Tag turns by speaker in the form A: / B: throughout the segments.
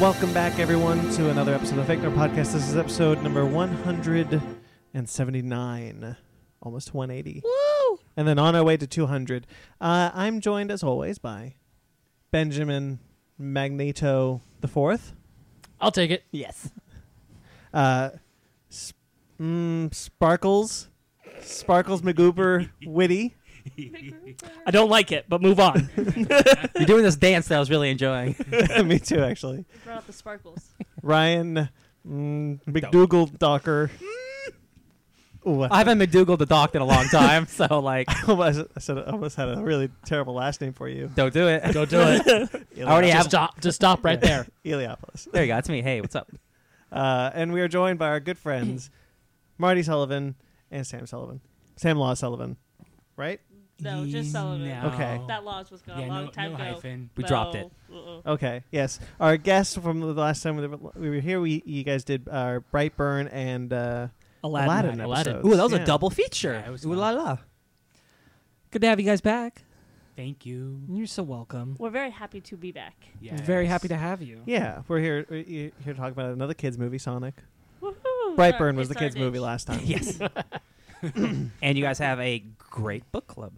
A: Welcome back, everyone, to another episode of the Fake Nerd Podcast. This is episode number 179, almost 180.
B: Woo!
A: And then on our way to 200. Uh, I'm joined, as always, by Benjamin Magneto the Fourth.
C: I'll take it.
B: Yes.
A: Uh, s- mm, Sparkles. Sparkles McGoober Witty.
C: I don't like it, but move on.
B: You're doing this dance that I was really enjoying.
A: Me too, actually.
D: brought up the sparkles.
A: Ryan mm, McDougal Docker. Ooh,
B: Mm. I haven't McDougal the docked in a long time, so like,
A: almost, I said I almost had a really terrible last name for you.
B: don't do it.
C: Go do it.
B: I already
A: Eliopoulos.
B: have-
C: Just stop. Just stop right there.
A: Eliopoulos.
B: There you go. That's me. Hey, what's up?
A: Uh, and we are joined by our good friends, Marty Sullivan and Sam Sullivan. Sam Law Sullivan, right?
D: No, just Sullivan.
C: No.
A: Okay.
D: That laws was gone
C: Yeah,
D: a long
C: no,
D: time
C: no
D: ago.
C: hyphen.
B: We dropped it.
D: uh-uh.
A: Okay. Yes. Our guest from the last time we were- we were here, we you guys did our Brightburn and uh, Aladdin,
C: Aladdin.
A: episodes.
B: Ooh, that was
A: Yeah.
B: a double feature.
C: Yeah, it was
B: Ooh
C: fun.
B: la la. Good to have you guys back.
C: Thank you.
B: You're so welcome.
D: We're very happy to be back.
C: Yes.
B: Very happy to have you.
A: Yeah, we're here we're here to talk about another kids movie, Sonic.
D: Woohoo!
A: Brightburn was the kids movie last time.
B: yes. and you guys have a great book club.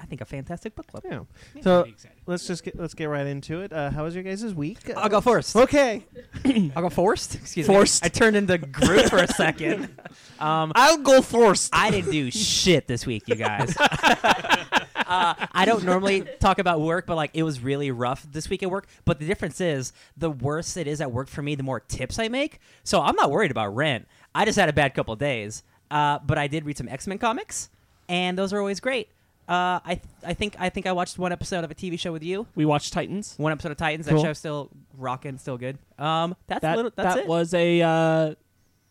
B: I think a fantastic book club.
A: Yeah.
C: Yeah,
A: So-
C: pretty excited.
A: Let's just get let's get right into it. Uh, how was your guys' week?
B: I'll go first.
A: Okay.
B: I'll go forced. Excuse
C: Forced.
B: me. I turned into Groot for a second. Um,
C: I'll go first.
B: I didn't do shit this week, you guys. uh, I don't normally talk about work, but like it was really rough this week at work. But the difference is, the worse it is at work for me, the more tips I make. So I'm not worried about rent. I just had a bad couple days, uh, but I did read some X Men comics, and those are always great. Uh, I I think I think I watched one episode of a TV show with you,
C: We watched Titans.
B: one episode of Titans.
C: Cool.
B: That show's still rocking, still good. Um, that's
C: that
B: a little, that's
C: that
B: it.
C: was a uh,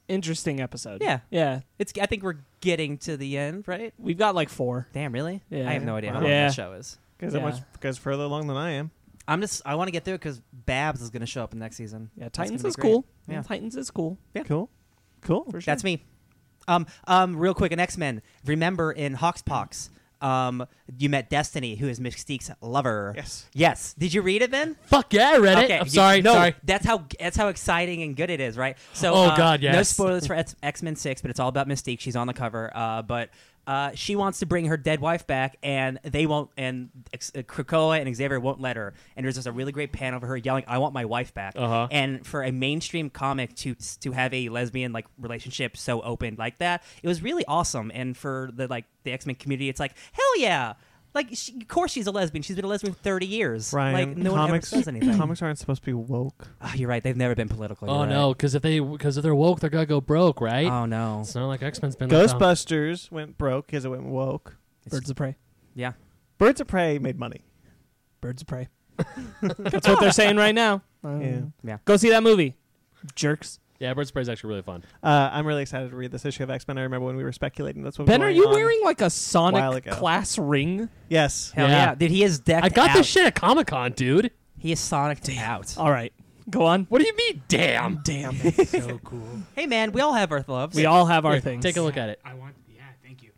C: interesting episode.
B: Yeah.
C: Yeah.
B: it's I think we're getting to the end, right?
C: We've got like four.
B: Damn, really?
C: Yeah.
B: I have no idea how
A: Wow.
B: long
C: Yeah.
B: that show is.
A: Guys,
C: Yeah.
A: that much guys further along than I am.
B: I'm just I want to get through it because Babs is going to show up next season.
C: Yeah.
B: That's
C: Titans
B: gonna
C: is
B: be great.
C: cool.
B: Yeah.
C: Titans is cool.
B: Yeah.
A: Cool. Cool.
C: For sure.
B: That's me. Um, um, real quick, in X Men, remember in Hawkspox, um, you met Destiny, who is Mystique's lover.
A: Yes.
B: Yes. Did you read it then?
C: Fuck yeah, I read
B: Okay,
C: it. I'm
B: you-
C: sorry.
B: No,
C: Sorry.
B: that's how that's how exciting and good it is, right? So,
C: Oh,
B: uh,
C: God,
B: No
C: yes.
B: spoilers for X Men Six, but it's all about Mystique. She's on the cover, uh, but uh, she wants to bring her dead wife back, and they won't. And Ex- uh, Krakoa and Xavier won't let her. And there's just a really great panel of her yelling, "I want my wife back!"
C: Uh-huh.
B: And for a mainstream comic to to have a lesbian like relationship so open like that, it was really awesome. And for the like the X Men community, it's like hell yeah. Like, she, of course, she's a lesbian. She's been a lesbian for 30 years.
A: Ryan,
B: like, no
A: comics
B: one ever says anything.
A: comics aren't supposed to be woke.
B: Oh, you're right. They've never been political.
C: Oh
B: You're
C: no, because if they because if they're woke, they're gonna go broke,
B: right.
C: right?
B: Oh no.
C: It's not like X Men's been like, um,
A: Ghostbusters went broke because it went woke.
B: Birds
C: of prey.
B: Yeah.
A: Birds of Prey made money.
C: Birds of prey. That's what they're saying right now.
A: Yeah.
B: Yeah.
C: Go see that movie, jerks. Yeah, Birds of Prey is actually really fun.
A: Uh, I'm really excited to read this issue of X Men. I remember when we were speculating that's what. was
C: Ben, are
A: going
C: you
A: on.
C: wearing like a
A: While
C: Sonic
A: ago.
C: class ring?
A: Yes.
B: Hell
C: Yeah.
B: yeah. Dude, he is decked
C: I got
B: out.
C: this shit at Comic Con, dude.
B: He is Sonic out.
C: All right, go on. What do you mean? Damn, damn.
E: so cool.
B: Hey man, we all have our loves.
C: we all have our
E: Here,
C: things.
E: take
C: a look at it.
E: I want. Yeah, thank you.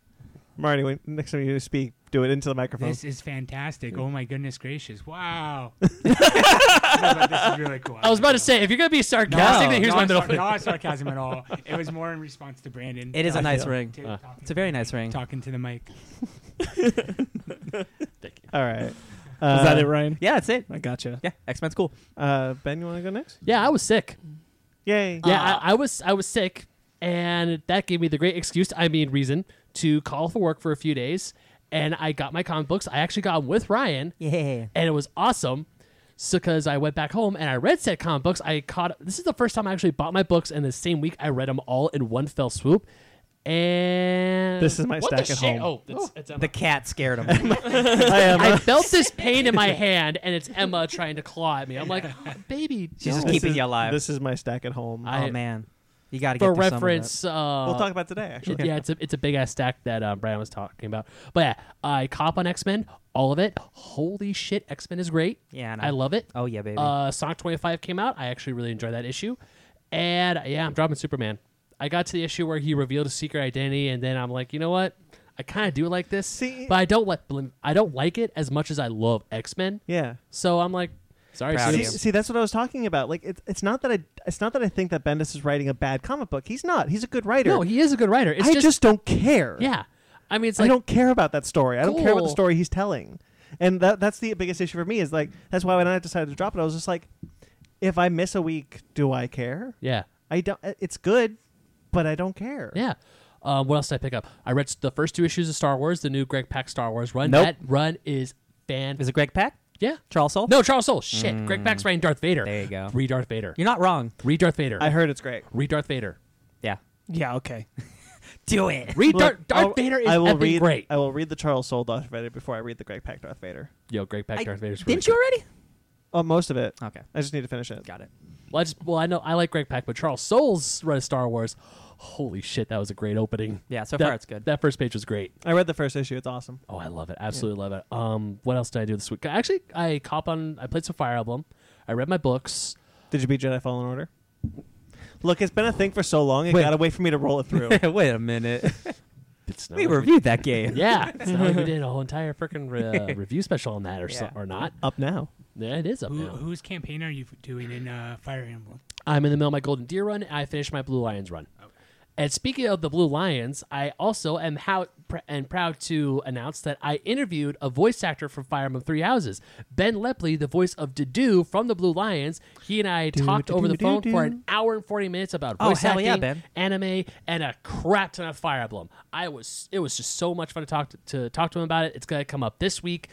A: Marty, when, next time you speak, do it into the microphone.
E: This is fantastic. Oh my goodness gracious! Wow. No, but this is really cool.
C: I was about to
E: like
C: say, if you're gonna be sarcastic,
B: No,
C: then here's
E: no,
C: my middle
E: sar-
C: finger.
E: Not sarcasm at all. It was more in response to Brandon.
B: It is a
E: talking-
B: nice
A: Yeah.
B: ring.
E: to-
C: Uh,
E: talking
B: It's a
E: to
B: very
E: the
B: nice
E: mic-
B: ring.
E: Talking to the mic.
A: All right.
C: Is
A: Uh,
C: that it, Ryan?
B: Yeah, that's it.
C: I gotcha.
B: Yeah, X Men's cool.
A: Uh, ben, you want to go next?
F: Yeah, I was sick.
A: Yay.
C: Uh,
F: Yeah, I, I was I was sick, and that gave me the great excuse. I mean, reason to call for work for a few days, and I got my comic books. I actually got them with Ryan,
B: Yeah.
F: and it was awesome. So, because I went back home and I read said comic books, I caught. This is the first time I actually bought my books, and the same week I read them all in one fell swoop. And
A: This is my
F: What
A: stack
F: the
A: at
F: shit?
A: home.
F: Oh, it's, it's Emma.
B: The cat scared him.
A: I am.
F: I felt this pain in my hand, and it's Emma trying to claw at me. I'm like, "Oh, baby,
B: She's just
F: no."
A: This
B: keeping
A: is-
B: you alive.
A: This is my stack at home.
F: I-
B: oh man, you got to get
F: for
B: through some of
F: reference. Uh,
A: we'll talk about today, actually.
F: Yeah, it's a it's a big ass stack that um, Brian was talking about. But yeah, I cop on X Men, all of it. Holy shit, X Men is great.
B: that. Yeah, I, know.
F: I love it.
B: Oh yeah, baby.
F: Uh, Sonic twenty five came out. I actually really enjoyed that issue, and yeah, I'm dropping Superman. I got to the issue where he revealed his secret identity, and then I'm like, you know what? I kind of do like this,
A: See-
F: but I don't like I don't like it as much as I love X Men.
A: Yeah.
F: So I'm like, Sorry,
B: Proud of
A: See,
B: you.
F: Suits.
A: see, that's what I was talking about. Like, it's it's not that I it's not that I think that Bendis is writing a bad comic book. He's not. He's a good writer.
F: No, he is a good writer. It's
A: I
F: just,
A: just, don't care.
F: yeah. I mean, it's
A: I
F: like
A: don't care about that story. I don't care about the
F: Cool.
A: story he's telling. And that that's the biggest issue for me is like that's why when I decided to drop it, I was just like, if I miss a week, do I care?
F: yeah,
A: I don't. uh, It's good, but I don't care.
F: yeah. Um, what else did I pick up? I read s- the first two issues of Star Wars, the new Greg Pak Star Wars run.
B: Nope.
F: That run is fan.
B: Is it Greg Pack?
F: yeah.
B: Charles Soule?
F: No, Charles Soule. Shit. Greg Pak's writing Darth Vader.
B: There you go.
F: Re Darth Vader.
B: You're not wrong.
F: Re Darth Vader.
A: I heard it's great.
F: Re Darth Vader.
B: Yeah.
C: Yeah, okay.
B: Do it.
F: Re
A: Look,
F: Darth, Darth
A: I'll-
F: Vader is
A: I will
F: effing
A: read.
F: great.
A: I will read the Charles Soule Darth Vader before I read the Greg Pak Darth Vader.
F: Yo, Greg Pak
B: I-
F: Darth Vader's
B: Didn't
F: really
B: you already?
A: Oh, most of it.
B: Okay.
A: I just need to finish it.
B: Got it.
F: good. Well, I just well, I know I like Greg Pak, but Charles Soule's run of Star Wars. Holy shit, that was a great opening.
B: Yeah, so
F: that,
B: far it's good.
F: That first page was great.
A: I read the first issue. It's awesome.
F: Oh, I love it. Absolutely love it. Um, what else did I do this week? Actually, I cop on. I played some Fire Emblem. I read my books.
A: Did you beat Jedi Fallen Order? Look, it's been a thing for so long. It
B: Wait.
A: got to wait for me to roll it through.
B: Wait a minute.
F: It's not
B: we
F: like
B: reviewed that game.
F: yeah, it's not like we did a whole entire freaking uh, review special on that, or so,
B: Yeah.
F: or not.
A: Up now.
F: Yeah, it is up
E: Who,
F: now.
E: whose campaign are you doing in uh, Fire Emblem?
F: I'm in the middle of my Golden Deer run. And I finished my Blue Lions run. And speaking of the Blue Lions, I also am how pr- and proud to announce that I interviewed a voice actor from Fire Emblem Three Houses, Ben Lepley, the voice of Dedu from the Blue Lions. He and I talked over the
A: do,
F: phone
A: do.
F: for an hour and forty minutes about
B: Oh,
F: voice
B: hell
F: acting,
B: yeah, Ben.
F: anime, and a crap ton of Fire Emblem. I was it was just so much fun to talk to, to talk to him about it. It's gonna come up this week,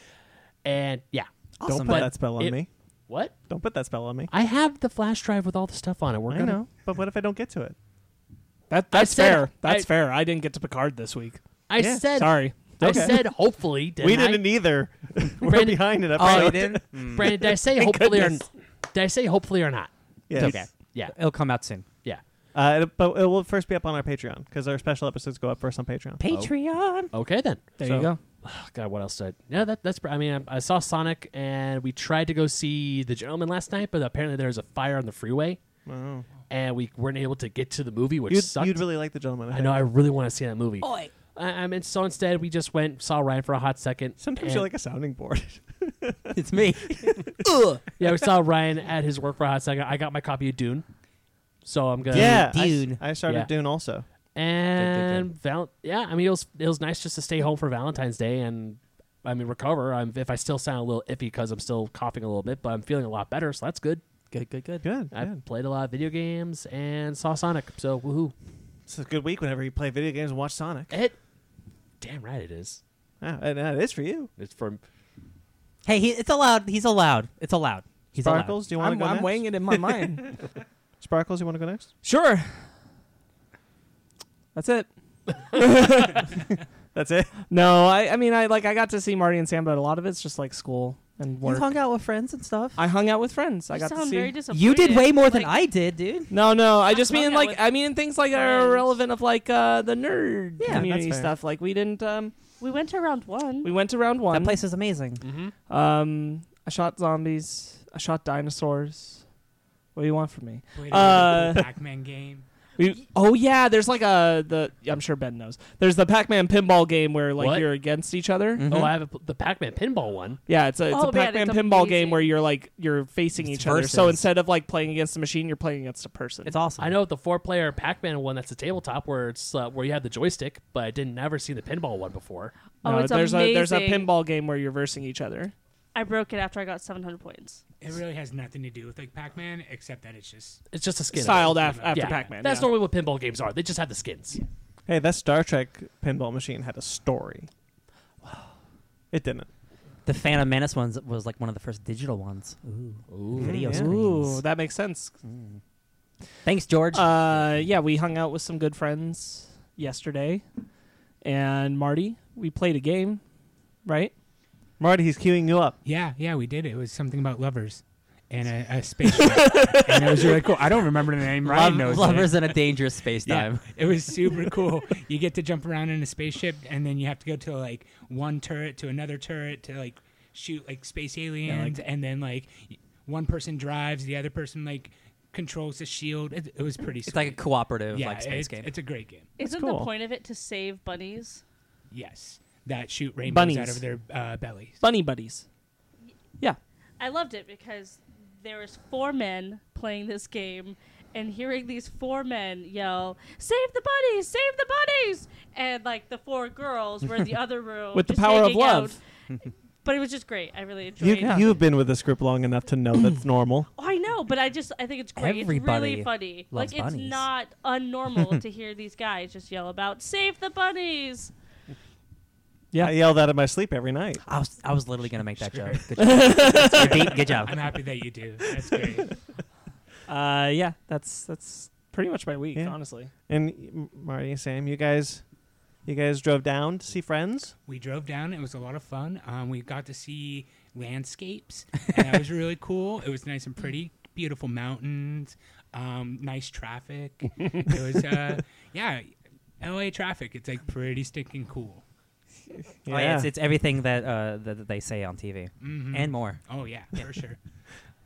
F: and yeah,
A: Don't
B: Awesome.
A: put
B: But
A: that spell on
F: it-
A: me.
F: what?
A: Don't put that spell on me.
F: I have the flash drive with all the stuff on it. We're
A: I
F: gonna
A: know, but what if I don't get to it?
C: That
F: I
C: that's
F: said-
C: fair. That's
F: I-
C: fair. I didn't get to Picard this week.
F: I
A: Yeah,
F: said
C: Sorry.
F: I
A: Okay.
F: said hopefully. Didn't
A: we
F: I?
A: didn't either. We're
F: Brandon-
A: behind it.
B: Oh, you
A: apparently.
B: didn't? Mm.
F: Brandon, did I say hopefully or did I say hopefully or not?
A: Yes.
B: okay.
F: Yeah,
B: It'll come out soon.
F: yeah.
A: Uh, it- but it will first be up on our Patreon because our special episodes go up first on Patreon.
B: Patreon.
F: Okay then.
C: There
A: So-
C: you go.
F: Oh, God, what else did? I, yeah, that, that's. I mean, I, I saw Sonic, and we tried to go see the gentleman last night, but apparently there was a fire on the freeway,
A: Wow.
F: and we weren't able to get to the movie, which
A: You'd,
F: sucked.
A: you'd really like the gentleman.
F: I know. I
A: think.
F: really want to see that movie.
B: Oi.
F: I, I mean, so instead we just went saw Ryan for a hot second.
A: Sometimes
F: and-
A: you're like a sounding board.
B: It's me.
F: yeah, we saw Ryan at his work for a hot second. I got my copy of Dune, so I'm gonna
A: yeah. I-
B: Dune.
A: I, started
F: Yeah.
A: Dune also.
F: And val- yeah, I mean it was it was nice just to stay home for Valentine's Day and I mean recover. I'm, if I still sound a little iffy because I'm still coughing a little bit, but I'm feeling a lot better, so that's good.
B: Good, good, good.
A: Good.
F: I
A: good.
F: played a lot of video games and saw Sonic, so woohoo!
A: It's a good week whenever you play video games and watch Sonic.
F: It, damn right it is.
A: Ah, and that is for you.
F: It's from
B: Hey, he, it's allowed. He's allowed. It's allowed. He's
A: Sparkles, do you want to
C: I'm,
A: go
C: I'm
A: next?
C: weighing it in my mind.
A: Sparkles, you want to go next?
C: sure. That's it.
A: That's it.
C: No, I, I mean, I like I got to see Marty and Sam, but a lot of it's just like school and
B: allowed.
C: work.
B: You hung out with friends and stuff.
C: I hung out with friends. I
D: You
C: got
D: sound
C: to see.
D: very disappointed.
B: you did way more than
D: Like,
B: I did, dude.
C: no, no, I just
D: hung
C: mean
D: out
C: like
D: with
C: I mean things like that
D: friends.
C: are relevant of like uh, the nerd
B: Yeah,
C: community
A: that's fair.
C: stuff. Like we didn't. Um,
D: We went to round one.
C: we went to round one.
B: That place is amazing.
C: Um, I shot zombies. I shot dinosaurs. What do you want from me?
E: Wait,
C: Uh,
E: the Pac-Man game.
C: We, oh yeah, there's like a the I'm sure Ben knows. There's the Pac-Man pinball game where like
F: What?
C: you're against each other.
B: Mhm.
F: oh I have a, the Pac-Man pinball one.
C: Yeah, it's a, it's
D: Oh,
C: a
D: man,
C: Pac-Man
D: it's
C: pinball
D: amazing.
C: game where you're like you're facing
B: It's
C: each other. So
B: versus.
C: instead of like playing against a machine, you're playing against a person.
B: It's awesome.
F: I know the four-player Pac-Man one that's a tabletop where it's uh, where you have the joystick, but I didn't never see the pinball one before.
D: Oh,
C: No,
D: it's
C: Uh, there's a there's a
D: amazing.
C: pinball game where you're versing each other.
D: I broke it after I got 700 points.
E: It really has nothing to do with like Pac-Man, except that it's just
F: It's just a skin
C: Styled af- after
F: Yeah.
C: Pac-Man.
F: That's
C: yeah.
F: normally what pinball games are. They just have the skins.
A: Hey, that Star Trek pinball machine had a story. It didn't.
B: the Phantom Menace ones was like one of the first digital ones. Ooh.
F: Ooh.
B: Video
A: yeah.
B: screens.
C: Ooh, that makes sense.
B: Thanks, George.
C: Uh, yeah, we hung out with some good friends yesterday, and Marty, we played a game, right?
A: Marty, he's queuing you up.
E: yeah, yeah. We did it. It was something about lovers and a, a spaceship, and it was really cool. I don't remember the name. Ryan
B: Love-
E: knows it.
B: lovers in a dangerous space
E: Yeah,
B: time.
E: it was super cool. You get to jump around in a spaceship, and then you have to go to like one turret to another turret to like shoot like space aliens, and then like y- one person drives, the other person like controls the shield. It, it was pretty.
B: It's like a cooperative
E: yeah,
B: like space
E: it's,
B: game.
E: It's a great game.
D: Isn't
A: cool.
D: the point of it to save bunnies?
E: Yes, that shoot rainbows
C: Bunnies.
E: out of their uh, bellies.
C: Bunny buddies. Yeah,
D: I loved it because there was four men playing this game and hearing these four men yell, "Save the bunnies! Save the bunnies!" and like the four girls were in the other room
C: With the
D: just
C: power of
D: hanging out.
C: love.
D: But it was just great. I really enjoyed
A: You,
D: it.
A: You've been with this group long enough to know that's normal.
D: Oh, I know, but I just I think it's great. it's
B: Everybody
D: really funny.
B: loves
D: like
B: bunnies.
D: it's not unnormal to hear these guys just yell about "Save the bunnies!"
C: Yeah.
A: I yell that in my sleep every night.
B: I was I was literally gonna make that joke. Good job. Good- Good job.
E: I'm happy that you do. That's great.
C: Uh, yeah, that's that's pretty much my week,
A: Yeah.
C: honestly.
A: And M- Marty, Sam, you guys, you guys drove down to see friends.
E: We drove down. It was a lot of fun. Um, we got to see landscapes. And that was really cool. It was nice and pretty. Beautiful mountains. Um, nice traffic. It was, uh, yeah, LA traffic. It's like pretty stinking cool.
B: Oh, yeah, Mm-hmm. it's, it's everything that uh that, that they say on TV
E: Mhm.
B: and more.
E: oh yeah, for sure.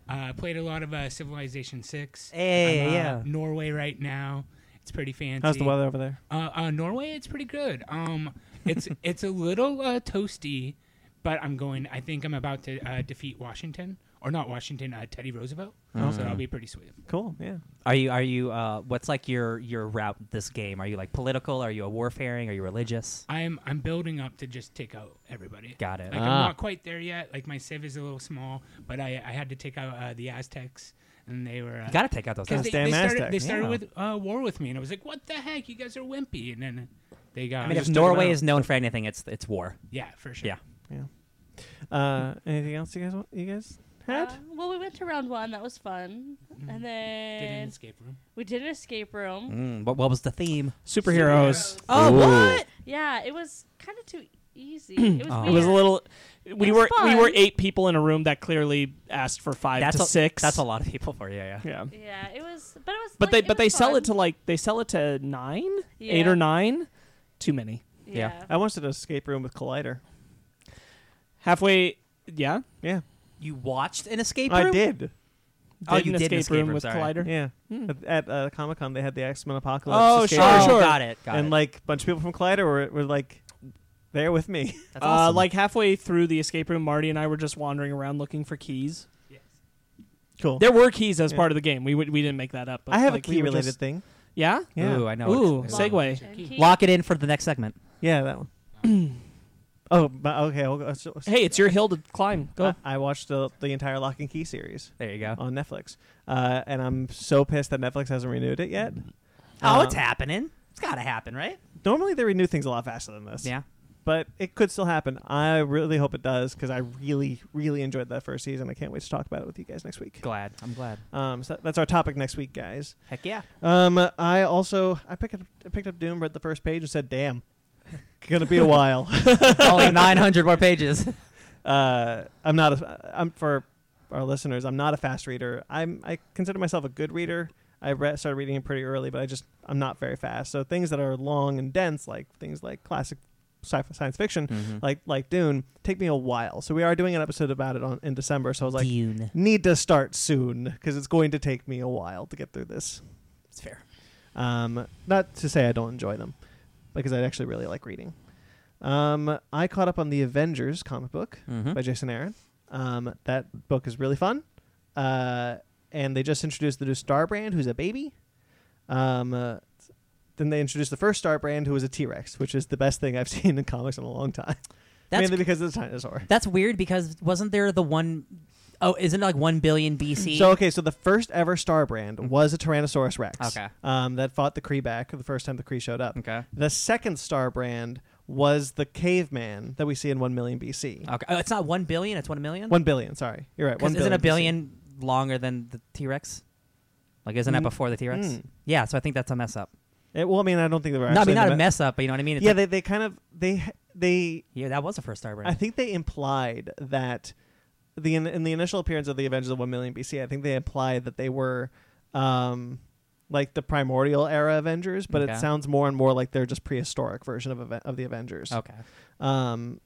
E: Uh, played a lot of uh, Civilization Six.
B: Hey,
E: I'm, uh,
B: yeah.
E: Norway right now. It's pretty fancy.
A: How's the weather over there?
E: Uh, uh, Norway, it's pretty good. Um, it's it's a little uh, toasty, but I'm going. I think I'm about to uh, defeat Washington, or not Washington, uh, Teddy Roosevelt. So that'll be pretty sweet.
A: Cool. Yeah.
B: Are you are you uh what's like your your route this game? Are you like political? Are you a warfaring? Are you religious?
E: I'm I'm building up to just take out everybody.
B: Got it.
E: Like
F: Ah.
E: I'm not quite there yet. Like my civ is a little small, but I I had to take out uh, the Aztecs, and they were. Uh,
B: You gotta take out those.
E: because
A: those
E: they,
A: damn
E: they started,
A: Aztecs,
E: they started
B: yeah.
E: with uh, war with me, and I was like, "What the heck? You guys are wimpy!" And then they got.
B: I mean, if
E: just took 'em
B: Norway
E: out.
B: is known for anything, it's it's war.
E: yeah, for sure.
B: Yeah.
A: Uh, anything else you guys want? You guys had?
D: Uh, well, we went to round one. That was fun, and
E: Did an
D: then
E: escape room.
D: we did an escape room.
B: Mm, what what was the theme?
C: Superheroes.
B: Oh, what?
D: Yeah, it was kind of too easy. It was,
B: Oh.
C: It was a
D: weird.
C: little. We
D: It's
C: were we were
D: fun.
C: eight people in a room that clearly asked for five
B: That's
C: to
B: a,
C: six.
B: That's a lot of people for you. Yeah.
C: Yeah.
D: Yeah, it was, but it was.
C: But
D: like,
C: they
D: it
C: but
D: was
C: they sell it to
D: fun.
C: like they sell it to nine,
D: yeah.
C: eight or nine. Too many.
B: yeah.
D: Yeah.
A: I once did an escape room with Collider.
C: Halfway. Yeah.
A: Yeah,
B: You watched an escape room.
A: I did.
B: Oh,
C: Did
B: you
C: an
B: did an
C: escape,
B: escape
C: room,
B: room,
C: with
B: sorry.
C: Collider.
A: Yeah,
C: Hmm.
A: at, at uh, Comic Con they had the X Men Apocalypse.
C: Oh,
A: escape
C: sure,
A: room.
B: Oh,
C: sure.
B: Got it. Got
A: and
B: it.
A: like a bunch of people from Collider were, were like there with me.
B: That's
C: Uh,
B: awesome.
C: Like halfway through the escape room, Marty and I were just wandering around looking for keys.
A: Cool.
C: There were keys as
A: Yeah.
C: part of the game. We would we didn't make that up. But
A: I have
C: like,
A: a
C: we
A: key
C: were
A: related
C: just-
A: thing.
C: yeah.
A: Yeah.
B: Ooh, I know.
C: Ooh,
B: it's-
C: segue.
D: And
E: Turkey.
D: he-
B: Lock it in for the next segment.
A: Yeah, that one. oh, but okay. I'll go, so,
C: Hey, it's your hill to climb. Go.
A: I, I watched the, the entire Lock and Key series
B: There you go.
A: on Netflix, uh, and I'm so pissed that Netflix hasn't renewed it yet.
B: Oh,
A: Uh,
B: it's happening. It's got to happen, right?
A: Normally they renew things a lot faster than this.
B: Yeah.
A: but it could still happen. I really hope it does because I really, really enjoyed that first season. I can't wait to talk about it with you guys next week.
B: Glad. I'm glad.
A: Um, so that's our topic next week, guys.
B: Heck yeah.
A: Um, I also I picked up I picked up Doom, read the first page, and said, "Damn, gonna be a while."
B: Only 900 more pages.
A: Uh, I'm not a I'm for our listeners. I'm not a fast reader. I'm I consider myself a good reader. I read, started reading it pretty early, but I just I'm not very fast. So things that are long and dense, like things like classic sci-fi science fiction,
B: Mm-hmm.
A: like like Dune, take me a while. So we are doing an episode about it on in December. So I was like,
B: Dune.
A: need to start soon because it's going to take me a while to get through this.
B: It's fair.
A: Um, not to say I don't enjoy them, because I actually really like reading. Um, I caught up on the Avengers comic book
B: Mm-hmm.
A: by Jason Aaron. Um, that book is really fun. Uh, and they just introduced the new Star Brand, who's a baby. Um, uh, then they introduced the first Star Brand, who was a T Rex, which is the best thing I've seen in comics in a long time.
B: That's
A: Mainly because of the dinosaur.
B: That's weird because wasn't there the one oh isn't it like 1 billion BC?
A: So okay, so the first ever Star Brand was a Tyrannosaurus Rex.
B: Mm-hmm. Okay. Mm-hmm.
A: Um, that fought the Kree back the first time the Kree showed up.
B: okay.
A: The second Star Brand was the caveman that we see in one million BC.
B: Okay. Oh, it's not 1 billion, it's 1 million?
A: One billion, sorry, you're right.
B: 'Cause
A: One
B: isn't a
A: billion
B: billion longer than the T-Rex? Like isn't that
A: Mm.
B: before the T-Rex?
A: Mm.
B: Yeah, so I think that's a mess up.
A: BC. Hmm. It- well, I mean, I don't think they were.
B: no, I
A: actually
B: mean not
A: the
B: a
A: me-
B: mess up, but you know what I mean? It's
A: Yeah,
B: like-
A: they, they kind of they they
B: yeah, that was the first Star
A: I
B: Brand.
A: think they implied that the in, in the initial appearance of the Avengers of one million BC, I think they implied that they were um, like the primordial era Avengers, but
B: Okay.
A: it sounds more and more like they're just prehistoric version of Aven- of the Avengers.
B: Okay.
A: Um,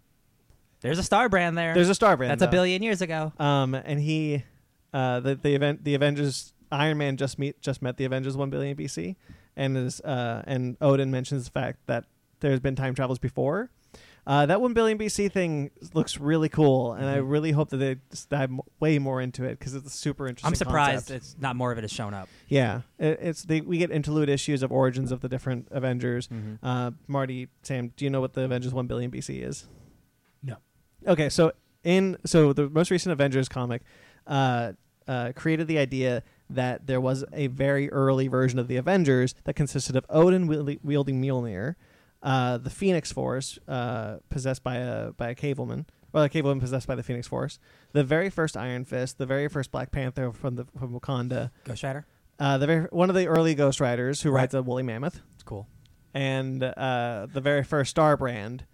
B: There's a Star Brand there.
A: there's a Star Brand.
B: that's a
A: though.
B: billion years ago.
A: Um, and he, uh, the the event the Avengers Iron Man just meet just met the Avengers one billion BC, and is uh, and Odin mentions the fact that there's been time travels before. Uh, that one billion BC thing looks really cool, and
B: Mm-hmm.
A: I really hope that they just dive m- way more into it because it's a super interesting.
B: I'm surprised
A: concept.
B: it's not more of it has shown up.
A: Yeah, it, it's the, we get interlude issues of origins of the different Avengers. Uh, Marty, Sam, do you know what the Avengers one billion BC is?
E: No.
A: Okay, so in so the most recent Avengers comic uh, uh, created the idea that there was a very early version of the Avengers that consisted of Odin wiel- wielding Mjolnir, uh, the Phoenix Force uh, possessed by a by a Cableman, or a Cableman possessed by the Phoenix Force, the very first Iron Fist, the very first Black Panther from the from Wakanda,
B: Ghost Rider,
A: uh, the very, one of the early Ghost Riders who
B: Right.
A: rides a woolly mammoth,
B: it's cool.
A: and uh, the very first Star Brand,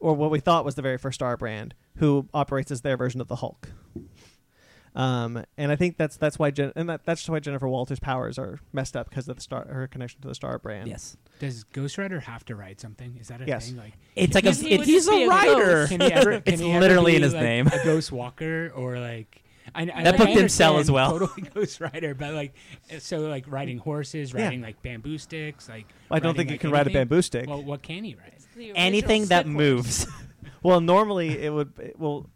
A: or what we thought was the very first Star Brand, who operates as their version of the Hulk. Um, and I think that's that's why Jen- and that, that's why Jennifer Walters' powers are messed up because of the star her connection to the Star Brand.
B: Yes,
E: Does Ghost Rider have to write something? Is that a
A: Yes.
E: thing? Like,
B: it's like a,
D: Because he
B: it's,
D: would just be ghost.
E: can he ever? Can
B: It's
E: he ever
B: literally in
E: be,
B: his
E: like,
B: name.
E: A Ghost Walker or like. I, I,
B: That
E: like,
B: book
E: I
B: didn't sell as
E: understand
B: well.
E: Totally Ghost Rider, but like, so like riding horses,
A: Yeah.
E: riding like bamboo sticks, like.
A: I don't
E: riding,
A: think you
E: like,
A: can ride a
E: anything.
A: bamboo stick.
E: Well, what can he ride?
D: The original
B: anything that
D: stick
B: moves.
A: Well, normally it would. It, well,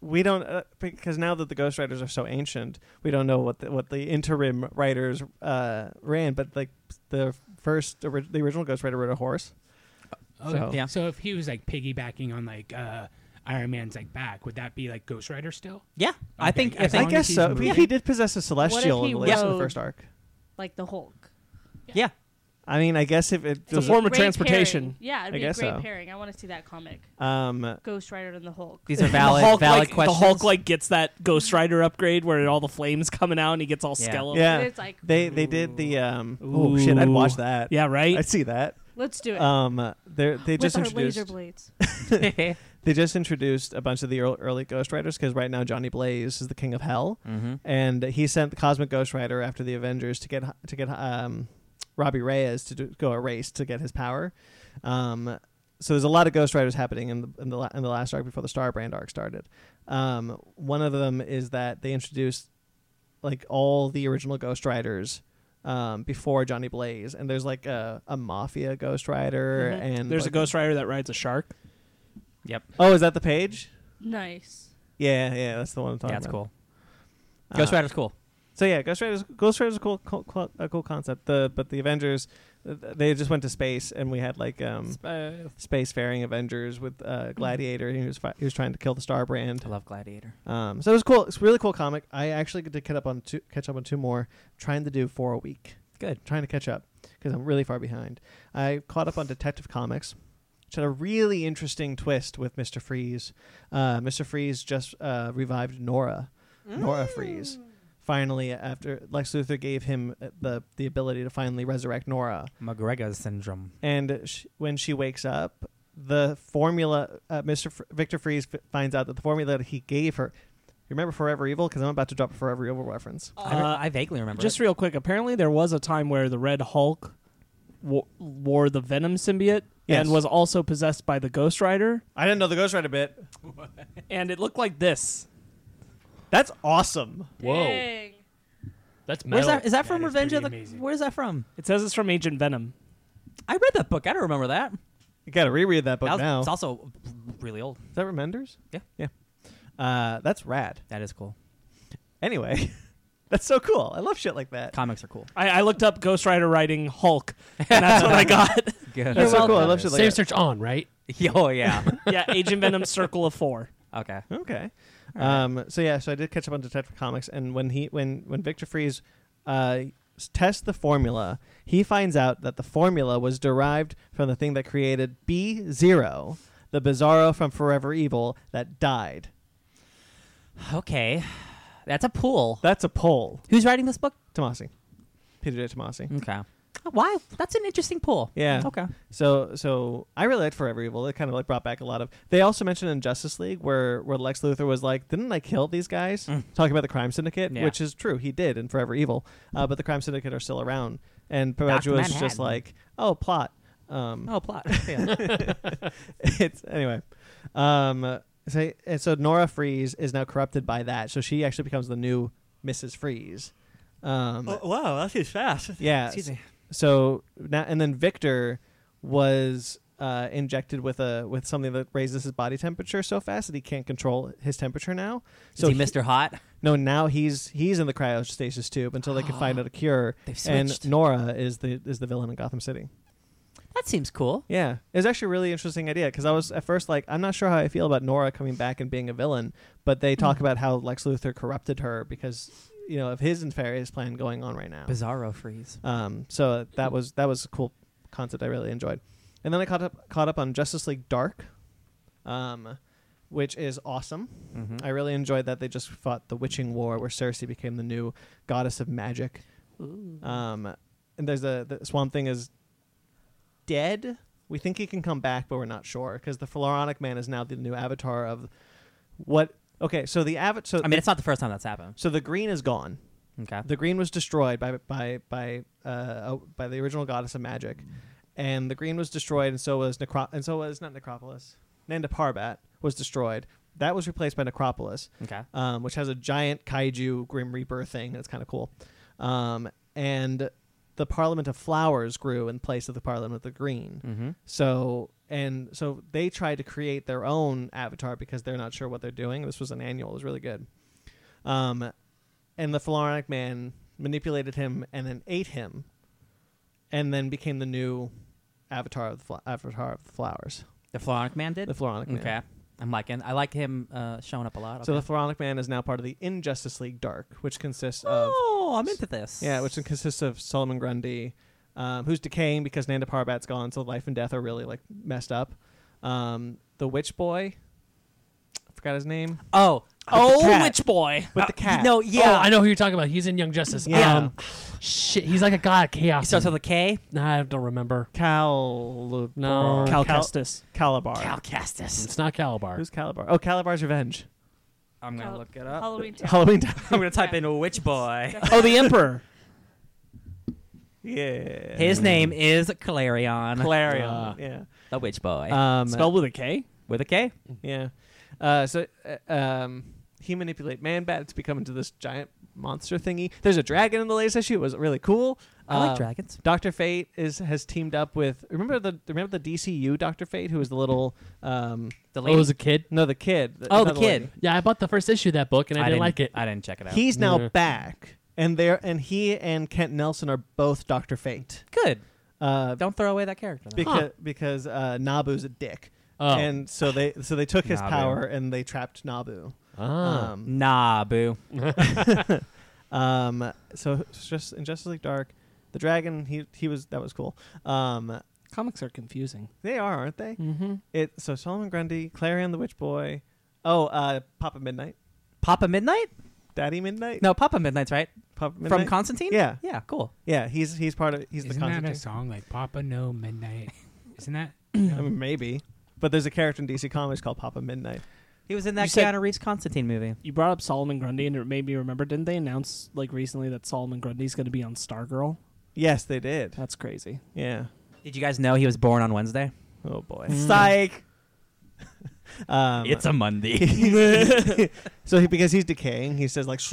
A: we don't uh, because now that the Ghost Riders are so ancient, we don't know what the, what the interim writers uh, ran. But like the first, ori- the original Ghost Rider rode a horse.
E: Oh,
A: So-
B: Yeah.
E: So if he was like piggybacking on like uh, Iron Man's like back, would that be like Ghost Rider still?
B: yeah, I
E: Okay,
B: think I
E: as
A: I
B: think
E: long
A: guess
E: he's
A: so. He,
E: moving.
A: he did possess a celestial
D: he
A: in relation to the
D: rode-
A: first arc.
D: Like the Hulk.
B: yeah.
A: I mean, I guess if it
C: It's a
A: was,
C: form of
D: Great
C: transportation.
D: pairing. Yeah, it'd
A: I
D: be
A: guess
D: a great
A: so.
D: pairing. I want to see that comic.
A: um,
D: Ghost Rider and the Hulk.
B: These are
C: The
B: valid
C: Hulk,
B: valid
C: like,
B: questions.
C: The Hulk like gets that Ghost Rider upgrade where all the flames coming out and he gets all
B: Yeah.
C: skeletal.
D: And
A: yeah,
D: it's like,
A: they they did the um. Oh shit, I'd
C: Ooh.
A: watch that.
C: Yeah, right.
A: I'd see that.
D: let's do it.
A: Um, they they
D: With
A: just
D: our
A: introduced
D: laser blades.
A: they just introduced a bunch of the earl- early Ghost Riders because right now Johnny Blaze is the king of hell,
B: hmm
A: and he sent the Cosmic Ghost Rider after the Avengers to get to get um, Robbie Reyes to do, go a race to get his power. Um, so there's a lot of Ghost Riders happening in the in the, la- in the last arc before the Star Brand arc started. Um, one of them is that they introduced like all the original Ghost Riders. Um, before Johnny Blaze, and there's like a, a mafia Ghost Rider,
D: Mhm.
A: and
C: Mm-hmm. There's a
A: like-
C: Ghost Rider that rides a shark.
B: Yep.
A: Oh, is that the page?
D: Nice.
A: Yeah, yeah, that's the one I'm talking
B: Yeah, it's
A: about.
B: cool. Ghost
A: Uh,
B: Rider's cool.
A: So yeah, Ghost Rider's Ghost Rider's a cool, cool, cool, a cool concept. The but the Avengers, th- they just went to space, and we had like um spacefaring Avengers with
B: Mm-hmm.
A: uh, Gladiator. He was fi- he was trying to kill the Star Brand.
B: I love Gladiator.
A: Um, so it was cool. It's a really cool comic. I actually get to catch up on two, catch up on two more. Trying to do four a week.
B: Good.
A: Trying to catch up because I'm really far behind. I caught up on Detective Comics, which had a really interesting twist with Mister Freeze. Uh, Mister Freeze just uh, revived Nora, Mm. Nora Freeze. Finally, after Lex Luthor gave him uh, the the ability to finally resurrect Nora,
B: McGregor syndrome.
A: and sh- when she wakes up, the formula uh, Mr. F- Victor Freeze f- finds out that the formula that he gave her. You remember Forever Evil? Because I'm about to drop a Forever Evil reference.
B: I, re- I vaguely remember.
C: Just
B: Just
C: real quick, apparently there was a time where the Red Hulk wo- wore the Venom symbiote
A: Yes.
C: and was also possessed by the Ghost Rider,
A: I didn't know the Ghost Rider bit.
C: and it looked like this.
A: That's awesome.
F: Whoa,
D: Dang.
F: that's
B: where's
F: metal.
B: that? Is that from
E: That is
B: Revenge of the?
E: pretty amazing.
B: Where's that from?
C: It says it's from Agent Venom.
B: I read that book. I don't remember that.
A: You gotta reread that book
B: That was-
A: now.
B: It's also really old.
A: Is that Remenders?
B: Yeah.
A: yeah. Uh, that's rad.
B: That is cool.
A: Anyway, that's so cool. I love shit like that.
B: Comics are cool.
C: I, I looked up Ghost Rider riding Hulk, and that's what I got.
B: Good.
A: That's so cool. I love shit like
F: Save
A: that.
F: search on, right?
B: Oh yeah.
C: yeah, Agent Venom Circle of Four.
B: okay.
A: Okay.
B: All right.
A: Um, so yeah, so I did catch up on Detective Comics, and when he when when Victor Freeze uh, s- tests the formula, he finds out that the formula was derived from the thing that created B Zero, the Bizarro from Forever Evil that died.
B: Okay. That's a pool.
A: That's a poll,
B: Who's writing this book?
A: Tomasi, Peter J. Tomasi.
B: Okay. Oh, Why? That's an interesting pool.
A: Yeah.
B: Okay.
A: So so I really liked Forever Evil. It kind of like brought back a lot of. They also mentioned in Justice League where where Lex Luthor was like, "Didn't I kill these guys?" Talking about the crime syndicate,
B: Mm. Yeah.
A: which is true. He did in Forever Evil, uh, but the crime syndicate are still around. And Perpetua was just
B: Manhattan.
A: like, "Oh, plot." Um,
B: Oh, plot. Yeah.
A: it's anyway. Um, so and so Nora Freeze is now corrupted by that, so she actually becomes the new Mrs. Freeze. Um,
B: wow, that seems fast.
A: yeah.
B: Excuse me.
A: So now and then Victor was uh, injected with a with something that raises his body temperature so fast that he can't control his temperature now.
B: Is
A: So
B: he Mr. Hot?
A: no, now he's he's in the cryostasis tube until they can find out a cure.
B: They've
A: And
B: switched.
A: Nora is the is the villain in Gotham City.
B: That seems cool.
A: Yeah, it's actually a really interesting idea because I was at first like, I'm not sure how I feel about Nora coming back and being a villain, but they talk about how Lex Luthor corrupted her because you know of his nefarious plan going on right now.
B: Bizarro freeze.
A: Um, so that was that was a cool concept I really enjoyed, and then I caught up caught up on Justice League Dark, um, which is awesome. I really enjoyed that they just fought the Witching War where Cersei became the new goddess of magic. Um, and there's a the Swamp Thing is dead. We think he can come back, but we're not sure because the Floronic Man is now the new avatar of what. Okay, so the avatar. So,
B: I mean, it's not the first time that's happened.
A: so the green is gone.
B: Okay.
A: The green was destroyed by by by uh, uh, by the original goddess of magic, and the green was destroyed, and so was Necro- and so was not Necropolis. Nanda Parbat was destroyed. That was replaced by Necropolis,
B: Okay.
A: um, which has a giant kaiju grim reaper thing. That's kind of cool. Um, and the Parliament of Flowers grew in place of the Parliament of the Green.
B: Mm-hmm.
A: So and so they tried to create their own avatar because they're not sure what they're doing. This was an annual; it was really good. Um, and the Philharmonic Man manipulated him and then ate him, and then became the new avatar of the fl- avatar of the flowers.
B: The Floronic Man did.
A: The Philharmonic Man.
B: okay. I'm liking. I like him uh, showing up a lot.
A: So
B: Okay.
A: the Philharmonic Man is now part of the Injustice League Dark, which consists of
B: oh, I'm into this.
A: yeah, which consists of Solomon Grundy, um, who's decaying because Nanda Parbat's gone, so life and death are really like messed up. Um, the Witch Boy, I forgot his name,
B: oh
C: Oh,
B: cat.
C: which boy.
A: with the cat.
B: No,
F: Yeah,
B: yeah.
F: oh, I know who you're talking about. He's in Young Justice.
A: Yeah.
F: Um, shit, he's like a god of
B: He
F: chaos.
B: starts with a K.
F: Nah, I don't remember.
A: Cal
F: No.
A: Cal-
C: Calcestis.
A: Calabar.
B: Calcastus.
F: It's not Calabar.
A: Who's Calabar? Oh, Calabar's Revenge.
B: I'm gonna
D: Cal-
B: look it up.
D: Halloween Town.
A: Halloween time.
B: I'm gonna type in Witch Boy.
C: oh, the Emperor.
A: Yeah.
B: His name is Clarion.
A: Clarion.
F: Ah.
A: yeah.
B: the Witch Boy
A: Um,
C: Spelled with a K.
B: with a K.
A: Yeah. Uh, so uh, um, he manipulate man bat to become into this giant monster thingy. There's a dragon in the latest issue. It was really cool.
B: I
A: Um,
B: like dragons.
A: Doctor Fate is has teamed up with remember the remember the DCU Doctor Fate who was the little um
B: The
F: Oh, it
B: lady.
F: was a kid.
A: no the kid
B: Oh, the
A: another
B: kid.
A: lady.
F: Yeah, I bought the first issue of that book and I, didn't, like it.
B: I didn't check it out.
A: he's now
F: Yeah.
A: back and there and he and Kent Nelson are both Doctor Fate
B: good.
A: uh
B: Don't throw away that character. though.
A: because because uh, Nabu's a dick
F: Oh.
A: and so they so they took his
B: Nabu.
A: power and they trapped Nabu
F: Ah.
A: um
B: Nah, boo.
A: um so it's just in Justice League Dark the dragon he he was that was cool um
C: Comics are confusing.
A: they are aren't they
C: Mm-hmm.
A: it so Solomon Grundy Clarion the Witch Boy oh uh Papa Midnight
B: Papa Midnight?
A: Daddy Midnight?
B: No, Papa Midnight's right
A: Papa Midnight?
B: from Constantine.
A: Yeah.
B: yeah, cool.
A: yeah, he's he's part of he's the
E: Isn't that a
A: Constantine.
E: song like Papa No Midnight? Isn't that?
A: I mean, maybe. But there's a character in DC Comics called Papa Midnight.
B: He was in
C: You
B: that
C: said-
B: Keanu Reeves Constantine movie.
C: You brought up Solomon Grundy, and it made me remember. Didn't they announce like recently that Solomon Grundy's going to be on Stargirl?
A: Yes, they did.
C: That's crazy.
A: Yeah.
B: Did you guys know he was born on Wednesday?
A: Oh boy.
B: Psych.
A: Um,
B: Mm. it's a Monday.
A: so he because he's decaying, he says like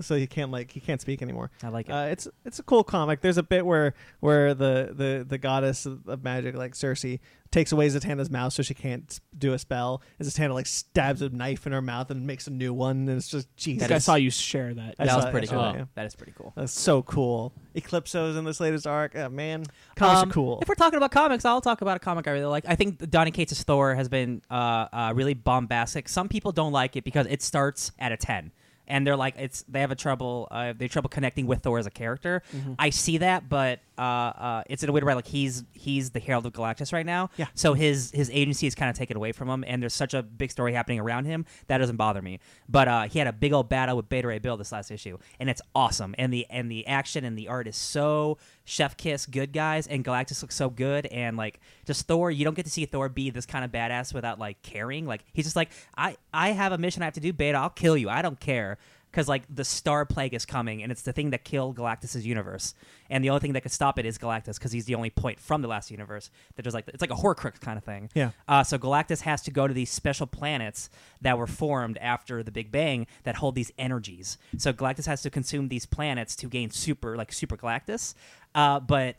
A: so he can't like he can't speak anymore.
B: I like it.
A: Uh, it's it's a cool comic. There's a bit where where the the, the goddess of of magic, like Cersei, takes away Zatanna's mouth so she can't s- do a spell. And Zatanna like stabs a knife in her mouth and makes a new one. And it's just Jesus.
C: I saw you share that.
A: I
B: that
A: saw
B: was
A: it,
B: pretty
A: I saw
B: cool.
A: it, yeah.
B: That is pretty cool.
A: That's so cool. Eclipsos in this latest arc. Oh, man, comics
B: Um,
A: are cool.
B: If we're talking about comics, I'll talk about a comic I really like. I think Donny Cates' Thor has been uh, uh, really bombastic. Some people don't like it because it starts at a ten, and they're like, it's they have a trouble uh, they have trouble connecting with Thor as a character.
A: Mm-hmm.
B: I see that, but uh, uh, it's in a way where like he's he's the Herald of Galactus right now.
A: Yeah.
B: So his his agency is kind of taken away from him, and there's such a big story happening around him that doesn't bother me. But uh, he had a big old battle with Beta Ray Bill this last issue, and it's awesome. And the and the action and the art is so chef kiss good guys, and Galactus looks so good, and like just Thor. You don't get to see Thor be this kind of badass without like caring. Like he's just like I I have a mission I have to do. Beta, I'll kill you. I don't care because like the star plague is coming and it's the thing that killed galactus's universe and the only thing that could stop it is galactus because he's the only point from the last universe that there's like it's like a horcrux kind of thing
A: Yeah.
B: uh, so galactus has to go to these special planets that were formed after the big bang that hold these energies so galactus has to consume these planets to gain super like super galactus uh, but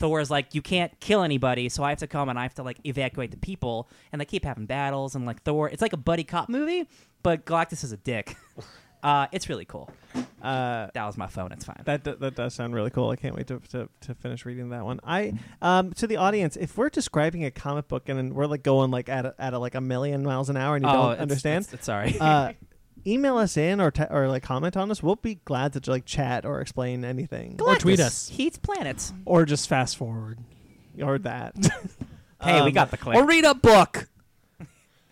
B: Thor is like, you can't kill anybody, so I have to come and I have to like evacuate the people. And they keep having battles, and like Thor, it's like a buddy cop movie, but Galactus is a dick. uh, it's really cool.
A: Uh,
B: That was my phone. It's fine.
A: That, do- that does sound really cool. I can't wait to, to, to finish reading that one. I um, to the audience, if we're describing a comic book and then we're like going like at a, at a, like a million miles an hour and you
B: Oh,
A: don't
B: it's-
A: understand,
B: It's, it's, sorry.
A: uh, email us in or te- or like comment on us. We'll be glad to like chat or explain anything
F: Or tweet
B: Galactus
F: us.
B: Heats planets.
C: or just fast forward.
A: or that.
B: Hey, we
A: Um,
B: got the clip.
C: Or read a book.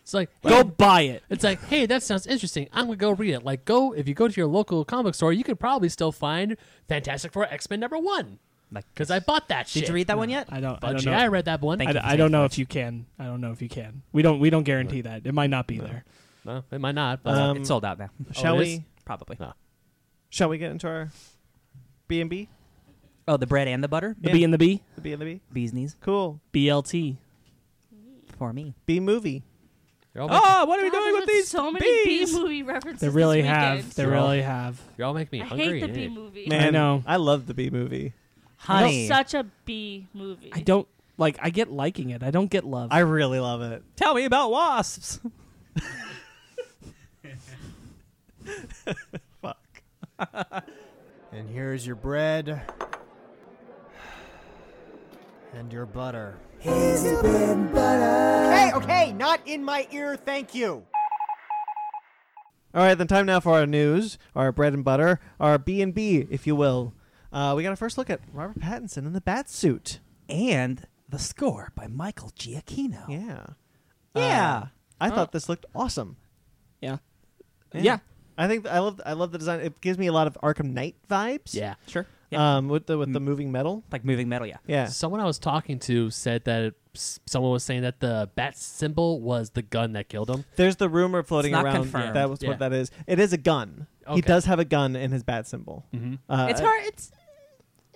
F: It's like
C: Go buy it.
F: It's like, hey, that sounds interesting. I'm gonna go read it. Like, go if you go to your local comic store, you could probably still find Fantastic Four X Men number one
B: Like,
F: because I bought that shit.
B: did you read that one yet?
C: I don't. I
F: But
C: don't
F: yeah,
C: know.
F: I read that one.
B: Thank
C: I,
B: you
C: d-
B: for
C: I
B: saying
C: don't know
B: that.
C: if you can. I don't know if you can. We don't. We don't guarantee that. It might not be there.
F: No, it might not. But
A: Um,
B: Uh, it's sold out now.
A: shall
F: it
A: we?
F: is?
B: Probably.
A: Shall we get into our B and B?
B: Oh, the bread and the butter.
C: The
A: Yeah.
C: B and the B.
A: The B and the B.
B: Bee's knees
A: Cool.
C: BLT.
B: for me.
A: B movie.
F: you're, all making,
A: Oh, what are we
D: God,
A: doing
D: there's
A: with these
D: so many
A: bees?
D: B movie references?
C: They really
D: this
C: have. They
D: weekend.
F: You're all-
C: really have.
F: you're all making me
D: I hate
F: hungry.
D: the
F: yeah.
D: B movie.
A: Man,
C: I know.
A: I love the B movie.
B: Honey,
D: It's such a B movie.
C: I don't like. I get liking it. I don't get love.
A: I really love it.
B: tell me about wasps.
A: Fuck.
G: And here's your bread. And your butter. Here's your bread and butter. Okay, okay, not in my ear, thank you.
A: All right, then time now for our news, our bread and butter, our B and B, if you will. Uh, we got to first look at Robert Pattinson in the bat suit.
B: and the score by Michael Giacchino.
A: Yeah.
B: Yeah.
A: Uh, I thought this looked awesome.
C: Oh. yeah.
A: Yeah.
C: Yeah.
A: I think I love I love the design. It gives me a lot of Arkham Knight vibes.
F: Yeah.
B: Sure. Uh,
A: Um, with the with the moving metal.
B: Like moving metal, yeah.
A: Yeah.
F: Someone I was talking to said that it, s- someone was saying that the bat symbol was the gun that killed him.
A: There's the rumor floating
B: not
A: around
B: confirmed.
A: that was
F: Yeah.
A: what that is. It is a gun. He
F: Okay.
A: does have a gun in his bat symbol.
F: Mhm.
A: Uh,
B: it's hard. It's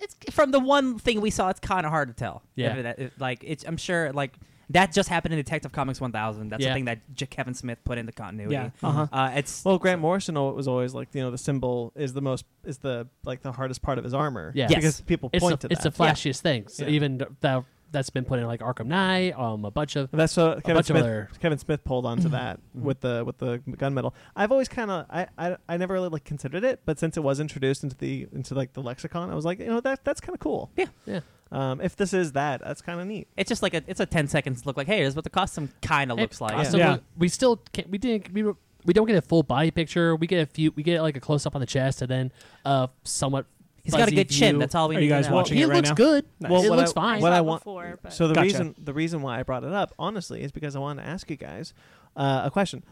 B: it's from the one thing we saw. It's kind of hard to tell.
F: Yeah.
B: If it- if, like it's. I'm sure. Like that just happened in Detective Comics 1000. That's the
F: Yeah.
B: thing that J- Kevin Smith put into continuity.
C: Yeah.
A: Uh-huh.
B: Uh, it's
A: Well, Grant Morrison al- was always like, you know, the symbol is the most is the like the hardest part of his armor.
F: Yeah. Yes.
A: Because people
F: It's
A: point
F: the,
A: to
F: it's
A: that.
F: the flashiest thing. So
A: Yeah.
F: even th- that that's been put in like Arkham Knight, um, a bunch of
A: That's what Kevin
F: bunch of
A: Smith.
F: other- Mm-hmm.
A: Kevin Smith pulled onto that with the with the gunmetal. I've always kind of I, I I never really like considered it, but since it was introduced into the into like the lexicon, I was like, you know, that that's kind of cool.
B: Yeah.
F: Yeah.
A: Um, if this is that, that's kind of neat.
B: it's just like a it's a 10 seconds look. Like hey, here's what the costume kind of
F: It
B: looks like.
F: cost him-
C: Yeah.
F: We still can't. We didn't. We, were- we don't get a full body picture. We get a few. We get like a close up on the chest, and then uh, somewhat.
B: He's got a
F: fuzzy
B: good chin.
F: view.
B: That's all we
C: Are
B: need.
C: you guys
B: to know.
A: watching
F: He
A: it right
F: looks
A: now?
F: good.
A: Nice.
F: Well,
A: Well,
F: it
A: what
F: looks
A: I-
F: fine. Oh,
A: what
D: I
A: I
D: saw
A: want-
D: before, but
A: So the
C: Gotcha.
A: reason the reason why I brought it up, honestly, is because I want to ask you guys uh, a question.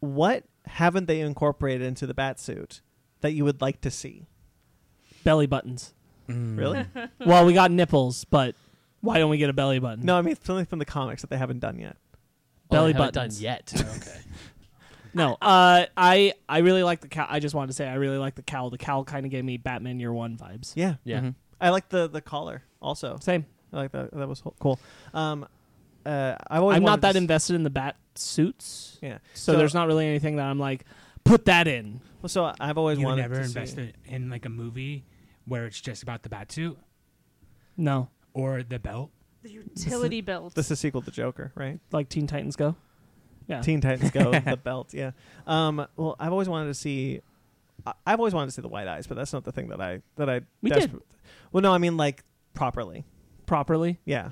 A: What haven't they incorporated into the bat suit that you would like to see?
C: Belly buttons. Hmm.
A: Really?
C: well, we got nipples, but why don't we get a belly button?
A: no, I mean something from the comics that they haven't done yet.
F: Well,
C: belly
F: I haven't
C: buttons.
F: done yet. okay.
C: No. Uh, I I really like the cow. I just wanted to say I really like the cowl. The cowl kind of gave me Batman Year One vibes.
A: Yeah,
F: Yeah.
B: Mhm.
A: I like the the collar also.
C: Same.
A: I like that. That was ho- cool. Um, uh, I've always
C: I'm
A: wanted
C: not
A: to
C: that
A: s-
C: invested in the bat suits,
A: Yeah.
C: so, there's not really anything that I'm like, put that in.
A: Well, so I've always
E: You would
A: wanted
E: never
A: to
E: invest
A: see.
E: in, in like a movie where it's just about the batsuit
C: No,
E: or the belt.
D: the utility belt.
A: This is a sequel to Joker, right?
C: like Teen Titans Go. Yeah.
A: Teen Titans Go, the belt. Yeah. Um, well, I've always wanted to see. I- I've always wanted to see the white eyes, but that's not the thing that I that I.
C: We
A: desper- Well, no, I mean like properly.
C: properly.
A: Yeah.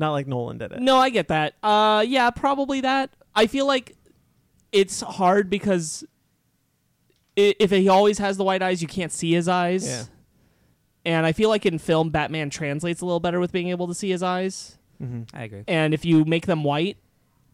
A: Not like Nolan did it.
C: No, I get that. Uh, yeah, probably that. I feel like it's hard because i- if he always has the white eyes, you can't see his eyes.
A: Yeah.
C: And I feel like in film, Batman translates a little better with being able to see his eyes.
A: Mm-hmm.
B: I agree.
C: And if you make them white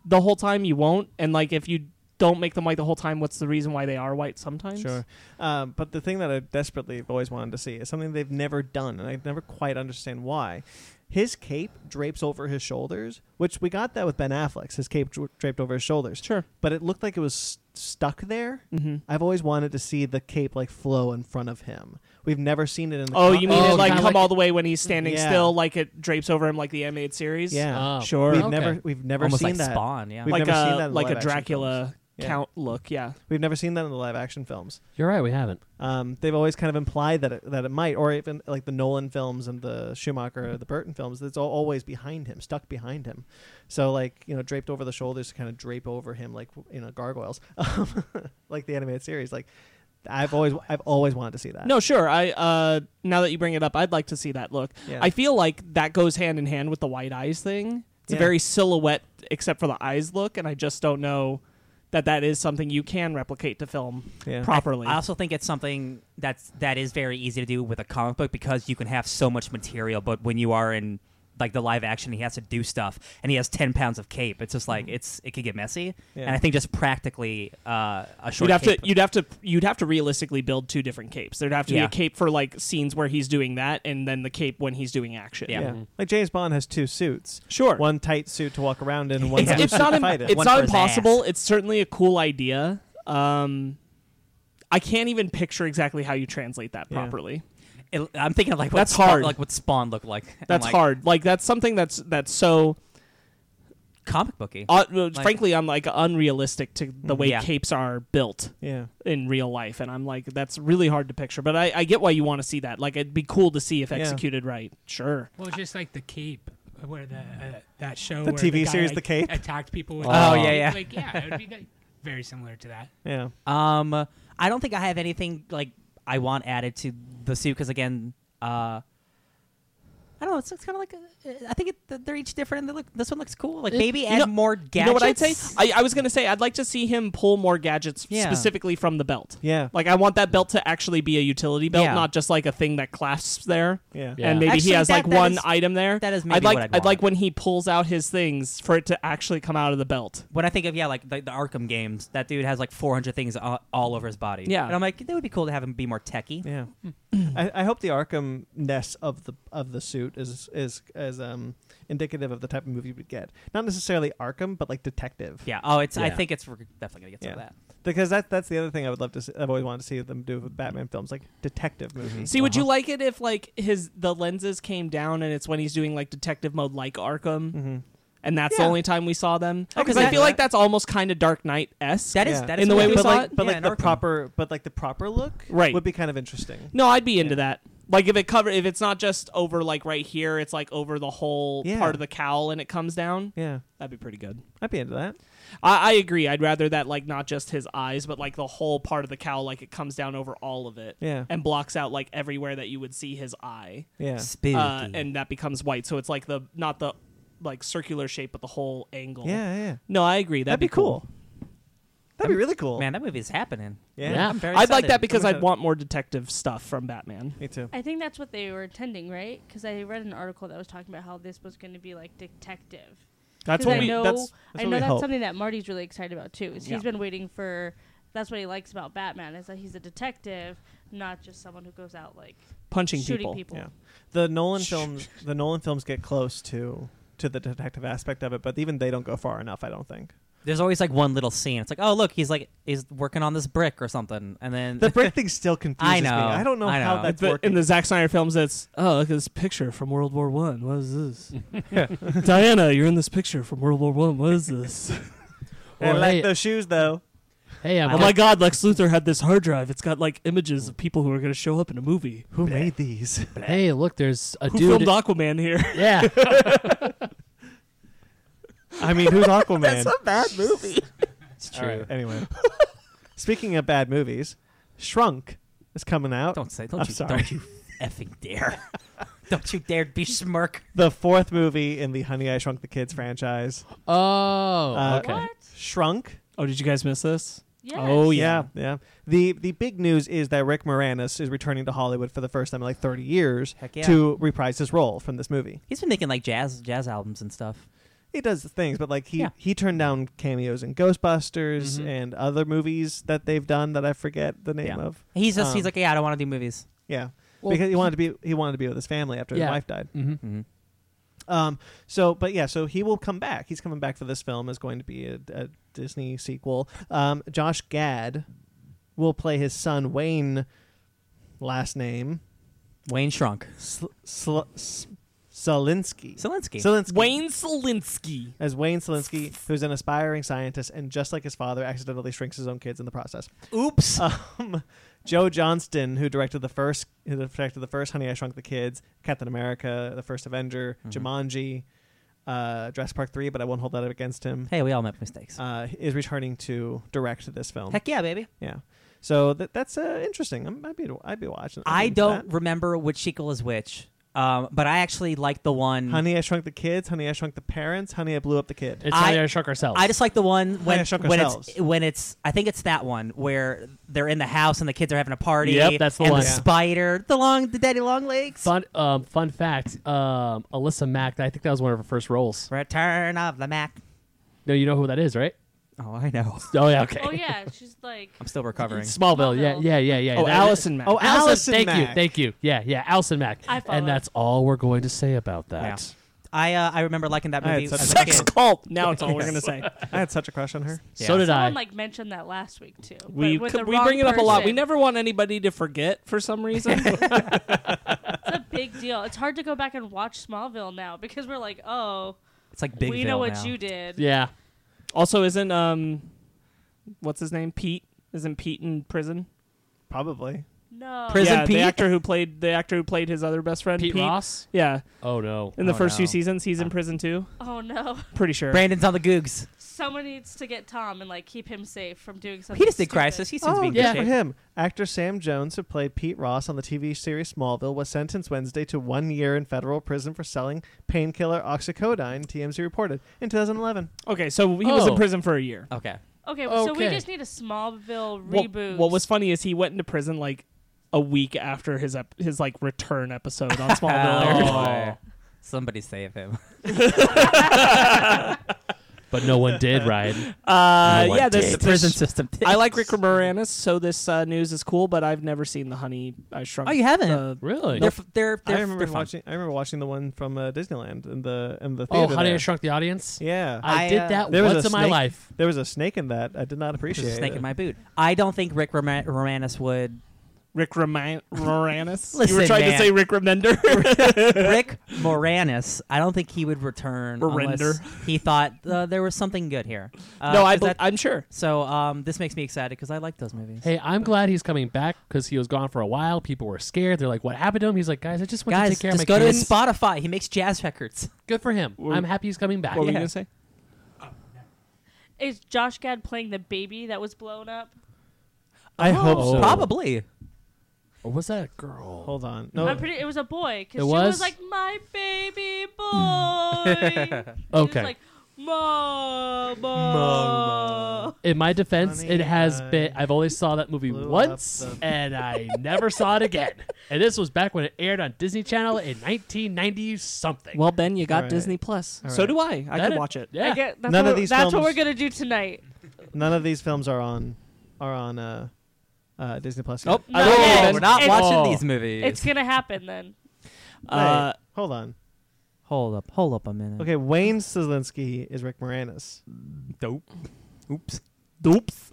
C: the whole time, you won't. And like if you don't make them white the whole time, what's the reason why they are white sometimes?
A: Sure. Um, but the thing that I desperately have always wanted to see is something they've never done, and I never quite understand why. His cape drapes over his shoulders, which we got that with Ben Affleck's. His cape dra- draped over his shoulders,
C: Sure.
A: but it looked like it was st- stuck there.
C: Mm-hmm.
A: I've always wanted to see the cape like flow in front of him. We've never seen it in. the
C: Oh,
A: co-
C: you mean
F: Oh,
C: it like
F: kinda
C: come
F: like-
C: all the way when he's standing
A: Yeah.
C: still, like it drapes over him like the animated series?
A: yeah.
F: Oh,
C: Sure.
A: We've
F: okay.
A: never we've never
B: Almost
A: seen
B: like
A: that.
B: Spawn. Yeah.
A: We've
C: like
A: never
C: a
A: seen that in
C: like a
A: live-action
C: Dracula
A: Yeah.
C: count look. Yeah,
A: We've never seen that in the live action films.
F: You're right. We haven't.
A: Um, they've always kind of implied that it, that it might, or even like the Nolan films and the Schumacher, the Burton films. It's all, always behind him, stuck behind him. So like you know, draped over the shoulders to kind of drape over him, like you know, gargoyles, Um, like the animated series. Like I've always I've always wanted to see that.
C: No, sure. I uh, now that you bring it up, I'd like to see that look.
A: Yeah.
C: I feel like that goes hand in hand with the white eyes thing. It's
A: Yeah.
C: a very silhouette, except for the eyes look, and I just don't know that that is something you can replicate to film
A: Yeah.
C: properly.
B: I also think it's something that's that is very easy to do with a comic book because you can have so much material, but when you are in like the live action, he has to do stuff, and he has ten pounds of cape. It's just like it's it could get messy,
A: Yeah.
B: and I think just practically uh, a short.
C: you'd have
B: cape-
C: to you'd have to you'd have to realistically build two different capes. There'd have to be
B: Yeah.
C: a cape for like scenes where he's doing that, and then the cape when he's doing action.
A: Yeah.
B: Yeah.
A: Mm-hmm. Like James Bond has two suits.
C: Sure.
A: One tight suit to walk around in, and one
B: It's-
A: loose
C: it's
A: suit
C: not
A: to
C: im-
A: fight in.
C: it's
B: One
C: not
B: for his
C: impossible.
B: ass.
C: It's certainly a cool idea. Um, I can't even picture exactly how you translate that
A: Yeah.
C: properly.
B: It- I'm thinking like what
C: That's
B: Spawn-
C: hard.
B: Like what Spawn looked like. I'm
C: That's
B: like,
C: hard. Like that's something that's that's so
B: Comic booky.
C: uh, uh, frankly, I'm like unrealistic to the way
B: Yeah.
C: capes are built
A: yeah.
C: in real life, and I'm like that's really hard to picture. But I, I get why you want to see that. Like it'd be cool to see if
A: Yeah.
C: executed right. Sure.
E: Well, just like the Cape, where the uh, that show,
A: The
E: where
A: TV
E: guy,
A: series
E: like,
A: The Cape?
E: attacked people. With
B: Oh,
E: the
B: yeah,
E: cape.
B: yeah.
E: Like yeah, it would be like, very similar to that.
A: Yeah.
B: Um, I don't think I have anything like I want added to the suit because again, uh, I don't know. It's, it's kind of like uh, I think it, th- they're each different. And they look, this one looks cool. Like
F: Eh,
B: maybe
C: you
B: add
C: know-
B: more gadgets.
C: You know what I'd say? I, I was gonna say I'd like to see him pull more gadgets
B: Yeah.
C: specifically from the belt.
A: Yeah.
C: Like I want that belt to actually be a utility belt,
B: Yeah.
C: not just like a thing that clasps there.
A: Yeah.
F: Yeah.
C: And maybe he
B: Actually,
C: has
B: that-
C: like
B: that
C: one
B: is-
C: item there.
B: that is
C: I'd
B: maybe
C: like
B: what I'd
C: I'd
B: want.
C: like when he pulls out his things for it to actually come out of the belt.
B: when I think of yeah, like the, the Arkham games, that dude has like 400 things all, all over his body.
C: Yeah.
B: and I'm like, that would be cool to have him be more techie.
A: Yeah, I, I hope the Arkham ness of the of the suit is is is um indicative of the type of movie we'd get. Not necessarily Arkham, but like detective.
B: Yeah. Oh, it's. I
F: Yeah.
B: think it's we're definitely gonna get some
A: Yeah.
B: of that.
A: because that that's the other thing I would love to. See, I've always wanted to see them do with Batman films, like detective movies.
C: See,
B: Uh-huh.
C: would you like it if like his the lenses came down and it's when he's doing like detective mode like Arkham?
A: Mm-hmm.
C: And that's
A: Yeah.
C: the only time we saw them.
B: I could
C: Because
B: see
C: I
B: that.
C: feel like that's almost kind of Dark Knight esque.
B: That is
A: Yeah.
B: that is
C: In the
B: what
C: way
B: I
C: we
A: but
B: do.
C: saw
A: like,
C: it?
A: but
B: Yeah,
A: like
B: in
A: the
B: Arkham.
A: proper, but like the proper look,
C: Right.
A: would be kind of interesting.
C: No, I'd be into
A: Yeah.
C: that. Like if it cover if it's not just over like right here, it's like over the whole
A: Yeah.
C: part of the cowl and it comes down.
A: Yeah,
C: That'd be pretty good.
A: I'd be into that.
C: I, I agree. I'd rather that like not just his eyes, but like the whole part of the cowl, like it comes down over all of it.
A: Yeah.
C: And blocks out like everywhere that you would see his eye.
A: Yeah,
B: Spooky.
C: Uh, and that becomes white. So it's like the not the like circular shape, but the whole angle.
A: yeah, yeah. That'd,
C: No, I agree. That'd,
A: be cool. That'd be really cool.
B: man, that movie is happening.
A: Yeah.
F: Yeah.
B: I'm very
C: I'd like
B: excited.
C: that because
A: Someone
C: I'd
A: said-
C: want more detective stuff from Batman.
A: Me too.
D: I think that's what they were intending, right? Because I read an article that was talking about how this was going to be like detective.
C: That's
D: 'Cause
C: what
D: I
C: we.
D: know,
C: That's
A: that's
D: I
A: what
D: know
A: we
D: that's
A: hope.
D: something that Marty's really excited about too. Is
C: Yeah.
D: he's been waiting for. That's what he likes about Batman is that he's a detective, not just someone who goes out like
C: punching
D: shooting
C: people.
D: people.
A: Yeah. The Nolan films, the Nolan films get close to to the detective aspect of it, but even they don't go far enough. I don't think.
B: There's always like one little scene. It's like, oh look, he's like he's working on this brick or something, and then
A: The brick thing still confuses
B: know.
A: me. I don't know,
B: I
A: how
B: know.
A: that's
C: But
A: working.
C: in the Zack Snyder films, that's oh, look at this picture from World War One. What is this? Diana, you're in this picture from World War One. What is this?
A: I
F: Or,
A: like
F: hey-
A: those shoes though.
F: Hey, I'm
C: oh my God, Lex Luthor had this hard drive. It's got like images of people who are going to show up in a movie.
A: Who made these?
F: Hey, look, there's a
C: Who
F: dude.
C: filmed Aquaman here?
F: yeah.
A: I mean, who's Aquaman? that's a bad
F: It's
A: All
F: true.
A: right, anyway, speaking of bad movies, Shrunk is coming out.
B: don't say, don't
A: I'm
B: you,
A: sorry.
B: don't you effing dare, don't you dare be smirk.
A: The fourth movie in the Honey I Shrunk the Kids franchise.
F: Oh,
A: Uh,
F: okay.
D: What?
A: Shrunk.
C: Oh, did you guys miss this?
D: Yes.
C: Oh, yeah.
A: yeah. The the big news is that Rick Moranis is returning to Hollywood for the first time in like 30 years
B: Heck yeah.
A: to reprise his role from this movie.
B: He's been making like jazz jazz albums and stuff.
A: he does things, but like he
B: Yeah.
A: he turned down cameos in Ghostbusters
F: Mhm.
A: and other movies that they've done that I forget the name
B: Yeah.
A: of.
B: He's just
A: Um,
B: he's like, yeah, I don't want to do movies.
A: Yeah,
F: Well,
A: because he wanted to be he wanted to be with his family after his
F: Yeah.
A: wife died.
F: Mm-hmm.
B: hmm
A: Um, so but yeah, so he will come back. He's coming back for this film. is going to be a, a Disney sequel. Um, Josh Gad will play his son Wayne. Last name
B: Wayne Shrunk.
A: Sl- Sl- S- Selinsky.
B: Selinsky.
A: Selinsky.
C: Wayne Selinsky.
A: As Wayne Selinsky, who's an aspiring scientist and just like his father, accidentally shrinks his own kids in the process.
B: Oops.
A: Um, Joe Johnston, who directed the first, who directed the first Honey I Shrunk the Kids, Captain America, the first Avenger,
B: Mm-hmm.
A: Jumanji, uh, Jurassic Park three, but I won't hold that against him.
B: hey, we all make mistakes.
A: Uh, is returning to direct this film.
B: Heck yeah, baby.
A: Yeah. So that that's uh, interesting. I'm, I'd be I'd be watching. I'd be
B: I
A: into
B: don't
A: that.
B: remember which sequel is which, um, but I actually like the one.
A: Honey, I Shrunk the Kids. Honey, I Shrunk the Parents. Honey, I Blew Up the Kid.
F: It's
B: I-
F: Honey, I Shrunk Ourselves.
B: I just like the one when
A: I Shrunk
B: when
A: Ourselves.
B: it's when it's I think it's that one where they're in the house and the kids are having a party.
F: Yep, that's the
B: and
F: one.
B: The
F: Yeah.
B: spider, the long, the daddy long legs.
F: fun. Um, fun fact. Um, Alyssa Mack. I think that was one of her first roles.
B: Return of the Mac.
F: No, you know who that is, right?
B: Oh, I know.
F: Oh yeah. Okay.
D: Oh yeah, she's like
B: I'm still recovering.
F: Smallville. Yeah.
D: Smallville.
F: Yeah. Yeah. Yeah.
C: Oh,
F: That-
C: Allison Mack.
F: Oh, Allison.
A: Allison
F: thank
A: Mack.
F: you. Thank you. Yeah. Yeah. Allison Mack.
D: I follow.
F: and that's all we're going to say about that.
B: I uh, I remember liking that
A: I had
B: movie.
A: such
B: as
A: a
B: a
A: sex
B: kid.
C: cult. Now it's all we're gonna say.
A: I had such a crush on her.
B: Yeah.
F: So did I.
D: someone like mentioned that last week too. but
C: We
D: with
C: c-
D: the
C: we
D: wrong
C: bring it up a lot. We
D: person.
C: never want anybody to forget for some reason.
D: It's a big deal. It's hard to go back and watch Smallville now because we're like, oh,
B: It's like big.
D: we know what
B: now.
D: you did.
F: yeah.
C: also, isn't um, what's his name? Pete. Isn't Pete in prison?
A: Probably.
D: No.
B: Prison
C: yeah,
B: Pete?
C: the actor who played the actor who played his other best friend,
F: Pete,
C: Pete.
F: Ross.
C: Yeah,
F: Oh no.
C: in the
B: Oh,
C: first
B: no.
C: few seasons, he's in prison too.
D: Oh no.
C: Pretty sure.
B: Brandon's on the Googs.
D: Someone needs to get Tom and like keep him safe from doing something.
B: He just did
D: stupid.
B: Crisis. He seems
A: oh,
B: to be in
A: good
F: yeah.
B: good
A: for
B: shape.
A: him. Actor Sam Jones, who played Pete Ross on the TV series Smallville, was sentenced Wednesday to one year in federal prison for selling painkiller oxycodone, TMZ reported, in 2011.
C: Okay, so he was
F: Oh.
C: in prison for a year.
B: Okay.
D: Okay, so we
F: Okay.
D: just need a Smallville
C: What-
D: reboot.
C: What, was funny is he went into prison like a week after his ep- his like return episode on Smallville. aired.
B: Oh, somebody save him.
F: But no one did, Ryan.
C: Uh,
B: No one
C: yeah, this,
B: did. the
C: this-
B: prison system. Did.
C: I like Rick Moranis, so this uh, news is cool. But I've never seen the Honey I Shrunk.
B: Oh, you haven't?
C: the-
F: really?
B: They're, f- they're, they're,
A: I remember
B: they're fun.
A: watching. I remember watching the one from uh, Disneyland in the in the
F: oh,
A: theater.
F: Honey, I
A: there.
F: Shrunk the Audience.
A: Yeah,
F: I,
B: I, uh,
F: did that
A: there was
F: once
A: a
F: in my
A: snake-
F: life.
A: there was a snake in that. I did not appreciate
B: There's a snake
A: it.
B: in my boot. I don't think Rick Roma- Romanus would.
C: Rick Remi- Moranis. you
B: Listen,
C: were trying
B: man.
C: to say Rick Remender.
B: Rick Moranis. I don't think he would return unless
C: Mirender.
B: he thought uh, there was something good here. Uh,
C: no, I
B: 'cause
C: bel
B: that-
C: I'm sure.
B: so um, this makes me excited because I like those movies.
F: Hey, I'm glad he's coming back because he was gone for a while. People were scared. They're like, "What happened to him?" He's like, "Guys, I just want to
B: Guys,
F: take care
B: just
F: of
B: go
F: my
B: to
F: kids."
B: his Spotify. He makes jazz records.
F: Good for him.
C: Well,
F: I'm happy he's coming back.
C: What were you
B: Yeah.
C: gonna say?
D: is Josh Gad playing the baby that was blown up?
A: I hope
C: Oh.
A: so.
B: Probably.
F: Or was Oh, that a girl?
A: Hold on. No,
D: I'm pretty. It was a boy
F: It
D: because she
F: was?
D: was like my baby boy. She was
F: Okay.
D: like mama. mama.
F: In my defense,
A: Honey,
F: it has
A: I
F: been. I've only saw that movie
A: blew up
F: once,
A: the-
F: and I never saw it again. And this was back when it aired on Disney Channel in 1990 something.
C: Well, Ben, you got
A: Alright.
C: Disney Plus.
A: Alright.
C: So do I. I
F: That
C: could
F: it-
C: watch it.
F: yeah,
D: I get, that's
A: None
D: what,
A: of these
D: That's what
A: films-
D: we're gonna do tonight.
A: none of these films are on are on uh, uh, Disney Plus. yet.
C: Oh, I
D: No,
C: love you,
D: no,
C: Ben.
B: we're not
D: It's-
B: watching
F: Oh.
B: these movies.
D: It's gonna happen then.
C: Uh,
A: Wait, hold on.
B: hold up, hold up a
C: Mm.
B: minute.
A: Okay, Wayne Selinsky is Rick Moranis.
B: Dope. Oops.
C: Oops.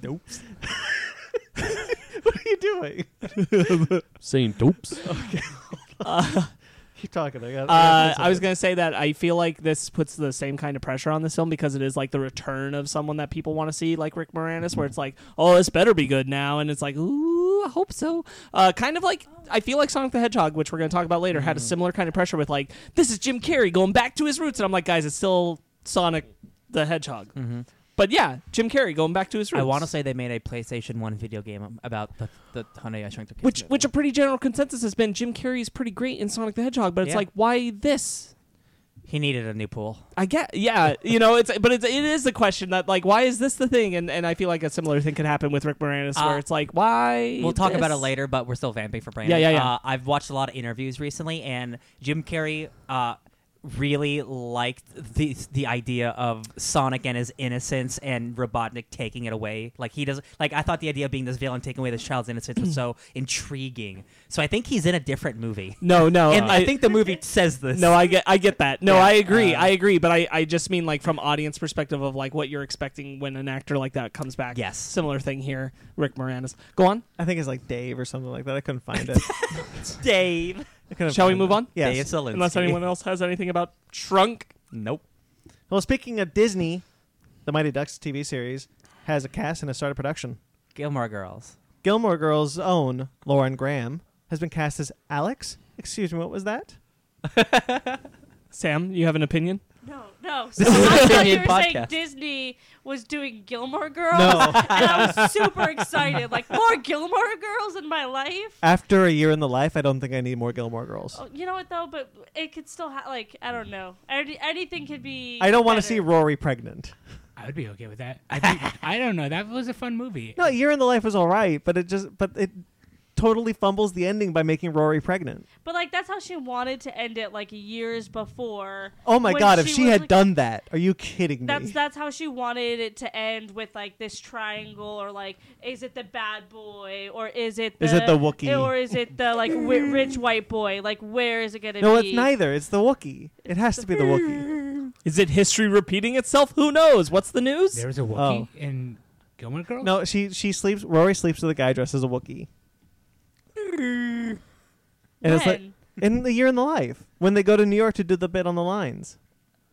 B: Dopes.
A: what are you doing?
F: Saying dopes.
A: Keep talking. I got.
C: Uh, I was gonna say that I feel like this puts the same kind of pressure on this film because it is like the return of someone that people want to see, like Rick Moranis, where it's like, oh, this better be good now, and it's like, ooh, I hope so. Uh, kind of like I feel like Sonic the Hedgehog, which we're gonna talk about later, had a similar kind of pressure with like, this is Jim Carrey going back to his roots, and I'm like, guys, it's still Sonic the Hedgehog. But yeah, Jim Carrey going back to his roots.
B: I want to Mm-hmm. say they made a PlayStation One video game about the, the Honey I Shrunk the Kids.
C: which
B: movie.
C: which a pretty general consensus has been Jim Carrey is pretty great in Sonic the Hedgehog, but it's
B: Yeah.
C: like, why this?
B: he needed a new pool.
C: I get, yeah, you know, it's but it's, it is the question that like, why is this the thing? And and I feel like a similar thing could happen with Rick Moranis,
B: Uh,
C: where it's like, why?
B: We'll talk about it
C: this?
B: later, but we're still vamping for Brandon.
C: Yeah, yeah, yeah.
B: Uh, I've watched a lot of interviews recently, and Jim Carrey uh, really liked the the idea of Sonic and his innocence and Robotnik taking it away. Like he does. Like I thought the idea of being this villain taking away this child's innocence was so intriguing. So I think he's in a different movie,
C: No, no,
B: and I, think the movie says this.
C: Uh, No, I get, I get that. No, I agree,
B: uh,
C: I agree. But I, I just mean like from audience perspective of like what you're expecting when an actor like that comes back.
B: Yes.
C: similar thing here. Rick Moranis, go on.
A: I think it's like Dave or something like that. I couldn't find it.
B: Dave.
A: I could've-
C: Shall we move on?
A: Yes.
B: Dave Selinsky.
C: Unless anyone else has anything about Shrunk.
B: Nope.
A: Well, speaking of Disney, the Mighty Ducks TV series has a cast and has started production.
B: Gilmore Girls.
A: Gilmore Girls' own Lauren Graham has been cast as Alex. Excuse me, what was that?
C: Sam, you have an opinion?
D: No, no.
B: This
D: So
B: is an
D: I thought you
B: opinion
D: were saying
B: podcast.
D: Disney was doing Gilmore Girls, and I was super excited. Like more Gilmore Girls in my life.
A: After a year in the life, I don't think I need more Gilmore Girls.
D: Oh, you know what though? But it could still ha- like I don't know. Any- anything could be.
A: I don't want to
D: better.
A: see Rory pregnant.
E: I would be okay with that. I'd be, I don't know. That was a fun movie.
A: No, a year in the life was all right, but it just but it totally fumbles the ending by making Rory pregnant.
D: But like that's how she wanted to end it, like years before.
A: Oh my
D: when
A: god, if she
D: was,
A: had
D: like-
A: done that, are you kidding
D: That's
A: me?
D: that's how she wanted it to end with like this triangle or like is it the bad boy or is it the,
A: Is it the Wookiee?
D: or is it the like wi- rich white boy like where is it gonna
A: no,
D: be?
A: it's neither. It's the Wookiee. It has to be the Wookiee.
C: Is it history repeating itself? Who knows? What's the news?
E: There was a Wookiee in Gilmore Girls.
A: No, she she sleeps Rory sleeps with a guy dressed as a Wookiee. And it's like
D: When?
A: in the year in the life when they go to New York to do the bit on the lines.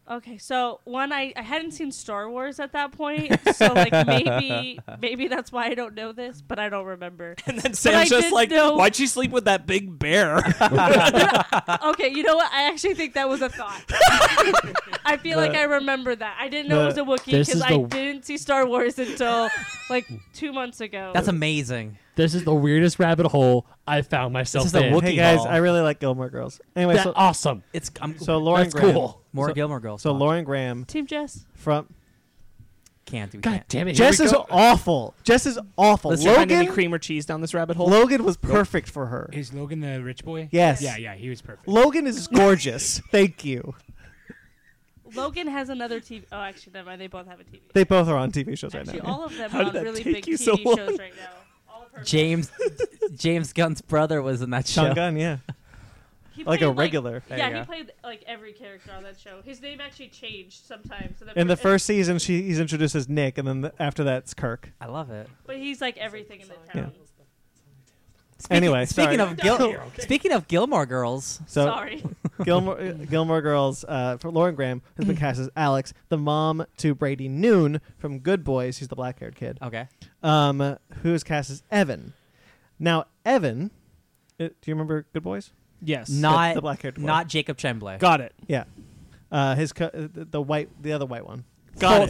D: Okay, so one I, I hadn't seen Star Wars at that point, so like maybe maybe that's why I don't know this, but I don't remember.
C: and then
D: I
C: Sam's just
D: did
C: like,
D: know-
C: why'd she sleep with that big bear?
D: Okay, you know what? I actually think that was a thought. I feel like I remember that. I didn't know it was a Wookiee
F: this
D: because
F: is
D: I
F: the-
D: didn't see Star Wars until like two months ago.
B: That's amazing.
F: This is the weirdest rabbit hole I found myself
B: This is a
F: in.
B: Wookiee
A: Hey guys,
B: Hall.
A: I really like Gilmore Girls. Anyway,
F: That-
A: so,
F: awesome.
B: It's I'm,
A: so Lauren
F: that's
A: Graham,
F: cool.
B: more
A: so-
B: Gilmore Girls.
A: So
B: talk.
A: Lauren Graham
D: Team Jess.
A: from
B: can't do. we
F: God
B: can't.
F: damn it. here
A: Jess
F: we
A: is
F: go.
A: awful. Jess is awful.
C: Let's find any
A: Logan
C: cream or cheese down this rabbit hole.
A: Logan was perfect for her.
E: Is Logan the rich boy?
A: Yes.
E: Yeah, yeah, he was perfect.
A: Logan is gorgeous. Thank you.
D: Logan has another TV. Oh, actually, never mind. They both have a TV.
A: They both are on TV shows
D: Actually,
A: right now.
D: all of them
C: How
D: are
C: did
D: on
C: that
D: really
C: take
D: big
C: you
D: TV
C: so long?
D: shows right now. All of her
B: James James Gunn's brother was in that show.
A: Sean Gunn, yeah.
D: He
A: Like a
D: played,
A: regular. There
D: yeah,
B: you
D: he
B: go.
D: played like every character on that show. His name actually changed sometimes. So that
A: In the
D: per-
A: first season, she he's introduced as Nick, and then the, after that's Kirk.
B: I love it.
D: but he's like everything in the town.
B: Speaking-
A: Anyway,
B: speaking
A: sorry.
B: of Gil- speaking of Gilmore Girls,
A: So
D: Sorry.
A: Gilmore, uh, Gilmore Girls, uh, for Lauren Graham has been cast as Alex, the mom to Brady Noon from Good Boys. He's the black-haired kid,
B: okay,
A: um, who is cast as Evan. Now, Evan, uh, do you remember Good Boys?
C: Yes.
A: The-
B: not
A: the black-haired boy.
B: not Jacob Tremblay.
C: Got it.
A: Yeah, uh, his co- uh, the the white, the other white one.
C: Got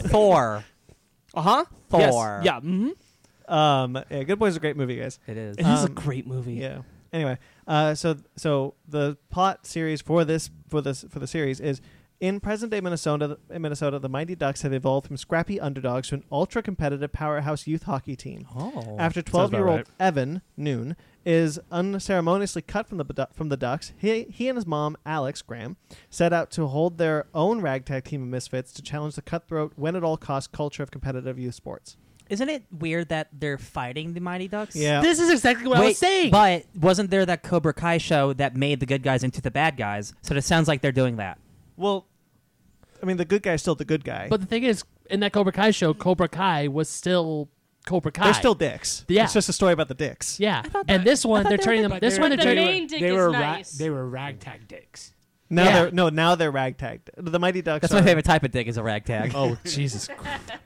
B: Thor,
C: it.
B: Thor.
C: Uh huh.
B: Thor.
C: Yeah. Mm-hmm.
A: Um, yeah, Good Boys is a great movie, guys.
B: It is.
C: It is a
A: Um,
C: great movie.
A: Yeah. Anyway, uh, so so the plot series for this for this for the series is in present day Minnesota. In Minnesota, the Mighty Ducks have evolved from scrappy underdogs to an ultra competitive powerhouse youth hockey team.
B: oh,
A: After
F: Sounds about
A: 12 year old
F: right.
A: Evan Noon is unceremoniously cut from the du- from the Ducks, he, he and his mom Alex Graham set out to hold their own ragtag team of misfits to challenge the cutthroat, win at all cost culture of competitive youth sports.
B: isn't it weird that they're fighting the Mighty Ducks?
F: This is exactly what I was
B: Wait,
F: saying.
B: But wasn't there that Cobra Kai show that made the good guys into the bad guys? So it sounds like they're doing that.
A: Well, I mean, the good guy's still the good guy.
F: But the thing is, in that Cobra Kai show, Cobra Kai was still Cobra Kai.
A: They're still dicks.
F: Yeah.
A: It's just a story about the dicks.
F: Yeah. And this one, they're turning them. This
D: they
F: one,
D: were the
F: they're turning.
D: main dick
E: they
D: is
E: were
D: nice.
E: they were ragtag dicks.
A: Now
F: Yeah.
A: they're no, now they're ragtag. The Mighty Ducks.
B: That's
A: are,
B: my favorite type of dick is a ragtag.
F: Oh Jesus!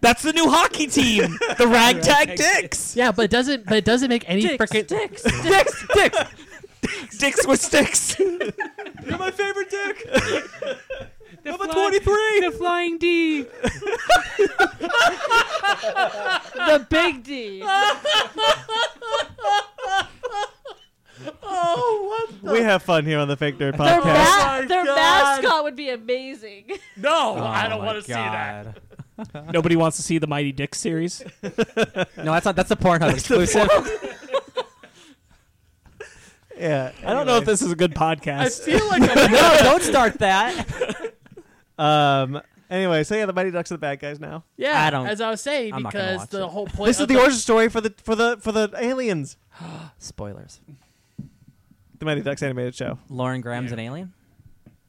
C: That's the new hockey team, the Ragtag
E: Ragtag
C: Dicks.
F: yeah, but it doesn't. But it doesn't make any
D: Dicks,
F: freaking.
D: dicks,
F: dicks, dicks.
C: Dicks with sticks.
E: You're my favorite dick.
C: Number twenty-three.
E: The flying D.
D: the big D.
A: We have fun here on the Fake Nerd
D: Their,
A: Podcast.
D: ma- their mascot would be amazing.
C: No, I
B: Oh
C: don't
B: my
C: want to see that.
B: God.
C: Nobody wants to see the Mighty Dick series.
B: No, that's not. That's a Pornhub exclusive.
A: yeah.
C: I don't know if this is a good podcast.
F: like I'm
B: no, don't start that.
A: Um. Anyway, so yeah, the Mighty Ducks are the bad guys now.
F: yeah,
B: I don't-
F: as I was saying,
B: I'm not gonna
F: because
B: watch
F: the
B: it.
F: whole point.
A: This
F: of
A: is the
F: the
A: origin story for the for the for the aliens.
B: Spoilers.
A: The Mighty Ducks animated show.
B: Lauren Graham's an alien.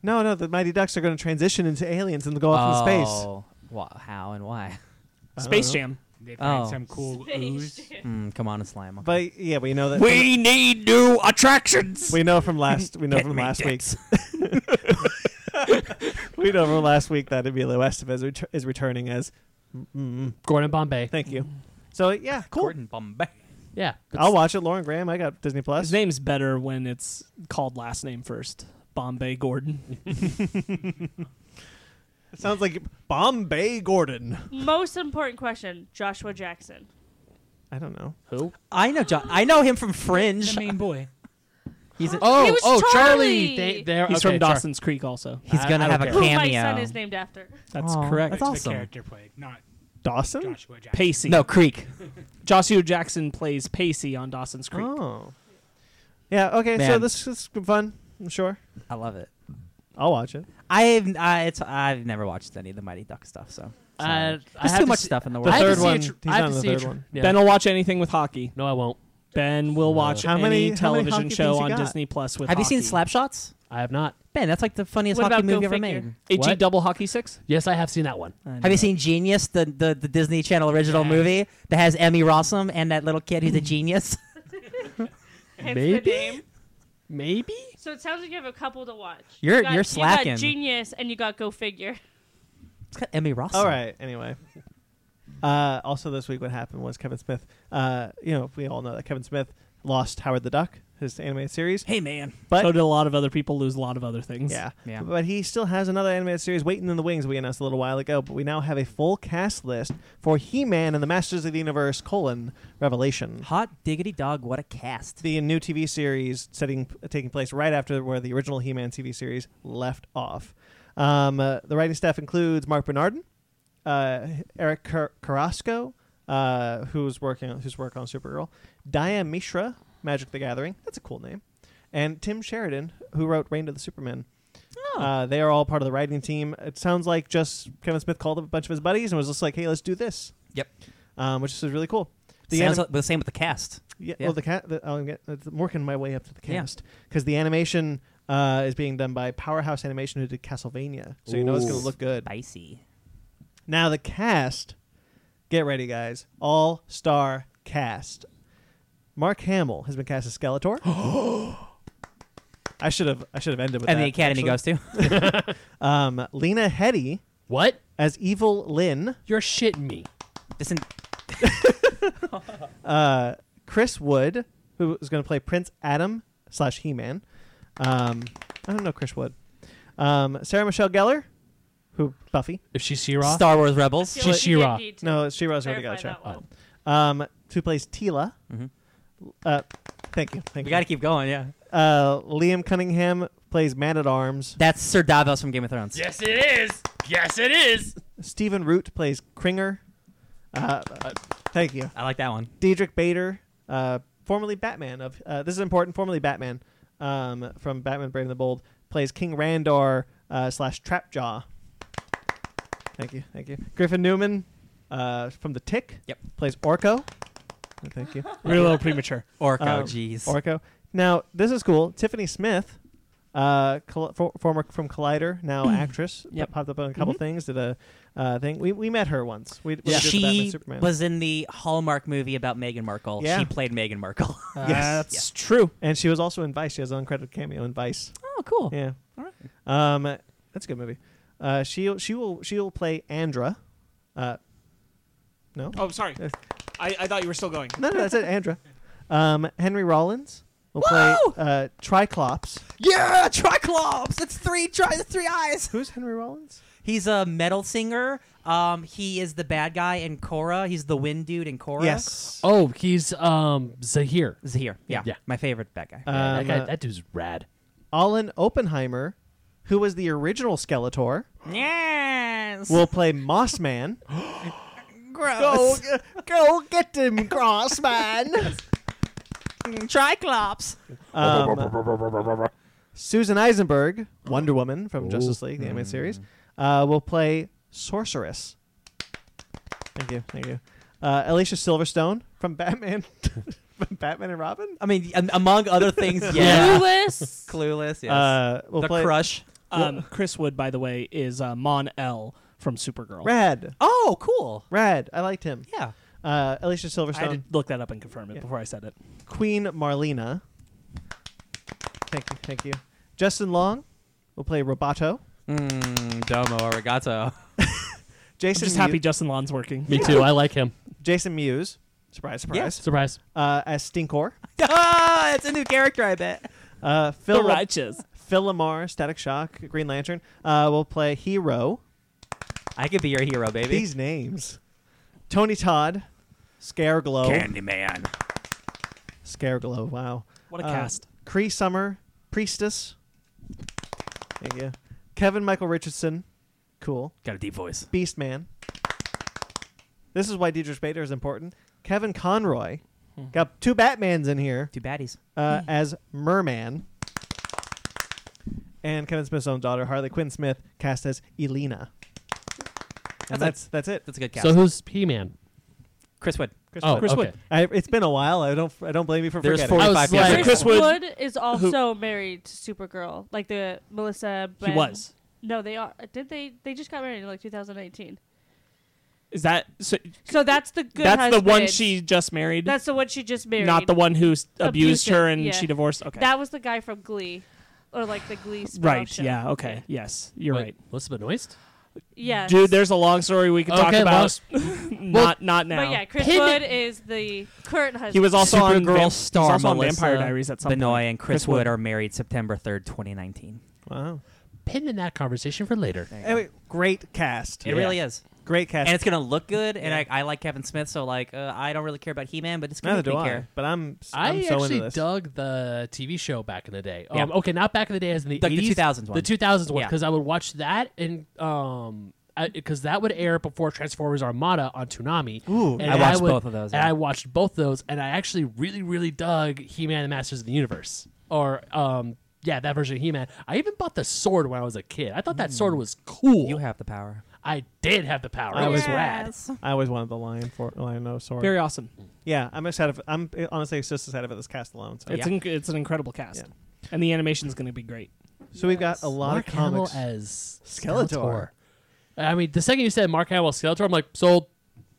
A: No, no, the Mighty Ducks are
B: Oh,
A: going to transition into aliens and go off in space.
B: Wha- how and why?
A: I don't
C: Space
A: know.
C: Jam.
E: They find
B: Oh.
E: some cool
D: Space
E: ooze.
D: Jam.
B: Mm, come on, a slime. Okay.
A: But yeah, we know that
C: need new attractions.
A: we know from last we know
B: Hit
A: from
B: me,
A: last week
B: dicks.
A: we know from last week that Emilio Estevez ret- is returning as. Mm,
F: Gordon Bombay.
A: thank you. So yeah, cool.
B: Gordon Bombay.
F: Yeah. but
A: I'll watch it. Lauren Graham. I got Disney
C: His
A: Plus.
C: name's better when it's called last name first. Bombay Gordon.
A: It sounds like Bombay Gordon.
D: Most important question Joshua Jackson.
A: I don't know.
F: Who?
B: I know John. I know him from Fringe.
E: The main boy.
B: He's a,
F: Oh,
D: He was
F: oh,
D: Charlie!
F: Charlie. They, they're,
C: He's
F: okay,
C: from
F: Char-
C: Dawson's Creek also.
B: he's
F: I-
B: gonna
F: I
B: have
F: don't
B: a
F: care.
D: Who
B: cameo.
D: my son is named after.
C: That's
B: Aw,
C: correct.
B: that's
E: It's
B: awesome.
E: The character played, not
A: Dawson.
E: Joshua Jackson.
C: Pacey.
B: no Creek.
C: Joshua Jackson plays Pacey on Dawson's Creek.
A: Oh. Yeah. Okay. So
B: Man.
A: this is fun. I'm sure.
B: I love it.
A: I'll watch it.
B: I've I, it's, I've never watched any of the Mighty Duck stuff, so
F: Uh,
B: Sorry.
F: I
B: there's
F: have
B: too
F: to
B: much
F: see-
B: stuff in the
A: The
B: world.
F: I have to
A: third
F: see a
A: one.
F: tr-
A: he's
F: I have
A: not in
F: to
A: the
F: see a
A: third
F: tr-
A: one.
F: Yeah.
C: Ben will watch anything with hockey.
F: no, I won't.
C: Ben will watch
A: How many-
C: any
A: how many
C: television
A: hockey
C: show
A: things you
C: on
A: got?
C: Disney Plus with
B: have you
C: hockey.
B: seen Slapshots?
F: I have not.
B: Ben, that's like the funniest
D: What
B: hockey
D: about Go
B: movie ever
D: Figure?
B: made.
C: AG
F: What?
C: E double hockey six?
F: Yes, I have seen that one.
B: Have you seen Genius, the the, the Disney Channel original
E: Yeah.
B: movie that has Emmy Rossum and that little kid who's a genius?
D: Hence
F: Maybe?
D: the name.
F: Maybe.
D: So it sounds like you have a couple to watch.
B: You're-
D: you got,
B: you're
D: You
B: slacking.
D: got genius and you got go figure.
B: It's got Emmy Rossum.
A: All right. Anyway. Uh, also, this week, what happened was Kevin Smith. Uh, you know, we all know that Kevin Smith lost Howard the Duck, his animated series.
B: Hey man.
A: But-
C: so did a lot of other people lose a lot of other things.
A: Yeah.
B: Yeah.
A: But he still has another animated series waiting in the wings we announced a little while ago, but we now have a full cast list for He-Man and the Masters of the Universe colon Revelation.
B: Hot diggity dog, what a cast.
A: The new TV series setting taking place right after where the original He-Man TV series left off. Um, uh, the writing staff includes Mark Bernardin, uh, Eric Car- Carrasco, uh, who's working on, who's work on Supergirl, Daya Mishra, Magic the Gathering. That's a cool name. And Tim Sheridan, who wrote Reign of the Superman. Uh, they are all part of the writing team. It sounds like just Kevin Smith called up a bunch of his buddies and was just like, "Hey, let's do this."
B: Yep.
A: Um, which is really cool. The
B: Sounds
A: anim-
B: like- the same with the cast.
A: yeah,
B: yeah.
A: Well, the cat. The, I'm, get- I'm working my way up to the
B: Yeah.
A: cast because the animation uh, is being done by Powerhouse Animation, who did Castlevania. So you know it's going to look good.
B: Spicy.
A: Now the cast. Get ready, guys! All star cast. Mark Hamill has been cast as Skeletor. I should have. I should have ended with
B: And
A: that.
B: the Academy
A: actually.
B: goes to.
A: Um, Lena Headey
F: What?
A: as Evil Lynn.
F: You're shitting me.
B: Listen,
A: Uh, Chris Wood, who is going to play Prince Adam slash He Man. Um, I don't know Chris Wood. Um, Sarah Michelle Gellar, who Buffy.
F: If she's She-Ra,
B: Star Wars
D: I
B: Rebels.
D: feel like you
F: She-Ra.
D: did need to
A: No, she was already
D: clarify
A: got a show.
D: that one.
A: Um, who plays Tila?
B: Mhm.
A: Uh, thank you. Thank
B: We
A: you.
B: got to keep going, yeah.
A: uh, Liam Cunningham plays Man at Arms.
B: That's Sir Davos from Game of Thrones.
F: Yes, it is. Yes, it is.
A: Stephen Root plays Kringer. Uh, thank you.
B: I like that one.
A: Diedrich Bader, uh, formerly Batman of uh, this is important. Formerly Batman um, from Batman: Brave and the Bold plays King Randor uh, slash Trapjaw. Thank you, thank you. Griffin Newman uh, from The Tick.
B: Yep.
A: Plays Orko. Uh, Thank you,
C: We're a little premature.
B: Orko,
A: Um,
B: jeez.
A: Orko. Now this is cool. Tiffany Smith, uh, col- for- former from Collider, now actress.
C: Yep.
A: Popped up on a couple
B: Mm-hmm.
A: things. Did a uh, thing. We, we met her once. We, we did the Batman
B: She
A: Superman.
B: was in the Hallmark movie about Meghan Markle.
A: Yeah.
B: She played Meghan Markle.
C: That's true.
A: Uh, and she was also in Vice. She has an uncredited cameo in Vice.
B: oh, cool.
A: Yeah.
B: All right.
A: Um, that's a good movie. Uh, she she will she will play Andra. Uh, no,
C: Oh, sorry.
A: Yes.
C: I, I thought you were still going.
A: no, no, that's it. Andra. Um, Henry Rollins will play
B: Whoa!
A: uh, Triclops.
B: Yeah, Triclops. It's three tri- it's three eyes.
A: Who's Henry Rollins?
B: He's a metal singer. Um, he is the bad guy in Korra. He's the wind dude in Korra.
A: Yes.
F: Oh, he's um Zahir.
B: Zahir. Yeah.
F: Yeah.
B: My favorite bad guy.
A: Um,
F: that, guy,
A: uh,
F: that dude's rad.
A: Alan Oppenheimer, who was the original Skeletor,
B: yes.
A: will play Mossman.
B: gross.
A: go get him, Crossman.
B: Mm, Triclops.
A: Um, Susan Eisenberg, Wonder Woman from Justice League, the animated series, uh, will play Sorceress. Thank you, thank you. Uh, Alicia Silverstone from Batman, from Batman and Robin,
B: I mean, am- among other things, yeah.
D: Clueless.
B: Clueless. Yes.
A: uh, will
B: the
A: play
B: Crush.
C: Um, Chris Wood, by the way, is uh, Mon L from Supergirl.
A: Rad.
B: Oh, cool.
A: Rad, I liked him.
B: Yeah.
A: Uh, Alicia
C: I had
A: Silverstone,
C: to look that up and confirm it
A: Yeah.
C: before I said it.
A: Queen Marlena. Thank you, thank you. Justin Long will play Roboto.
B: Mm, domo arigato.
C: I'm
A: Jason,
C: just happy
A: Mew-
C: Justin Lon's working.
F: Me too. I like him.
A: Jason Mewes. Surprise, surprise.
F: Surprise.
A: Uh, as Stinkor.
B: ah, it's a new character, I bet.
A: Uh,
C: The
A: Phil, La-
C: righteous.
A: Phil Lamar, Static Shock, Green Lantern uh, will play Hero.
B: I could be your hero, baby.
A: These names. Tony Todd, Scareglow.
E: Candyman.
A: Scareglow, wow.
C: What a
A: Uh,
C: cast.
A: Cree Summer, Priestess. Thank you. Kevin Michael Richardson, cool.
B: Got a deep voice.
A: Beastman. This is why Dietrich Bader is important. Kevin Conroy. Got two Batmans in here
B: Two baddies.
A: uh, as Merman. And Kevin Smith's own daughter, Harley Quinn Smith, cast as Elena. And that's
B: That's
A: that's it.
B: That's a good cast.
F: So who's He Man?
B: Chris Wood.
A: Chris
F: Oh,
A: Wood.
C: Chris
F: okay.
C: Wood.
A: I, it's been a while. I don't I don't blame you for
B: There's
A: forgetting.
B: four-
F: I was
B: 45
F: like-
B: years
D: Chris
C: Chris
D: Wood,
C: Wood-
D: is also married to Supergirl, like the Melissa.
C: He
D: Ben-
C: was.
D: No, they are. Did they? They just got married in like 2019.
C: Is that so,
D: So that's the good.
C: that's the one
D: husband.
C: she just married?
D: That's the one she just married.
C: not the one who s- abused
D: Abused
C: her
D: it,
C: and
D: yeah.
C: she divorced. Okay.
D: That was the guy from Glee, or like the Glee. spin-off
C: right.
D: show.
C: Yeah. Okay. Yes. You're
F: Wait,
C: right.
F: Elizabeth Noist?
D: Yes.
C: Dude, there's a long story we could talk
F: Okay,
C: about. not not now.
D: But yeah, Chris
F: Pivot-
D: Wood is the current husband.
C: He was also on
B: Supergirl
C: Vamp-
B: star
C: he was also on
B: Melissa
C: Vampire Diaries at some
B: Benoit
C: point.
B: and Chris,
C: Chris
B: Wood
C: Wood.
B: are married September 3rd, 2019.
A: wow.
F: Pinning that conversation for later.
A: Anyway, great cast.
B: It really is.
A: Great cast.
B: And it's going to look good. And I, I like Kevin Smith, so like uh, I don't really care about He Man, but it's going
A: Neither
B: to
A: do
B: make me
A: I.
B: care.
A: But I'm
F: I
A: I'm so
F: actually
A: into this.
F: dug the TV show back in the day.
B: Yeah.
F: Um, okay, not back in the day as in the
B: Dug the
F: 80s,
B: 2000s one.
F: The 2000s one,
B: Yeah.
F: because I would watch that and um, because that would air before Transformers Armada on Toonami.
A: Ooh.
F: and
B: I watched
F: would-
B: both of those,
F: And
B: yeah.
F: I watched both those, and I actually really, really dug He-Man and Masters of the Universe, or um, yeah, that version of He-Man. I even bought the sword when I was a kid. I thought that sword was cool.
B: Mm. You have the power.
F: I did have the power.
A: I
F: It was
A: was-
F: rad.
A: I always wanted the lion for lion no sword.
C: Very awesome.
A: yeah, I'm excited. For, I'm uh, honestly just excited for this cast alone. So,
C: It's
B: Yeah.
C: inc- it's an incredible cast,
A: Yeah.
C: and the animation's going to be great.
A: so we've got a lot
F: Mark
A: of
F: Hamill
A: comics.
F: as
A: Skeletor.
F: I mean, the second you said Mark Hamill Skeletor, I'm like sold.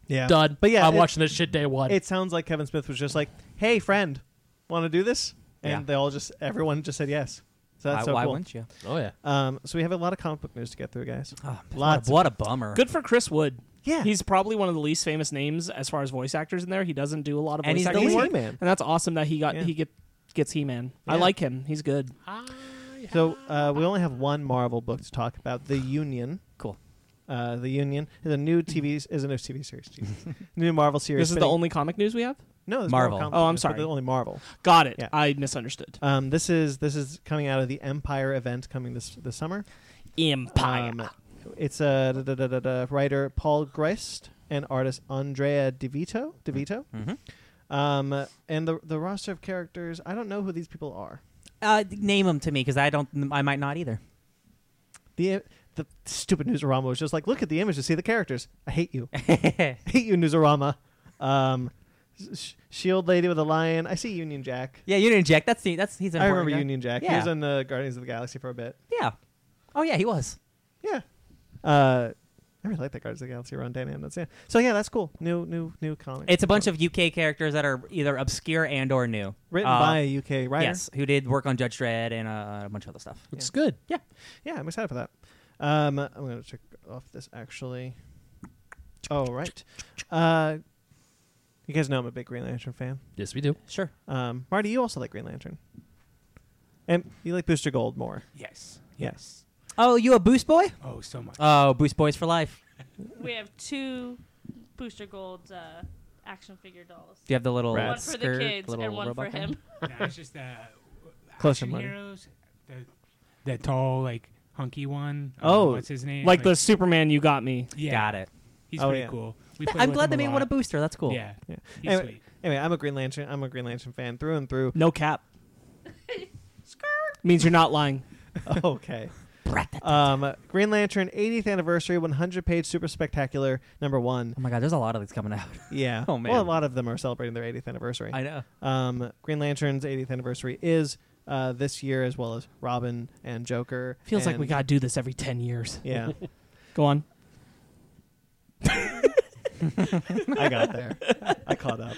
A: yeah,
F: Done.
A: But yeah,
F: I'm
A: it,
F: watching this shit day one.
A: It sounds like Kevin Smith was just like, "Hey, friend, want to do this?" And
B: Yeah.
A: they all just everyone just said yes. So that's
B: why
A: so
B: why
A: cool.
B: wouldn't you?
F: oh yeah.
A: Um, so we have a lot of comic book news to get through, guys.
B: Oh,
A: Lots of-
B: What a bummer.
C: Good for Chris Wood.
A: Yeah.
C: he's probably one of the least famous names as far as voice actors in there. He doesn't do a lot of
B: And he's
C: voice
B: the
C: acting
A: He's
B: lead.
C: work,
A: He-Man.
C: and that's awesome that he got
A: Yeah.
C: he get, gets He Man. I
A: Yeah.
C: like him. He's good.
A: So uh, we only have one Marvel book to talk about, The Union.
B: Cool.
A: Uh, the Union is a new TV s- is a new TV series. Jesus. new Marvel series.
C: This is the
A: spinning-
C: only comic news we have.
A: no there's
B: Marvel.
A: comic
C: Oh, I'm
A: news, but
C: sorry.
A: Only Marvel.
C: Got it.
A: Yeah.
C: I misunderstood.
A: Um, this is this is coming out of the Empire event coming this this summer.
C: Empire.
A: Um, it's uh, da, da, da, da, da, writer Paul Grist and artist Andrea DeVito. DeVito.
B: Mhm.
A: Um, and the the roster of characters. I don't know who these people are.
B: Uh, name them to me because I don't. I might not either.
A: The the stupid Newsarama was just like, look at the image to see the characters. I hate you.
B: That's
A: hate you, Newsarama. Um, sh- Shield E Lady with a lion. I see Union Jack.
B: Yeah, Union Jack. That's the that's he's. An
A: I
B: important
A: remember
B: guy.
A: Union Jack. He
B: Yeah.
A: was on the Guardians of the Galaxy for a bit.
B: Yeah. Oh yeah, he was.
A: Yeah. Uh, I really like that Guardians of the Galaxy run. Dan Amnon's. Yeah. So yeah, that's cool. New new new comic.
B: It's a bunch of UK characters that are either obscure and or new.
A: written
B: Uh,
A: by a UK writer.
B: Yes, who did work on Judge Dredd and uh, a bunch of other stuff.
F: Looks good.
A: Yeah, I'm excited for that. Um, I'm gonna check off this actually. All right. Uh, you guys know I'm a big Green Lantern fan.
F: Yes, we do.
B: Sure.
A: Um, Marty, you also like Green Lantern, and you like Booster Gold more.
E: Yes.
A: Yes.
B: Oh, you a Boost Boy?
E: Oh, so much.
B: Oh, Boost Boys for life.
D: We have two Booster Gold's uh, action figure dolls.
B: Do you have the little
A: One
D: One for
B: skirt,
D: the kids
B: little
D: and one for
B: robot thing?
D: him.
E: no, it's just uh,
A: Closer,
E: action
A: buddy.
E: heroes. The, the tall, like hunky one. Uh,
A: Oh,
E: what's his name?
C: Like the Superman, you got me.
E: Yeah,
B: Got it.
E: He's
A: Oh,
E: pretty
A: yeah.
E: cool. We
B: Th-
E: play
B: I'm
E: with
B: glad
E: him
B: they made
E: lot.
B: one a booster. That's cool.
E: Yeah,
A: Yeah.
E: he's
A: Anyway,
E: sweet.
A: Anyway, I'm a Green Lantern. I'm a Green Lantern fan through and through.
C: No cap. Means you're not lying.
A: okay. Um, Green Lantern 80th anniversary, 100 page super spectacular number one.
B: Oh my god, there's a lot of these coming out.
A: Yeah.
B: Oh, man.
A: Well, a lot of them are celebrating their 80th anniversary.
B: I know.
A: Um, Green Lantern's 80th anniversary is uh, this year, as well as Robin and Joker.
C: Feels like we
A: and-
C: gotta do this every ten years.
A: Yeah.
C: Go on.
A: I got there. I caught up.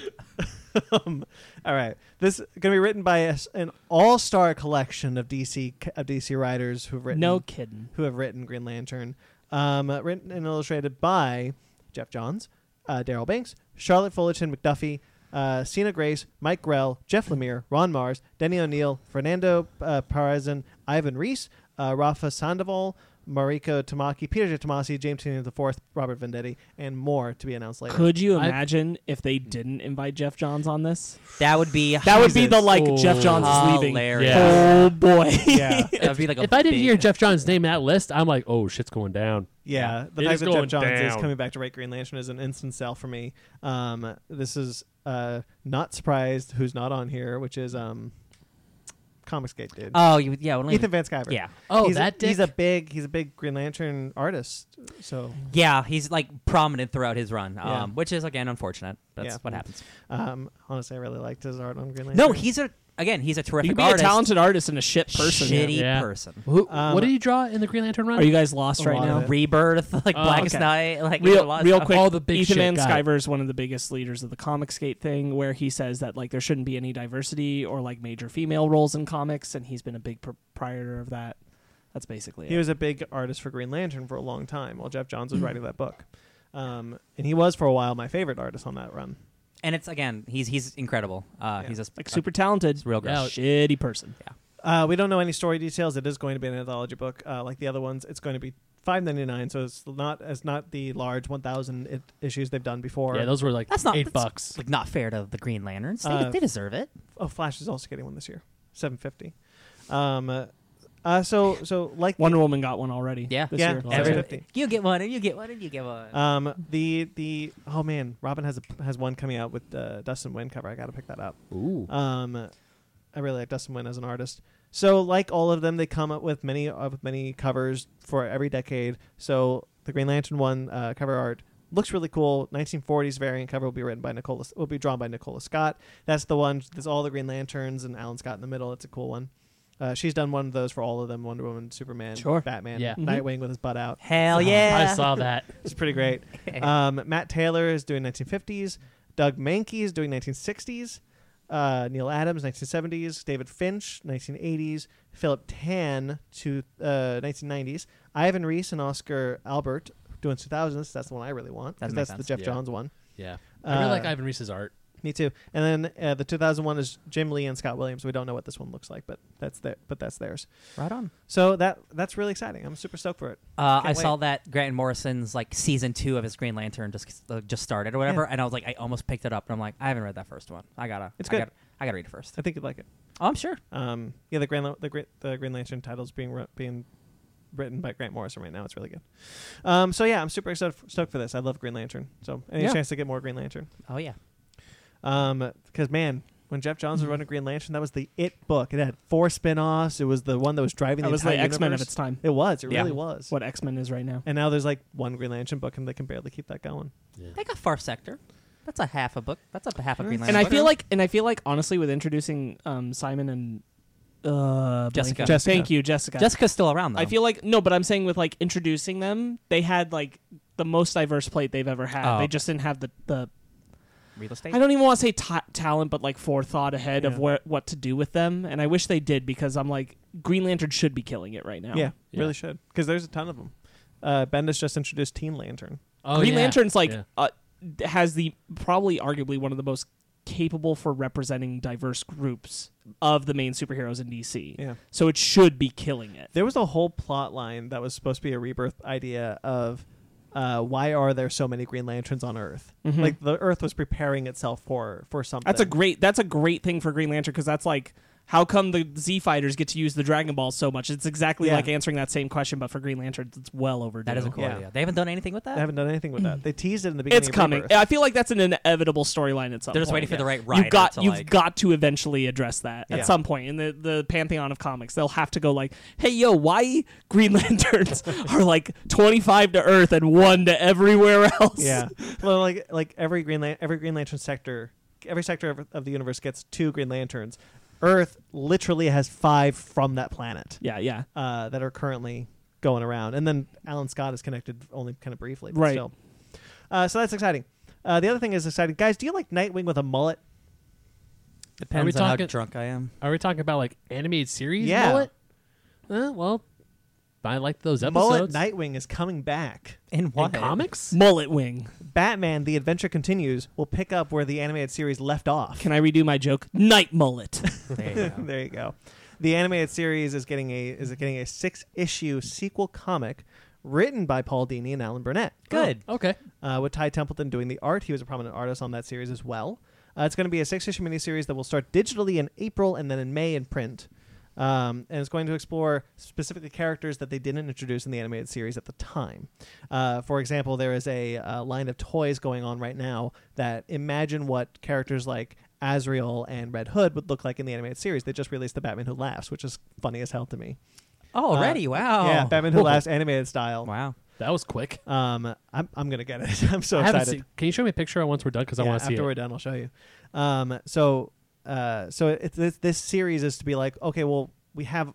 A: um, all right, this is going to be written by a s an all-star collection of DC c- of DC writers who've written
C: No kidding.
A: who have written Green Lantern, um, uh, written and illustrated by Jeff Johns, uh, Daryl Banks, Charlotte Fullerton McDuffie, uh, Cena Grace, Mike Grell, Jeff Lemire, Ron Mars, Denny O'Neill, Fernando uh, Parazin, Ivan Reese, uh, Rafa Sandoval, Mariko Tamaki, Peter Tomasi, James Tynion IV, Robert Vendetti, and more to be announced later.
C: Could you
F: I-
C: imagine if they didn't invite Jeff Johns on this?
B: That would be
C: That would be the like
F: Ooh.
C: Jeff Johns
A: Oh.
C: is leaving.
B: Hilarious.
F: Yeah.
C: Oh boy.
A: yeah,
B: That would be like a
F: if I didn't
B: big-
F: hear Jeff John's name in that list, I'm like, oh, shit's going down.
A: Yeah, the
F: It
A: fact
F: is
A: that Jeff
F: going
A: Johns is
F: down.
A: coming back to write Green Lantern is an instant sell for me. Um, this is uh, not surprised who's not on here, which is um, Comicsgate dude
B: Oh, you, yeah. I don't
A: Ethan
B: even-
A: Van Sciver.
B: Yeah.
F: Oh,
A: he's
F: that
A: a, he's a
F: dick?
A: big he's a big Green Lantern artist. So
B: Yeah, he's like prominent throughout his run, um,
A: Yeah.
B: which is again unfortunate. That's
A: Yeah.
B: what happens.
A: um, honestly, I really liked his art on Green Lantern.
B: No, he's a again he's a terrific
C: You could be
B: artist.
C: a talented artist and a shit person.
B: shitty
F: Yeah.
B: person.
F: Who,
A: Um,
F: what did he draw in the Green Lantern run?
C: Are you guys lost
A: A
C: right
A: lot
C: now?
A: of it.
B: Rebirth, like
F: Oh,
B: Blackest
C: okay.
B: Night, like there's a
C: real,
B: lot of
C: real
B: stuff.
C: quick,
F: All the big
C: Ethan
F: shit,
C: Van
F: got it.
C: Sciver is one of the biggest leaders of the Comicsgate thing, where he says that like there shouldn't be any diversity or like major female roles in comics, and he's been a big proprietor of that. That's basically
A: he
C: it.
A: was a big artist for Green Lantern for a long time while Jeff Johns was writing that book, um, and he was for a while my favorite artist on that run.
B: and it's again he's he's incredible. Uh,
A: Yeah.
B: He's just
C: like super talented,
B: It's real
F: Yeah.
B: gross.
C: shitty person.
A: Uh, we don't know any story details. It is going to be an anthology book, uh, like the other ones. It's going to be five ninety nine, so it's not as not the large one thousand it, issues they've done before.
F: yeah, those were like
B: That's not
F: eight
B: that's,
F: bucks.
B: Like not fair to the Green Lanterns. They,
A: Uh,
B: they deserve it.
A: oh, Flash is also getting one this year, seven fifty. Um, uh, uh, so so like
C: Wonder Woman got one already.
B: Yeah.
C: this
A: yeah,
C: year.
A: seven
F: Every-
A: fifty.
B: You get one, and you get one, and you get one.
A: Um, the the oh man, Robin has a has one coming out with uh, Dustin Wynn cover. I got to pick that up.
F: Ooh.
A: Um, I really like Dustin Wynn as an artist. So, like all of them, they come up with many uh, with many covers for every decade. So, the Green Lantern one uh, cover art looks really cool. 1940s variant cover will be written by Nicola. Will be drawn by Nicola Scott. That's the one. There's all the Green Lanterns and Alan Scott in the middle. It's a cool one. Uh, she's done one of those for all of them: Wonder Woman, Superman,
C: Sure.
A: Batman,
F: Yeah.
C: Mhm.
A: Nightwing with his butt out.
B: Hell
F: Oh, I
B: yeah!
F: saw that.
A: It's pretty great. Um, Matt Taylor is doing 1950s. Doug Mankey is doing 1960s. Uh, Neil Adams 1970s. David Finch 1980s. Philip Tan to uh, 1990s. Ivan Reese and Oscar Albert doing 2000s. That's the one I really want
B: That
A: because
B: makes
A: that's the
B: sense.
A: Jeff
F: Yeah.
A: Johns one.
F: Yeah. I really
A: Uh,
F: like Ivan Reese's art.
A: Me too. And then uh, the 2001 is Jim Lee and Scott Williams. We don't know what this one looks like, but that's their, but that's theirs.
B: right on.
A: So that that's really exciting. I'm super stoked for it.
B: Uh,
A: Can't
B: I
A: wait.
B: saw that Grant Morrison's like season two of his Green Lantern just uh, just started or whatever, and I was like, I almost picked it up, and I'm like, I haven't read that first one. I gotta.
A: It's
B: I
A: good.
B: Gotta, I gotta read it first.
A: I think you'd like it.
B: Oh, I'm sure.
A: Um, yeah, the Grand the, Gre- the Green Lantern titles being wr- being written by Grant Morrison right now. It's really good. Um, so yeah, I'm super excited stoked for this. I love Green Lantern. So any
C: Yeah.
A: chance to get more Green Lantern?
B: Oh yeah.
A: Um, because man, when Jeff Johns was
C: Mm-hmm.
A: running Green Lantern, that was the it book. It had four spin-offs. It was the one that was driving
C: That
A: the
C: was
A: entire
C: like X Men of
A: universe.
C: its time.
A: It was. It
C: Yeah.
A: really was.
C: What X Men is right now.
A: And now there's like one Green Lantern book, and they can barely keep that going.
B: They got Far Sector. That's a half a book. That's a half a Green
C: And
B: Lantern.
C: I
B: book.
C: feel like, and I feel like, honestly, with introducing um, Simon and uh,
B: Jessica.
C: blanking.
A: Jessica.
C: thank you, Jessica.
B: Jessica's still around though.
C: I feel like no, but I'm saying with like introducing them, they had like the most diverse plate they've ever had.
B: Oh.
C: They just didn't have the the
B: real estate.
C: I don't even want to say ta- talent, but like forethought ahead of
A: Yeah.
C: where what to do with them. And I wish they did because I'm like Green Lantern should be killing it right now.
A: Yeah,
F: Yeah.
A: really should because there's a ton of them. Uh, Bendis just introduced Teen Lantern.
F: Oh,
C: Green
F: yeah.
C: Lantern's like
F: Yeah.
C: uh, has the probably arguably one of the most capable for representing diverse groups of the main superheroes in DC.
A: Yeah.
C: So it should be killing it.
A: There was a whole plot line that was supposed to be a rebirth idea of uh, why are there so many Green Lanterns on Earth?
C: Mhm.
A: Like the Earth was preparing itself for for something.
C: That's a great that's a great thing for Green Lantern because that's like how come the Z fighters get to use the Dragon Ball so much? It's exactly
A: Yeah.
C: like answering that same question, but for Green Lantern, it's well overdue.
B: that is a cool
A: Yeah.
B: idea. They haven't done anything with that.
A: They haven't done anything with that. They teased it in the beginning.
C: It's
A: of
C: coming.
A: Rebirth.
C: I feel like that's an inevitable storyline at some
B: They're
C: point.
B: just waiting for the right
C: You've
B: writer
C: got
B: to,
C: you've
B: like-
C: got to eventually address that
A: Yeah.
C: at some point in the, the pantheon of comics. They'll have to go like, hey yo, why Green Lanterns are like twenty five to Earth and one to everywhere else?
A: Yeah. well, like like every Green Lan- every Green Lantern sector, every sector of, of the universe gets two Green Lanterns. Earth literally has five from that planet
C: Yeah, yeah.
A: uh, that are currently going around, and then Alan Scott is connected only kind of briefly. But
C: Right.
A: Still. Uh, so that's exciting. Uh, the other thing is exciting, guys. Do you like Nightwing with a mullet?
F: Are we
B: Depends on how
F: talking-
B: drunk I am.
F: Are we talking about like animated series?
A: Yeah.
F: Mullet? Eh, well, I liked those
A: Mullet
F: episodes.
A: Nightwing is coming back.
B: In
F: in
B: what?
F: comics.
C: Mullet wing.
A: Batman: The Adventure Continues will pick up where the animated series left off.
C: Can I redo my joke? Night mullet.
B: There you go.
A: there you go. The animated series is getting a is getting a six issue sequel comic written by Paul Dini and Alan Burnett.
B: Good.
F: Oh, okay.
A: uh, with Ty Templeton doing the art. He was a prominent artist on that series as well. Uh, it's going to be a six issue miniseries that will start digitally in April and then in May in print. Um, and it's going to explore specifically characters that they didn't introduce in the animated series at the time. Uh, for example, there is a uh, line of toys going on right now that imagine what characters like Azrael and Red Hood would look like in the animated series. They just released the Batman Who Laughs, which is funny as hell to me.
B: Oh, Already, wow.
F: Oh.
A: yeah, Batman Who
F: Whoa.
A: Laughs animated style.
B: Wow.
F: That was quick.
A: Um, I'm, I'm going to get it. I'm so
F: I haven't
A: excited.
F: seen, can you show me a picture once we're done? Because I
A: Yeah,
F: want to see
A: after we're
F: it.
A: done, I'll show you. Um, so, uh, so it, this, this series is to be like, okay, well, we have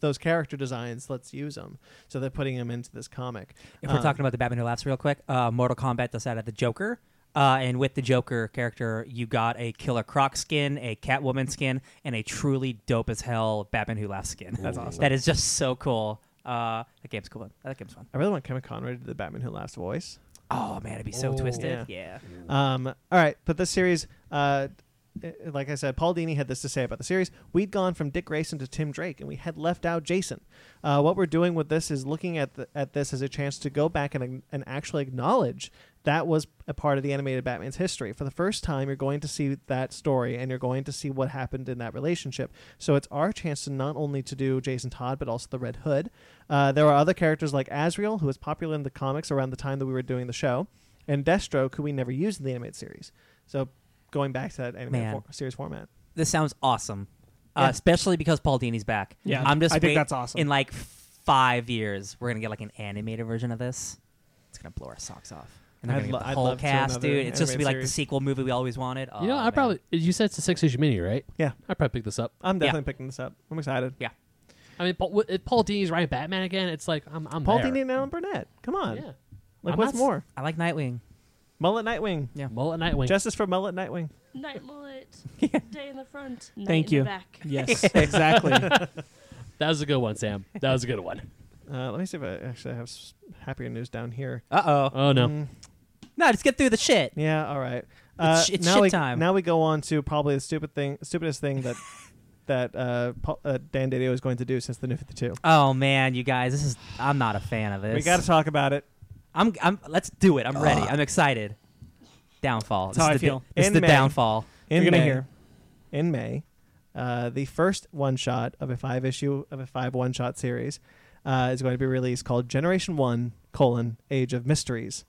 A: those character designs, let's use them. So they're putting them into this comic.
B: If we're
A: Um,
B: talking about the Batman Who Laughs real quick, uh, Mortal Kombat decided the Joker. Uh, and with the Joker character, you got a Killer Croc skin, a Catwoman skin, and a truly dope as hell Batman Who Laughs skin.
A: That's awesome.
B: That is just so cool. Uh, that game's cool. That game's fun.
A: I really want Kevin Conroy to do the Batman Who Laughs voice.
B: Oh man, it'd be so
F: Oh.
B: twisted.
A: Yeah.
B: Yeah.
A: Um, all right, but this series, uh, i- like I said, Paul Dini had this to say about the series. We'd gone from Dick Grayson to Tim Drake, and we had left out Jason. Uh, what we're doing with this is looking at the, at this as a chance to go back and and actually acknowledge that was a part of the animated Batman's history. For the first time, you're going to see that story, and you're going to see what happened in that relationship. So it's our chance to not only to do Jason Todd, but also the Red Hood. Uh, there are other characters like Azrael, who was popular in the comics around the time that we were doing the show and Deathstroke, who we never used in the animated series. So going back to that animated
B: Man.
A: for- series format.
B: This sounds awesome,
A: Yeah.
B: uh, especially because Paul Dini's back.
C: Yeah,
B: I'm just.
C: I think
B: wait-
C: that's awesome.
B: In like five years, we're gonna get like an animated version of this. It's gonna blow our socks off. And they're
A: I'd
B: gonna
A: lo-
B: get the
A: I'd
B: whole
A: love to
B: cast,
A: another
B: dude. It's just to be
A: animated
B: like
A: series.
B: the sequel movie we always wanted. Oh,
F: You know, I
B: man.
F: probably you said it's a six issue mini, right?
A: Yeah.
F: I probably picked this up.
A: I'm definitely picking this up. I'm excited.
B: Yeah.
F: I mean, Paul, if Paul Dini's writing Batman again. It's like I'm, I'm
A: Paul
F: there.
A: Dini and Alan Burnett. Come on.
F: Yeah.
A: Like
F: I'm
A: what's
F: not s-
A: more?
B: I like Nightwing.
A: Mullet Nightwing.
F: Mullet Nightwing.
A: Justice for Mullet Nightwing.
D: Night mullet. Day in the front. Night
C: Thank
D: in the
C: you.
D: back.
C: yes, exactly.
F: that was a good one, Sam. That was a good one.
A: Uh, let me see if I actually have s- happier news down here.
B: Uh oh.
F: Oh no.
A: Mm,
B: No, just get through the shit.
A: yeah, all right. Uh,
B: It's sh- it's
A: now
B: shit
A: we,
B: time.
A: Now we go on to probably the stupid thing, stupidest thing that that uh, Paul, uh, Dan Didio is going to do since the New 52.
B: Oh man, you guys, this is. I'm not a fan of this.
A: We got to talk about it.
B: I'm. I'm. Let's do it. I'm ready. I'm excited. Downfall.
C: how
B: this
C: I
B: is the,
C: feel.
B: This is
A: In
B: the
A: May.
B: downfall.
A: in
C: You're gonna
A: May,
C: hear.
A: in May, uh, the first one shot of a five issue of a five one shot series uh, is going to be released called Generation One: colon, Age of Mysteries.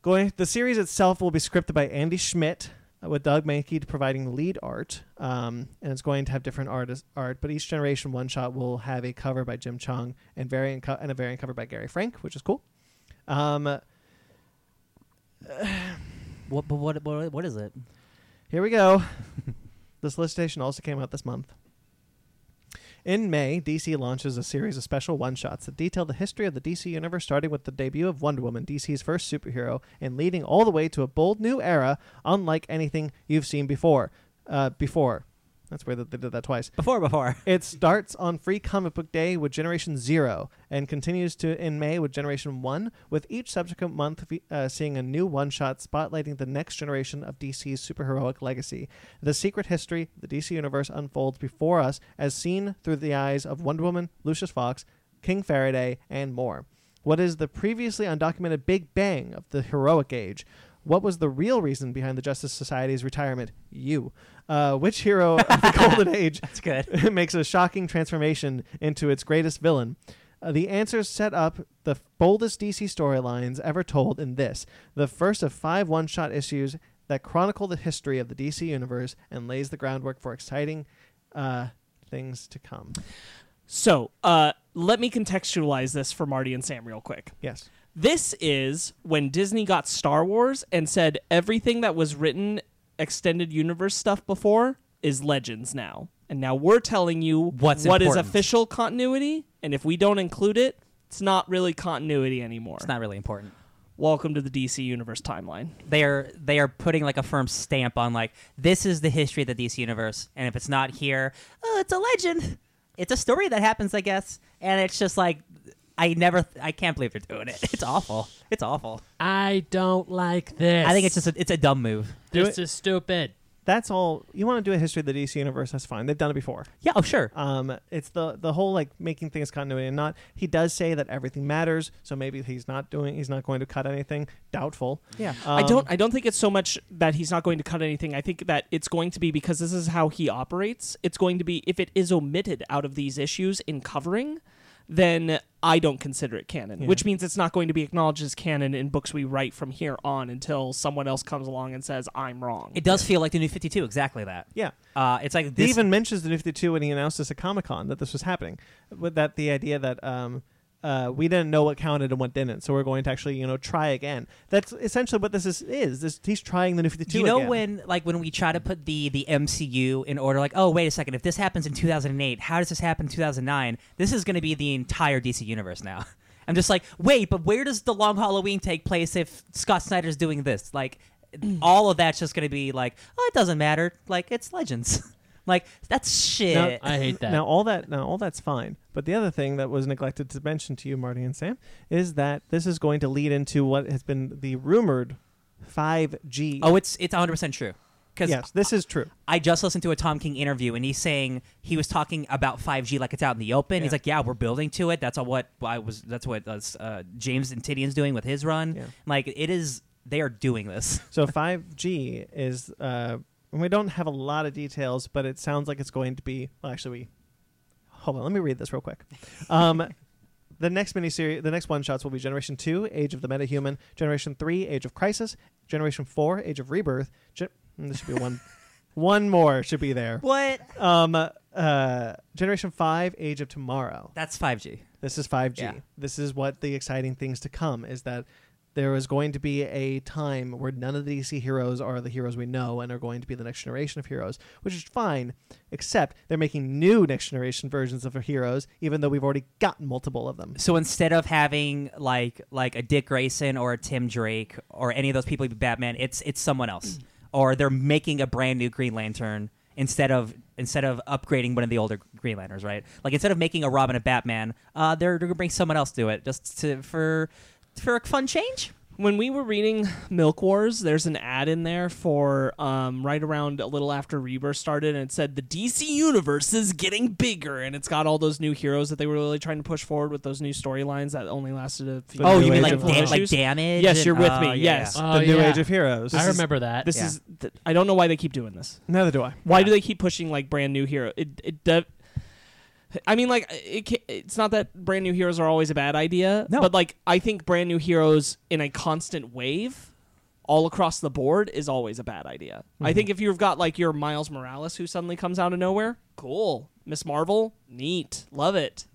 A: Going, the series itself will be scripted by Andy Schmidt uh, with Doug Mankey providing lead art, um, and it's going to have different artist art. But each Generation One shot will have a cover by Jim Chung and variant co- and a variant cover by Gary Frank, which is cool. Um,
B: What? But what? What, what is it?
A: Here we go. the solicitation also came out this month. In May, DC launches a series of special one shots that detail the history of the DC universe, starting with the debut of Wonder Woman, DC's first superhero, and leading all the way to a bold new era unlike anything you've seen before. Uh, before. That's weird that they did that twice.
B: Before. Before.
A: It starts on Free Comic Book Day with Generation Zero and continues to in May with Generation One, with each subsequent month fe- uh, seeing a new one shot spotlighting the next generation of DC's superheroic legacy. The secret history of the DC Universe unfolds before us as seen through the eyes of Wonder Woman, Lucius Fox, King Faraday, and more. What is the previously undocumented Big Bang of the heroic age? What was the real reason behind the Justice Society's retirement? You. Uh, which hero of the Golden Age
B: That's good.
A: it makes a shocking transformation into its greatest villain. Uh, the answers set up the f- boldest DC storylines ever told in this, the first of five one shot issues that chronicle the history of the DC universe and lays the groundwork for exciting uh, things to come.
C: so, uh, let me contextualize this for Marty and Sam real quick.
A: Yes.
C: This is when Disney got Star Wars and said everything that was written extended universe stuff before is legends now. And now we're telling you
B: What's
C: what is
B: important.
C: official continuity, and if we don't include it, it's not really continuity anymore.
B: It's not really important.
C: welcome to the DC Universe timeline.
B: they are they are putting like a firm stamp on like this is the history of the DC universe, and if it's not here, oh, it's a legend. It's a story that happens, I guess, and it's just like I never, I can't believe they're doing it. It's awful. It's awful.
F: I don't like this.
B: I think it's just a, it's a dumb move.
F: this is stupid.
A: That's all. You want to do a history of the DC universe? That's fine. They've done it before.
B: Yeah, oh sure.
A: Um, it's the the whole like making things continuity and not. He does say that everything matters, so maybe he's not doing. He's not going to cut anything. Doubtful.
B: Yeah.
C: I
A: Um,
C: don't I don't think it's so much that he's not going to cut anything. I think that it's going to be because this is how he operates. It's going to be if it is omitted out of these issues in covering, then I don't consider it canon,
A: Yeah.
C: which means it's not going to be acknowledged as canon in books we write from here on until someone else comes along and says I'm wrong.
B: It does feel like the New Fifty Two, exactly that.
A: Yeah.
B: Uh, it's like
A: He
B: this,
A: even mentions the New 52 when he announced this at Comic Con that this was happening. With that, the idea that um, uh, we didn't know what counted and what didn't, so we're going to actually, you know, try again. That's essentially what this is. is. This, he's trying the New 52
B: you know
A: again.
B: when like when we try to put the the MCU in order like oh wait a second if this happens in 2008 how does this happen in 2009 this is going to be the entire DC universe now I'm just like wait but where does the long Halloween take place if Scott Snyder's doing this like all of that's just going to be like oh it doesn't matter like it's legends like that's shit
F: No, I hate that.
A: Now all that now all that's fine. But the other thing that was neglected to mention to you, Marty and Sam, is that this is going to lead into what has been the rumored 5G.
B: oh it's it's 100% true because
A: yes, this is true.
B: I just listened to a Tom King interview, and he's saying he was talking about 5G like it's out in the open. He's
A: Yeah.
B: like, "Yeah, we're building to it. That's all what I was. That's what uh, uh, James and Tidian's doing with his run.
A: Yeah.
B: Like it is. They are doing this.
A: So 5G is, uh, and we don't have a lot of details, but it sounds like it's going to be. Well, actually, we hold on. Let me read this real quick. Um, the next miniseries, the next one shots will be Generation Two, Age of the MetaHuman, Generation Three, Age of Crisis, Generation Four, Age of Rebirth. Gen- mm, this should be one. one more should be there.
B: What?
A: Um, uh, Generation Five, Age of Tomorrow.
B: That's 5G.
A: This is 5G.
B: Yeah.
A: This is what the exciting things to come is that there is going to be a time where none of the DC heroes are the heroes we know and are going to be the next generation of heroes, which is fine, except they're making new next generation versions of heroes, even though we've already gotten multiple of them.
B: So instead of having like like a Dick Grayson or a Tim Drake or any of those people, Batman, it's it's someone else, or they're making a brand new Green Lantern instead of instead of upgrading one of the older Green Lanterns, right? Like instead of making a Robin a Batman, uh, they're, they're gonna bring someone else to it just to for for a fun change.
C: when we were reading Milk Wars, there's an ad in there for um, right around a little after Rebirth started, and it said the DC universe is getting bigger, and it's got all those new heroes that they were really trying to push forward with those new storylines that only lasted a few.
A: The Oh, new you mean
C: a
A: like
C: handful of
A: da-
B: dam-
A: like
C: issues.
B: damage?
C: Yes,
B: and-
C: you're with
B: oh,
C: me,
B: yeah,
C: yes.
A: The
F: Oh,
A: new
F: yeah.
A: Age of Heroes.
F: I
A: This is-
F: remember that.
C: This
B: Yeah.
C: is. Th- I don't know why they keep doing this.
A: Neither do I.
C: Why do they keep pushing like brand new hero? It it. De- I mean, like it, ca It's not that brand new heroes are always a bad idea.
B: No.
C: but like I think brand new heroes in a constant wave, all across the board, is always a bad idea. I
A: Mm-hmm.
C: think if you've got like your Miles Morales who suddenly comes out of nowhere, cool. Miss Marvel, neat, love it.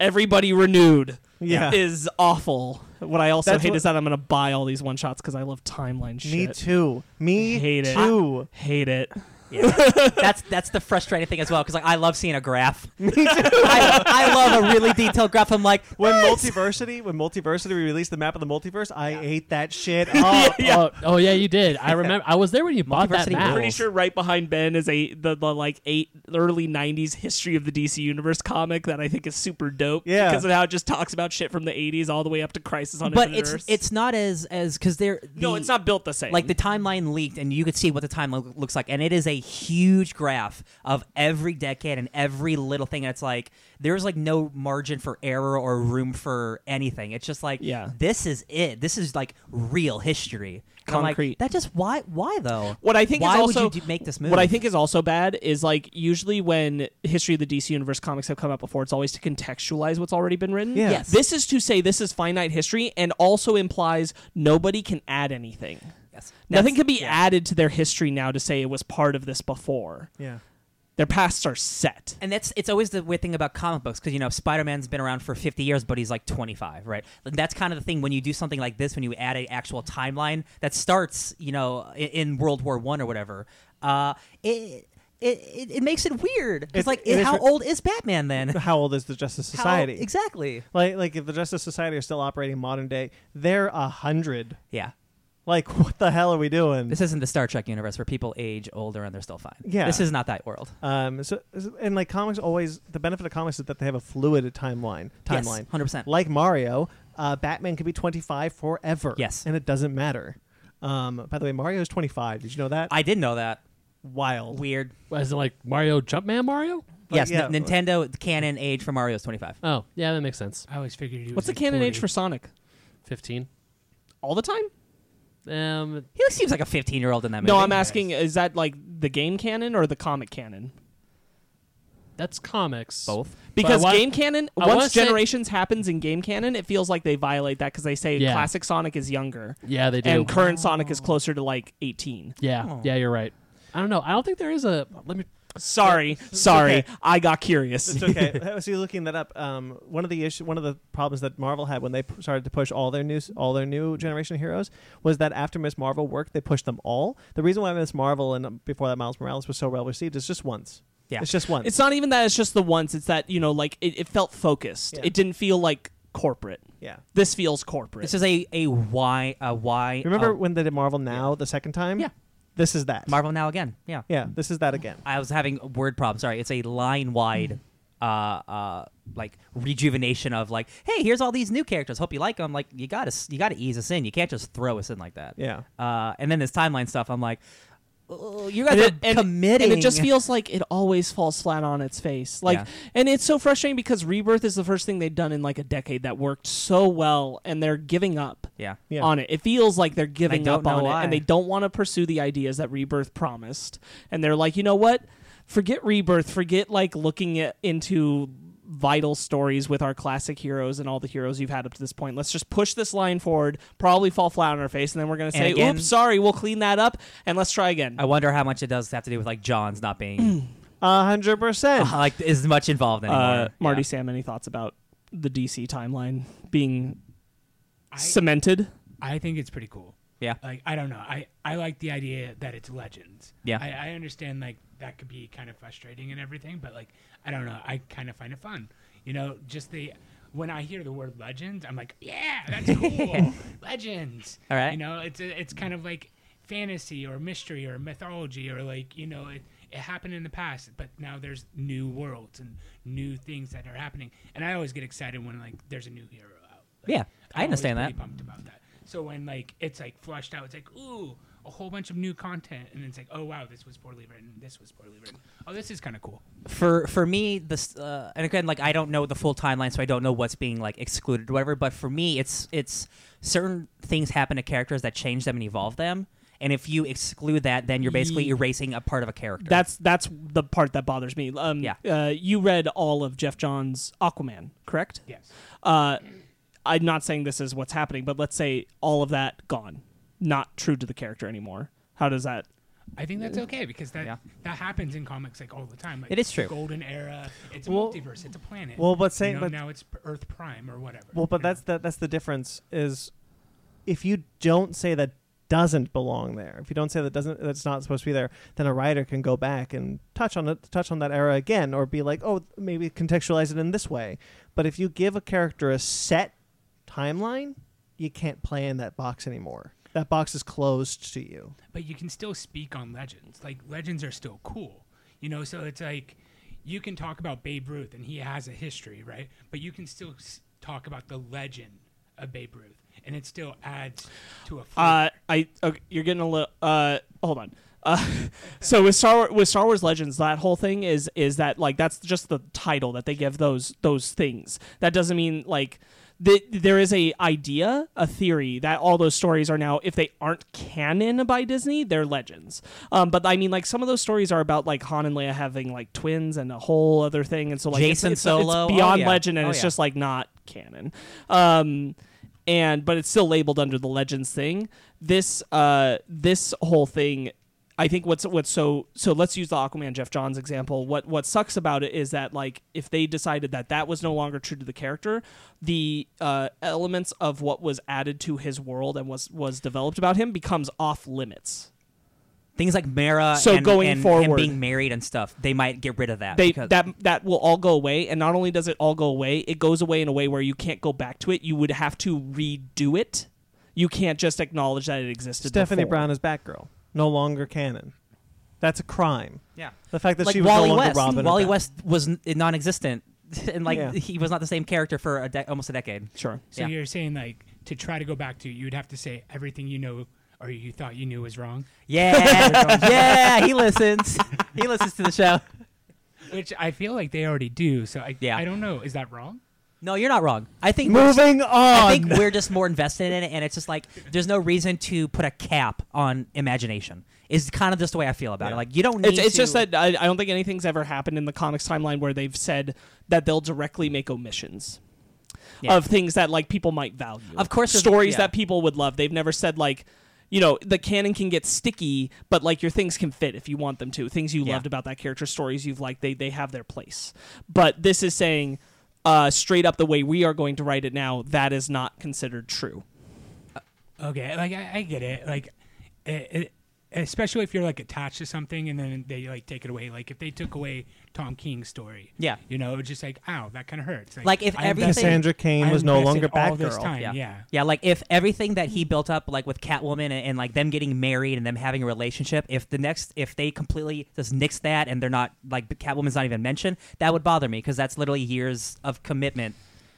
C: Everybody renewed
A: Yeah.
C: is awful. What I also
A: That's
C: hate
A: what-
C: is that I'm gonna buy all these one shots because I love timeline shit.
A: Me too. Me
C: Hate it.
A: too.
C: Hate it.
B: yeah. that's that's the frustrating thing as well because like I love seeing a graph. Me too. I, I love a really detailed graph. I'm like,
A: When
B: "Nice."
A: Multiversity, when Multiversity, we released the map of the multiverse. I ate that shit up.
F: Oh, oh yeah, you did. I remember. I was there when you bought that
B: Multiversity
F: map.
C: I'm pretty
B: Owls.
C: sure right behind Ben is a the, the like eight early '90s history of the DC universe comic that I think is super dope.
A: Yeah.
C: because of how it just talks about shit from the '80s all the way up to Crisis on
B: but
C: Infinite
B: it's
C: Earths.
B: it's not as as because they're
C: no,
B: the-
C: it's not built the same.
B: Like the timeline leaked, and you could see what the timeline lo- looks like, and it is a huge graph of every decade and every little thing. And it's like there's like no margin for error or room for anything. It's just like
C: Yeah.
B: this is it. This is like real history. And I'm like,
C: Concrete.
B: that just why why though?
C: what I think
B: why
C: is also
B: would you do- make this move?
C: What I think is also bad is like usually when history of the DC universe comics have come out before, it's always to contextualize what's already been written.
A: Yeah. Yes.
C: this is to say this is finite history and also implies nobody can add anything.
B: Yes.
C: Nothing
B: That's-
C: can be
B: yeah.
C: added to their history now to say it was part of this before.
A: Yeah.
C: Their pasts are set.
B: And that's it's always the weird thing about comic books because you know Spider Man's been around for fifty years, but he's like twenty five, right? And that's kind of the thing when you do something like this, when you add an actual timeline that starts, you know, in, in World War One or whatever. Uh, it it, it, it makes it weird. It's
A: It-
B: like,
A: it is
B: how
A: re-
B: old is Batman then? How-
A: How old is the Justice Society?
B: exactly.
A: Like, like if the Justice Society are still operating modern day, they're a hundred.
B: Yeah.
A: Like, what the hell are we doing?
B: This isn't the Star Trek universe where people age older and they're still fine.
A: Yeah.
B: This is not that world.
A: Um, so so- and like comics always the benefit of comics is that they have a fluid timeline.
B: Yes,
A: Timeline,
B: 100%.
A: Like Mario, uh, Batman could be twenty five forever.
B: Yes.
A: and it doesn't matter. Um, by the way, Mario's twenty five. Did you know that?
B: I did know that.
A: Wild.
B: Weird.
F: Is it like Mario Jumpman Mario?
B: yes,
A: yeah.
B: N- Nintendo canon age for Mario is 25.
F: Oh, yeah, that makes sense.
E: I always figured he was
C: What's the
E: like
C: canon
E: 40.
C: age for Sonic?
F: 15.
C: All the time?
F: Um,
B: He seems like a 15 year old in that movie.
C: No, I'm asking, is that like the game canon or the comic canon?
F: that's comics.
B: both.
C: Because
F: But I wa-
C: game canon,
F: I wanna
C: once
F: say-
C: generations happens in game canon, it feels like they violate that because they say
F: Yeah.
C: classic Sonic is younger
F: Yeah, they do.
C: and current Sonic is closer to like 18.
F: yeah, yeah, you're right. I don't know. I don't think there is a. Let me.
C: Sorry, sorry,
A: okay.
C: I got curious.
A: It's okay. I was just looking that up. Um, one of the issue, one of the problems that Marvel had when they p- started to push all their new, all their new generation heroes was that after Miss Marvel worked, they pushed them all. The reason why Miss Marvel and um, before that Miles Morales was so well received is just once.
B: Yeah.
A: it's just once.
C: It's not even that it's just the once. It's that you know, like it, it felt focused.
A: Yeah.
C: It didn't feel like corporate.
A: yeah.
C: This feels corporate.
B: This is a, a why. A why
A: Remember
B: oh,
A: when they did Marvel Now the second time?
B: Yeah.
A: This is that.
B: Marvel Now again. Yeah.
A: Yeah, this is that again.
B: I was having a word problem. Sorry, it's a line wide,
C: Hmm.
B: uh, uh, like rejuvenation of like, hey, here's all these new characters. Hope you like them. Like you gotta you gotta ease us in. You can't just throw us in like that.
A: Yeah.
B: Uh, and then this timeline stuff. I'm like, oh, you guys
C: and
B: are
C: it, and,
B: committing.
C: and it just feels like it always falls flat on its face. Like,
B: Yeah.
C: and it's so frustrating because Rebirth is the first thing they've done in like a decade that worked so well, and they're giving up
B: yeah.
A: Yeah.
C: on it. It feels like they're giving
B: don't
C: up on
B: know
C: it, and they
B: why.
C: don't want to pursue the ideas that Rebirth promised. And they're like, you know what? Forget Rebirth. Forget like looking at, into vital stories with our classic heroes and all the heroes you've had up to this point. Let's just push this line forward. Probably fall flat on our face, and then we're gonna say,
B: again-
C: "Oops, sorry, we'll clean that up," and let's try again.
B: I wonder how much it does have to do with like John's not being
A: A hundred percent.
B: like as much involved anymore.
C: Hmm. uh, Marty
B: Yeah.
C: Sam, any thoughts about the DC timeline being
E: I,
C: cemented?
E: I think it's pretty cool.
B: Yeah.
E: Like I don't know. I I like the idea that it's legends.
B: Yeah.
E: I, I understand like that could be kind of frustrating and everything, but like I don't know. I kind of find it fun. You know, just the when I hear the word legends, I'm like, yeah, that's cool. legends.
B: All right.
E: You know, it's a, it's kind of like fantasy or mystery or mythology or like you know it. It happened in the past, but now there's new worlds and new things that are happening. And I always get excited when like there's a new hero out. Like,
B: Yeah, I
E: I'm
B: understand
E: always
B: that.
E: pretty Pumped about that. So when like it's like flushed out, it's like ooh, a whole bunch of new content, and it's like oh wow, this was poorly written, this was poorly written. Oh, this is kind of cool.
B: for for me this uh, and again like i don't know the full timeline so i don't know what's being like excluded or whatever but for me it's it's certain things happen to characters that change them and evolve them and if you exclude that then you're basically
C: Ye-
B: erasing a part of a character
C: That's that's the part that bothers me. Um,
B: Yeah.
C: uh, you read all of Jeff Johns Aquaman, correct?
E: Yes.
C: Uh, I'm not saying this is what's happening, but let's say all of that gone, not true to the character anymore. How does that?
E: I think that's okay because that
B: Yeah.
E: that happens in comics like all the time. Like,
B: It is true.
E: Golden era. It's a
A: Well-
E: multiverse. It's a planet.
A: Well, but
E: You
A: saying-
E: know,
A: but-
E: now it's p- Earth Prime or whatever.
A: Well, but
E: you know?
A: that's the, that's the difference is if you don't say that doesn't belong there, if you don't say that doesn't that's not supposed to be there, then a writer can go back and touch on it, touch on that era again, or be like, oh, maybe contextualize it in this way. But if you give a character a set timeline, you can't play in that box anymore. That box is closed to you.
E: but you can still speak on legends. Like legends are still cool, you know. So it's like you can talk about Babe Ruth and he has a history, right? But you can still s- talk about the legend of Babe Ruth, and it still adds to a.
C: Uh,
E: flavor.
C: I okay, you're getting a little. Uh, hold on. Uh, so with Star Wars, with Star Wars Legends, that whole thing is is that like that's just the title that they give those those things. That doesn't mean like th- there is a idea, a theory that all those stories are now if they aren't canon by Disney, they're legends. Um, but I mean like some of those stories are about like Han and Leia having like twins and a whole other thing, and so like it's-
B: Jason
C: it's, it's
B: Solo. Oh,
C: beyond
B: yeah.
C: legend, and
B: Oh,
C: it's
B: yeah.
C: just like not canon. Um, and but it's still labeled under the legends thing. This uh this whole thing I think what's what's so so let's use the Aquaman Jeff Johns example. What what sucks about it is that like if they decided that that was no longer true to the character, the uh, elements of what was added to his world and was was developed about him becomes off limits.
B: Things like Mara
C: So
B: and,
C: going
B: and him
C: forward-
B: being married and stuff, they might get rid of that.
C: they
B: because-
C: that that will all go away and not only does it all go away it goes away in a way where you can't go back to it you would have to redo it you can't just acknowledge that it existed
A: Stephanie
C: before.
A: Brown is Batgirl, no longer canon. That's a crime.
B: yeah.
A: The fact that
B: like
A: she was
B: Wally
A: no longer
B: West.
A: Robin. or
B: Wally
A: Bat-
B: West was n- non-existent, and like
A: Yeah.
B: he was not the same character for a de- almost a decade.
C: sure
E: So
B: Yeah.
E: you're saying like to try to go back to, you'd have to say everything you know or you thought you knew was wrong,
B: Yeah, yeah, he listens. He listens to the show.
E: which I feel like they already do. So I,
B: Yeah.
E: I don't know. Is that wrong?
B: No, you're not wrong. I think we're just-
A: Moving on.
B: I think we're just more invested in it, and it's just like there's no reason to put a cap on imagination. Is kind of just the way I feel about it. Like you don't need.
C: it's, it's
B: to-
C: just that I, I don't think anything's ever happened in the comics timeline where they've said that they'll directly make omissions
B: Yeah.
C: of things that like people might value
B: Of course, there's-
C: stories
B: yeah.
C: that people would love they've never said like you know the canon can get sticky but like your things can fit if you want them to things you
B: Yeah.
C: loved about that character stories you've liked they, they have their place but this is saying uh, straight up the way we are going to write it now that is not considered true
E: Okay, like I, I get it. Like, it, it, especially if you're like attached to something and then they like take it away. Like if they took away Tom King's story,
B: Yeah.
E: you know, it was just like, ow, that kind of hurts.
B: Like, if
E: I
B: everything-
E: invested-
A: Cassandra Cain
E: I
A: was no
E: invested
A: longer
E: all this
A: Batgirl.
E: time,
B: Yeah.
E: Yeah.
B: like if everything that he built up, like with Catwoman and, and like them getting married and them having a relationship, if the next, if they completely just nix that and they're not like Catwoman's not even mentioned, that would bother me because that's literally years of commitment.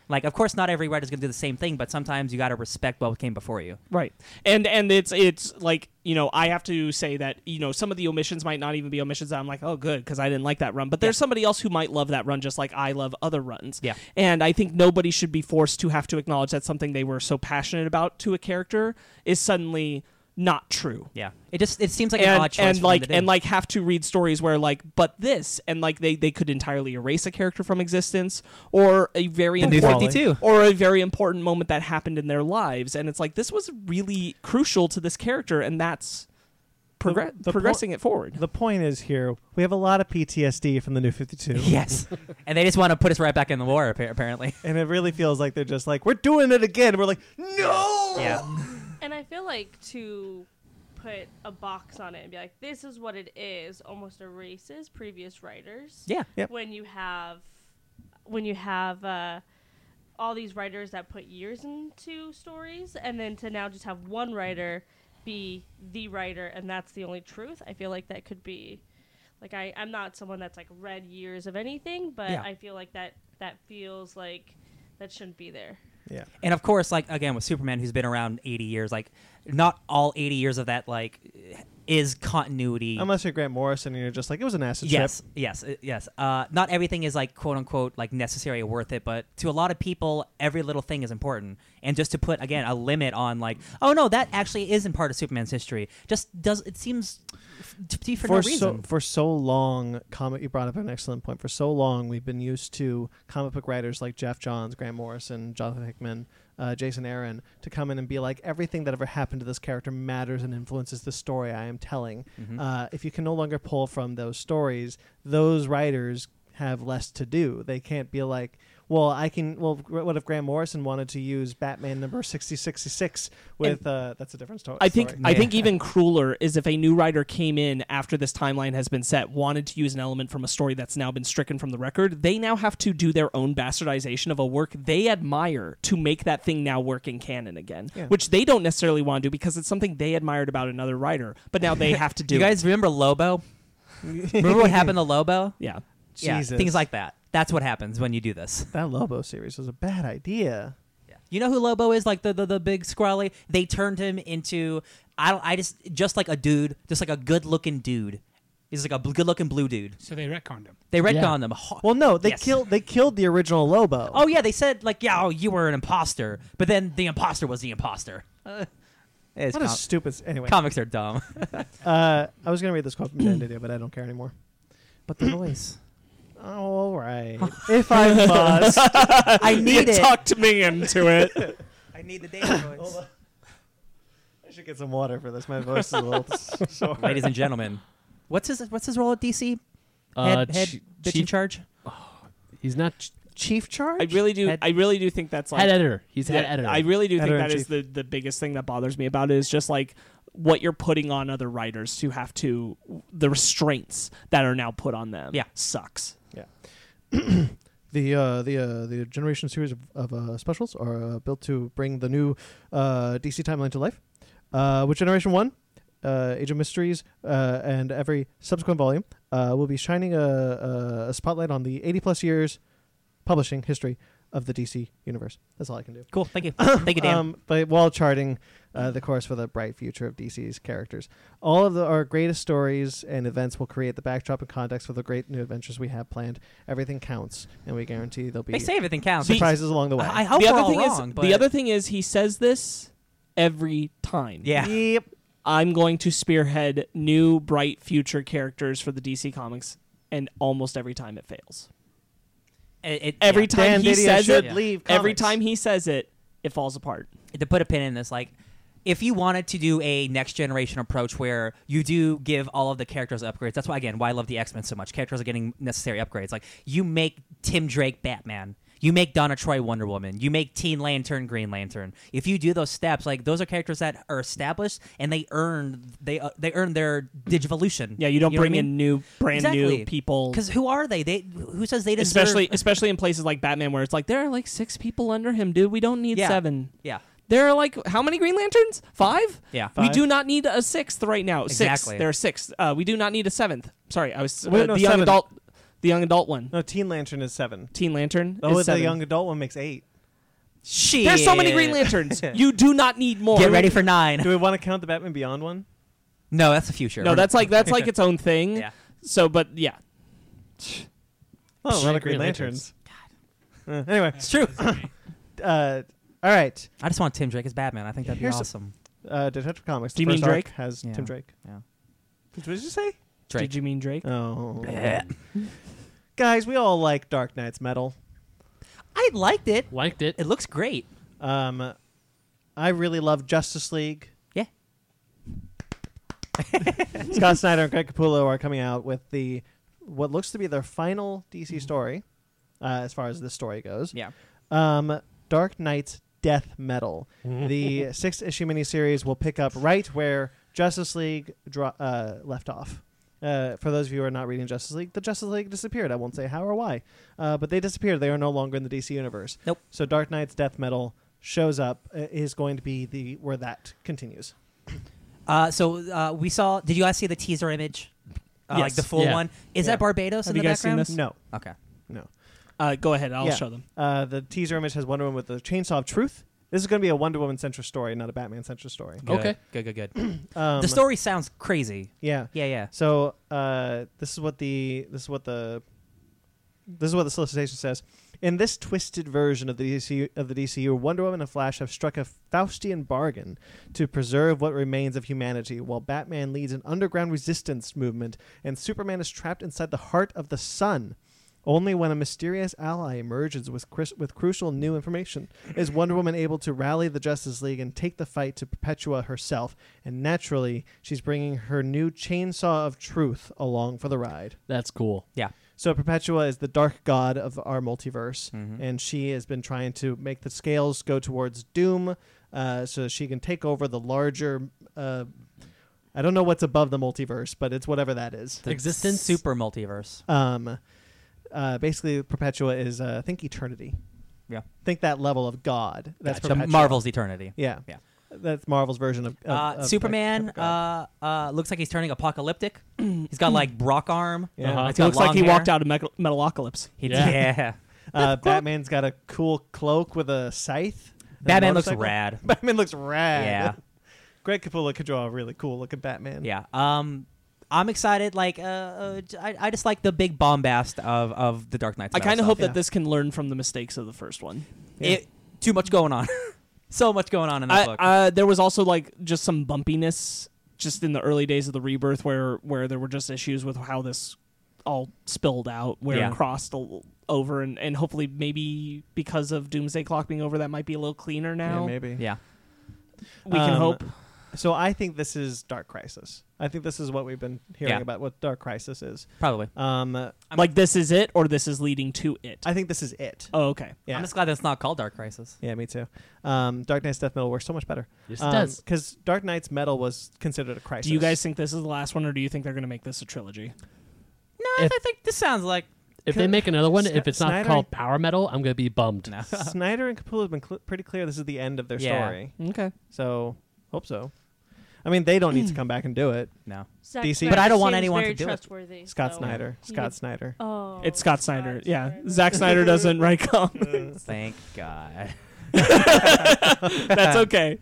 B: Like, of course, not every writer's gonna do the same thing, but sometimes you gotta respect what came before you.
C: Right. And and it's it's like, you know, I have to say that, you know, some of the omissions might not even be omissions that I'm like, "Oh, good, cuz I didn't like that run." But there's
B: Yeah.
C: somebody else who might love that run just like I love other runs.
B: Yeah.
C: And I think nobody should be forced to have to acknowledge that something they were so passionate about to a character is suddenly not true
B: Yeah, it just it seems like an
C: and,
B: odd choice.
C: and
B: for them
C: like
B: to do.
C: and like have to read stories where like but this and like they they could entirely erase a character from existence or a very
B: The New
C: important-
B: 52.
C: or a very important moment that happened in their lives and it's like this was really crucial to this character and that's progre-
A: The- the
C: progressing it forward
A: The point is here, we have a lot of PTSD from the New 52.
B: yes, and they just want to put us right back in the war. appa- Apparently,
A: And it really feels like they're just like, we're doing it again. We're like, no.
B: yeah.
D: And I feel like to put a box on it and be like, this is what it is, almost erases previous writers.
B: Yeah.
A: Yep.
D: When you have, when you have uh, all these writers that put years into stories, and then to now just have one writer be the writer, and that's the only truth. I feel like that could be, like I, I'm not someone that's like read years of anything, but
B: Yeah.
D: I feel like that that feels like that shouldn't be there.
A: Yeah.
B: And of course, like again with Superman, who's been around 80 years, like not all 80 years of that like is continuity.
A: Unless you're Grant Morrison and you're just like, it was an acid trip.
B: yes, yes, uh, yes. Uh, not everything is like quote unquote like necessary or worth it, but to a lot of people, every little thing is important. And just to put again a limit on like, oh no, that actually isn't part of Superman's history. Just does it seems f- to be for, no
A: so
B: reason.
A: for so long, comic you brought up an excellent point. For so long, we've been used to comic book writers like Jeff Johns, Grant Morrison, Jonathan Hickman, uh, Jason Aaron to come in and be like, everything that ever happened to this character matters and influences the story I am telling.
C: Mm-hmm.
A: Uh, if you can no longer pull from those stories, those writers have less to do. They can't be like. Well, I can. Well, gr- what if Grant Morrison wanted to use Batman number sixty sixty six with? uh, that's a different sto- story.
C: I think I think even crueler is if a new writer came in after this timeline has been set, wanted to use an element from a story that's now been stricken from the record. They now have to do their own bastardization of a work they admire to make that thing now work in canon again,
A: Yeah.
C: which they don't necessarily want to do because it's something they admired about another writer, but now they have to do.
B: you
C: it.
B: guys remember Lobo? remember what happened to Lobo?
C: yeah.
B: Yeah, things like that. That's what happens when you do this.
A: That Lobo series was a bad idea.
B: You know who Lobo is? Like the the, the big scrawly. They turned him into I don't I just just like a dude, just like a good looking dude. He's like a good looking blue dude.
E: So they retconned him.
B: They retconned him. Ho-
A: Well, no, they
B: Yes.
A: killed they killed the original Lobo.
B: Oh yeah, they said like yeah, oh, you were an imposter, but then the imposter was the imposter. Uh, it's
A: what a
B: com-
A: stupid. s- Anyway,
B: comics are dumb.
A: uh, I was gonna read this quote from Dan Didio, but I don't care anymore.
B: but the voice.
A: All right, if I must.
B: I need
C: You
B: it.
C: talked me into it.
B: I need the David voice.
A: I should get some water for this. My voice is a little sore.
B: Ladies and gentlemen, what's his what's his role at DC?
F: Uh,
B: head head
F: ch-
B: bitch in
F: chief-
B: charge.
F: he's not ch-
A: Chief Charge.
C: I really do.
B: Head-
C: I really do think that's like
F: head editor. He's head
C: Yeah,
F: editor.
C: I really do think that is
A: Editor-in-chief.
C: the, the biggest thing that bothers me about it is just like what you're putting on other writers to have to the restraints that are now put on them.
B: Yeah.
C: sucks.
H: The uh, the uh, the generation series of, of uh, specials are uh, built to bring the new uh, DC timeline to life. Uh, with Generation One, uh, Age of Mysteries, uh, and every subsequent volume uh, will be shining a, a, a spotlight on the 80 plus years publishing history of the DC universe. That's all I can do.
B: Cool. Thank you. Thank you, Dan.
H: Um, but while charting uh, the course for the bright future of DC's characters, all of the, our greatest stories and events will create the backdrop and context for the great new adventures we have planned. Everything counts, and we guarantee there'll be
B: they say everything counts.
H: surprises along the way.
B: I, I hope
C: the
B: we're
C: other
B: all
C: thing
B: wrong.
C: is
B: but
C: the other thing is he says this every time.
B: yeah.
H: Yep.
C: I'm going to spearhead new bright future characters for the DC Comics, and almost every time it fails.
B: It- it-
C: Every
B: yeah.
C: time
H: Dan
C: he
H: Didio
C: says
H: should
C: it,
H: leave
C: every
H: comics.
C: time he says it, it falls apart.
B: to put a pin in this, like if you wanted to do a next generation approach where you do give all of the characters upgrades, that's why again why I love the X Men so much. Characters are getting necessary upgrades. Like you make Tim Drake Batman. You make Donna Troy Wonder Woman. You make Teen Lantern Green Lantern. If you do those steps, like those are characters that are established and they earn they uh, they earn their digivolution.
C: Yeah, you don't
B: know what I
C: bring
B: mean?
C: in new, brand
B: Exactly.
C: new people,
B: Because who are they? They who says they deserve?
C: especially especially in places like Batman, where it's like there are like six people under him, dude. We don't need
B: Yeah.
C: seven.
B: yeah,
C: There are like how many Green Lanterns? Five.
B: yeah.
C: We do not need a sixth right now.
B: Exactly.
C: Six. There are six. Uh, we do not need a seventh. Sorry, I was uh,
H: Wait, no,
C: the young
H: seven.
C: adult, the young adult one.
A: No, Teen Lantern is seven.
C: Teen Lantern.
A: Oh,
C: is
A: the
C: seven.
A: young adult one makes eight.
B: Shit.
C: There's so many Green Lanterns. you do not need more.
B: Get ready for nine.
A: Do we want to count the Batman Beyond one?
B: No, that's the future.
C: No, that's like that's like its own thing.
B: Yeah.
C: So, but yeah,
A: Oh, a lot of Green
F: Green
A: Lanterns. Uh, anyway,
B: it's true.
A: uh, all right.
B: I just want Tim Drake as Batman. I think that'd be
A: Here's a-
B: awesome.
A: Uh, Detective Comics.
C: Do you
A: the
C: mean
A: first arc
C: Drake?
H: has
B: Yeah.
H: Tim Drake.
A: What did you say?
B: Drake.
C: did you mean Drake?
A: Oh,
B: Bleh.
A: guys, we all like Dark Knight's metal.
B: I liked it.
F: Liked it.
B: It looks great.
A: Um, I really love Justice League.
B: Yeah.
A: Scott Snyder and Greg Capullo are coming out with the what looks to be their final DC story, uh, as far as this story goes.
B: Yeah.
A: Um, Dark Knight's Death Metal.
B: Mm-hmm.
A: the six issue miniseries will pick up right where Justice League dro- uh, left off. Uh, for those of you who are not reading Justice League, the Justice League disappeared. I won't say how or why, uh, but they disappeared. They are no longer in the DC universe.
B: Nope.
A: So Dark Knight's Death Metal shows up uh, is going to be the where that continues.
B: Uh, so uh, we saw. Did you guys see the teaser image? Uh, Like
C: Yes.
B: the full
F: Yeah.
B: one. Is
A: Yeah.
B: that Barbados
C: Have
B: in
C: you
B: the
C: guys seen
B: background?
C: this?
A: No,
B: Okay.
A: no.
C: Uh, go ahead. I'll
A: Yeah.
C: show them.
A: Uh, the teaser image has Wonder Woman with the chainsaw of truth. This is going to be a Wonder Woman central story, not a Batman central story.
F: Okay.
B: Good. Good. Good. good.
A: Um,
B: the story sounds crazy.
A: yeah.
B: Yeah. Yeah.
A: So uh, this is what the this is what the this is what the solicitation says. In this twisted version of the DCU, of the DCU, Wonder Woman and Flash have struck a Faustian bargain to preserve what remains of humanity, while Batman leads an underground resistance movement and Superman is trapped inside the heart of the sun. Only when a mysterious ally emerges with, cris- with crucial new information is Wonder Woman able to rally the Justice League and take the fight to Perpetua herself. And naturally, she's bringing her new chainsaw of truth along for the ride.
F: That's cool.
A: So Perpetua is the dark god of our multiverse,
B: Mhm.
A: and she has been trying to make the scales go towards doom, uh, so she can take over the larger. Uh, I don't know what's above the multiverse, but it's whatever that is.
B: The
F: Existence?
B: Super multiverse.
A: Um, uh, basically, Perpetua is uh, think eternity.
B: Yeah.
A: think that level of God. That's
B: The
A: Perpetua.
B: Marvel's eternity.
A: Yeah,
B: Yeah.
A: That's Marvel's version of, of-
B: Uh,
A: of, like,
B: Superman
A: God.
B: uh, uh, looks like he's turning apocalyptic. he's got like Brock arm.
A: Yeah.
B: He's
C: It
B: got
C: looks like
B: long
C: he
B: hair.
C: walked out of Metal- Metalocalypse.
B: He-
F: Yeah.
B: yeah.
A: uh, Batman's got a cool cloak with a scythe. and a
B: Batman looks
A: motorcycle.
B: rad.
A: Batman looks rad.
B: Yeah.
A: Greg Capullo could draw a really cool looking Batman.
B: Yeah. Um, I'm excited. Like, uh, uh, j- I, I just like the big bombast of, of the Dark Knight.
C: I kind of hope
A: Yeah.
C: that this can learn from the mistakes of the first one.
B: it, too much going on. so much going on in that
C: I,
B: book.
C: uh, there was also like just some bumpiness just in the early days of the rebirth, where where there were just issues with how this all spilled out, where
B: Yeah.
C: it crossed a l- over, and and hopefully maybe because of Doomsday Clock being over, that might be a little cleaner now.
A: maybe.
B: yeah.
C: We can
A: Um,
C: hope.
A: So I think this is Dark Crisis. I think this is what we've been hearing
B: Yeah.
A: about what Dark Crisis is.
B: Probably.
A: Um, I
C: like this is it, or this is leading to it.
A: think this is it.
C: oh, okay.
A: Yeah.
B: I'm just glad that's not called Dark Crisis.
A: Yeah, me too. Um, Dark Knight's Death Metal works so much better.
F: Yes, it does.
A: Because Dark Knight's metal was considered a crisis.
C: Do you guys think this is the last one, or do you think they're going to make this a trilogy?
B: No,
F: If-
B: I think this sounds like
F: If they make another one,
A: Sn-
F: if it's not
A: Snyder-
F: called power metal, I'm gonna be bummed.
B: no.
A: Snyder and Capullo have been cl- pretty clear this is the end of their
B: Yeah.
A: story.
C: Okay.
A: So, hope so. I mean, they don't need to come back and do it.
B: no.
D: Zack
A: DC.
D: Snyder
B: But I don't want
D: seems
B: anyone
D: very
B: to do it.
D: trustworthy,
A: Scott
D: so-
A: Snyder.
D: You
A: Scott
D: would-
A: Snyder.
D: Oh,
C: It's Scott Snyder. yeah.
D: Snyder.
C: Zack Snyder doesn't write comics.
B: Thank God.
C: That's okay.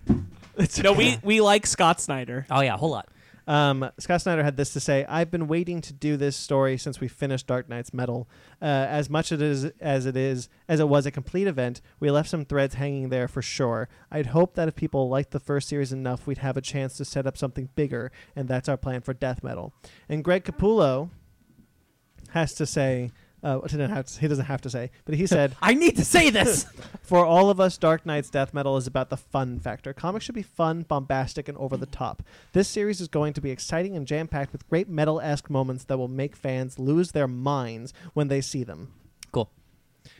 C: no, we we like Scott Snyder.
B: Oh yeah, a whole lot.
A: Um, Scott Snyder had this to say: "I've been waiting to do this story since we finished Dark Knight's Metal. Uh, as much it is as it is as it was a complete event, we left some threads hanging there for sure. I'd hope that if people liked the first series enough, we'd have a chance to set up something bigger, and that's our plan for Death Metal." And Greg Capullo has to say. Uh, didn't have to- he doesn't have to say, but he said,
B: I need to say this.
A: for all of us, Dark Knight's death metal is about the fun factor. Comics should be fun, bombastic, and over
B: Mm.
A: the top. This series is going to be exciting and jam packed with great metal esque moments that will make fans lose their minds when they see them.
B: Cool.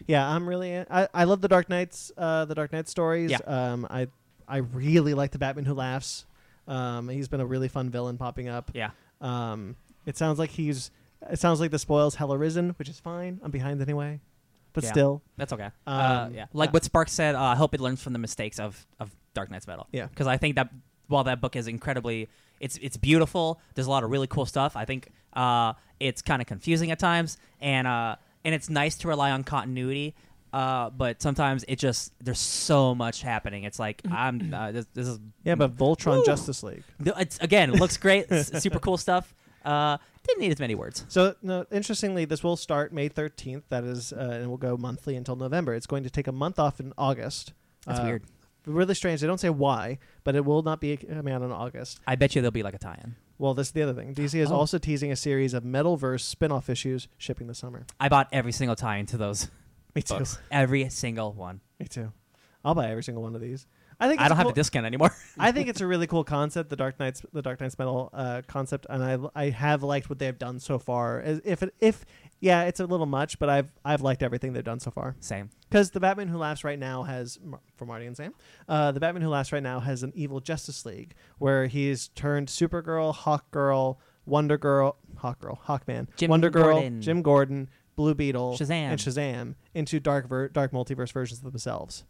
A: Yeah, I'm really. I, I love the Dark Knights, uh, the Dark Knight stories.
B: Yeah.
A: Um, I I really like the Batman Who Laughs. Um, he's been a really fun villain popping up.
B: Yeah.
A: Um, it sounds like he's. It sounds like the spoils hell arisen, which is fine. I'm behind anyway, but
B: Yeah.
A: still.
B: That's okay. uh,
A: Um,
B: yeah, like
A: uh,
B: what Sparks said. Uh, I hope it learns from the mistakes of of Dark Knight's Metal.
A: Yeah.
B: because I think that while that book is incredibly, it's it's beautiful. There's a lot of really cool stuff. I think uh, it's kind of confusing at times, and uh, and it's nice to rely on continuity. Uh, but sometimes it just there's so much happening. It's like I'm uh, this, this is
A: Yeah, but Voltron
B: Woo!
A: Justice League.
B: No, it's again it looks great, s- super cool stuff. Uh, didn't need as many words.
A: So, no, interestingly, this will start May 13th. That is, uh, and will go monthly until November. It's going to take a month off in August.
B: That's
A: Uh,
B: weird.
A: Really strange. They don't say why, but it will not be coming out in August.
B: I bet you there'll be like a tie-in.
A: Well, this is the other thing. DC is
B: Oh.
A: also teasing a series of Metalverse spin off issues shipping this summer.
B: I bought every single tie-in to those
A: Me too.
B: books, every single one.
A: Me too. I'll buy every single one of these. I think
B: I
A: it's
B: don't
A: cool.
B: have a discount anymore.
A: I think it's a really cool concept, the Dark Knight's the Dark Knight's metal uh, concept, and I I have liked what they have done so far. As- If it, if yeah, it's a little much, but I've I've liked everything they've done so far.
B: Same.
A: Because the Batman Who Laughs Right Now has, Mar- for Marty and Sam, uh, the Batman Who Laughs Right Now has an evil Justice League where he's turned Supergirl, Hawkgirl, Wonder Girl, Hawkgirl, Hawkman,
B: Jim
A: Wonder Girl,
B: Gordon.
A: Jim Gordon, Blue Beetle,
B: Shazam.
A: and Shazam into dark ver- dark multiverse versions of themselves.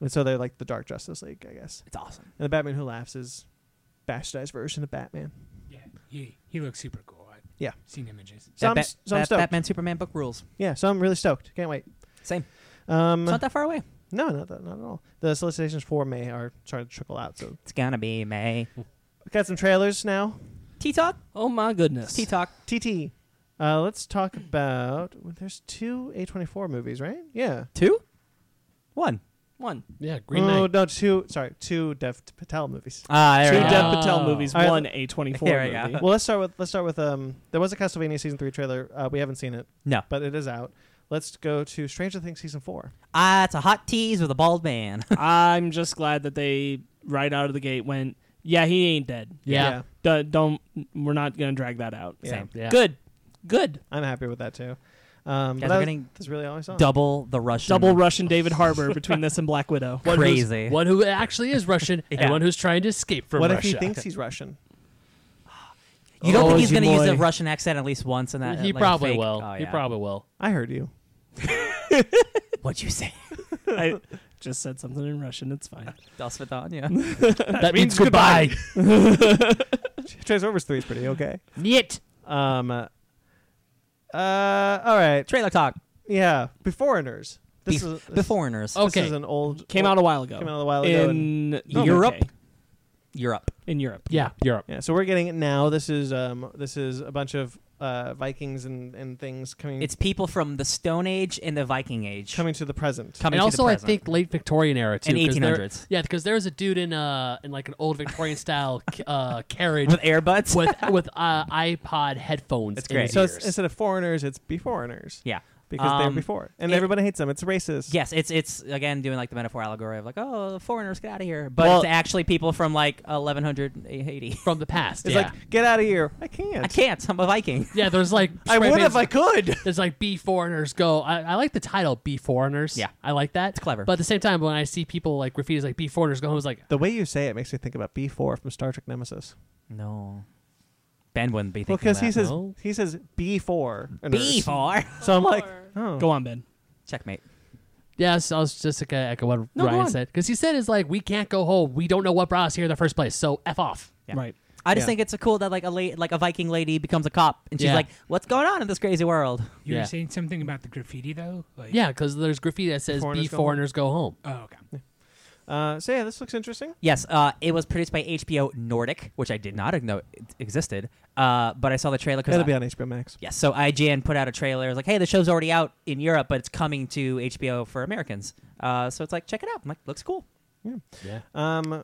A: And so they're like the Dark Justice League, I guess.
B: It's awesome.
A: And the Batman Who Laughs is bastardized version of Batman.
E: Yeah, he he looks super cool. I've
A: Yeah.
E: seen images.
A: So, I'm,
B: Bat-
A: s- so I'm
B: Bat-
A: stoked.
B: Batman Superman book rules.
A: Yeah, so I'm really stoked. Can't wait.
B: Same.
A: Um,
B: It's not that far away.
A: no, not, that, not at all. The solicitations for May are starting to trickle out, so
B: It's gonna be May.
A: We've got some trailers now.
B: Tea talk.
C: Oh my goodness.
B: Tea talk.
A: TT. Uh, let's talk about. well, there's two A24 movies, right? Yeah.
B: Two. One.
C: One.
F: Yeah, Green
A: oh,
F: Knight.
A: no, two. Sorry, two Dev Patel movies.
B: Ah,
C: Two
B: there we
F: go.
C: Dev
B: go.
F: Oh.
C: Patel movies.
A: All right.
C: One A twenty four
B: There we
C: movie.
F: Uh.
B: go.
A: well, let's start with let's start with um. There was a Castlevania season three trailer. Uh, we haven't seen it.
B: No.
A: but it is out. Let's go to Stranger Things season four.
B: Ah, it's a hot tease with a bald man.
C: I'm just glad that they right out of the gate went. Yeah, he ain't dead.
F: yeah.
C: D- don't. We're not gonna drag that out.
A: Yeah.
B: Same.
F: Yeah.
C: Good. Good.
A: I'm happy with that too. Um, but that
B: Guys, we're
A: was-
B: getting
A: that's really all I saw.
B: double the Russian.
C: Double Russian David Harbor between this and Black Widow.
F: One who's-
B: Crazy.
F: One who actually is Russian
B: Yeah.
F: and one who's trying to escape from
A: what
F: Russia.
A: if he thinks he's Russian?
B: You don't
F: Oh,
B: think he's gonna use a
F: boy.
B: Russian accent at least once in that?
F: He
B: like,
F: probably
B: fake-
F: will.
B: Oh,
F: He
B: yeah.
F: probably will.
A: I heard you.
B: What'd you say?
C: I just said something in Russian. It's fine.
B: Dasvidan, yeah.
F: That, means goodbye.
A: Transformers three is pretty okay.
F: Niet.
A: Um. Uh. uh, All right.
B: Trailer talk.
A: Yeah. Beforeigners. This
B: Bef-
A: is
B: The foreigners.
F: Oh.
A: This
F: Okay.
A: is an old
C: Came
A: old-
C: out a while ago.
A: came out a while ago. and-
C: in
B: No,
C: Europe.
B: okay. Europe.
C: In Europe.
F: Yeah, Europe.
A: yeah, so we're getting it now. This is um, this is a bunch of uh, Vikings and, and things coming
B: It's people from the Stone Age and the Viking Age.
A: coming to the present.
B: coming
F: and
B: to
F: also,
B: the
F: I
B: present.
F: think late Victorian era too.
B: And
F: 'cause there-
B: 1800s.
F: Yeah, because there was a dude in uh in like an old Victorian style uh carriage
B: with earbuds.
F: with with uh, iPod headphones.
B: That's
F: in
B: great.
F: his
A: so
F: ears.
A: it's, instead of foreigners, it's beforeigners.
B: yeah.
A: because they're
B: Um,
A: before, and
B: it-
A: everybody hates them. It's racist.
B: Yes, it's it's again doing like the metaphor allegory of like, oh, foreigners get out of here, but
F: Well-
B: it's actually people from like 1180.
F: from the past.
A: it's
F: yeah.
A: like get out of here. I can't.
B: I can't. I'm a Viking.
F: yeah, there's like
A: I would if I could.
F: There's like be foreigners go. I, I like the title be foreigners.
B: Yeah.
F: I like that. It's
B: clever.
F: But at the same time, when I see people like graffitis like be foreigners go home, it's like
A: The way you say it makes me think about B four from Star Trek Nemesis.
B: No, Ben wouldn't be
A: Well,
B: thinking
A: because he says
F: no.
A: he says B four.
B: B four
A: So I'm like,
D: Or-
A: oh,
C: Go on, Ben.
B: checkmate.
F: yes, I was just like uh, echo what
B: No, go
F: Ryan
B: on.
F: said because he said is like we can't go home. We don't know what brought us here in the first place. So f off.
B: Yeah.
C: Right.
B: I just
C: Yeah.
B: think it's a cool that like a la- like a Viking lady becomes a cop and she's
F: Yeah.
B: like, what's going on in this crazy world?
E: You
F: Yeah.
E: were saying something about the graffiti though. Like,
F: Yeah, because there's graffiti that says
A: Foreigners
F: be
A: go home.
F: foreigners go home.
E: Oh, okay.
A: Uh, so yeah, this looks interesting.
B: Yes, uh, it was produced by HBO Nordic, which I did not know it existed, uh, but I saw the trailer because
A: It'll be on HBO Max.
B: Yes, so IGN put out a trailer. It was like, hey, the show's already out in Europe, but it's coming to HBO for Americans. Uh, so it's like, check it out. I'm like, looks cool.
F: Yeah.
A: Um, uh,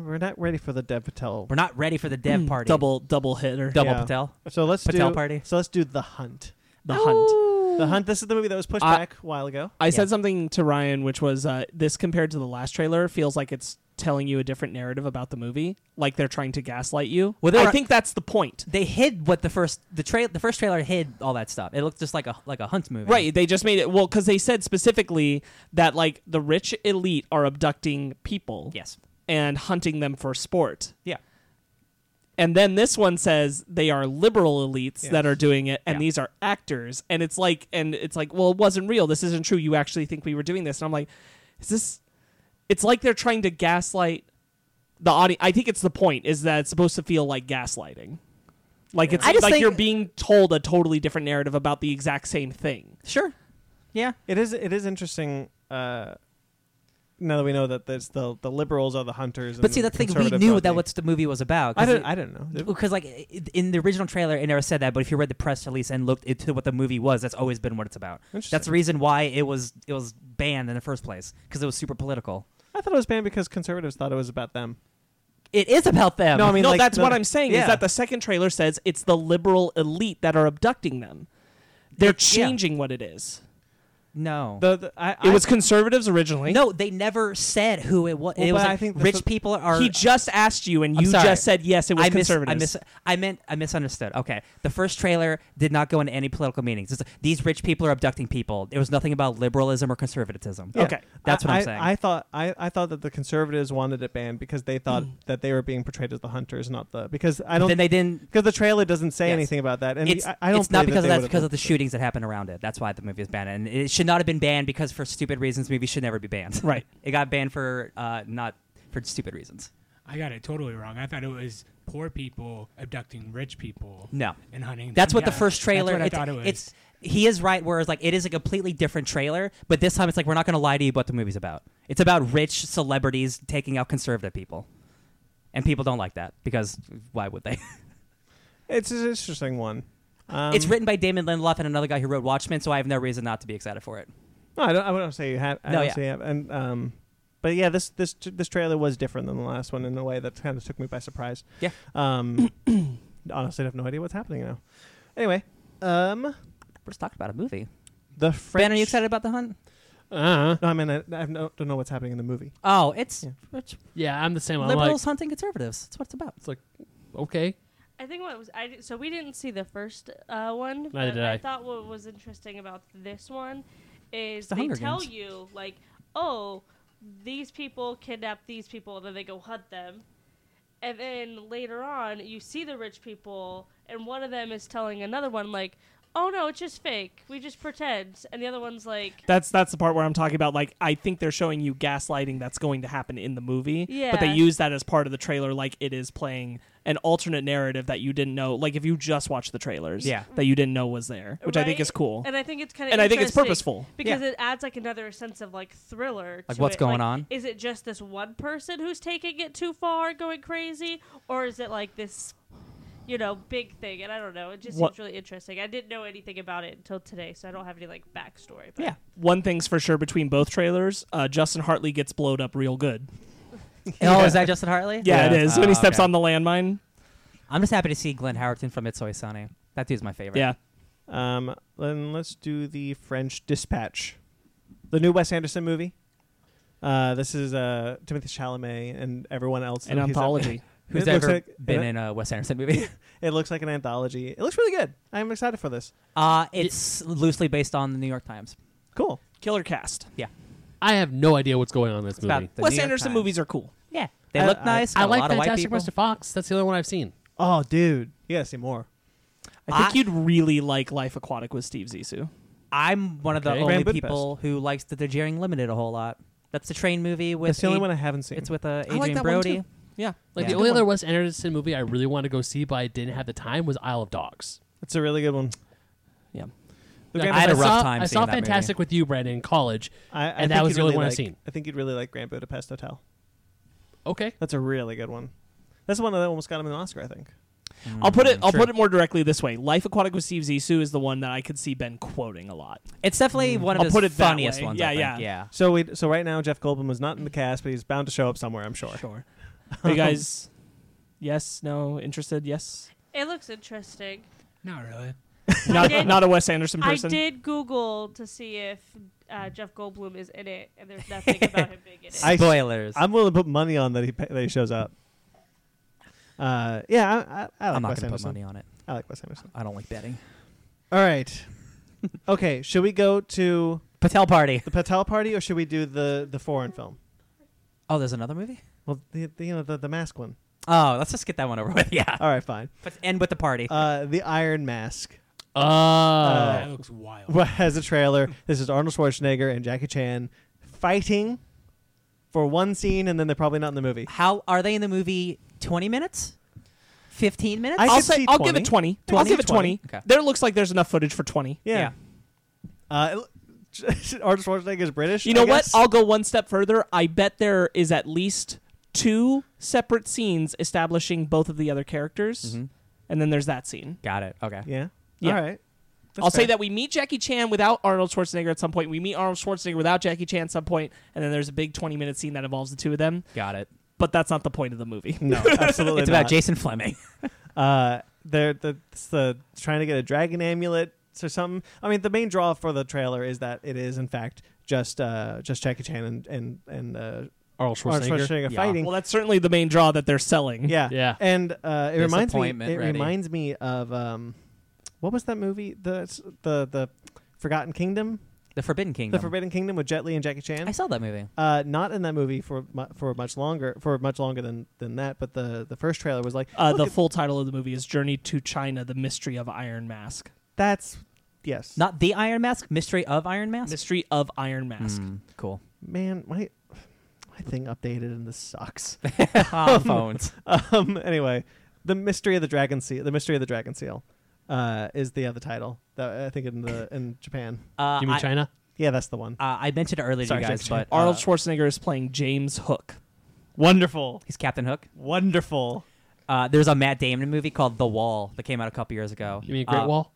A: we're not ready for the Dev Patel.
B: We're not ready for the dev party.
C: Hmm. Double double hitter.
B: double
A: Yeah.
B: Patel.
A: So let's
B: Patel
A: do
B: party.
A: So let's do the Hunt.
C: The hunt.
A: The Hunt. This is the movie that was pushed
C: I-
A: back a while ago.
C: I
B: Yeah.
C: said something to Ryan, which was uh, this compared to the last trailer feels like it's telling you a different narrative about the movie. Like they're trying to gaslight you.
B: Well, there
C: I
B: are-
C: think that's the point.
B: They hid what the first the trail the first trailer hid all that stuff. It looked just like a like a hunt movie.
C: Right. They just made it well because they said specifically that like the rich elite are abducting people
B: Yes.
C: and hunting them for sport.
B: Yeah.
C: And then this one says they are liberal elites
A: Yes.
C: that are doing it, and
B: Yeah.
C: these are actors. And it's like, and it's like, well, it wasn't real. This isn't true. You actually think we were doing this? And I'm like, is this? It's like they're trying to gaslight the audience. I think it's the point is that it's supposed to feel like gaslighting. Like it's
B: I just
C: like
B: think-
C: you're being told a totally different narrative about the exact same thing.
B: Sure. Yeah.
A: It is. It is interesting. Uh, now that we know that there's the the liberals are the hunters.
B: But
A: and
B: see, that's the thing. We
A: conservative
B: knew
A: are
B: that
A: the-
B: what the movie was about.
A: I don't. I don't know. It-
B: because like i- in the original trailer, it never said that. But if you read the press release and looked into what the movie was, that's always been what it's about.
A: Interesting.
B: That's the reason why it was it was banned in the first place because it was super political.
A: I thought it was banned because conservatives thought it was about them.
B: It is about them.
A: No, I mean,
C: no,
A: like,
C: that's
A: the-
C: what I'm saying
A: yeah.
C: is that the second trailer says it's the liberal elite that are abducting them. They're
B: It- yeah.
C: changing what it is.
B: no.
A: The, the I,
C: It
A: I-
C: was conservatives originally.
B: no, they never said who it was.
A: Well,
B: it was
A: but I
B: like
A: think that's
B: rich
A: what-
B: people are.
C: he just asked you, and
B: I'm
C: you
B: sorry.
C: just said yes. It was
B: I mis- I
C: conservatives.
B: mis- I meant I misunderstood. Okay, the first trailer did not go into any political meanings. It's like, these rich people are abducting people. There was nothing about liberalism or conservatism.
A: Yeah.
C: Okay.
B: that's what
A: I,
B: I'm saying.
A: I, I thought I, I thought that the conservatives wanted it banned because they thought that they were being portrayed as the hunters, not the because I don't
B: Mm. then they didn't.
A: because the trailer doesn't say
B: Yes.
A: anything about that, and
B: it's,
A: I, I don't.
B: it's not
A: believe that
B: because of
A: they
B: that. It's
A: would've
B: because of the
A: done that.
B: shootings that happened around it. That's why the movie is banned, and it should not have been banned because for stupid reasons, movies should never be banned.
C: Right.
B: it got banned for uh, not for stupid reasons.
E: I got it totally wrong. I thought it was poor people abducting rich people.
B: No.
E: And hunting.
B: That's
E: them
B: what the
E: down.
B: first trailer.
E: That's what I
B: it's,
E: thought it was.
B: it's- he is right. Whereas like it is a completely different trailer, but this time it's like we're not going to lie to you about the movie's about. It's about rich celebrities taking out conservative people, and people don't like that because why would they?
A: It's an interesting one. Um,
B: it's written by Damon Lindelof and another guy who wrote Watchmen, so I have no reason not to be excited for it.
A: No, I don't. I wouldn't say you have. I
B: No,
A: don't
B: yeah.
A: say you have. And um, but yeah, this this this trailer was different than the last one in a way that kind of took me by surprise.
B: Yeah.
A: Um, honestly, I have no idea what's happening now. Anyway, um,
B: We just talked about a movie.
A: the French.
B: Ben, are you excited about the hunt?
F: Uh-huh.
A: No, I mean I, I have no, don't know what's happening in the movie.
B: Oh, it's
A: Yeah.
B: rich
F: Yeah, I'm the same. I'm like
B: liberals hunting conservatives. That's what it's about.
F: okay.
D: I think what was I di- so we didn't see the first uh, one. but
F: did I.
D: thought what was interesting about this one is
B: the
D: they
B: Hunger
D: tell
B: Games.
D: you like, oh, these people kidnap these people, and then they go hunt them, and then later on you see the rich people, and one of them is telling another one like, oh no, it's just fake, we just pretend, and the other one's like,
C: That's that's the part where I'm talking about. Like, I think they're showing you gaslighting that's going to happen in the movie. But they
D: Yeah.
C: use that as part of the trailer, like it is playing an alternate narrative that you didn't know. Like if you just watched the trailers,
B: Yeah.
C: that you didn't know was there, which I
D: Right?
C: think is cool.
D: and I think it's kind of
C: And I think it's purposeful.
D: because
A: Yeah.
D: it adds like another sense of like thriller.
B: Like,
D: to
B: what's
D: it.
B: going on?
D: Is it just this one person who's taking it too far, going crazy, or is it like this, you know, big thing? And I don't know. It just
C: What-
D: seems really interesting. I didn't know anything about it until today, so I don't have any like backstory. But
B: Yeah.
C: One thing's for sure between both trailers, uh, Justin Hartley gets blowed up real good.
B: Oh, is that Justin Hartley?
C: Yeah, it is when he
B: Oh,
C: steps
B: okay.
C: on the landmine.
B: I'm just happy to see Glenn Howerton from It's Always Sunny. That dude's my favorite.
C: Yeah,
A: Um, then let's do the French Dispatch, the new Wes Anderson movie. Uh, this is uh, Timothy Chalamet and everyone else.
C: An
A: that he's-
C: anthology.
B: Who's
A: It looks
B: ever
A: like-
B: been in a Wes Anderson movie?
A: It looks like an anthology. It looks really good. I'm excited for this.
B: uh, it's loosely based on the New York Times.
A: Cool.
C: Killer cast.
F: I have no idea what's going on in this
B: about
F: movie.
B: the
C: Wes
B: New York
C: Anderson
B: Times.
C: movies are cool.
B: Yeah, they
A: I-
B: look
A: I-
B: nice.
F: I
B: got a
F: like
B: lot of white
F: Fantastic
B: people.
F: Mr. Fox. That's the only one I've seen.
A: Oh, dude, you gotta see more.
C: I
B: I-
C: think you'd really like Life Aquatic with Steve Zissou.
B: I'm one of the
F: Okay.
B: only
A: Grand Budapest.
B: people who likes the Dejeering Limited a whole lot. That's the train movie with.
A: That's the only
B: Ad-
A: one I haven't seen.
B: It's with uh,
C: I
B: Adrian
C: like that one,
B: Brody.
C: too. Yeah.
F: Like
B: Yeah.
F: the only other Wes Anderson movie I really wanted to go see, but I didn't have the time was Isle of Dogs.
A: it's a really good one.
C: Yeah.
A: The
F: Like,
A: Grand
B: I had a
A: Budapest-
B: rough
F: saw,
B: time
F: I saw
B: seeing that movie.
F: Fantastic with you, Brandon, in college.
A: I, I
F: and that
A: think
F: was
A: you'd
F: the only
A: really
F: one I've
A: like-
F: seen.
A: I think you'd really like Grand Budapest Hotel.
F: Okay,
A: That's a really good one. That's the one that almost got him an Oscar, I think.
B: Mm.
C: I'll put it. I'll
B: Sure.
C: put it more directly this way. Life Aquatic with Steve Zissou is the one that I could see Ben quoting a lot.
B: It's definitely one of
C: Mm. I'll
B: his
C: put it that
B: funniest
C: way.
B: ones.
C: Yeah,
B: I think.
C: yeah.
B: yeah.
A: So we so right now Jeff Goldblum is not in the cast, but he's bound to show up somewhere, I'm sure.
C: Sure. Are you guys? Yes. No. Interested? Yes.
D: It looks interesting.
E: Not really.
C: Not
D: did-
C: not a Wes Anderson person.
D: I did Google to see if uh, Jeff Goldblum is in it, and there's nothing about him being in it.
A: I-
B: Spoilers.
A: I'm willing to put money on that he pa- that he shows up. Uh, yeah, I, I, I like
B: I'm
A: Wes
B: not going to put
A: Anderson.
B: money on it.
A: I like Wes Anderson.
B: I don't like betting.
A: All right. okay, should we go to
B: Patel Party.
A: the Patel party or should we do the the foreign film?
B: Oh, there's another movie.
A: Well, the, the you know the, the mask one.
B: Oh, let's just get that one over with. Yeah.
A: All right, fine.
B: Let's end with the party.
A: Uh, the Iron Mask
F: uh,
C: Oh.
E: that looks wild.
A: has a trailer. This is Arnold Schwarzenegger and Jackie Chan fighting for one scene, and then they're probably not in the movie.
B: How are they in the movie? Twenty minutes? Fifteen minutes?
A: I
C: I'll
A: could
C: say.
A: see
C: I'll give it 20. I'll
B: 20?
C: give it 20.
B: Okay.
C: There looks like there's enough footage for 20.
A: Yeah. Uh, it l- Arnold Schwarzenegger is British.
C: You know
A: I
C: what?
A: guess?
C: I'll go one step further. I bet there is at least two separate scenes establishing both of the other characters,
A: Mm-hmm.
B: Mhm.
C: and then there's that scene.
B: Got it. Okay.
A: yeah.
C: Yeah.
A: All right. That's
C: I'll say
A: fair.
C: that we meet Jackie Chan without Arnold Schwarzenegger at some point. We meet Arnold Schwarzenegger without Jackie Chan at some point, and then there's a big 20 minute scene that involves the two of them.
B: Got it.
C: But that's not the point of the movie.
A: No, absolutely.
B: It's
A: not.
B: about Jason Fleming.
A: Uh, they're the, it's the trying to get a dragon amulet or something. I mean, the main draw for the trailer is that it is in fact just uh just Jackie Chan and and and uh,
F: Arnold Schwarzenegger.
A: Arnold Schwarzenegger
B: Yeah.
A: fighting.
C: Well, that's certainly the main draw that they're selling.
A: yeah.
F: Yeah.
A: And uh, it reminds me.
B: Disappointment
A: It
B: ready.
A: reminds me of um, what was that movie? The the the Forgotten Kingdom,
B: The Forbidden Kingdom.
A: the Forbidden Kingdom with Jet Li and Jackie Chan.
B: I saw that movie.
A: uh, not in that movie for mu- for much longer for much longer than than that. But the the first trailer was like
C: Uh,
A: look
C: the
A: at-
C: full title of the movie is Journey to China: The Mystery of Iron Mask.
A: that's yes.
B: Not the Iron Mask. Mystery of Iron Mask.
C: Mystery of Iron Mask.
A: Hmm.
B: Mm, cool.
A: man, my my thing updated and this sucks.
B: On phones.
A: um, anyway, the mystery of the dragon seal, the mystery of the dragon seal, uh, is the other title that I think in the in Japan.
B: Uh,
F: you mean
B: I,
F: China?
A: Yeah, that's the one.
B: uh, I mentioned it earlier
A: Sorry,
B: to you guys,
A: James.
B: but uh,
C: Arnold Schwarzenegger is playing James Hook.
A: Wonderful,
B: he's Captain Hook.
A: wonderful.
B: Uh, there's a Matt Damon movie called The Wall that came out a couple years ago.
F: You mean Great
B: Uh,
F: Wall?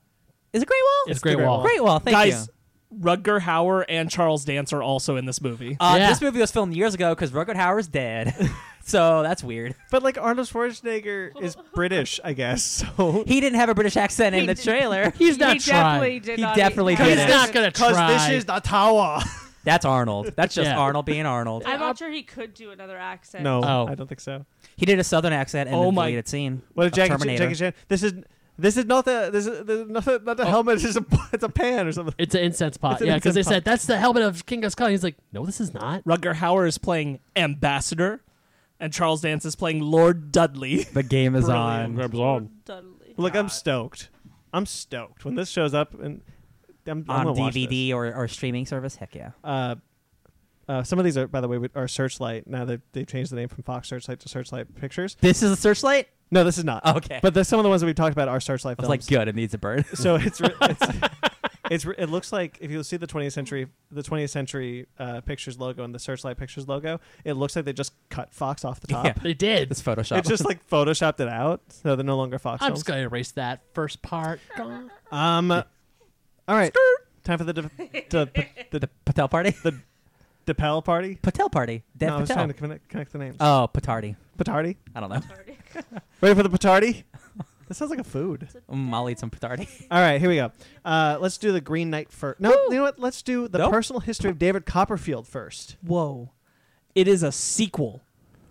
B: Is it Great Wall?
F: It's Great Wall.
B: Great Wall. Thank
C: Guys,
B: you.
C: Rudger Hauer and Charles Dance are also in this movie.
B: Uh,
F: Yeah.
B: This movie was filmed years ago because Rutger Hauer's dead, so that's weird.
A: But like Arnold Schwarzenegger is British, I guess. So
B: He didn't have a British accent in the trailer.
F: He's not
D: he
F: trying.
D: definitely did
B: He
D: not.
B: definitely
D: have
B: did
D: an
B: it.
F: He's not
D: accent.
F: gonna try.
A: the tower.
B: That's Arnold. That's just
F: Yeah.
B: Arnold being Arnold.
D: I'm not sure he could do another accent.
A: No,
F: Oh.
A: I don't think so.
B: He did a Southern accent in
C: Oh
B: the
C: my-
B: deleted scene.
A: What if
B: of
A: Jackie Chan,
B: Terminator.
A: Jackie Chan? This is this is not a this is, this is not a,
B: Oh.
A: not a helmet. It's just a it's a pan or something.
F: It's an incense pot.
A: an
F: yeah, because they
A: incense
F: said that's the helmet of King Gascon. He's like, no, this is not.
C: Rutger Hauer is playing Ambassador, and Charles Dance is playing Lord Dudley.
B: The game is on.
D: Dudley.
A: Um, Look, I'm stoked. I'm stoked when this shows up and I'm, I'm
B: on
A: gonna watch this.
B: DVD or, or streaming service. Heck yeah.
A: uh, uh, some of these are, by the way, with- are Searchlight. Now they they changed the name from Fox Searchlight to Searchlight Pictures.
B: This is a searchlight?
A: No, this is not.
B: Okay.
A: But the, some of the ones that we've talked about are Searchlight
B: I was
A: films.
B: like, good, it needs a bird.
A: so it's re- it's, it's re- it looks like if you see the 20th century the 20th century uh, Pictures logo and the Searchlight Pictures logo, it looks like they just cut Fox off the top.
B: Yeah.
F: They did.
B: It's Photoshop.
A: It's just like photoshopped it out, so they're no longer Fox.
F: I'm
A: films.
F: just gonna erase that first part. Gone.
A: Um, all right. Time for the de- de- the
B: the Patel party?
A: Depel party.
B: Patel party. Dev
A: no, I was
B: Patel. Uh,
A: trying to connect, connect the names.
B: Oh, Patardi.
A: Patardi.
B: I don't know.
D: Sorry.
A: Ready for the Patardi? This sounds like a food.
B: Mm, I'll eat some petardi.
A: All right, here we go. Uh, let's do the Green Knight first. No, you know what? Let's do the
B: Nope.
A: personal history of David Copperfield first.
C: Whoa. It is a sequel.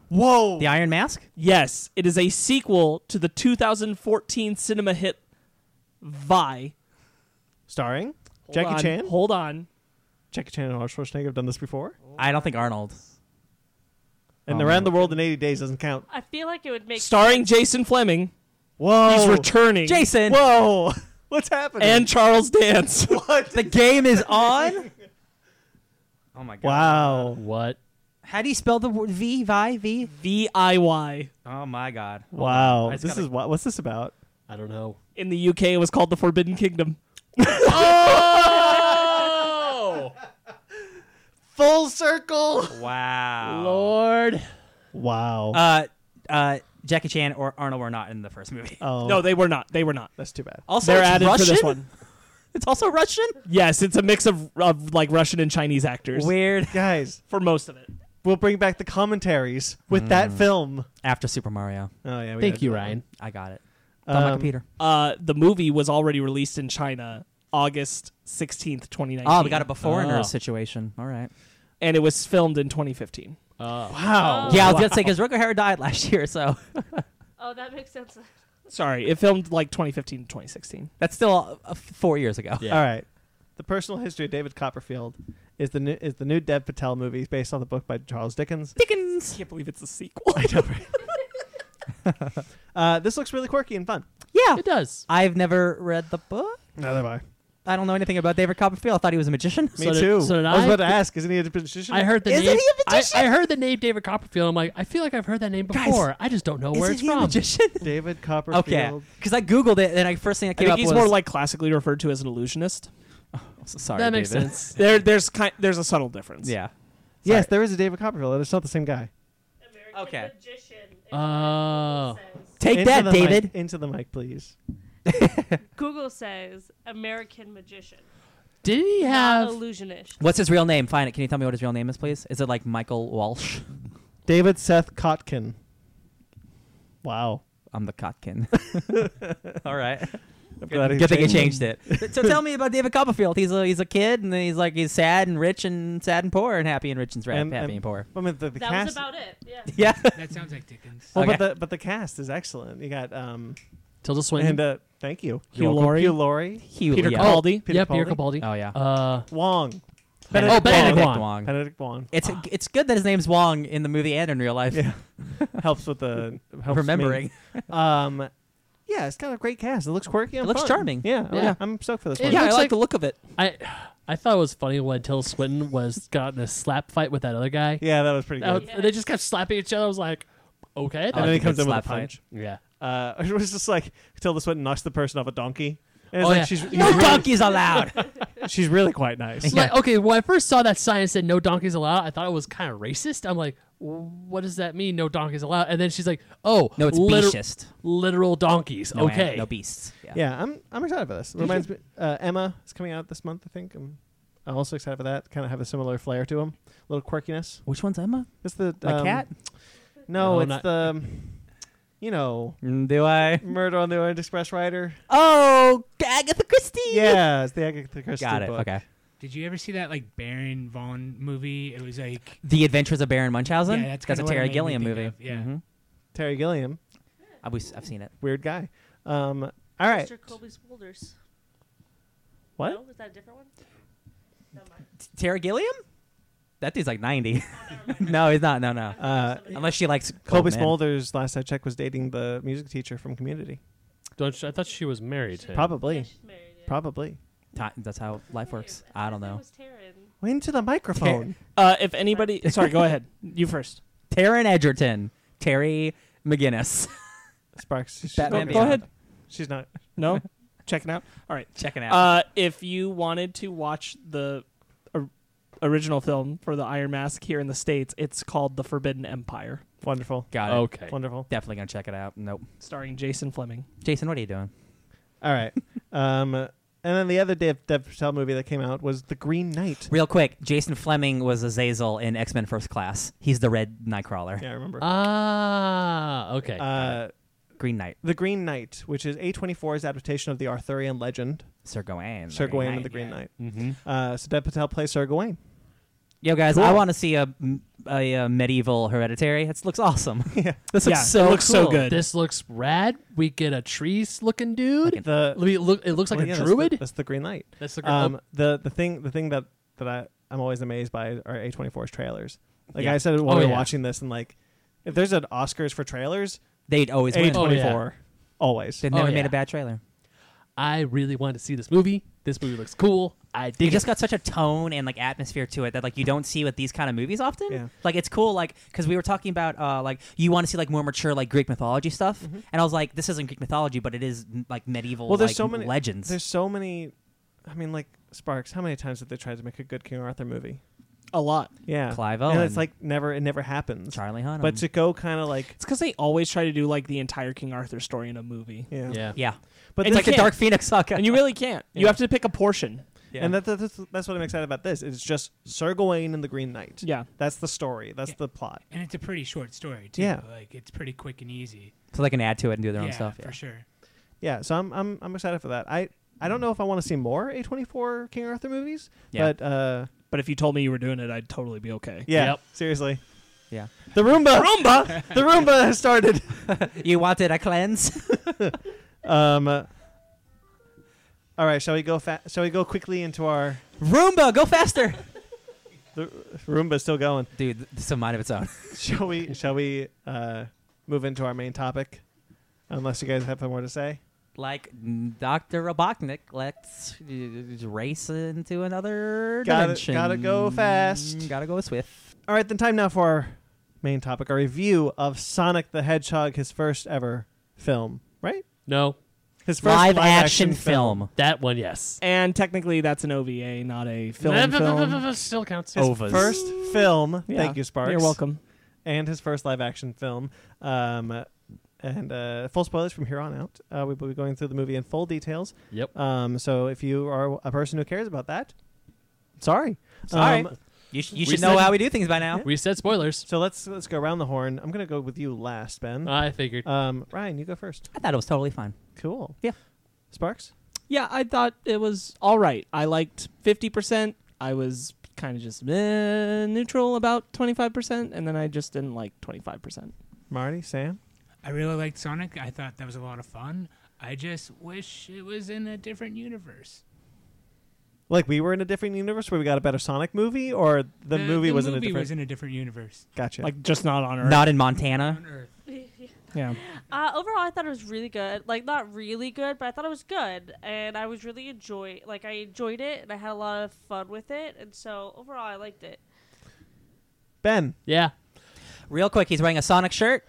A: Whoa!
B: The Iron Mask.
C: Yes, it is a sequel to the 2014 cinema hit Vi.
A: Starring
C: Hold
A: Jackie
C: on,
A: Chan.
C: Hold on.
A: Jackie Chan and Arnold Schwarzenegger have done this before.
B: I don't think Arnold.
A: And
B: Oh,
A: Around
B: man.
A: the World in 80 Days doesn't count.
D: I feel like it would make
C: Starring Jason Fleming.
A: Whoa!
C: He's returning.
B: Jason,
A: Whoa! What's happening?
C: And Charles Dance.
A: what?
B: the game is on. Oh my god!
A: Wow!
F: What?
B: How do you spell the word V? Vi? V?
C: V I Y.
B: Oh my god!
A: Wow!
B: I just
A: This
B: gotta-
A: is what? What's this about?
F: I don't know.
C: In the UK, it was called The Forbidden Kingdom.
F: Oh,
A: Full circle.
B: Wow.
F: Lord.
A: Wow.
B: Uh, uh, Jackie Chan or Arnold were not in the first movie.
A: oh,
C: No, they were not. They were not.
A: that's too bad.
B: Also,
C: They're
B: it's
C: added
B: Russian?
C: to this one.
B: It's also Russian.
C: Yes, it's a mix of, of like Russian and Chinese actors
B: Weird.
A: Guys,
C: for most of it.
A: we'll bring back the commentaries with that film.
B: After Super Mario,
A: Hmm. Oh yeah. we gotta
F: Thank
A: do
F: you,
A: that
F: Ryan.
B: I got it.
A: one.
B: It's on my
A: Um,
B: computer.
C: Uh, the movie was already released in China August 16th, 2019.
B: Oh, we got a before and
F: Oh.
B: a situation. All right.
C: And it was filmed in 2015.
F: Oh.
A: Wow.
D: Oh.
B: yeah, I was gonna say because Rutger Hauer died last year, so
D: Oh, that makes sense.
C: Sorry, it filmed like 2015 to 2016.
B: that's still uh, f- four years ago.
F: Yeah.
A: All right. The personal history of David Copperfield is the new, is the new Dev Patel movie based on the book by Charles Dickens.
C: Dickens. Can't believe it's a sequel. I know.
A: Uh, this looks really quirky and fun.
B: Yeah.
F: It does.
B: I've never read the book.
A: Neither I.
B: I don't know anything about David Copperfield. I thought he was a magician.
A: Me
F: So did-
A: too.
F: so did
A: I was
F: I.
A: about to ask, isn't he a magician?
F: I heard the
B: Isn't
F: name.
B: he a
F: I,
B: magician?
F: I heard the name David Copperfield. I'm like, I feel like I've heard that name
B: Guys,
F: before. I just don't know where
B: Isn't
F: it's
B: he a
F: from.
B: magician?
A: David Copperfield.
B: okay. Because I googled it, and I first thing that
C: I
B: came
C: think
B: up
C: he's
B: was
C: more like classically referred to as an illusionist.
B: sorry.
F: that makes
B: David.
F: sense.
C: There, there's kind, there's a subtle difference.
B: Yeah.
A: Yes, there is a David Copperfield, and it's not the same guy.
D: American
B: Okay.
D: magician.
F: Oh.
B: Take
A: Into
B: that,
A: the
B: David.
A: mic- into the mic, please.
D: Google says American magician,
F: Did he
D: not
F: have?
D: illusionist.
B: What's his real name? Find it. Can you tell me what his real name is, please? Is it like Michael Walsh?
A: David Seth Kotkin. Wow.
B: I'm the Kotkin. All right.
A: I'm glad he
B: Good thing he
A: changed
B: changed it. so tell me about David Copperfield. He's a he's a kid, and then he's like he's sad and rich and sad and poor and happy and rich and sad,
A: And-
B: happy
A: and-
B: and poor.
A: I mean, the, the
D: that
A: cast.
D: was about it. Yeah.
B: Yeah.
E: That sounds like Dickens.
A: well,
B: Okay.
A: but the but the cast is excellent. You got um
F: Tilda Swinton.
A: and uh, thank you,
C: Hugh Laurie.
A: Hugh Laurie,
B: Hugh-
C: Peter
B: yeah.
C: Capaldi.
A: Peter
F: yeah, Peter
A: Capaldi.
F: Capaldi.
B: Oh yeah.
F: Uh,
A: Wong,
F: Benedict Benedict Wong.
B: Wong.
A: Benedict Wong
B: It's it's good that his name's Wong in the movie and in real life.
A: Yeah. helps with the helps me.
B: Remembering.
A: Um, yeah, it's got a great cast. It looks quirky. And
B: It looks
A: fun.
B: charming.
A: Yeah, oh,
F: Yeah.
A: yeah. I'm stoked for this
F: It
A: one.
C: Yeah, I
F: looks
C: like,
F: like-
C: the look of it.
F: I I thought it was funny when Tilda Swinton was got in a slap fight with that other guy.
A: Yeah, that was pretty
F: That
A: good.
F: was-
D: Yeah.
F: They just kept slapping each other. I was like, okay.
A: and
B: I
A: then
B: like
A: he
B: a
A: comes
B: good
A: in with a
B: slap fight.
A: punch.
F: yeah.
A: Uh, it was just like Tilda Swinton knocks the person off a donkey. And it's
F: Oh,
A: like
F: yeah.
A: she's he's
B: No
A: really,
B: donkeys allowed.
A: she's really quite nice.
F: It's like, okay, when I first saw that sign that said no donkeys allowed, I thought it was kind of racist. I'm like, what does that mean, no donkeys allowed? And then she's like, oh,
B: No, it's
F: liter-
B: beastiest.
F: literal donkeys.
B: No,
F: okay.
B: an- no beasts. Yeah.
A: Yeah, I'm I'm excited for this. Reminds me, uh, Emma is coming out this month. I think I'm, I'm also excited for that. Kind of have a similar flair to him, a little quirkiness.
B: Which one's Emma?
A: It's the
B: My
A: um,
B: cat?
A: No,
F: No,
A: it's
F: not-
A: the, um, you know,
B: do I?
A: Murder on the Orient Express Rider.
B: Oh, Agatha Christie.
A: Yeah, it's the Agatha Christie
B: Got it.
A: book.
B: Okay.
E: Did you ever see that like Baron Vaughn movie? It was like
B: The Adventures of Baron Munchausen.
E: Yeah, that's
B: that's
E: kinda
B: a
E: what it
B: Terry
E: made me
B: Gilliam
E: think
B: movie.
E: of, yeah.
B: Mhm.
A: Terry Gilliam,
B: I've, we- I've seen it.
A: weird guy. Um, all right,
D: Mr. Colby Smulders.
A: What?
D: No? Is that a different one? Never mind.
B: Terry Gilliam? That dude's like 90. no, he's not. No, no.
A: Uh,
B: Unless she likes
A: Colby
B: oh, man.
A: Smulders. Last I checked, was dating the music teacher from Community.
F: Don't you- I thought she was married. to him.
A: Probably,
D: Yeah, she's married, yeah.
A: probably.
B: Ti- That's how life works.
D: Damn,
B: I
D: thought
B: don't
D: that
B: know.
D: was Taryn.
A: Into the microphone.
C: Uh, if anybody, sorry, go ahead. You first.
B: Taryn Edgerton. Terry McGinnis.
A: Sparks. she's not
B: Batman Beyond.
A: gonna- She's not.
C: No, checking out. All right.
B: Checking out.
C: Uh, if you wanted to watch the or- original film for the Iron Mask here in the states, it's called The Forbidden Empire,
A: Wonderful.
B: Got it.
F: Okay.
A: Wonderful.
B: Definitely going to check it out. Nope.
C: starring Jason Fleming.
B: Jason, what are you doing?
A: All right. Um, and then the other Dev, Dev Patel movie that came out was The Green Knight.
B: Real quick, Jason Fleming was Azazel in X Uh, Men First Class. He's the red Nightcrawler.
A: Yeah, I remember.
F: Ah, okay.
A: Uh,
B: Green Knight,
A: The Green Knight, which is A24's adaptation of the Arthurian legend,
B: Sir Gawain.
A: Sir Gawain and the Green Knight.
B: Mm-hmm.
A: Uh, so Dev Patel plays Sir Gawain.
B: Yo, guys, I
A: Cool.
B: want to see a, a, uh medieval hereditary. That looks awesome.
A: yeah.
F: This looks
C: Yeah,
F: so
C: it looks so
F: cool.
C: good.
F: This looks rad. We get a trees looking dude.
B: Looking-
A: The
F: Let me look. It looks like
A: well,
F: a
A: yeah, that's the-
F: druid.
A: That's the, Green Light.
F: That's the,
A: Um, the the thing the thing that that I I'm always amazed by are A24's trailers. Like
B: Yeah.
A: I said while
F: Oh,
A: we were
F: yeah.
A: watching this, and like if there's an Oscars for trailers,
B: They'd always win.
A: A24 always.
B: They've never
F: Oh,
B: made
F: yeah.
B: a bad trailer.
F: I really wanted to see this movie. This movie looks cool. I
B: They
F: dig
B: just
F: it.
B: got such a tone and like atmosphere to it that like you don't see with these kind of movies often.
A: Yeah.
B: Like it's cool, like because we were talking about uh like you want to see like more mature like Greek mythology stuff, and I was like, this isn't Greek mythology, but it is m- like medieval.
A: Mm-hmm. Well, there's
B: like,
A: so many-
B: legends.
A: There's so many. I mean, like Sparks. How many times have they tried to make a good King Arthur movie?
C: a lot.
A: Yeah,
B: Clive
A: and
B: Owen.
A: it's like never. It never happens.
B: Charlie Hunnam.
A: But to go kind of like
C: It's because they always try to do like the entire King Arthur story in a movie,
A: yeah,
F: yeah.
B: yeah,
A: But
B: it's
A: this-
B: like the Dark Phoenix saga.
C: and you really can't. You
A: Yeah.
C: have to pick a portion.
B: Yeah.
A: And that, that- that's, that's what I'm excited about this. It's just Sir Gawain and the Green Knight.
C: Yeah,
A: That's the story. That's the plot.
E: And it's a pretty short story too.
A: Yeah.
E: Like it's pretty quick and easy.
B: so they can add to it and do their
E: yeah,
B: own stuff. Yeah.
E: for sure.
A: Yeah, so I'm I'm, I'm excited for that. I, I don't know if I want to see more A24 King Arthur movies,
B: Yeah.
A: but uh,
C: but if you told me you were doing it, I'd totally be okay.
A: yeah,
F: Yep.
A: seriously.
B: Yeah.
A: The Roomba! Roomba! the Roomba has started.
B: You wanted a cleanse?
A: Um, uh, all right, shall we go fa- shall we go quickly into our
B: Roomba, go faster,
A: the Roomba's still going.
B: dude. th- This is a mind of its own.
A: Shall we shall we uh, move into our main topic? Unless you guys have more to say.
B: Like Doctor Robotnik, let's uh, race into another
A: Gotta-
B: dimension.
A: gotta go fast.
B: Gotta go swift.
A: All right, then time now for our main topic, our review of Sonic the Hedgehog, his first ever film, right?
F: No,
A: His first
B: Live, action, film.
F: that one. Yes.
C: And technically, that's an OVA, not a film. film.
F: Still counts.
A: His first film.
C: Yeah.
A: Thank you, Sparks.
C: You're welcome.
A: And his first live action film. Um, and uh, full spoilers from here on out. Uh, we will be going through the movie in full details.
F: Yep.
A: Um, so if you are a person who cares about that, sorry.
B: Sorry.
A: Um,
B: You, sh- you
F: We
B: should know
F: said-
B: how we do things by now.
F: We said spoilers.
A: so let's let's go around the horn. I'm gonna go with you last, Ben.
C: Mm-hmm. Uh.
F: I figured.
A: um, Ryan, you go first.
B: I thought it was totally fine.
A: Cool.
B: Yeah.
A: Sparks.
C: Yeah, I thought it was all right. I liked 50%. I was kind of just meh, neutral about 25%, and then I just didn't like 25%.
A: Marty. Sam.
E: I really liked Sonic. I thought that was a lot of fun. I just wish it was in a different universe.
A: Like we were in a different universe where we got a better Sonic movie, or the, movie was in a different.
E: Uh, was in a different universe
A: gotcha.
C: Like, just not on Earth.
B: Not in Montana.
E: on Earth.
C: yeah.
D: Uh, overall, I thought it was really good. Like, not really good, but I thought it was good, and I was really enjoy. Like, I enjoyed it, and I had a lot of fun with it, and so overall, I liked it.
A: ben,
F: yeah.
B: Real quick, he's wearing a Sonic shirt,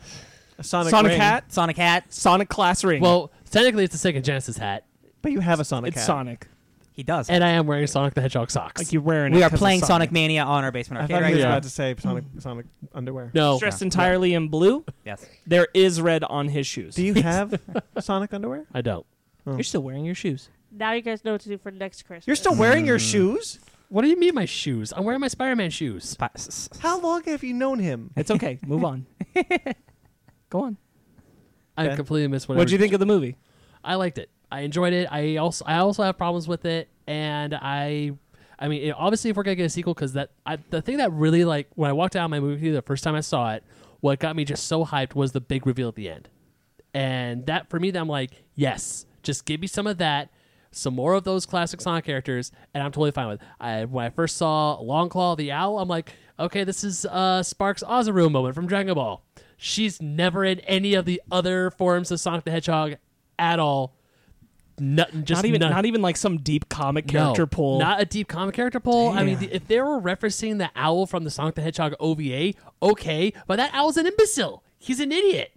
A: a Sonic,
C: Sonic
A: ring.
C: hat?
B: Sonic hat.
C: Sonic class ring.
F: Well, technically, it's the second Genesis hat,
A: but you have a Sonic
C: it's
A: hat.
C: Sonic.
B: He does.
F: and I am wearing Sonic the Hedgehog socks.
C: Like, you're wearing it.
B: we are
C: 'cause of
B: playing Sonic.
C: Sonic.
B: Mania on our basement
A: I
B: arcade
A: thought
B: right
A: he was
F: Yeah.
B: now.
A: about to say Sonic Sonic underwear.
F: no.
B: Oh.
C: Dressed entirely in blue,
B: Yes.
C: there is red on his shoes.
A: Do you have Sonic underwear?
F: I don't.
C: You're still wearing your shoes.
D: Now you guys know what to do for next Christmas.
A: You're still wearing your shoes.
F: What do you mean my shoes? I'm wearing my Spider-Man shoes.
B: Pa- s- s- s-
A: How long have you known him?
C: It's okay. Move on. Go on.
F: I
A: Ben?
F: completely missed what.
C: What'd you think of the movie?
F: I liked it. I enjoyed it. I also I also have problems with it, and I, I mean, it- obviously, if we're gonna get a sequel, because that I, the thing that really like when I walked out of my movie theater the first time I saw it, what got me just so hyped was the big reveal at the end, and that for me, I'm like, yes, just give me some of that. Some more of those classic Sonic characters, and I'm totally fine with. It. I when I first saw Longclaw the Owl, I'm like, okay, this is uh, Sparks Ozaru moment from Dragon Ball. She's never in any of the other forms of Sonic the Hedgehog at all. Nothing, just
C: not even
F: none-
C: not even like some deep comic
F: no,
C: character pull.
F: Not a deep comic character pull. I mean, the, if they were referencing the owl from the Sonic the Hedgehog OVA, okay, but that owl's an imbecile. He's an idiot.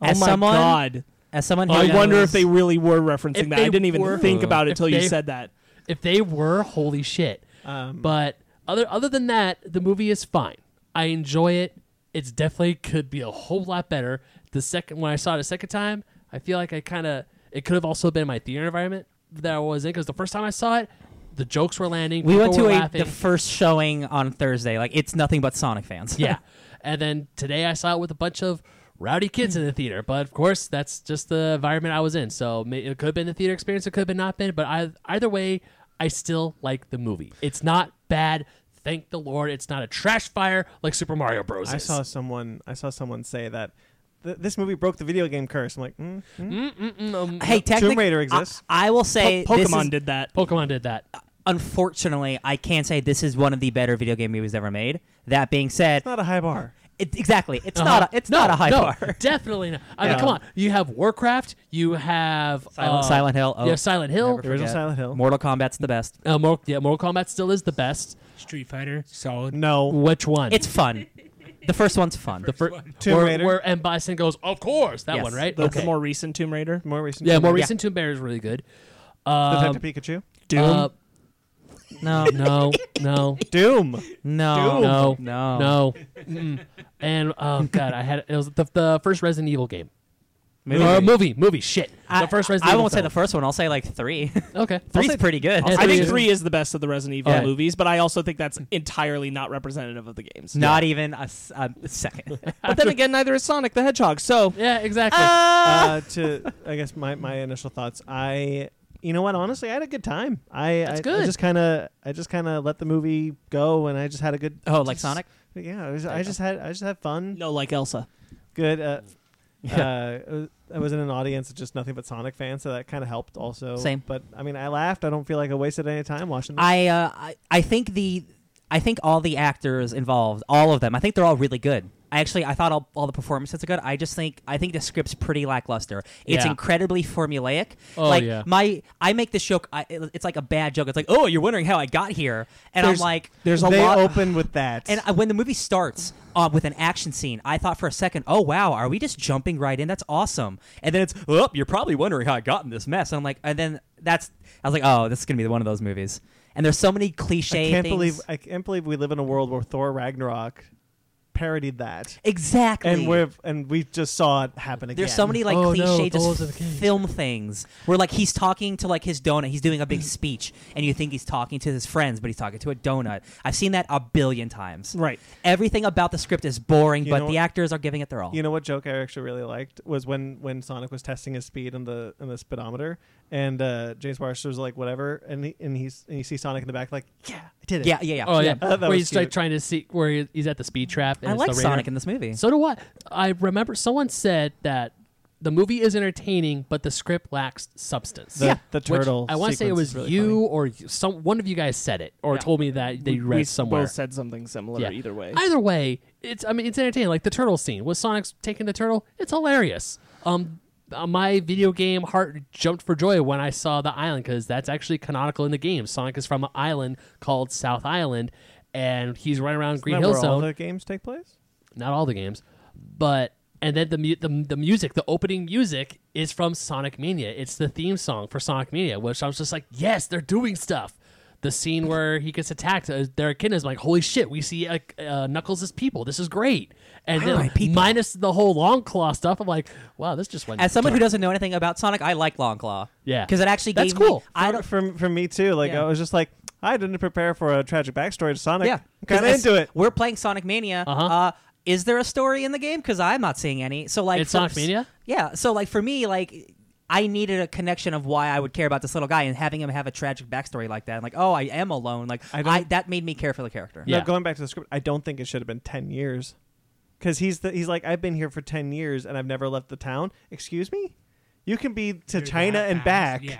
C: oh
B: As
C: my
B: someone-
C: god.
B: As someone who
C: I wonder if
B: knows-
C: they really were referencing
F: If
C: that.
F: they
C: I didn't even
F: were-
C: think about it
F: if
C: till you
F: they-
C: said that.
F: If they were, holy shit.
A: Um,
F: But other other than that, the movie is fine. I enjoy it. It's definitely could be a whole lot better. The second when I saw it a second time, I feel like I kind of it could have also been my theater environment that I was in because the first time I saw it, the jokes were landing.
B: we
F: people
B: went to
F: were
B: a,
F: laughing.
B: the first showing on Thursday. Like it's nothing but Sonic fans.
F: yeah. And then today I saw it with a bunch of rowdy kids in the theater. But of course, that's just the environment I was in. So may- it could have been the theater experience, it could have been not been. But I, either way, I still like the movie. It's not bad. Thank the Lord, it's not a trash fire like Super Mario Bros.
A: I
F: is.
A: saw someone. I saw someone say that th- this movie broke the video game curse. I'm like, mm, mm.
F: Mm-mm, um,
B: Hey, technically,
A: Raider exists.
B: I, I will say
C: Po-
B: this
C: Pokemon
B: is-
C: did that.
F: Pokemon did that.
B: unfortunately, I can't say this is one of the better video game movies ever made. That being said,
A: not a high bar.
B: it, exactly, it's
F: Uh-huh.
B: not a, it's
F: No,
B: not a high
F: no,
B: bar.
F: Definitely not. I mean,
A: Yeah.
F: come on. You have Warcraft. You have
B: Silent,
F: uh,
B: Silent Hill. Oh,
F: you have Silent Hill.
B: never
A: The original
B: forget. Mm.
A: Silent Hill.
B: Mortal Kombat's the best.
F: Uh, Mortal, yeah, Mortal Kombat still is the best.
E: Street Fighter, solid.
A: No,
F: Which one?
B: It's fun. The first one's fun.
F: the first.
E: one.
A: Tomb
F: where,
A: Raider.
F: where M Bison goes, of course, that
B: Yes.
F: one, right?
C: The, the more recent Tomb Raider.
A: more recent.
F: yeah,
A: Tomb
F: more
A: Raider.
F: recent Tomb Raider is really good. Um,
A: Detective Pikachu.
C: Doom.
F: uh,
B: no,
F: no, no,
A: Doom.
B: no,
F: No.
B: no,
F: no. Mm-mm. And oh god, I had it was the, the first Resident Evil game.
B: Movie.
F: Or movie, movie, shit.
B: I,
F: the first
B: I-
F: Resident
B: I
F: Evil
B: won't say
F: film.
B: the first one. I'll say like three.
F: Okay.
B: Three's pretty good.
F: I'll say
C: I
F: three
C: think
F: is-
C: three is the best of the Resident Evil
F: Yeah.
C: movies, but I also think that's entirely not representative of the games.
B: Not even a, s- a second.
C: But then again, neither is Sonic the Hedgehog. So
F: Yeah, exactly.
B: Ah,
A: uh, to I guess my, my initial thoughts. I you know what? Honestly, I had a good time. I
F: That's
A: I,
F: good.
A: I just kind of I just kind of let the movie go, and I just had a good.
B: oh, like
A: just-
B: Sonic.
A: Yeah, I, was,
B: you
A: I just had I just had fun.
C: no, like Elsa.
A: Good. Uh,
B: Yeah.
A: uh, I was in an audience of just nothing but Sonic fans, so that kind of helped also.
B: Same.
A: But I mean, I laughed. I don't feel like I wasted any time watching. This.
B: I, uh, I I think the I think all the actors involved, all of them, I think they're all really good. I actually I thought all, all the performances are good. I just think I think the script's pretty lackluster. It's
F: Yeah.
B: incredibly formulaic.
F: Oh,
B: like
F: yeah.
B: my I make this joke. I, it- it's like a bad joke. It's like oh you're wondering how I got here, and
C: There's-
B: I'm like
C: There's a
A: they
C: lot.
A: open with that.
B: and I, when the movie starts uh, with an action scene, I thought for a second, oh, wow, are we just jumping right in? That's awesome. And then it's, oh, you're probably wondering how I got in this mess. And I'm like, and then that's, I was like, oh, this is going to be one of those movies. And there's so many cliche
A: I can't
B: things.
A: believe I can't believe we live in a world where Thor Ragnarok parodied that.
B: exactly.
A: and we've and we just saw it happen again.
B: There's so many like
F: Oh, no,
B: cliche
F: those are the
B: just
F: kids.
B: film things where like he's talking to like his donut, he's doing a big speech, and you think he's talking to his friends, but he's talking to a donut. I've seen that a billion times.
C: right.
B: Everything about the script is boring,
A: You
B: but
A: know
B: the
A: what-
B: actors are giving it their all.
A: You know what joke I actually really liked was when when Sonic was testing his speed on the on the speedometer, and uh, James Marsh was like, "Whatever," and he, and he's and you see Sonic in the back like, "Yeah, I did it."
B: yeah, yeah, yeah.
F: oh yeah,
A: that
F: where
A: was
F: he's like
A: cute.
F: trying to see where he- he's at the speed trap. And
B: I
F: it's
B: like
F: the radar.
B: Sonic in this movie.
F: So do I. I remember someone said that the movie is entertaining, but the script lacks substance.
A: The,
B: Yeah.
A: the
F: Which
A: turtle.
F: I want to say it
A: sequence
F: was
A: is really
F: you
A: funny.
F: or you- some one of you guys said it or
C: Yeah.
F: told me that they
C: we,
F: read
C: we
F: somewhere.
C: both said something similar.
F: Yeah.
C: Either way.
F: Either way, it's I mean it's entertaining. Like the turtle scene with Sonic's taking the turtle, it's hilarious. Um, uh, my video game heart jumped for joy when I saw the island because that's actually canonical in the game. Sonic is from an island called South Island, and he's running around Green
A: Isn't that
F: Hill
A: where all
F: Zone
A: the games take place.
F: not all the games, but and then the, mu- the the music, the opening music is from Sonic Mania. It's the theme song for Sonic Mania, which I was just like, yes, they're doing stuff. The scene where he gets attacked, uh, their echidna's like, holy shit, we see uh, uh, Knuckles' people. This is great. And
B: Where are my
F: then
B: people?
F: minus the whole long claw stuff, I'm like, wow, this just went.
B: As someone who
F: dark.
B: doesn't know anything about Sonic, I like Longclaw.
F: Yeah.
B: because it actually
F: That's
B: gave
F: cool.
B: Me, I
A: For,
B: don't.
A: for, for me too. Like
B: Yeah.
A: I was just like, I didn't prepare for a tragic backstory to Sonic.
B: Yeah,
A: kind
B: 'Cause
A: of
B: as-
A: into it.
B: We're playing Sonic Mania.
F: Uh-huh.
B: Uh, is there a story in the game? Because I'm not seeing any. So like,
F: It's
B: for-
F: Sonic Mania?
B: Yeah. So like for me, like I needed a connection of why I would care about this little guy and having him have a tragic backstory like that. like, oh, I am alone. Like I,
A: I don't-
B: that made me care for the character.
A: No,
F: Yeah.
A: going back to the script, I don't think it should have been ten years, because he's the, he's like I've been here for ten years and I've never left the town. Excuse me, you can be to
E: You're
A: China
E: that
A: and
E: fast.
A: back
E: Yeah.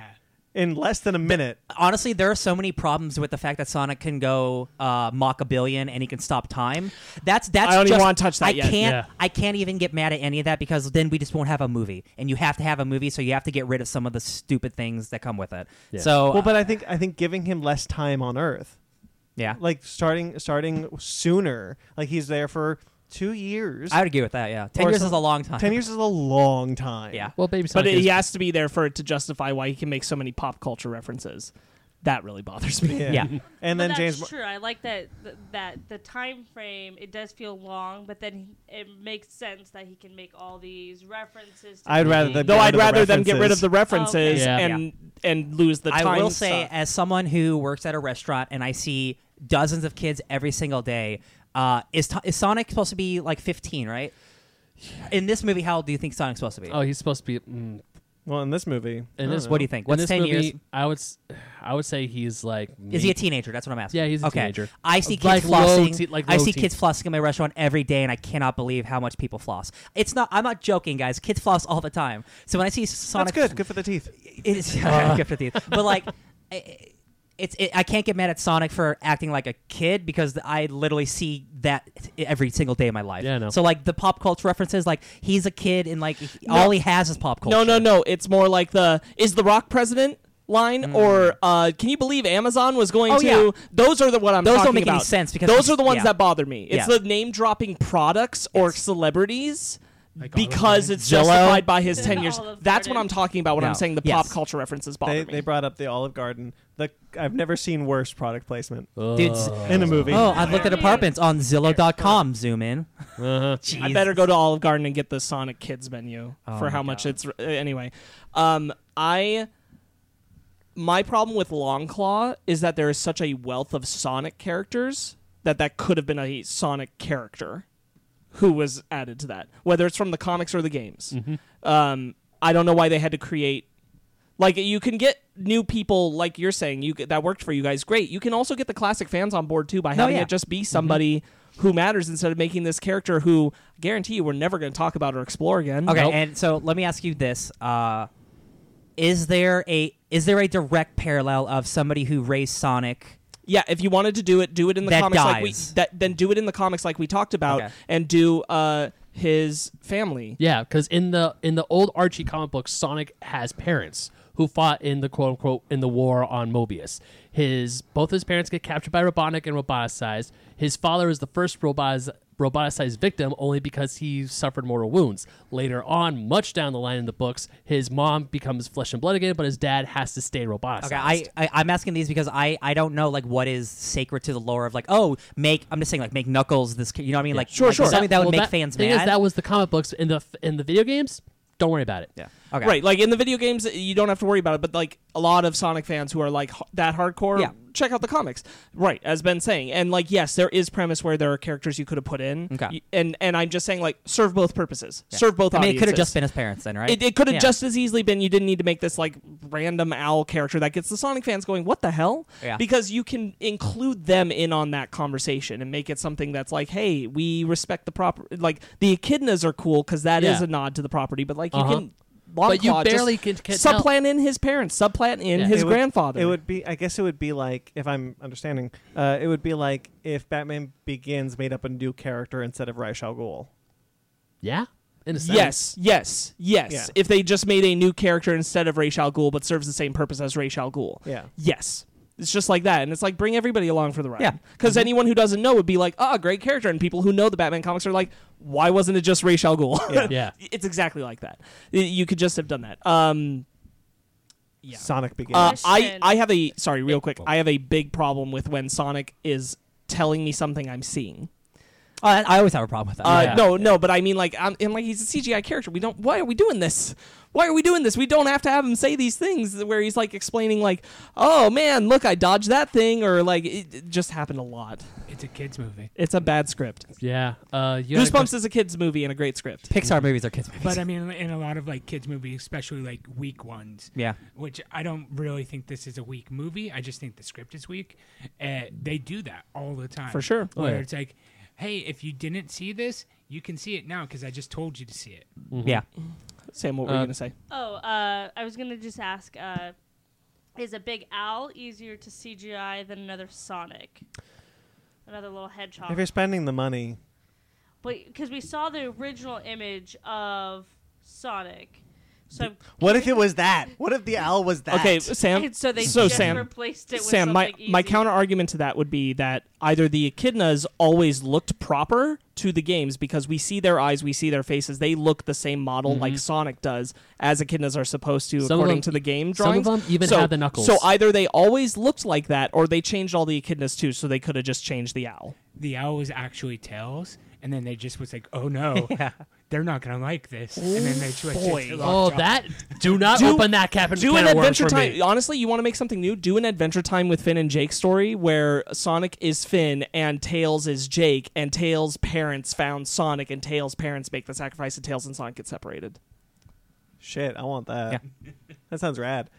A: in less than a minute.
B: Honestly, there are so many problems with the fact that Sonic can go uh, Mach a billion and he can stop time. That's that's.
C: I don't even
B: just-
C: wanna touch that
B: I
C: yet.
B: can't.
F: Yeah.
B: I can't even get mad at any of that because then we just won't have a movie, and you have to have a movie, so you have to get rid of some of the stupid things that come with it.
F: Yeah.
B: So,
A: Well, but I think I think giving him less time on Earth,
B: yeah,
A: like starting starting sooner, like he's there for two years.
B: I would agree with that. Yeah, ten
A: Or
B: years
A: some-
B: is a long time.
A: ten years is a long time.
B: Yeah.
F: Well, baby
C: But uh,
F: Sonic.
C: it,
F: is-
C: he has to be there for it to justify why he can make so many pop culture references. That really bothers me.
A: yeah,
B: Yeah.
A: And
D: But
A: then
D: that's
A: James. Mar-
D: true. I like that th- that the time frame it does feel long, but then he- it makes sense that he can make all these references. to
A: I'd rather
D: things.
A: that-
C: Though
A: Get
C: I'd
A: rid of the
C: rather them get rid
A: references.
C: of the references
F: Oh, Okay. Yeah.
C: and and lose the time.
B: I will say,
C: stuff.
B: as someone who works at a restaurant and I see dozens of kids every single day, uh, is, t- is Sonic supposed to be like 15, right? In this movie, how old do you think Sonic's supposed to be?
F: Oh, he's supposed to be. Mm,
A: Well, in this movie, I don't
F: in this,
A: know.
B: Uh, What do you think?
F: in
B: What's
F: this
B: 10
F: movie,
B: years?
F: I would, s- I would say he's like.
B: Is he a
F: maybe-
B: teenager? That's what I'm asking.
F: Yeah, he's a
B: okay.
F: teenager.
B: I see kids
F: Like low
B: flossing.
F: te- like
B: I
F: low
B: see
F: teen.
B: kids flossing in my restaurant every day, and I cannot believe how much people floss. It's not. I'm not joking, guys. Kids floss all the time. So when I see
A: That's
B: Sonic,
A: good. Good for the teeth.
B: It is good for teeth. But like, I- it's it, I can't get mad at Sonic for acting like a kid because I literally see that every single day of my life.
F: Yeah, I know.
B: So like the pop culture references, like he's a kid and like he- all he has is pop culture.
C: No, no, no. It's more like the is the Rock president line or uh, can you believe Amazon was going
B: Oh,
C: to?
B: yeah.
C: Those are the what I'm.
B: Those don't
C: talking
B: make any
C: about.
B: sense because
C: those
B: it's-
C: are the ones
B: yeah.
C: that bother me. It's
B: Yeah.
C: the name dropping products or celebrities.
E: Like Olive
C: because
E: Garden.
C: it's
F: Jell-O?
C: justified by his ten
D: Olive
C: years.
D: Garden.
C: That's what I'm talking about when
B: No.
C: I'm saying the
B: Yes.
C: pop culture references bother
A: They,
C: me.
A: they brought up the Olive Garden. The I've never seen worse product placement
B: Dude's-
A: in a movie.
B: Oh, I looked at
D: Yeah.
B: apartments on Zillow.com. Zoom in.
F: Uh-huh.
C: I better go to Olive Garden and get the Sonic Kids menu
B: Oh
C: for
B: my
C: how much
B: God.
C: it's uh, anyway. Um, I my problem with Longclaw is that there is such a wealth of Sonic characters that that could have been a Sonic character who was added to that, whether it's from the comics or the games.
B: Mm-hmm.
C: Um, I don't know why they had to create. Like you can get new people, like you're saying, you get- that worked for you guys. Great. You can also get the classic fans on board too by having
B: Oh, yeah.
C: it just be somebody who matters instead of making this character who I guarantee you we're never going to talk about or explore again.
B: Okay,
F: Nope.
B: and so let me ask you this: uh, Is there a is there a direct parallel of somebody who raised Sonic?
C: Yeah, if you wanted to do it, do it in the
B: That
C: comics like we
B: dies.
C: that then do it in the comics like we talked about
B: Okay.
C: and do uh his family.
F: Yeah, because in the in the old Archie comic book, Sonic has parents who fought in the quote unquote in the war on Mobius. His both his parents get captured by Robotnik and roboticized. His father is the first robotiz- roboticized victim only because he suffered mortal wounds. Later on, much down the line in the books, his mom becomes flesh and blood again, but his dad has to stay roboticized.
B: Okay, I, I I'm asking these because I I don't know like what is sacred to the lore of like oh make I'm just saying like make Knuckles this you know what I mean like
C: Sure,
B: like,
C: sure.
B: something that would
F: Well,
B: make fans
F: thing
B: mad.
F: Is, that was the comic books in the in the video games. Don't worry about it.
B: yeah. Okay.
C: Right, like in the video games you don't have to worry about it, but like a lot of Sonic fans who are like h- that hardcore
B: Yeah.
C: check out the comics. Right, as Ben's saying. And like yes, there is premise where there are characters you could have put in.
B: Okay.
C: Y- And and I'm just saying like serve both purposes.
B: Yeah.
C: Serve both
B: I mean, it could have
C: audiences.
B: just been his parents then, right?
C: It, it could have
B: Yeah.
C: just as easily been you didn't need to make this like random owl character that gets the Sonic fans going, what the hell?
B: Yeah.
C: Because you can include them in on that conversation and make it something that's like, hey, we respect the proper. Like the echidnas are cool because that is
F: Yeah.
C: a nod to the property, but like you
F: Uh-huh.
C: can. Longclaw,
F: But you
C: just
F: barely can- can tell-
C: subplant in his parents, subplant in
F: Yeah.
C: his
A: It would-
C: grandfather.
A: It would be. I guess it would be like if I'm understanding. Uh, it would be like if Batman Begins made up a new character instead of Ra's al Ghul.
F: Yeah. In a sense.
C: Yes, yes, yes.
A: Yeah.
C: If they just made a new character instead of Ra's al Ghul, but serves the same purpose as Ra's al Ghul.
A: Yeah.
C: Yes. It's just like that. And it's like, bring everybody along for the ride.
B: Yeah.
C: Because anyone who doesn't know would be like, ah, great character. And people who know the Batman comics are like, why wasn't it just Ra's al Ghul?
F: Yeah.
C: it's exactly like that. Y- You could just have done that. Um, yeah.
A: Sonic Begins.
C: Uh, I,
D: Question.
C: I have a, sorry, real quick. I have a big problem with when Sonic is telling me something I'm seeing.
B: Oh, I, I always have a problem with that.
C: Uh,
F: Yeah.
C: No, no, but I mean, like, I'm, and like he's a CGI character. We don't. Why are we doing this? Why are we doing this? We don't have to have him say these things where he's like explaining, like, "Oh man, look, I dodged that thing," or like, it, it just happened a lot.
E: It's a kids movie.
C: It's a bad script.
F: Yeah. Uh, you had a
C: Goosebumps is a kids' movie and a great script.
B: Pixar movies are kids movies.
C: um,
E: But I mean, in a lot of like kids movies, especially like weak ones,
B: yeah.
E: which I don't really think this is a weak movie. I just think the script is weak. Uh, they do that all the time.
C: For sure.
F: Oh,
E: Where
F: yeah.
E: it's like, hey, if you didn't see this, you can see it now because I just told you to see it.
C: Mhm.
B: Yeah.
C: Sam, what were
F: Uh,
C: you gonna say?
D: Oh, uh, I was gonna just ask: uh, Is a big owl easier to CGI than another Sonic, another little hedgehog?
A: if you're spending the money,
D: But because we saw the original image of Sonic, so I'm-
G: What if it was that? What if the owl was that?
C: Okay, Sam.
D: and so they
C: so
D: just
C: Sam-
D: replaced it with
C: Sam, my,
D: something
C: my
D: easy.
C: counter argument to that would be that either the echidnas always looked proper to the games because we see their eyes, we see their faces. They look the same model like Sonic does, as echidnas are supposed to,
F: Mm-hmm. Some of
C: according
F: them-
C: to the game
F: some of
C: drawings.
F: them even
C: so,
F: have the knuckles.
C: So either they always looked like that, or they changed all the echidnas too, so they could have just changed the owl.
E: The owl was actually tails, and then they just was like, oh no, they're not gonna like this, and then they switch
C: boy.
E: it to
F: Oh,
E: Lockjaw.
F: that do not
C: Do-
F: open that cap and
C: do
F: can
C: an
F: of worms
C: adventure
F: for
C: time.
F: me.
C: Honestly, you want to make something new? Do an adventure time with Finn and Jake story where Sonic is Finn and Tails is Jake, and Tails' parents found Sonic, and Tails' parents make the sacrifice, and Tails and Sonic get separated.
A: Shit, I want that. That sounds rad.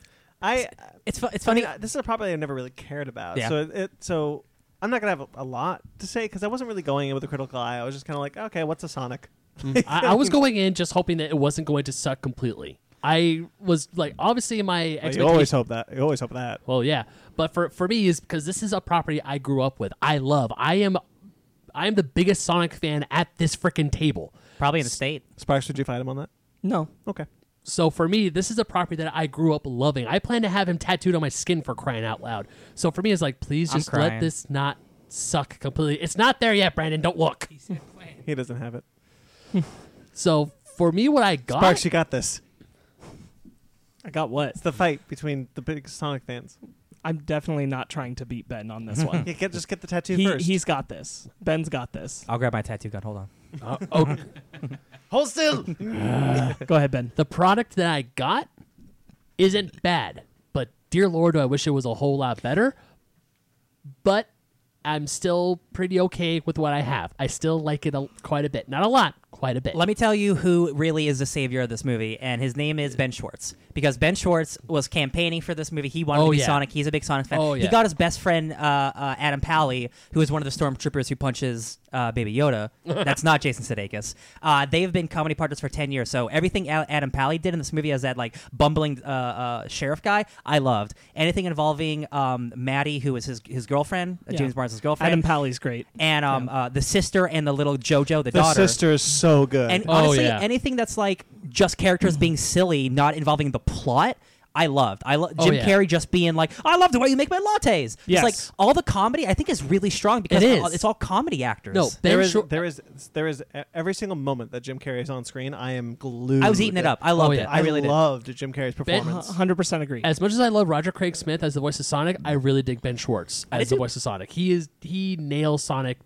A: I
B: It's fu-
A: I
B: it's funny.
A: mean, I- uh, this is a property I never really cared about.
B: Yeah.
A: So it, it so I'm not gonna have a, a lot to say because I wasn't really going in with a critical eye. I was just kind of like, okay, what's a Sonic?
B: Mm-hmm.
F: I, I was going in just hoping that it wasn't going to suck completely. I was like, obviously, my
A: Like,
F: expectation.
A: you always hope that. You always hope that.
F: Well, yeah, but for for me is because this is a property I grew up with. I love. I am, I am the biggest Sonic fan at this freaking table.
B: Probably in a state.
A: Sparks, did you fight him on that?
C: No.
A: Okay.
F: So for me, this is a property that I grew up loving. I plan to have him tattooed on my skin for crying out loud. So for me, it's like, please
B: I'm
F: just let
B: crying.
F: this not suck completely. It's not there yet, Brandon. Don't look.
E: He said plan.
A: He doesn't have it.
F: So for me, what I got.
A: Sparks, you got this.
C: I got what?
A: It's the fight between the big Sonic fans.
C: I'm definitely not trying to beat Ben on this one.
A: You get just get the tattoo
C: he,
A: first.
C: he's got this. Ben's got this.
B: I'll grab my tattoo gun. Hold on.
F: Uh, oh,
G: Hold still.
C: Go ahead, Ben.
F: the product that I got isn't bad, but dear lord, do I wish it was a whole lot better. But I'm still pretty okay with what I have. I still like it a, quite a bit, not a lot, quite a bit.
B: Let me tell you who really is the savior of this movie, and his name is Ben Schwartz. Because Ben Schwartz was campaigning for this movie. He wanted
F: Oh,
B: to be
F: yeah.
B: Sonic. He's a big Sonic fan.
F: Oh,
B: He
F: yeah.
B: got his best friend, uh, uh, Adam Pally, who is one of the stormtroopers who punches uh, Baby Yoda. That's not Jason Sudeikis. Uh, they've been comedy partners for 10 years. So everything Al- Adam Pally did in this movie as that like bumbling uh, uh, sheriff guy, I loved. Anything involving um, Maddie, who is his, his girlfriend, uh,
C: Yeah.
B: James Barnes' girlfriend.
C: Adam Pally's great.
B: and um, uh, the sister and the little JoJo,
A: the
B: the, daughter.
A: sister is so good.
B: And
F: Oh,
B: honestly,
F: yeah.
B: anything that's like just characters being silly, not involving the plot, I loved. I love
F: Oh,
B: Jim
F: yeah.
B: Carrey just being like, I love the way you make my lattes.
C: Yes.
B: It's like all the comedy I think is really strong because
F: It is.
B: all- it's all comedy actors.
F: no, Ben
A: there is,
F: Schwartz-
A: there is there is e- every single moment that Jim Carrey is on screen. I am glued.
B: I was eating it up. I loved
F: Oh, yeah.
B: it. I really did.
A: loved Jim Carrey's
F: Ben-
A: performance.
C: 100% agree.
F: as much as I love Roger Craig Smith as the voice of Sonic, I really dig Ben Schwartz as the
B: too.
F: voice of Sonic. He is he nails Sonic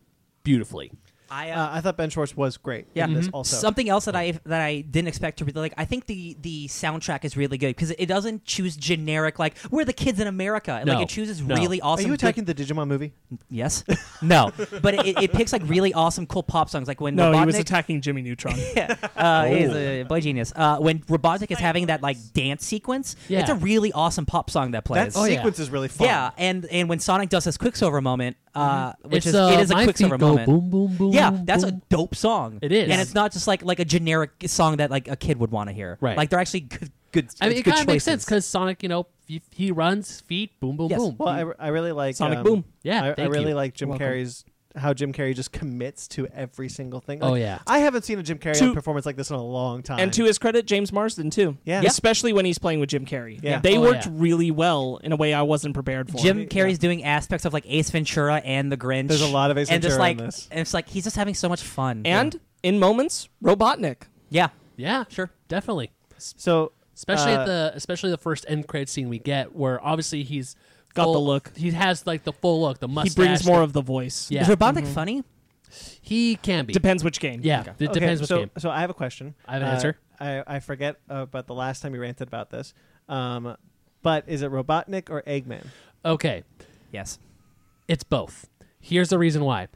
F: beautifully.
B: I, uh,
A: uh, I thought Ben Schwartz was great.
B: Yeah. Mm-hmm.
A: in this
F: Mm-hmm.
A: also.
B: Something else that I that I didn't expect to be like. I think the the soundtrack is really good because it doesn't choose generic like we're the kids in America.
F: No.
B: Like it chooses
F: No.
B: really
A: Are
B: awesome.
A: you
B: good-
A: attacking the Digimon movie?
B: yes. No. but it, it picks like really awesome cool pop songs like when
C: no, he was
B: Robotnik-
C: attacking Jimmy Neutron.
B: yeah, uh, he's
A: Oh.
B: a boy genius. Uh, when Robotnik is having that like dance sequence,
F: Yeah.
B: it's a really awesome pop song that
A: That
B: plays.
F: Oh, yeah.
A: sequence is really fun.
B: yeah, and and when Sonic does his Quicksilver moment, uh, which
F: it's,
B: is
F: uh,
B: it is a
F: my feet
B: Quicksilver
F: go
B: moment.
F: Boom boom boom.
B: yeah, that's a
F: boom.
B: dope song.
F: It is.
B: and it's not just like like a generic song that like a kid would want to hear.
F: Right.
B: like they're actually good. good
F: I mean,
B: it's
F: it
B: good
F: kind of makes sense
B: choices.
F: because Sonic, you know, he, he runs feet, boom boom
B: Yes.
F: boom.
A: Well, I, I really like
C: Sonic
A: um,
C: Boom.
F: Yeah,
A: I, I
F: thank
A: really
F: you.
A: like Jim
F: You're welcome.
A: Carrey's how Jim Carrey just commits to every single thing.
F: Oh,
A: Like,
F: yeah.
A: I haven't seen a Jim Carrey
C: To-
A: performance like this in a long time.
C: And to his credit, James Marsden too.
A: Yeah. Yeah.
C: Especially when he's playing with Jim Carrey.
A: Yeah.
C: They
F: Oh,
C: worked
F: yeah.
C: really well in a way I wasn't prepared for.
B: Jim Carrey's doing aspects of like Ace Ventura and The Grinch.
A: There's a lot of Ace
B: and just
A: Ventura
B: like
A: in this.
B: and it's like he's just having so much fun.
C: and in moments, Robotnik.
B: yeah,
F: yeah,
B: Sure.
F: definitely.
A: so
F: Especially
A: Uh,
F: at the especially the first end credit scene we get, where obviously he's
C: Got
F: full-
C: the look.
F: He has like the full look, the mustache.
C: he brings more
F: the-
C: of the voice.
F: Yeah. Mm-hmm.
B: is Robotnik funny?
F: He can be.
C: Depends which game.
F: yeah, it
A: okay,
F: depends what
A: so,
F: game.
A: So I have a question.
F: I have an
A: Uh,
F: answer.
A: I, I forget about the last time you ranted about this. Um, but is it Robotnik or Eggman?
F: Okay,
B: Yes.
F: It's both. Here's the reason why.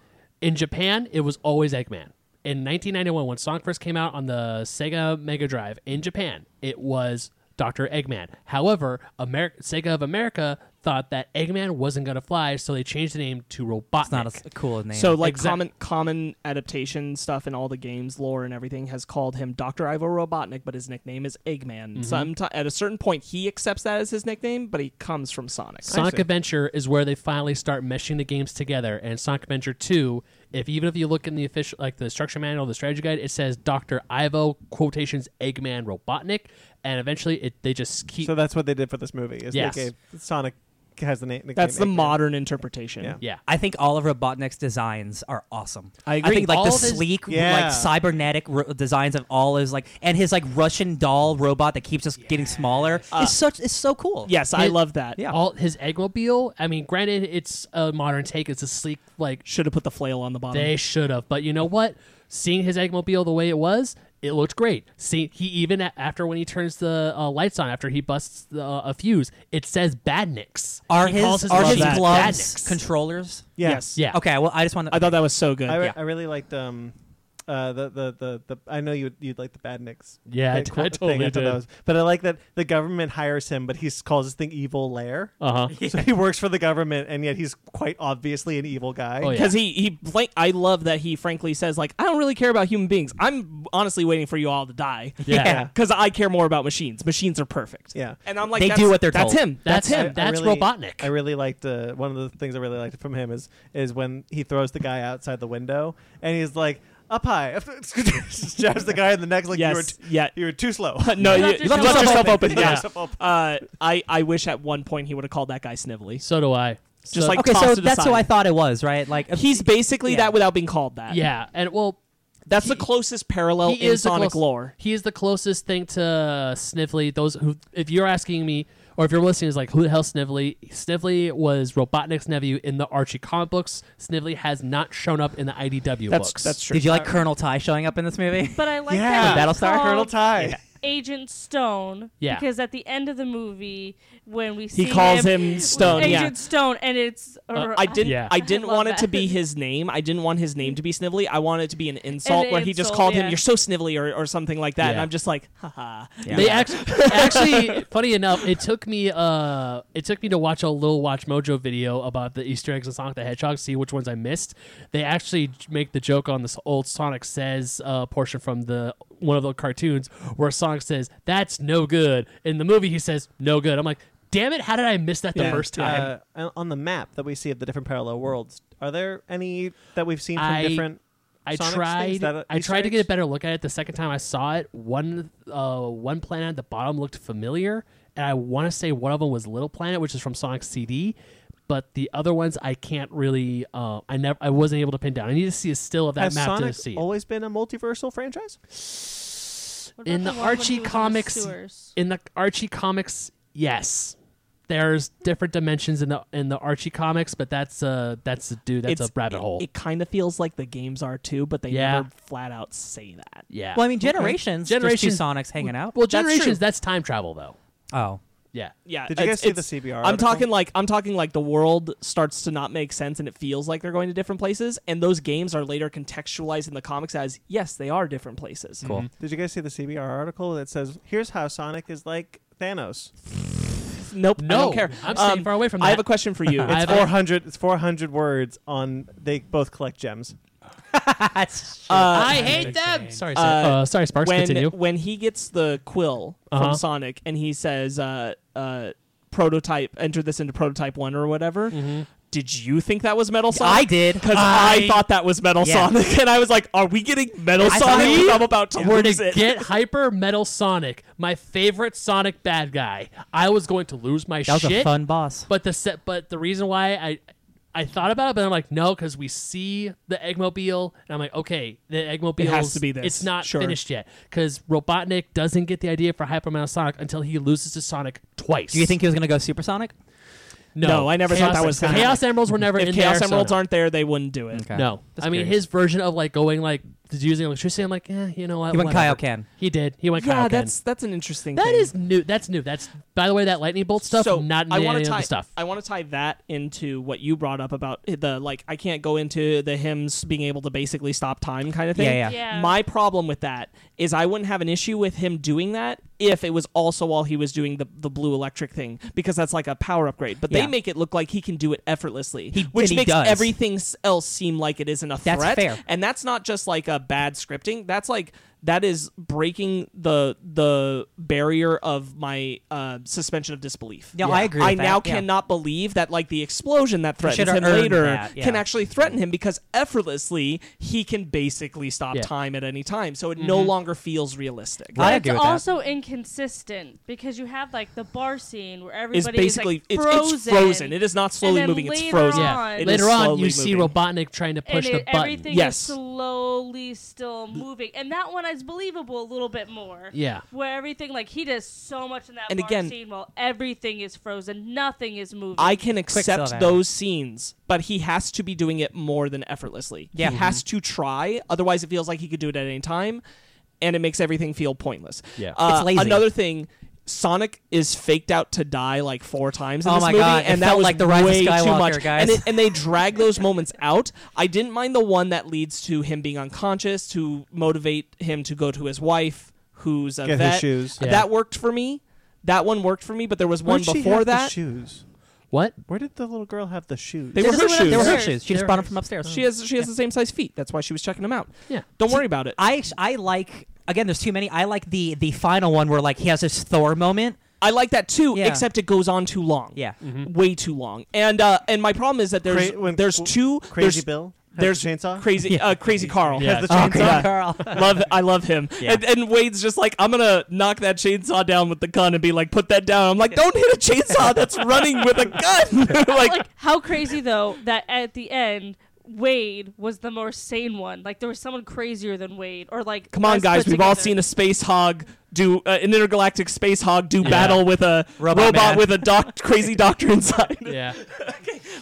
F: In Japan, it was always Eggman. In 1991, when Sonic first came out on the Sega Mega Drive in Japan, it was Dr. Eggman. However, Ameri- Sega of America thought that Eggman wasn't going to fly, so they changed the name to Robotnik.
B: It's not as cool a name.
C: So like
F: Exact-
C: common common adaptation stuff in all the games, lore and everything has called him Doctor Ivo Robotnik, but his nickname is Eggman.
F: Mm-hmm.
C: Someti- at a certain point, he accepts that as his nickname, but he comes from Sonic.
F: Sonic
A: see.
F: Adventure is where they finally start meshing the games together, and Sonic Adventure 2, if even if you look in the official like the instruction manual, the strategy guide, it says Dr. Ivo quotations Eggman Robotnik, and eventually it they just keep
A: So that's what they did for this movie. Is
F: Yes.
A: they gave Sonic has the name. nickname
C: That's the
A: Eggman.
C: modern interpretation.
A: Yeah.
F: yeah.
B: I think all of Robotnik's designs are awesome.
C: I agree.
B: think like
F: All
B: the
F: of his-
B: sleek,
A: Yeah.
B: like cybernetic ro- designs of all his like, and his like Russian doll robot that keeps just getting smaller is such is so cool.
C: Yes, I
F: It-
C: love that.
B: Yeah.
F: all his eggmobile. I mean, granted, it's a modern take. It's a sleek like
C: Should have put the flail on the bottom.
F: they should have, but you know what? Seeing his eggmobile the way it was, It looked great. See, he even a- after when he turns the uh, lights on, after he busts the, uh, a fuse, it says Badniks.
B: Are
F: He calls
B: his, are his
F: Badniks.
B: gloves
F: Badniks.
B: controllers?
A: Yeah.
C: Yes.
F: Yeah.
B: Okay, well, I just want to.
C: I thought that was so good.
A: I, re-
B: Yeah.
A: I really liked um, uh, the, the the the I know you you'd like the bad nicks.
F: Yeah, I
A: thing-
F: t- I
A: thing.
F: totally
A: thought that
F: did.
A: was- but I like that the government hires him, but he s- calls this thing evil lair.
F: Uh huh.
A: So he works for the government, and yet he's quite obviously an evil guy.
F: Oh, yeah.
C: because he he blank, I love that he frankly says like I don't really care about human beings. I'm honestly waiting for you all to die.
F: Yeah.
C: Because I care more about machines. Machines are perfect.
A: Yeah.
C: And I'm like
B: They
C: that's-
B: do what they're
C: That's
B: told.
C: him. That's,
F: That's-
C: him.
A: I- I
F: That's
A: really-
F: Robotnik.
A: I really liked uh, one of the things I really liked from him is is when he throws the guy outside the window, and he's like up high, jabs the guy in the neck like you were
C: yes.
A: t-
C: yeah.
A: you were too slow.
C: no, you,
D: You
C: you
D: left
C: left,
D: yourself
C: yourself open.
A: You left
C: Yeah.
A: yourself open.
C: Uh, I I wish at one point he would have called that guy Snively.
F: So do I.
C: Just like
B: okay,
C: tossed
B: so
C: it
B: that's
C: aside.
B: who I thought it was, right? Like
C: He's basically
B: Yeah.
C: that without being called that.
F: yeah, and well,
C: That's
F: He-
C: the closest parallel
F: he
C: in
F: is the
C: Sonic
F: close-
C: lore.
F: He is the closest thing to Snively. Those who, if you're asking me, or if you're listening, is like, who the hell Snively? Snively was Robotnik's nephew in the Archie comic books. Snively has not shown up in the IDW
C: That's
F: books.
C: that's true.
B: Did you like Colonel Ty showing up in this movie?
D: But I like
A: Yeah.
D: that it was
B: Battlestar
D: called
A: Colonel Ty.
D: Agent Stone.
F: Yeah.
D: Because at the end of the movie, when we see
C: he calls him, Stone.
D: Agent
C: yeah. Uh,
D: Stone, and it's or-
C: I didn't.
F: Yeah.
C: I didn't
D: love
C: want it to
D: that.
C: be his name. I didn't want his name to be Snively. I wanted it to be an insult
D: An
C: where he just
D: insult,
C: called him
D: yeah.
C: "You're so Snively" or, or something like that. And
F: Yeah.
C: I'm just like, haha.
B: Yeah.
F: They actually, actually, funny enough, it took me uh, it took me to watch a little Watch Mojo video about the Easter eggs in Sonic the Hedgehog, see which ones I missed. They actually j- make the joke on this old Sonic Says uh, portion from the one of the cartoons where Sonic says, "That's no good." In the movie, he says, "No good." I'm like, damn it, how did I miss that the
A: Yeah.
F: first time?
A: Uh, on the map that we see of the different parallel worlds, are there any that we've seen from
F: I-
A: different?
F: I
A: Sonic
F: tried.
A: things that are
F: I
A: Easter
F: tried to get
A: eggs?
F: a better look at it the second time I saw it. One, uh, one planet at the bottom looked familiar, and I want to say one of them was Little Planet, which is from Sonic CD. But the other ones, I can't really. Uh, I never. I wasn't able to pin down. I need to see a still of that
A: Has
F: map
A: Sonic
F: to see. it.
A: always been a multiversal franchise?
D: What about
F: in the
D: one when he
F: Archie
D: was in the
F: comics-
D: sewers?
F: in the Archie comics, yes, there's different dimensions in the in the Archie comics, but that's uh that's a dude. That's
C: It's-
F: a rabbit hole.
C: It, kind of feels like the games are too, but they
F: Yeah.
C: never flat out say that.
F: yeah.
B: well, I mean, Generations.
F: Generations-
B: Generations. Just two Sonics hanging out.
F: well,
C: that's true.
F: generations. That's time travel, though.
B: Oh.
F: Yeah.
C: Yeah.
A: Did you
C: it's-
A: guys see the
C: it's-
A: CBR?
C: I'm
A: article?
C: talking like I'm talking like the world starts to not make sense and it feels like they're going to different places and those games are later contextualized in the comics as yes they are different places.
B: Cool.
A: Did you guys see the CBR article that says here's how Sonic is like Thanos?
C: Nope, I
F: No,
C: don't care.
F: I'm staying
C: Um,
F: far away from that.
C: I have a question for you.
F: I
A: It's
F: have a-
A: 400. It's 400 words on. They both collect gems.
C: Uh,
F: I hate them. Sorry,
E: Sorry.
C: Uh,
F: Sar- uh, sorry, Sparks.
C: when
F: continue.
C: when he gets the quill
F: Uh-huh.
C: from Sonic and he says uh, uh, prototype enter this into prototype one or whatever.
F: Mm-hmm.
C: Did you think that was Metal
B: I
C: Sonic?
B: did.
C: because I, thought that was Metal
B: Yeah.
C: Sonic, and I was like, "Are we getting Metal
B: I thought
C: Sonic?
B: it
C: Because I'm about to
F: We're
C: lose
F: to
C: it."
F: get hyper metal Sonic, my favorite Sonic bad guy. I was going to lose my
B: That was
F: shit.
B: a fun boss.
F: But the set, but the reason why I I thought about it, but I'm like, no, because we see the Eggmobile, and I'm like, okay, the Eggmobile
C: to be this.
F: It's not
C: Sure.
F: finished yet because Robotnik doesn't get the idea for hyper metal Sonic until he loses to Sonic twice.
B: Do you think he was gonna go supersonic?
F: No,
C: No, I never thought
F: Chaos,
C: that was gonna
F: Chaos Emeralds were never
C: if
F: in
C: Chaos
F: there, so
C: Emeralds
F: no.
C: aren't there, they wouldn't do it.
B: Okay.
F: No,
B: Just
F: I mean
B: curious.
F: his version of like going like using electricity. I'm like, eh, you know what?
B: He went
F: whatever.
B: Kaioken.
F: He did. He went
C: Yeah,
F: Kaioken.
C: that's that's an interesting.
F: That
C: thing.
F: is new. That's new. That's by the way, that lightning bolt stuff.
C: So
F: not in
C: I
F: any
C: want
F: of
C: to tie
F: the stuff.
C: I want to tie that into what you brought up about eh, the like I can't go into the hymns being able to basically stop time kind of thing.
B: Yeah, yeah.
D: Yeah.
C: My problem with that is I wouldn't have an issue with him doing that if it was also while he was doing the, the blue electric thing because that's like a power upgrade. But
B: Yeah.
C: they make it look like he can do it effortlessly,
B: He-
C: which
B: and he
C: makes
B: does.
C: everything s- else seem like it isn't a
B: That's
C: threat.
B: fair.
C: And that's not just like a bad scripting. That's like that is breaking the the barrier of my uh, suspension of disbelief.
B: No, I agree
C: I
B: with that,
C: now
B: yeah.
C: cannot believe that like the explosion that
B: should
C: threatens
B: have
C: him
B: earned
C: later
B: that, yeah.
C: can actually threaten him because effortlessly he can basically stop
F: Yeah. Mm-hmm.
C: time at any time. So it no longer feels realistic.
B: I
D: But
B: agree
D: it's
B: with that.
D: also inconsistent because you have like the bar scene where everybody
C: It's basically
D: is, like,
C: it's,
D: frozen.
C: it's frozen. It is not slowly
D: then
C: moving. It's
D: later
C: frozen.
F: yeah.
D: It is
F: Later on,
C: slowly
F: you see
C: moving.
F: Robotnik trying to
D: and
F: push the
D: it-
F: button.
D: everything
C: Yes.
D: is slowly still moving, and that one is believable a little bit more.
F: Yeah.
D: where everything like he does so much in that
C: And
D: bar
C: again-
D: scene while everything is frozen, nothing is moving.
C: I can accept
B: Quicksilver.
C: those scenes, but he has to be doing it more than effortlessly.
B: Yeah.
A: Mm-hmm.
C: He has to try, otherwise it feels like he could do it at any time. and it makes everything feel pointless.
F: Yeah.
C: Uh,
B: It's lazy.
C: Another thing, Sonic is faked out to die like four times in
B: Oh
C: this
B: my
C: movie,
B: God, it
C: and that
B: felt
C: was
B: like The Rise of
C: way too
B: Skywalker,
C: much.
B: guys.
C: And, it, and they drag those moments out. I didn't mind the one that leads to him being unconscious to motivate him to go to his wife, who's a
A: Get his
C: vet.
A: shoes.
F: Yeah.
C: That worked for me. That one worked for me, but there was one
A: Where'd she
C: before
A: have the
C: that.
A: shoes.
F: What?
A: Where did the little girl have the shoes?
C: They were her
B: They were
C: shoes.
B: her
D: Hers.
B: shoes. She just brought them from upstairs.
C: She has she has the same size feet. That's why she was checking them out.
F: Yeah.
C: Don't worry about it.
B: I actu- I like again. There's too many. I like the the final one where like he has his Thor moment.
C: I like that too,
B: Yeah.
C: except it goes on too long.
B: Yeah.
C: way too long. And uh, and my problem is that there's
A: Mm-hmm. Cra- when-
C: there's
A: w-
C: two
A: Crazy
C: there's,
A: Bill. Has
C: there's
A: the chainsaw.
C: crazy uh, crazy Carl.
F: Yeah.
A: Has the
B: Oh,
A: chainsaw.
B: great
C: Yeah.
B: girl.
C: love I love him.
B: Yeah.
C: And, and Wade's just like I'm gonna knock that chainsaw down with the gun and be like put that down. I'm like don't hit a chainsaw that's running with a gun. like,
D: like how crazy though that at the end Wade was the more sane one. Like there was someone crazier than Wade, or like
C: come on
D: us
C: guys,
D: put
C: we've all
D: together.
C: seen a space hog do uh, an intergalactic space hog do battle with a
B: Robot
C: robot,
B: man.
C: with a doc- crazy doctor inside.
F: Yeah.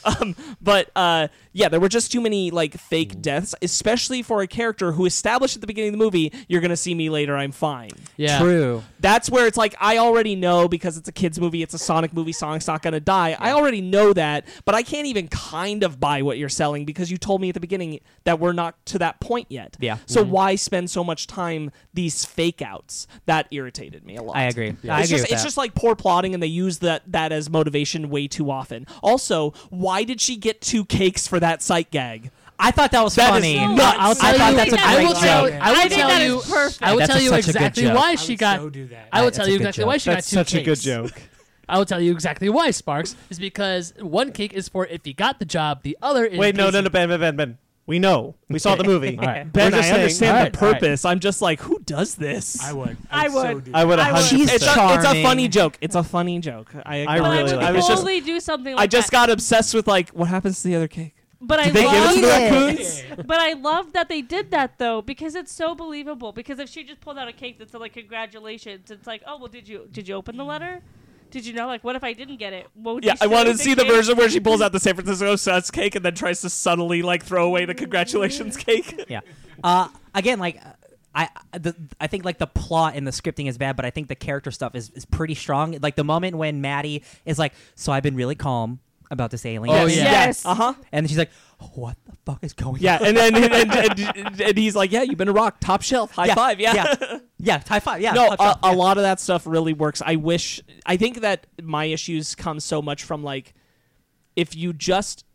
C: um, but uh, yeah, there were just too many like fake deaths, especially for a character who established at the beginning of the movie, "You're gonna see me later. I'm fine."
F: Yeah.
B: True.
C: That's where it's like I already know because it's a kids movie, it's a Sonic movie. Sonic's not gonna die. I already know that, but I can't even kind of buy what you're selling because you told me at the beginning that we're not to that point yet.
B: Yeah.
C: So why spend so much time these fake outs? That irritated me a lot.
B: I agree. I
C: It's
B: agree
C: just
B: with
C: it's
B: that.
C: just like poor plotting, and they use that that as motivation way too often. Also, why did she get two cakes for that sight gag?
B: I thought that was
C: That is
B: funny.
D: nuts.
B: I- I'll tell
D: I
B: you-
D: thought
B: that's a
D: that-
F: I will
B: great
F: tell,
B: joke.
D: joke.
F: I will
D: I think
F: tell
D: that
F: you.
D: is perfect.
F: I will
B: That's
F: tell
B: a-
F: you
B: such a good
F: exactly
B: joke.
F: why
E: I
F: she
E: would
F: got.
E: so do that.
F: I will
B: That's
F: tell
B: a
F: you
B: good
F: exactly
B: joke.
F: why she
A: That's
F: got two
A: such a good
F: cakes.
A: joke.
F: I will tell you exactly why, Sparks, is because one cake is for if you got the job, the other is.
A: Wait, no,
F: because
A: no,
F: you-
A: no, Ben, Ben, Ben, Ben. We know. We saw the movie.
F: All right.
C: Ben,
A: We're
C: I
A: just saying-
C: understand the
F: All right, all right.
C: purpose. I'm just like, who does this?
E: I would.
D: I
E: I would. so
D: would.
E: do
A: I would
D: I would-
A: 100%.
B: She's
C: it's, a, it's a
B: charming.
C: funny joke. It's a funny joke. I,
A: I
D: But
C: acknowledge
D: I
A: really
D: would
C: it.
A: like
C: I was
A: it.
C: just
D: totally do something. Like
C: I just
D: that.
C: got obsessed with like what happens to the other cake.
D: But I
C: Did they give it
D: love
C: to the raccoons?
D: But I love that they did that though because it's so believable. Because if she just pulled out a cake that said like congratulations, it's like oh well did you did you open the letter? Did you know like what if I didn't get it? What would
C: Yeah,
D: you
C: I
D: say
C: wanted to see the
D: cake-
C: version where she pulls out the San Francisco Suns cake and then tries to subtly like throw away the congratulations cake.
B: yeah. Uh, again, like uh, I, I- the, I think like the plot and the scripting is bad, but I think the character stuff is, is pretty strong. Like the moment when Maddie is like, "So I've been really calm about this alien,"
F: Oh, yeah.
D: Yes.
C: Uh huh.
B: and then she's like, "What the fuck is going
C: Yeah,
B: on?"
C: and then and, and, and, and he's like, "Yeah, you've been a rock, top shelf, high five, yeah."
B: yeah, yeah, high five, yeah.
C: no,
B: touch
C: a,
B: up,
C: a
B: yeah.
C: lot of that stuff really works. I wish. I think that my issues come so much from like, if you just,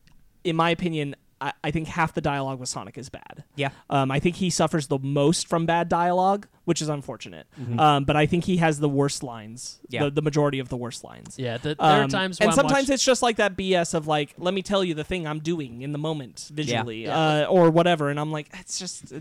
C: in my opinion, I, I think half the dialogue with Sonic is bad.
B: Yeah.
C: Um, I think he suffers the most from bad dialogue, which is unfortunate. Um, but I think he has the worst lines.
B: Mm-hmm. Yeah.
C: The, the majority of the worst lines.
F: Yeah, th- there are
C: Um,
F: times when
C: and sometimes it's just like that BS of like, let me tell you the thing I'm doing in the moment visually Uh, or whatever, and I'm like, it's just. uh,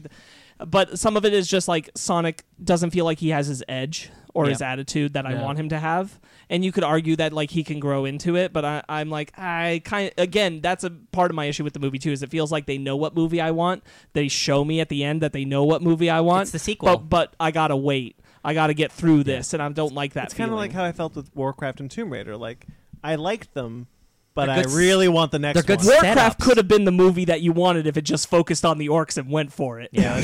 C: But some of it is just like Sonic doesn't feel like he has his edge or his attitude that I
F: No.
C: want him to have, and you could argue that like he can grow into it, but I, I'm like, I kind again, that's a part of my issue with the movie too, is it feels like they know what movie I want, they show me at the end that they know what movie I want,
B: the sequel.
C: but but I gotta wait. I got to get through this, and I don't like that.
A: It's kind of
C: feeling.
A: like how I felt with Warcraft and Tomb Raider. Like, I liked them, but I
B: They're good s-
A: really want the next
B: they're good
A: one.
B: s-
C: Warcraft
B: setups.
C: could have been the movie that you wanted if it just focused on the orcs and went for it.
B: Yeah,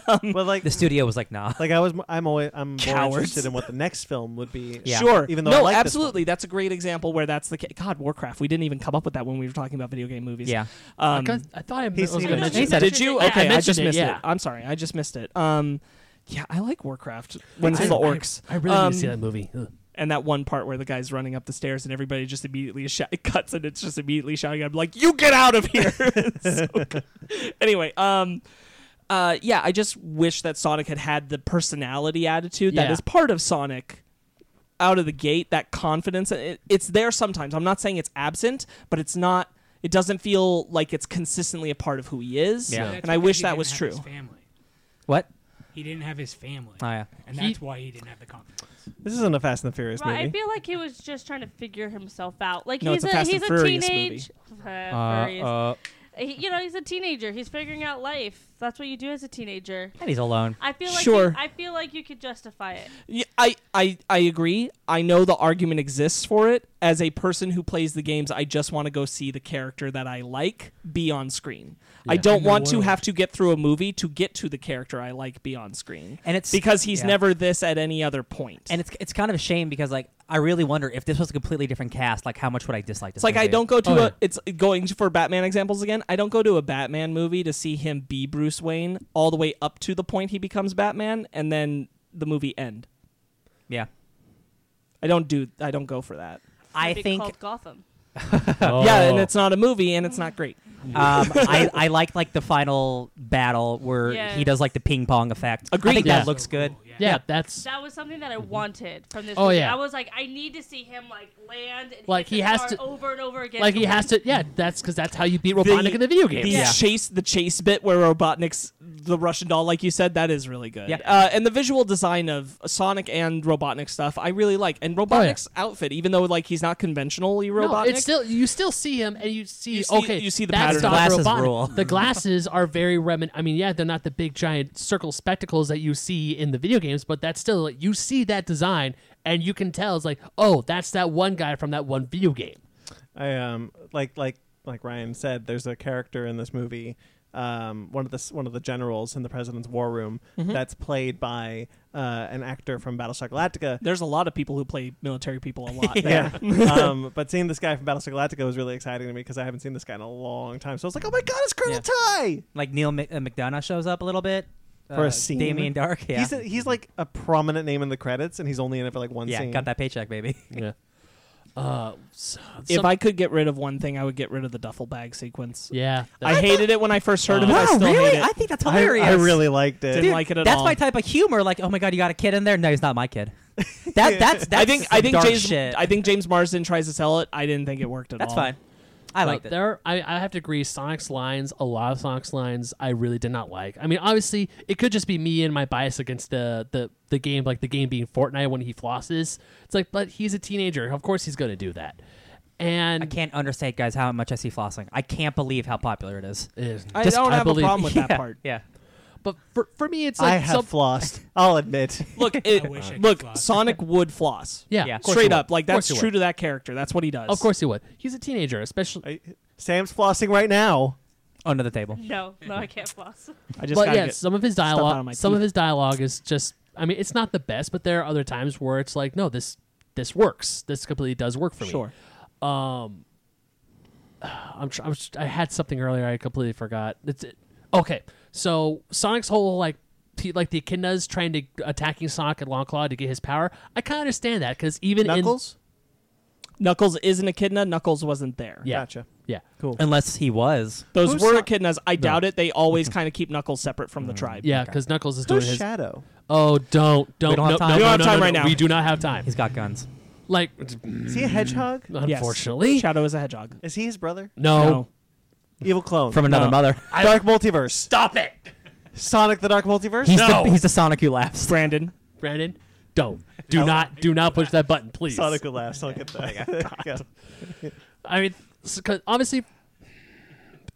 A: but like,
B: the studio was like, "Nah."
A: like I was, I'm always, I'm more
C: Cowards.
A: interested in what the next film would be.
B: Yeah.
C: Sure.
A: Even though
C: no,
A: I like this one.
C: absolutely. That's a great example where that's the ca- God Warcraft. We didn't even come up with that when we were talking about video game movies.
B: Yeah,
C: Um,
F: I, I thought I
A: He
F: was
A: said-
F: going
A: he
F: to mention.
B: said-
F: that.
C: did you?
D: I- I
C: Okay, I,
F: mentioned
C: just
F: it,
C: missed
F: yeah.
C: it. I'm sorry, I just missed it. Um, yeah, I like Warcraft. When it's
F: I-
C: the
F: I-
C: orcs.
F: I, really
C: um,
F: need to see that movie. Ugh.
C: And that one part where the guy's running up the stairs and everybody just immediately sh- cuts and it's just immediately shouting. I'm like, you get out of here. It's so good. Anyway, um, uh, yeah, I just wish that Sonic had had the personality attitude that
F: Yeah.
C: is part of Sonic out of the gate. That confidence, it, it's there sometimes. I'm not saying it's absent, but it's not. It doesn't feel like it's consistently a part of who he is.
B: Yeah.
E: That's
C: and I
E: because
C: wish
E: he
C: that
E: didn't
C: was
E: have
C: true.
E: His family.
B: what?
E: He didn't have his family,
B: Oh yeah.
E: and
F: He-
E: that's why he didn't have the confidence.
A: This isn't a Fast and the Furious
D: Right, I
A: movie.
D: feel like he was just trying to figure himself out. Like
C: No,
D: he's
C: it's a Fast
D: he's
C: and
D: a
C: Furious
D: teenage. Uh,
B: Uh,
D: Furious.
B: uh,
D: He- you know, he's a teenager. He's figuring out life. That's what you do as a teenager.
B: And he's alone.
D: I feel like
C: Sure.
D: You, I feel like you could justify it.
C: Yeah, I, I I agree. I know the argument exists for it. As a person who plays the games, I just want to go see the character that I like be on screen. I
F: Yeah.
C: don't
E: And the
C: want to
E: world.
C: have to get through a movie to get to the character I like be on screen.
B: And it's
C: Because he's
B: yeah.
C: never this at any other point.
B: And it's it's kind of a shame because like I really wonder if this was a completely different cast, like how much would I dislike this?
C: It's like I
B: movie?
C: don't go to
F: Oh,
C: a.
F: yeah.
C: It's going for Batman examples again. I don't go to a Batman movie to see him be Bruce Wayne all the way up to the point he becomes Batman, and then the movie end.
B: Yeah,
C: I don't do. I don't go for that.
B: I
D: It'd be
B: think um,
D: called Gotham.
C: Yeah,
B: Oh.
C: and it's not a movie, and it's not great.
B: um, I I like like the final battle where he
D: Yes.
B: does like the ping pong effect. I
C: Agreed.
B: think
F: Yeah.
B: that looks good.
E: Cool, Oh, yeah.
F: yeah, that's
D: That was something that I wanted from this.
F: Oh,
D: movie.
F: yeah.
D: I was like, I need to see him like land. And
F: Like,
D: hit
F: he
D: the
F: has
D: car
F: to-
D: over and over again.
F: like he has to. Yeah, that's because that's how you beat Robotnik in the video
C: The
F: games.
B: Yeah.
C: chase, the chase bit where Robotnik's the Russian doll, like you said, that is really good.
B: Yeah.
C: Uh, and the visual design of Sonic and Robotnik stuff, I really like. And
B: Oh,
C: Robotnik's outfit, even though like he's not conventionally Robotnik,
F: No, it's still you still see him and you see,
C: You see-
F: okay
C: you see the
F: that's
C: pattern.
F: not
B: Glasses
F: robotic.
B: rule.
F: the glasses are very remin I mean yeah they're not the big giant circle spectacles that you see in the video games but that's still like, you see that design and you can tell it's like oh that's that one guy from that one video game
A: I um like like like Ryan said, there's a character in this movie, um one of the s- one of the generals in the president's war room
B: Mm-hmm.
A: that's played by uh, an actor from Battlestar Galactica.
C: there's a lot of people who play military people a lot.
A: Yeah. um, but seeing this guy from Battlestar Galactica was really exciting to me because I haven't seen this guy in a long time. So I was like, oh my god, it's Colonel Ty.
B: Like Neil Mc- uh, McDonough shows up a little bit
A: For a
B: Uh,
A: scene?
B: Damien Dark. Yeah,
A: He's a, he's like a prominent name in the credits, and he's only in it for like one
B: yeah,
A: scene.
B: got that paycheck, baby.
F: yeah uh so,
C: If
F: some-
C: I could get rid of one thing, I would get rid of the duffel bag sequence.
F: yeah
C: I, hated it when I first heard of it. I
B: wow,
C: still
B: really?
C: hate it.
B: I think that's
A: I,
B: hilarious.
A: I really liked it.
C: Didn't
B: Dude,
C: like it at
B: that's
C: all.
B: my type of humor. Like, oh my god, you got a kid in there? No, he's not my kid. That that's that's
C: I think I
B: some
C: think
B: dark
C: James
B: shit.
C: I think James Marsden tries to sell it. I didn't think it worked at
B: that's
C: all.
B: fine. I liked
F: No,
B: it.
F: There, I, I have to agree. Sonic's lines, a lot of Sonic's lines, I really did not like. I mean, obviously, it could just be me and my bias against the the the game, like the game being Fortnite when he flosses. It's like, but he's a teenager. Of course, he's going to do that. And
B: I
C: Mm.
B: can't understate, guys, how much I see flossing. I can't believe how popular it is.
F: Ugh,
C: I
F: just-
C: don't have
F: believe-
C: a problem with that
B: Yeah,
C: part.
B: Yeah.
F: eh, But for, for me, it's like
A: I have
F: some-
A: flossed. I'll admit.
C: Look, it,
E: wish I could
C: look,
E: floss.
C: Sonic would floss.
F: yeah,
B: Yeah.
F: of course he
C: Straight
F: would.
C: up, like
F: Of
C: that's
F: course he would.
C: true to that character. That's what he does.
F: Of course he would. He's a teenager, especially.
A: I, Sam's flossing right now.
B: Under the table.
D: No, no, I can't floss.
C: I just
F: but
C: gotta
F: yeah,
C: get-
F: some of his
C: out of
F: dialogue,
C: my
F: some of
C: teeth.
F: his dialogue is just. I mean, it's not the best, but there are other times where it's like, no, this this works. This completely does work for me.
C: sure.
F: Um, I'm, tr- I'm tr- I had something earlier I completely forgot. It's it. Okay, so Sonic's whole like he, like the echidnas trying to attacking Sonic and Longclaw to get his power. I kind of understand that because even
A: Knuckles.
C: Knuckles is an echidna. Knuckles wasn't there.
F: Yeah.
A: Gotcha.
F: in yeah,
B: Unless he was.
C: Those
A: Who's
C: were
A: Son-
C: echidnas. I doubt it. They always kind of keep Knuckles separate from the tribe.
F: Mm-hmm. Mm. yeah, because Knuckles is doing
A: Who's
F: his.
A: Shadow?
F: oh, don't don't
B: We don't have
F: no,
B: time.
F: no,
B: We don't
F: no,
C: have
F: no,
C: time
F: no,
C: right
F: no.
C: now.
F: We do not have time.
B: He's got guns.
F: Like,
A: Is he a hedgehog?
F: unfortunately, Oh.
C: Shadow is a hedgehog.
A: Is he his brother?
F: no.
C: No.
A: Evil clone
B: From another
C: No.
B: mother.
A: Dark Multiverse.
F: Stop it,
A: Sonic the Dark Multiverse.
B: He's,
F: No.
B: the, he's the Sonic who laughs.
C: Brandon.
F: Brandon. Don't do not do not push that button, please.
A: Sonic who laughs. I'll get that. Yeah.
F: I mean, s- 'cause obviously.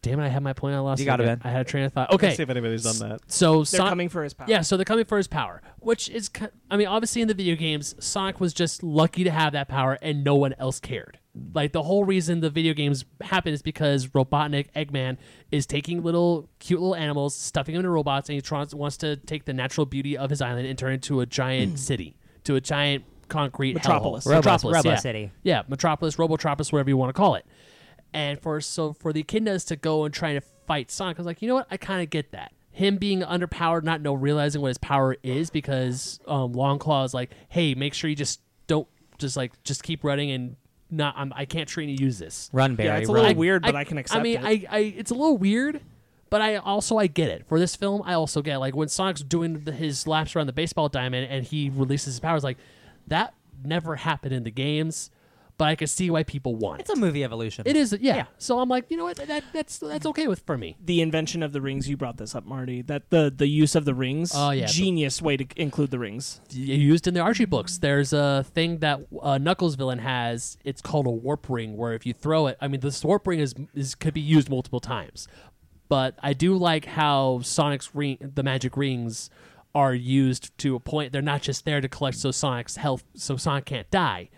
F: Damn it! I had my point. I lost.
B: You
F: it
B: got it,
F: again.
B: man.
F: I had a train of thought.
A: Let's
F: Okay,
A: see if anybody's done that.
F: so
C: They're
F: Sonic.
C: coming for his power.
F: Yeah, so they're coming for his power, which is, ki- I mean, obviously in the video games, Sonic was just lucky to have that power and no one else cared. Like, the whole reason the video games happen is because Robotnik Eggman is taking little, cute little animals, stuffing them into robots, and he tries, wants to take the natural beauty of his island and turn it into a giant city, to a giant concrete hellhole.
C: Metropolis.
B: Robo-
F: Metropolis,
B: Robo
F: yeah.
B: City.
F: Yeah, Metropolis, Robotropolis, whatever you want to call it. And for so for the echidnas to go and try to fight Sonic, I was like, you know what? I kind of get that. Him being underpowered, not know realizing what his power is, because um, Longclaw is like, hey, make sure you just don't just like just keep running and not. I'm, I can't train you to use this.
B: Run, Barry.
C: Yeah, it's a
B: run.
C: little weird, but I, can accept
F: I mean,
C: it.
F: I, I it's a little weird, but I also I get it. For this film, I also get like when Sonic's doing the, his laps around the baseball diamond and he releases his powers, like that never happened in the games, but I could see why people want
B: It's
F: it.
B: a movie evolution.
F: It is, yeah. So I'm like, you know what? That that's that's okay with for me.
C: the invention of the rings. You brought this up, Marty. That the the use of the rings.
F: Oh, yeah.
C: Genius way to include the rings.
F: You Used in the Archie books, there's a thing that uh, Knuckles villain has. It's called a warp ring, where if you throw it, I mean, this warp ring is is could be used multiple times. but I do like how Sonic's ring, the magic rings, are used to a point. They're not just there to collect so Sonic's health, so Sonic can't die,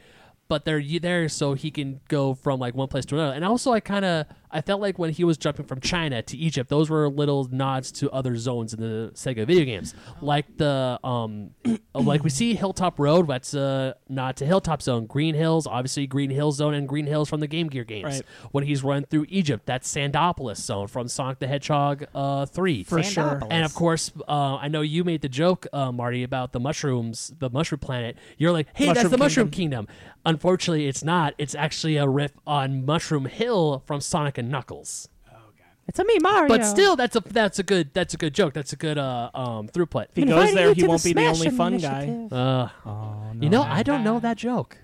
F: but they're y- there so he can go from like one place to another. And also, I kind of I felt like when he was jumping from China to Egypt, those were little nods to other zones in the Sega video games, like the um, like we see Hilltop Road. That's a nod to Hilltop Zone, Green Hills, obviously Green Hills Zone, and Green Hills from the Game Gear games.
C: Right.
F: When he's running through Egypt, that's Sandopolis Zone from Sonic the Hedgehog uh, three.
C: For sure.
F: And of course, uh, I know you made the joke, uh, Marty, about the mushrooms, the mushroom planet. You're like, hey, that's
C: Mushroom
F: the Mushroom Kingdom. Unfortunately, it's not. It's actually a riff on Mushroom Hill from Sonic and Knuckles.
B: It's a me, Mario.
F: But still, that's a that's a good that's a good joke. That's a good uh, um, throughput.
C: If he goes there, he won't be the only fun guy.
F: Uh,
E: Oh, no.
F: you know, I don't know that joke.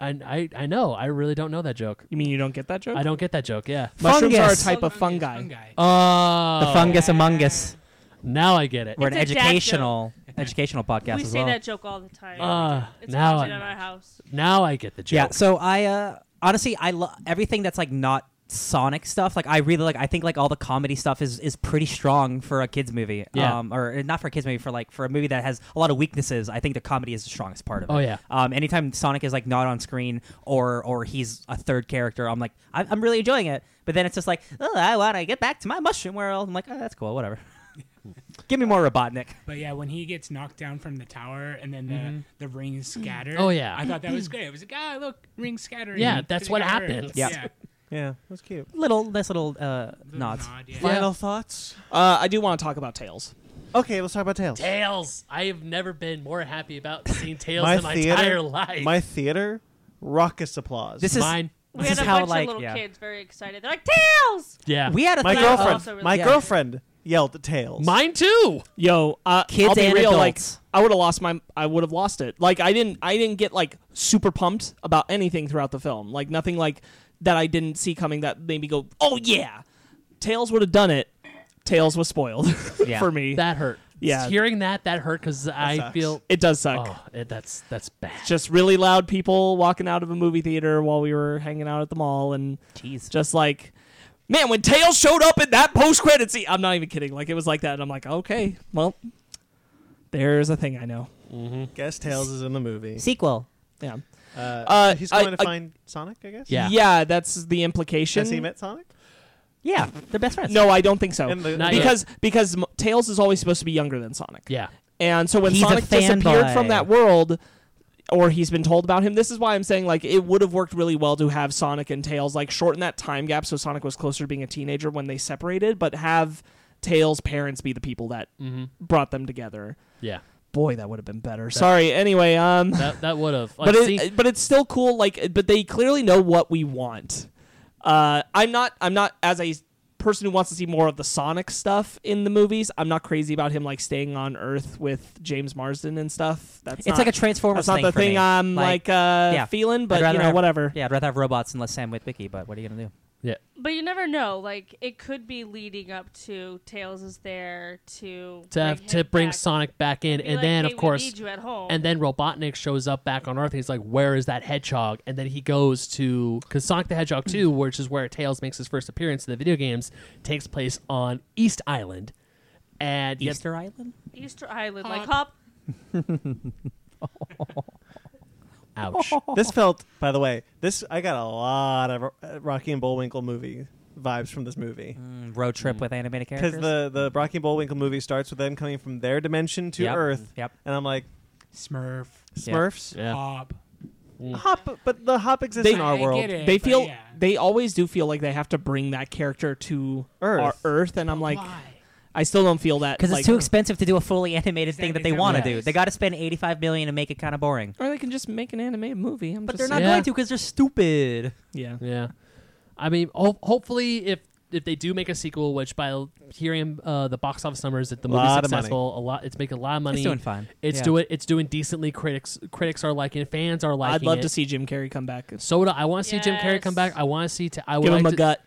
F: I, I I know. I really don't know that joke.
C: You mean you don't get that joke?
F: I don't get that joke. Yeah.
C: Mushrooms
E: Fungus,
C: are a type of fungi.
F: Oh,
B: the fungus among us.
C: Oh,
F: now I get it.
B: We're
D: It's
B: an
D: a dad
B: educational educational podcast
D: we
B: as
D: say
B: well.
D: that joke all the time.
F: Uh,
D: it's
F: now
D: haunted in
F: I
D: our house.
F: now I get the joke.
B: Yeah. So I uh, honestly I love everything that's like not Sonic stuff. Like I really like. I think like all the comedy stuff is is pretty strong for a kids movie.
F: Yeah.
B: Um, or not for a kids movie for like for a movie that has a lot of weaknesses. I think the comedy is the strongest part of it.
F: Oh, yeah.
B: Um, anytime Sonic is like not on screen or or he's a third character, I'm like I, I'm really enjoying it. But then it's just like oh I want to get back to my mushroom world. I'm like oh, that's cool. Whatever. Give me more Robotnik.
E: But yeah, when he gets knocked down from the tower and then
B: Mhm.
E: the, the rings scatter.
F: Mm-hmm. Oh, yeah.
E: I thought that was great. It was like, ah, look, rings scattering.
F: Yeah,
E: to
F: that's
E: the
F: what
E: tower."
F: happens.
B: Yeah.
A: Yeah, that's cute.
B: Little nice little uh,
E: The
B: nods.
E: nod, yeah.
F: Yeah.
A: Final thoughts?
C: Uh, I do want to talk about Tails.
A: Okay, let's talk about Tails.
F: Tails. I have never been more happy about seeing Tails
A: My
F: in my
A: theater-
F: entire life.
A: My theater, raucous applause.
B: This is
F: Mine.
D: We
B: This
D: had
B: is
D: a
B: how,
D: bunch
B: like,
D: of little
B: yeah.
D: kids very excited. They're like, Tails!
F: Yeah.
B: we had a
A: my
D: Yeah,
B: thing- uh,
A: girlfriend.
D: also really
A: my
B: good.
A: girlfriend yelled Tails.
F: Mine too.
C: Yo, uh,
B: Kids
C: I'll be
B: and
C: real.
B: adults.
C: Like, I would have lost my. I would have lost it. Like, I didn't. I didn't get like super pumped about anything throughout the film. Like nothing like that I didn't see coming that made me go, oh yeah. Tails would have done it. Tails was spoiled
B: Yeah.
C: for me.
F: That hurt.
C: Yeah.
F: Hearing that, that hurt because I
A: sucks.
F: feel.
C: it does suck.
F: Oh, it, that's that's bad.
C: Just really loud people walking out of a movie theater while we were hanging out at the mall and
B: Jeez.
C: just like man when tails showed up in that post-credit scene i'm not even kidding like it was like that and i'm like okay well there's a thing i know
A: Guess Tails is in the movie.
B: Sequel.
C: yeah
A: Uh,
C: Uh,
A: he's going
C: I-
A: to
C: I-
A: find Sonic, I guess.
F: Yeah.
C: yeah that's the implication
A: Has he met Sonic?
B: Yeah, they're best friends.
C: no i don't think so
A: In the-
F: Not yet.
C: because because M- tails is always supposed to be younger than sonic
F: Yeah.
C: and so when
B: He's a
C: sonic disappeared
B: fanboy.
C: from that world or he's been told about him this is why i'm saying like it would have worked really well to have sonic and tails like shorten that time gap so sonic was closer to being a teenager when they separated but have tails parents be the people that
F: Mm-hmm.
C: brought them together
F: Yeah.
C: boy that would have been better sorry anyway um
F: That that would have. Like,
C: but
F: see-
C: it, but it's still cool like but they clearly know what we want uh i'm not i'm not as a person who wants to see more of the sonic stuff in the movies i'm not crazy about him like staying on earth with james marsden and stuff that's
B: it's
C: not,
B: like a Transformers
C: that's not
B: thing uh,
C: the
B: for
C: thing
B: me.
C: i'm like, uh
B: yeah.
C: feeling but
B: rather
C: you know
B: have-
C: whatever
B: yeah, I'd rather have robots and less Sam Witwicky. But what are you gonna do?
D: But you never know. Like, it could be leading up to Tails is there to.
F: to have, to
D: him
F: bring
D: back.
F: Sonic back in,
D: Be
F: and
D: like,
F: then
D: "Hey,
F: of
D: we
F: course,
D: need you at home.
F: and then Robotnik shows up back on Earth. and He's like, "Where is that hedgehog?" And then he goes to because Sonic the Hedgehog two, which is where Tails makes his first appearence in the video games, takes place on East Island, and yes,
B: Easter Island.
D: Easter Island, like hop.
F: ouch.
A: This felt, by the way, this I got a lot of uh, Rocky and Bullwinkle movie vibes from this movie.
B: Mm, road trip with animated characters.
A: because the the Rocky and Bullwinkle movie starts with them coming from their dimension to
B: Yep.
A: Earth,
B: Yep.
A: and I'm like
E: Smurf,
B: Yeah.
A: Smurfs.
F: Yeah.
E: Hop.
A: Hop, but the hop exists
C: They-
A: in our
E: I get
A: world.
E: it,
C: they
E: but
C: feel
E: yeah.
C: they always do feel like they have to bring that character to our
A: Earth.
C: earth and i'm like i still don't feel that
B: Because
C: like,
B: it's too expensive to do a fully animated
E: Exactly,
B: thing that they want to
E: exactly.
B: do. They got to spend eighty-five million to make it kind of boring.
C: or they can just make an animated movie I'm
B: But they're
C: just
B: not
F: Yeah.
B: going to because they're stupid.
C: yeah
F: Yeah, I mean, ho- hopefully, if if they do make a sequel, which by l- hearing uh, the box office numbers, that the movie's
A: Lot of money.
F: successful, a lot, it's making a lot of money.
B: It's doing fine.
F: It's
B: Yeah.
F: doing it's doing decently. Critics critics are liking, it, fans are liking.
C: I'd love
F: it.
C: to see Jim Carrey come back.
F: So do I want to see Jim Carrey come back.
D: Yes.
F: I want to see. Ta- I would
C: Give
F: like
C: him a
F: to-
C: gut.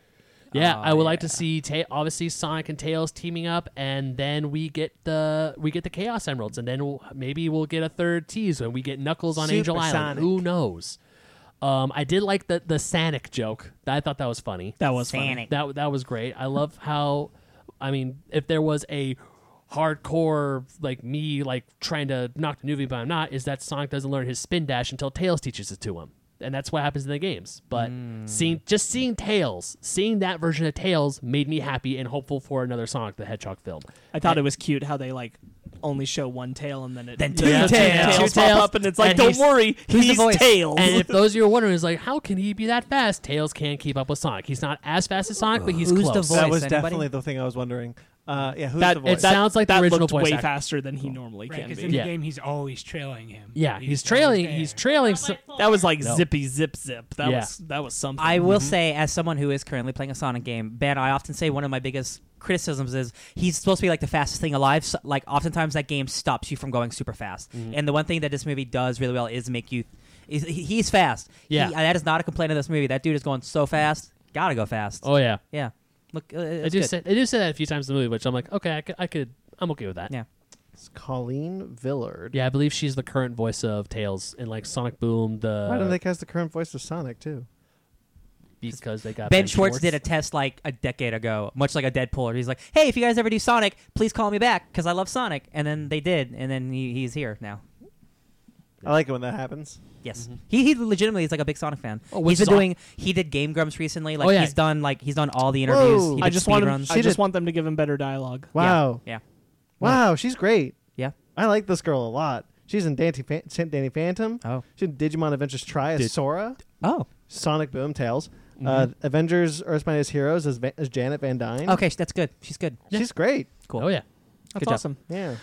F: Yeah,
B: Oh,
F: I would like to
B: yeah.
F: see ta- obviously Sonic and Tails teaming up, and then we get the we get the Chaos Emeralds, and then we'll, maybe we'll get a third tease when we get Knuckles on Angel Island.
A: Supersonic.
F: Who knows? Um, I did like the the Sonic joke. I thought that was funny.
C: That was funny.
B: Sonic.
F: That that was great. I love how I mean, if there was a hardcore like me like trying to knock the newbie, but I'm not, is that Sonic doesn't learn his spin dash until Tails teaches it to him. And that's what happens in the games. But seeing just seeing Tails, seeing that version of Tails made me happy and hopeful for another Sonic the Hedgehog film.
C: I thought it was cute how they like only show one tail and then it
B: Then
C: the
B: two tails.
C: tails,
F: Two
C: pop
F: tails.
C: up and it's like
F: And
C: don't
F: he's-
C: worry
B: who's the
C: he's
B: voice?
C: tails.
F: And if those of you are wondering, is like, how can he be that fast? Tails can't keep up with Sonic. He's not as fast as Sonic, but he's
B: Who's the
F: close.
B: voice?
A: that was
B: anybody? Mm-hmm.
A: definitely the thing I was wondering. Uh, yeah, who's
C: that
A: the voice?
F: it sounds like the
C: that
F: original
C: looked
F: voice
C: way
F: actor.
C: faster than he normally
E: Right,
C: can
E: because
C: be.
E: in the
F: Yeah.
E: game he's always trailing him.
F: yeah, he's,
E: always
F: trailing.
E: there.
F: He's trailing. So-
C: That was like
F: No.
C: zippy zip zip. That
F: Yeah.
C: was that was something.
B: I
F: Mm-hmm.
B: will say, as someone who is currently playing a Sonic game, Ben, I often say one of my biggest criticisms is he's supposed to be like the fastest thing alive. So, like, oftentimes that game stops you from going super fast.
F: Mm-hmm.
B: And the one thing that this movie does really well is make you. Is, he- he's fast.
F: Yeah.
B: He- that is not a complaint of this movie. That dude is going so fast. Gotta go fast.
F: oh yeah,
B: Yeah. Look, uh,
F: I
B: it's
F: do
B: good.
F: say I do say that a few times in the movie, which I'm like, okay, I could, I could I'm okay with that.
B: Yeah.
H: It's Colleen Villard.
F: Yeah, I believe she's the current voice of Tails in like Sonic Boom. The
H: Why don't they cast the current voice of Sonic too?
F: because they got
B: Ben Schwartz did a test like a decade ago, much like a Deadpool. He's like, "Hey, if you guys ever do Sonic, please call me back because I love Sonic." And then they did, and then he, he's here now.
F: Yeah.
A: I like it when that happens.
B: Yes, he, he legitimately is like a big Sonic fan.
F: Oh,
B: he's
F: with
B: been
F: Son-
B: doing. He did Game Grumps recently. Like
F: Oh, yeah.
B: he's done like he's done all the interviews.
H: Whoa.
B: He did
C: I just
B: speed
C: want him,
B: runs.
C: I
H: She
C: just
H: did-
C: want them to give him better dialogue.
H: Wow.
B: Yeah.
H: Wow, she's great.
B: Yeah.
H: I like this girl a lot. She's in Danny, Fan- Danny Phantom.
B: Oh.
H: She's in Digimon Adventures Try as
F: Did-
H: Sora,
B: Oh.
H: Sonic Boom Tails,
B: Mm-hmm.
H: uh, Avengers Earth's Mightiest Heroes as, Va- as Janet Van Dyne.
B: Okay, sh- that's good. She's good.
H: She's great.
B: Cool.
F: Oh yeah,
C: That's
B: Good job.
C: awesome.
H: Yeah.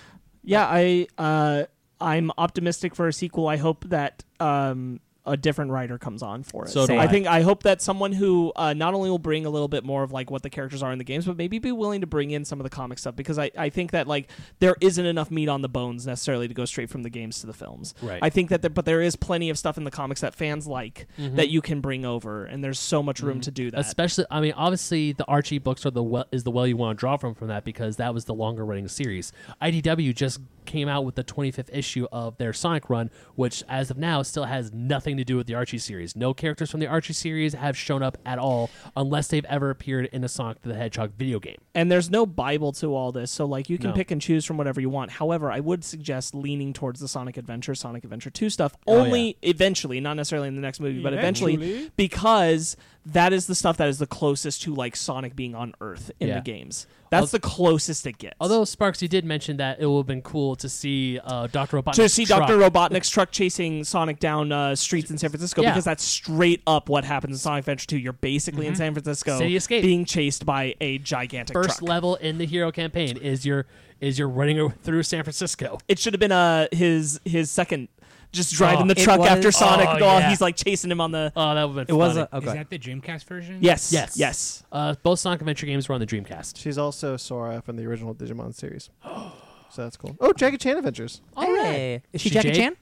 C: Yeah, I uh, I'm optimistic for a sequel. I hope that um, a different writer comes on for it.
F: So
B: do
C: I
B: I.
C: think I hope that someone who uh, not only will bring a little bit more of like what the characters are in the games, but maybe be willing to bring in some of the comic stuff because I, I think that like there isn't enough meat on the bones necessarily to go straight from the games to the films.
F: right.
C: I think that there, but there is plenty of stuff in the comics that fans like that you can bring over, and there's so much room to do that.
F: Mm-hmm. Especially, I mean, obviously, the Archie books are the well, is the well you want to draw from from that because that was the longer running series. IDW just came out with the 25th issue of their Sonic run, which as of now still has nothing to do with the Archie series. No characters from the Archie series have shown up at all, unless they've ever appeared in a Sonic the Hedgehog video game.
C: and there's no bible to all this so like you can
F: No.
C: pick and choose from whatever you want however i would suggest leaning towards the sonic adventure sonic adventure 2 stuff
F: Oh,
C: only eventually not necessarily in the next movie but eventually because that is the stuff that is the closest to like sonic being on earth in
F: Yeah.
C: the games that's the
F: Al-
C: closest it gets
F: Although Sparks, you did mention that it would have been cool to see uh, Doctor Robotnik
C: to see
F: truck.
C: Dr. Robotnik's truck chasing Sonic down uh, streets in San Francisco
F: Yeah.
C: because that's straight up what happens in Sonic Adventure 2. You're basically in San Francisco
F: Mm-hmm. City escape.
C: being chased by a gigantic
F: first
C: truck.
F: level in the hero campaign is your is your running o- through San Francisco.
C: It should have been uh his his second, just driving
F: Oh,
C: the
B: it
C: truck
B: was-
C: after Sonic.
F: oh,
C: while
F: yeah.
C: he's like chasing him on the.
F: Oh, that would have
B: It
F: been
B: was
F: funny.
B: a, okay.
E: Is that the Dreamcast version?
C: Yes.
F: Yes.
C: Yes.
F: uh, both Sonic Adventure games were on the Dreamcast.
H: She's also Sora from the original Digimon series. so that's cool. Oh, Jackie Chan Adventures.
B: All right. Is she,
F: She
B: Jackie
F: Jade?
B: Chan?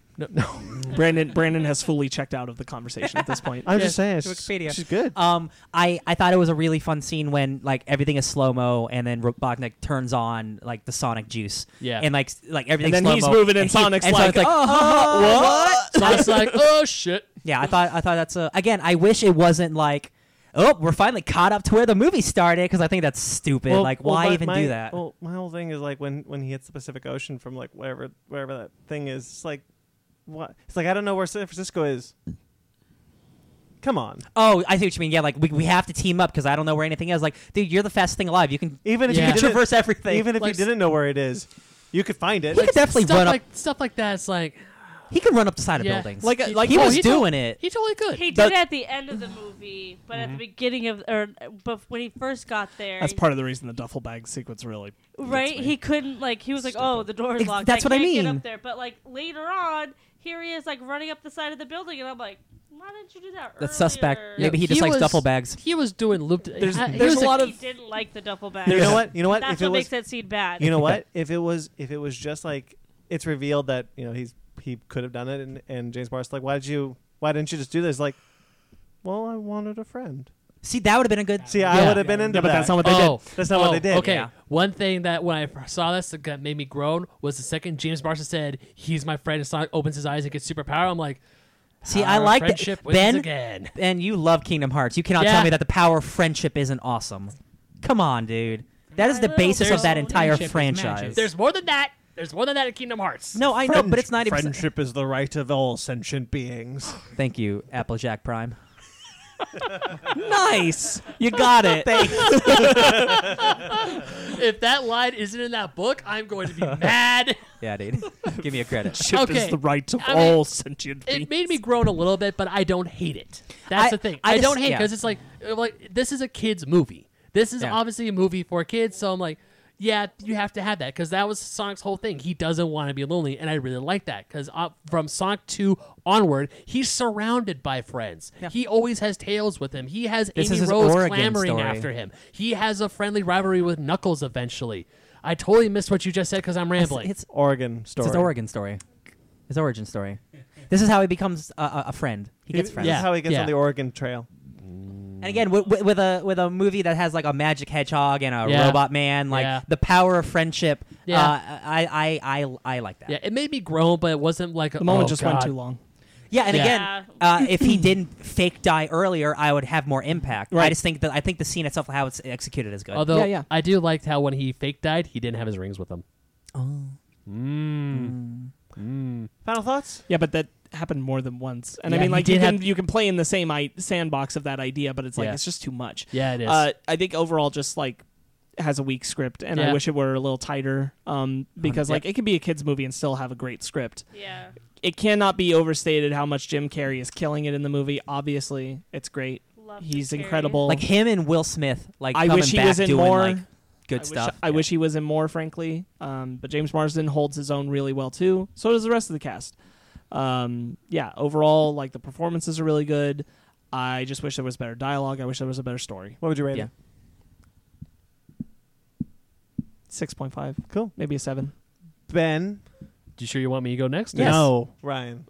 C: Brandon Brandon has fully checked out of the conversation at this point.
H: I'm just saying. She's,
B: Wikipedia.
H: she's good.
B: Um, I, I thought it was a really fun scene when like everything is slow mo and then Robotnik turns on like the Sonic juice.
F: Yeah.
B: And like s- like everything.
C: And then he's moving and Sonic's like,
B: "Uh-huh, what?
F: Sonic's like, oh shit.
B: Yeah, I thought I thought that's a again. I wish it wasn't like, oh, we're finally caught up to where the movie started because I think that's stupid.
A: Well,
B: like,
A: well,
B: why
A: my-
B: even
A: my-
B: do that?
A: Well, my whole thing is like when when he hits the Pacific Ocean from like wherever wherever that thing is. It's like what? It's like I don't know where San Francisco is. Come on.
B: oh, I see what you mean. Yeah, like we, we have to team up because I don't know where anything is. Like, dude, you're the fastest thing alive. You can
A: Even if
F: Yeah.
A: you
B: you can
A: didn't,
B: traverse everything.
A: even if
F: Like-
A: you didn't know where it is, you could find it.
B: he could definitely
F: stuff
B: run
F: like
B: up.
F: stuff like that. It's like
B: He could run up the side
F: Yeah.
B: of buildings.
C: Like
F: He-
C: like
B: he
F: oh,
B: was
F: he told-
B: doing it.
F: he totally could.
D: He
C: That-
D: did it at the end of the movie, but at the beginning of or but when he first got there,
C: that's part of the reason the duffel bag sequence really. gets
D: right?
C: me.
D: He couldn't like he was like, "Oh, the door's
B: Ex-
D: locked."
B: that's
D: I
B: what I
D: can't Get
B: mean.
D: up there, but like later on, here he is like running up the side of the building, and I'm like, "Why didn't you do that?"
B: That's suspect.
D: earlier?"
B: Maybe he just
F: He
B: likes
F: was-
B: duffel bags.
F: He was doing looped. There's,
C: there's a lot
D: He
C: of-
D: didn't like the duffel bag.
A: You know what? You know what?
D: That's
A: if it
D: what
A: was,
D: makes that scene bad.
A: you know what? If it was, if it was just like it's revealed that you know he's he could have done it, and, and James Barr's like, why did you? Why didn't you just do this? Like, well, I wanted a friend.
B: See, that would have been a good.
A: See,
F: Yeah.
A: I would have been
E: Yeah,
A: into
C: Yeah, but
A: that.
C: that's not what they
F: Oh,
C: did.
A: That's not what
F: oh,
A: they did.
F: Okay,
B: Yeah.
F: one thing that when I first saw this that got- made me groan was the second James Marsden said he's my friend and Sonic opens his eyes and gets superpower. I'm like,
B: See, I
F: "Our
B: like
F: friendship
B: that.
F: wins
B: Ben,
F: again.
B: and you love Kingdom Hearts. You cannot tell
F: Yeah.
B: me that the power of friendship isn't awesome. Come on, dude. That is the
D: My
B: basis
D: little
B: of that
D: soul.
B: entire
E: Friendship is
B: franchise.
E: magic.
F: There's more than that. There's more than that in Kingdom Hearts.
B: no, I know, but it's ninety percent.
A: Friendship is the right of all sentient beings.
B: Thank you, Applejack Prime. nice, you got it.
F: If that line isn't in that book, I'm going to be mad.
B: yeah, dude, give me a credit.
C: Ship
F: Okay.
C: is the right of
F: I mean,
C: all sentient
F: It
C: beings.
F: made me groan a little bit, but I don't hate it. That's
B: I-
F: the thing.
B: I
F: I,
B: just-
F: don't hate
B: yeah.
F: because it's like, uh, like this is a kids movie. This is
B: Yeah.
F: obviously a movie for kids, so I'm like, yeah, you have to have that because that was Sonic's whole thing. He doesn't want to be lonely, and I really like that because uh, from Sonic Two onward, he's surrounded by friends. He always has Tails with him. He has
B: This is
F: Amy
B: his
F: Rose
B: origin
F: clamoring
B: story.
F: after him. He has a friendly rivalry with Knuckles eventually. I totally missed what you just said because I'm rambling.
B: It's, it's,
A: Oregon story.
B: it's his origin story. His origin story. This is how he becomes a, a, a friend. He gets friends.
A: This is how he gets
F: Yeah.
A: on the Oregon Trail.
B: And again, with, with, with a with a movie that has like a magic hedgehog and a
F: Yeah.
B: robot man, like
F: Yeah.
B: the power of friendship.
F: Yeah.
B: Uh, I, I I I like that.
F: yeah, it made me groan, but it wasn't like
C: the moment
F: oh,
C: just
F: God.
C: went too long.
B: Yeah, and
F: Yeah.
B: again, uh, if he didn't fake die earlier, I would have more impact. I
C: Right.
B: just think that I think the scene itself, how it's executed, is good.
F: Although
C: Yeah, yeah.
F: I do liked how when he fake died, he didn't have his rings with him.
B: Oh.
A: Mm. Final thoughts?
C: Yeah, but that happened more than once. And
F: Yeah,
C: I mean,
F: he
C: like
F: did
C: you can
F: have-
C: you can play in the same I- sandbox of that idea, but it's like
F: Yeah.
C: it's just too much.
F: Yeah, it is.
C: Uh, I think overall, just like has a weak script, and
F: Yeah.
C: I wish it were a little tighter. Um, because
F: yep.
C: like it could be a kids movie and still have a great script.
D: Yeah.
C: It cannot be overstated how much Jim Carrey is killing it in the movie. Obviously, it's great.
D: Love
C: He's
D: Jim Carrey.
C: incredible.
B: like him and Will Smith, like
C: I
B: coming
C: wish he
B: back
C: was in
B: doing
C: more.
B: like good
C: I wish-
B: stuff.
C: I wish he was in more, frankly. Um, but James Marsden holds his own really well too. So does the rest of the cast. Um, yeah, overall, like the performances are really good. I just wish there was better dialogue. I wish there was a better story.
A: What would you rate
B: Yeah.
A: it?
C: Six point five,
A: Cool.
C: maybe a seven.
A: Ben?
F: you sure you want me to go next?
B: Yes.
A: No. Ryan.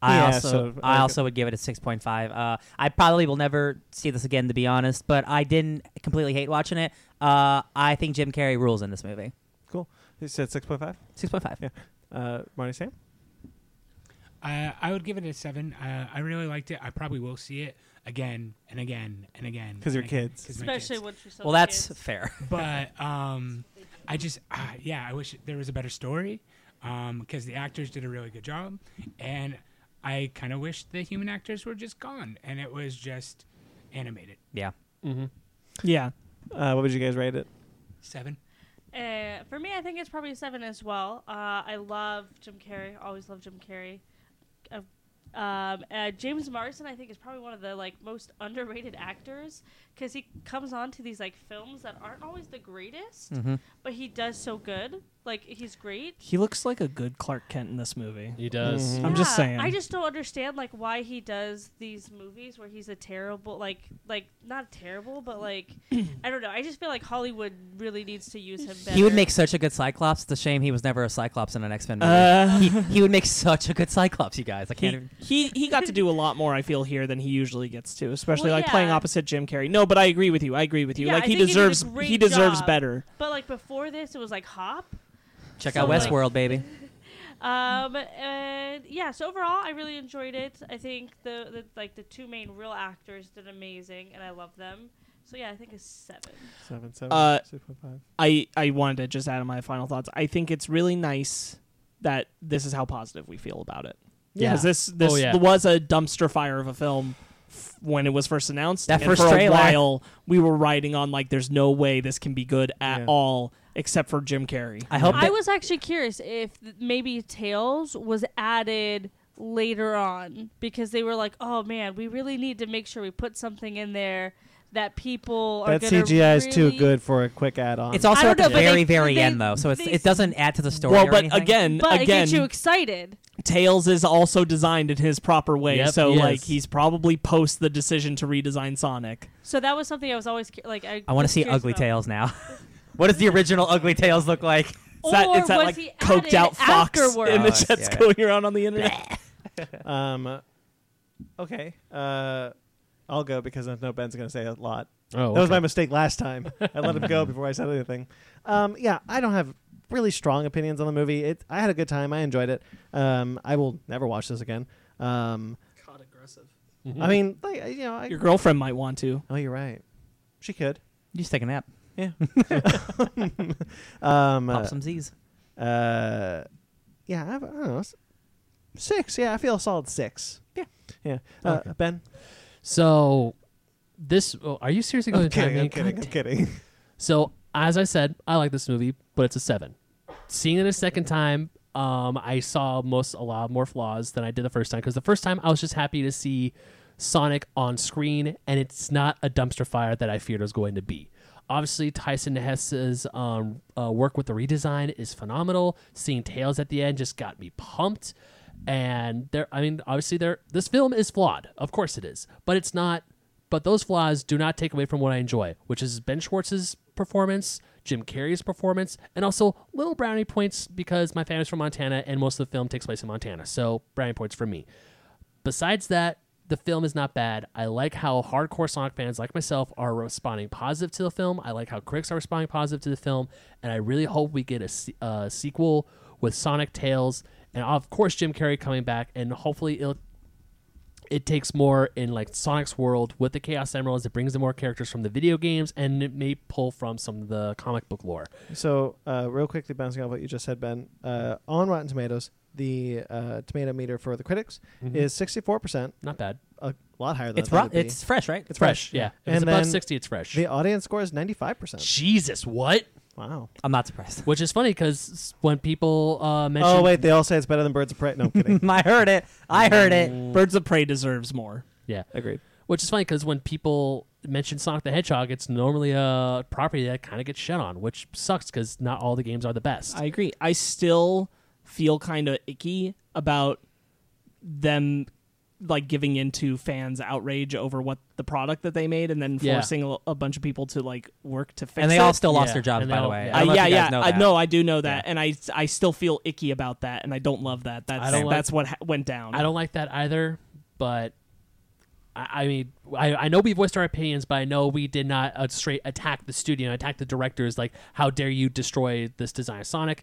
B: I
A: Yeah,
B: also
A: so,
B: I
A: okay.
B: also would give it a six point five. Uh, I probably will never see this again to be honest, but I didn't completely hate watching it. Uh, I think Jim Carrey rules in this movie.
A: You said 6.5?
B: Six point five.
A: Yeah. Uh, Marty Sam?
E: Uh, I would give it a seven. Uh, I really liked it. I probably will see it again and again and again
A: 'Cause you're
E: and again,
A: kids.
E: 'cause my
D: Especially
E: kids.
D: once you're so
B: Well, that's
D: kids.
B: fair.
E: But um, I just uh, yeah, I wish there was a better story because the actors did a really good job, and I kind of wish the human actors were just gone and it was just animated.
B: Yeah.
C: Yeah,
A: Uh, what would you guys rate it?
E: Seven.
D: Uh, for me, I think it's probably a seven as well. Uh, I love Jim Carrey. Always love Jim Carrey. Uh, um, uh, James Marsden, I think, is probably one of the like most underrated actors because he comes on to these like films that aren't always the
B: Hmm.
D: greatest,
C: Mm-hmm.
D: but he does so good. Like he's great.
C: he looks like a good Clark Kent in this movie.
F: He
B: Mm-hmm.
F: does.
C: I'm just
D: Yeah,
C: saying.
D: I just don't understand like why he does these movies where he's a terrible like like not terrible, but like I don't know. I just feel like Hollywood really needs to use him better.
B: He would make such a good Cyclops. The shame he was never a Cyclops in an X Men movie.
C: Uh,
B: he, he would make such a good Cyclops, you guys. I can't.
C: he,
B: even...
C: he he got to do a lot more. I feel here than he usually gets to, especially
D: Well,
C: like playing
D: yeah.
C: opposite Jim Carrey. No, but I agree with you. I agree with you.
D: Yeah,
C: like
D: I
C: he
D: think he did a
C: deserves
D: great
C: he deserves
D: job.
C: better.
D: But like before this, it was like Hop.
B: Check
D: so,
B: out
D: like-
B: Westworld, baby.
D: Um, and yeah, so overall, I really enjoyed it. I think the, the like the two main real actors did amazing, and I love them. So yeah, I think a seven.
A: 7, 7,
C: Uh,
A: 6.5.
C: I I wanted to just add my final thoughts. I think it's really nice that this is how positive we feel about it.
F: Yeah.
C: because this this
F: Oh, yeah.
C: was a dumpster fire of a film f- when it was first announced.
B: That
C: and
B: first
C: for
B: trailer.
C: a while, we were riding on like, "There's no way this can be good at
A: Yeah.
C: all," except for Jim Carrey.
B: I hope.
D: I
B: That,
D: was actually curious if th- maybe Tails was added later on because they were like, "Oh man, we really need to make sure we put something in there that people are."
A: That
D: gonna
A: CGI is too
D: really-
A: good for a quick add-on.
B: it's also
D: don't
B: at the
D: know, but they-
B: very, very
D: they-
B: end though, so it's,
D: they-
B: it doesn't add to the story.
C: well,
B: or
C: but
B: anything.
C: again,
D: But it
C: again,
D: gets you excited.
C: Tails is also designed in his proper way.
F: Yep,
C: so
F: he
C: like,
F: is.
C: he's probably post the decision to redesign Sonic.
D: So that was something I was always cu- like. I,
B: I want to
D: was
B: see
D: curious
B: Ugly
D: about.
B: Tails now. what does the original Ugly Tails look like?
C: It's that,
D: Or
C: it's that
D: was
C: like
D: he
C: coked
D: added
C: out fox
D: afterwards?
C: in the
B: Oh,
C: chat
B: yeah.
C: going around on the internet.
A: um, okay. Uh, I'll go because I know Ben's going to say a lot.
F: Oh,
A: That was my mistake last time. I let him go before I said anything. Um, yeah, I don't have really strong opinions on the movie. It, I had a good time. I enjoyed it. Um, I will never watch this again. Um,
C: God, aggressive.
A: I mean, like, you know, I,
C: Your girlfriend might want to.
A: oh, you're right. She could.
B: You just take a nap.
A: Yeah. um,
B: Pop
A: uh,
B: some Z's.
A: uh, yeah, I, I don't know. s- Six. Yeah, I feel a solid six.
B: Yeah.
A: Yeah. Uh, Ben?
F: So, this. Oh, are you seriously going
A: I'm
F: to time
A: kidding.
F: me?
A: I'm kidding.
F: God
A: I'm kidding.
F: So, as I said, I like this movie, but it's a seven. Seeing it a second time, um, I saw most a lot more flaws than I did the first time because the first time I was just happy to see Sonic on screen, and it's not a dumpster fire that I feared it was going to be. Obviously, Tyson Hesse's um, uh, work with the redesign is phenomenal. Seeing Tails at the end just got me pumped, and there. I mean, obviously, there. This film is flawed, of course it is, but it's not but those flaws do not take away from what I enjoy, which is Ben Schwartz's performance, Jim Carrey's performance, and also little brownie points because my family's from Montana and most of the film takes place in Montana. So, brownie points for me. Besides that, the film is not bad. I like how hardcore Sonic fans like myself are responding positive to the film. I like how critics are responding positive to the film, and I really hope we get a, se- a sequel with Sonic Tails and of course Jim Carrey coming back, and hopefully it'll it takes more in like Sonic's world with the Chaos Emeralds. It brings in more characters from the video games, and it may pull from some of the comic book lore.
A: So, uh, real quickly, bouncing off what you just said, Ben, uh, on Rotten Tomatoes, the uh, tomato meter for the critics is 64%,
F: Not bad.
A: a lot higher than I
B: It's
A: thought
B: ro-
A: it'd be.
B: It's fresh, right?
A: It's
F: Fresh,
A: fresh,
F: yeah. If
A: And
F: it's
A: then
F: above sixty, it's fresh.
A: The audience score is 95%.
F: Jesus, what?
A: Wow.
B: I'm not surprised.
F: Which is funny because when people uh, mention,
A: Oh, wait, they all say it's better than Birds of Prey. No, I'm kidding.
B: I heard it. I heard it.
C: Birds of Prey deserves more.
F: yeah,
A: Agreed.
F: which is funny because when people mention Sonic the Hedgehog, it's normally a property that kind of gets shut on, which sucks because not all the games are the best.
C: I agree. I still feel kind of icky about them like giving into fans' outrage over what the product that they made, and then
F: Yeah.
C: forcing a, a bunch of people to like work to fix.
B: And they
C: it.
B: all still lost
F: Yeah.
B: their jobs,
F: And
B: by
F: they
B: the
F: all-
B: way.
F: yeah.
B: I don't know
C: Uh,
B: if
C: yeah,
B: you
C: yeah.
B: guys know
C: I
B: that.
C: know. I do know that, and I I still feel icky about that, and I don't love that. That's
F: don't like-
C: that's what ha- went down.
F: I don't like that either, but I, I mean, I, I know we voiced our opinions, but I know we did not uh, straight attack the studio, attack the directors. Like, how dare you destroy this design of Sonic?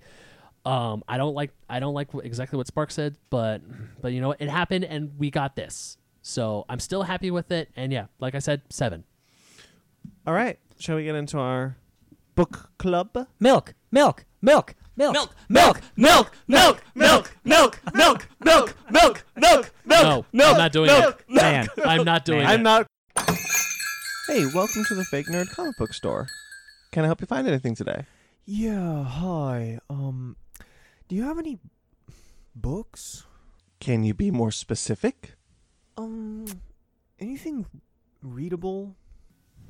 F: Um, I don't like, I don't like what- exactly what Spark said, but, but you know, what? it happened, and we got this. So I'm still happy with it, and yeah, like I said, seven.
A: All right. Shall we get into our book club?
B: Milk, milk, milk, milk,
C: milk, milk, milk, milk, milk, milk, milk, milk, milk, milk, milk.
F: no, I'm not doing
C: milk,
F: it.
B: Man,
F: I'm not doing it.
A: I'm not. Hey, welcome to the Fake Nerd Comic Book Store. Can I help you find anything today?
I: Yeah, hi. Um, do you have any books?
G: Can you be more specific?
I: Um, anything readable?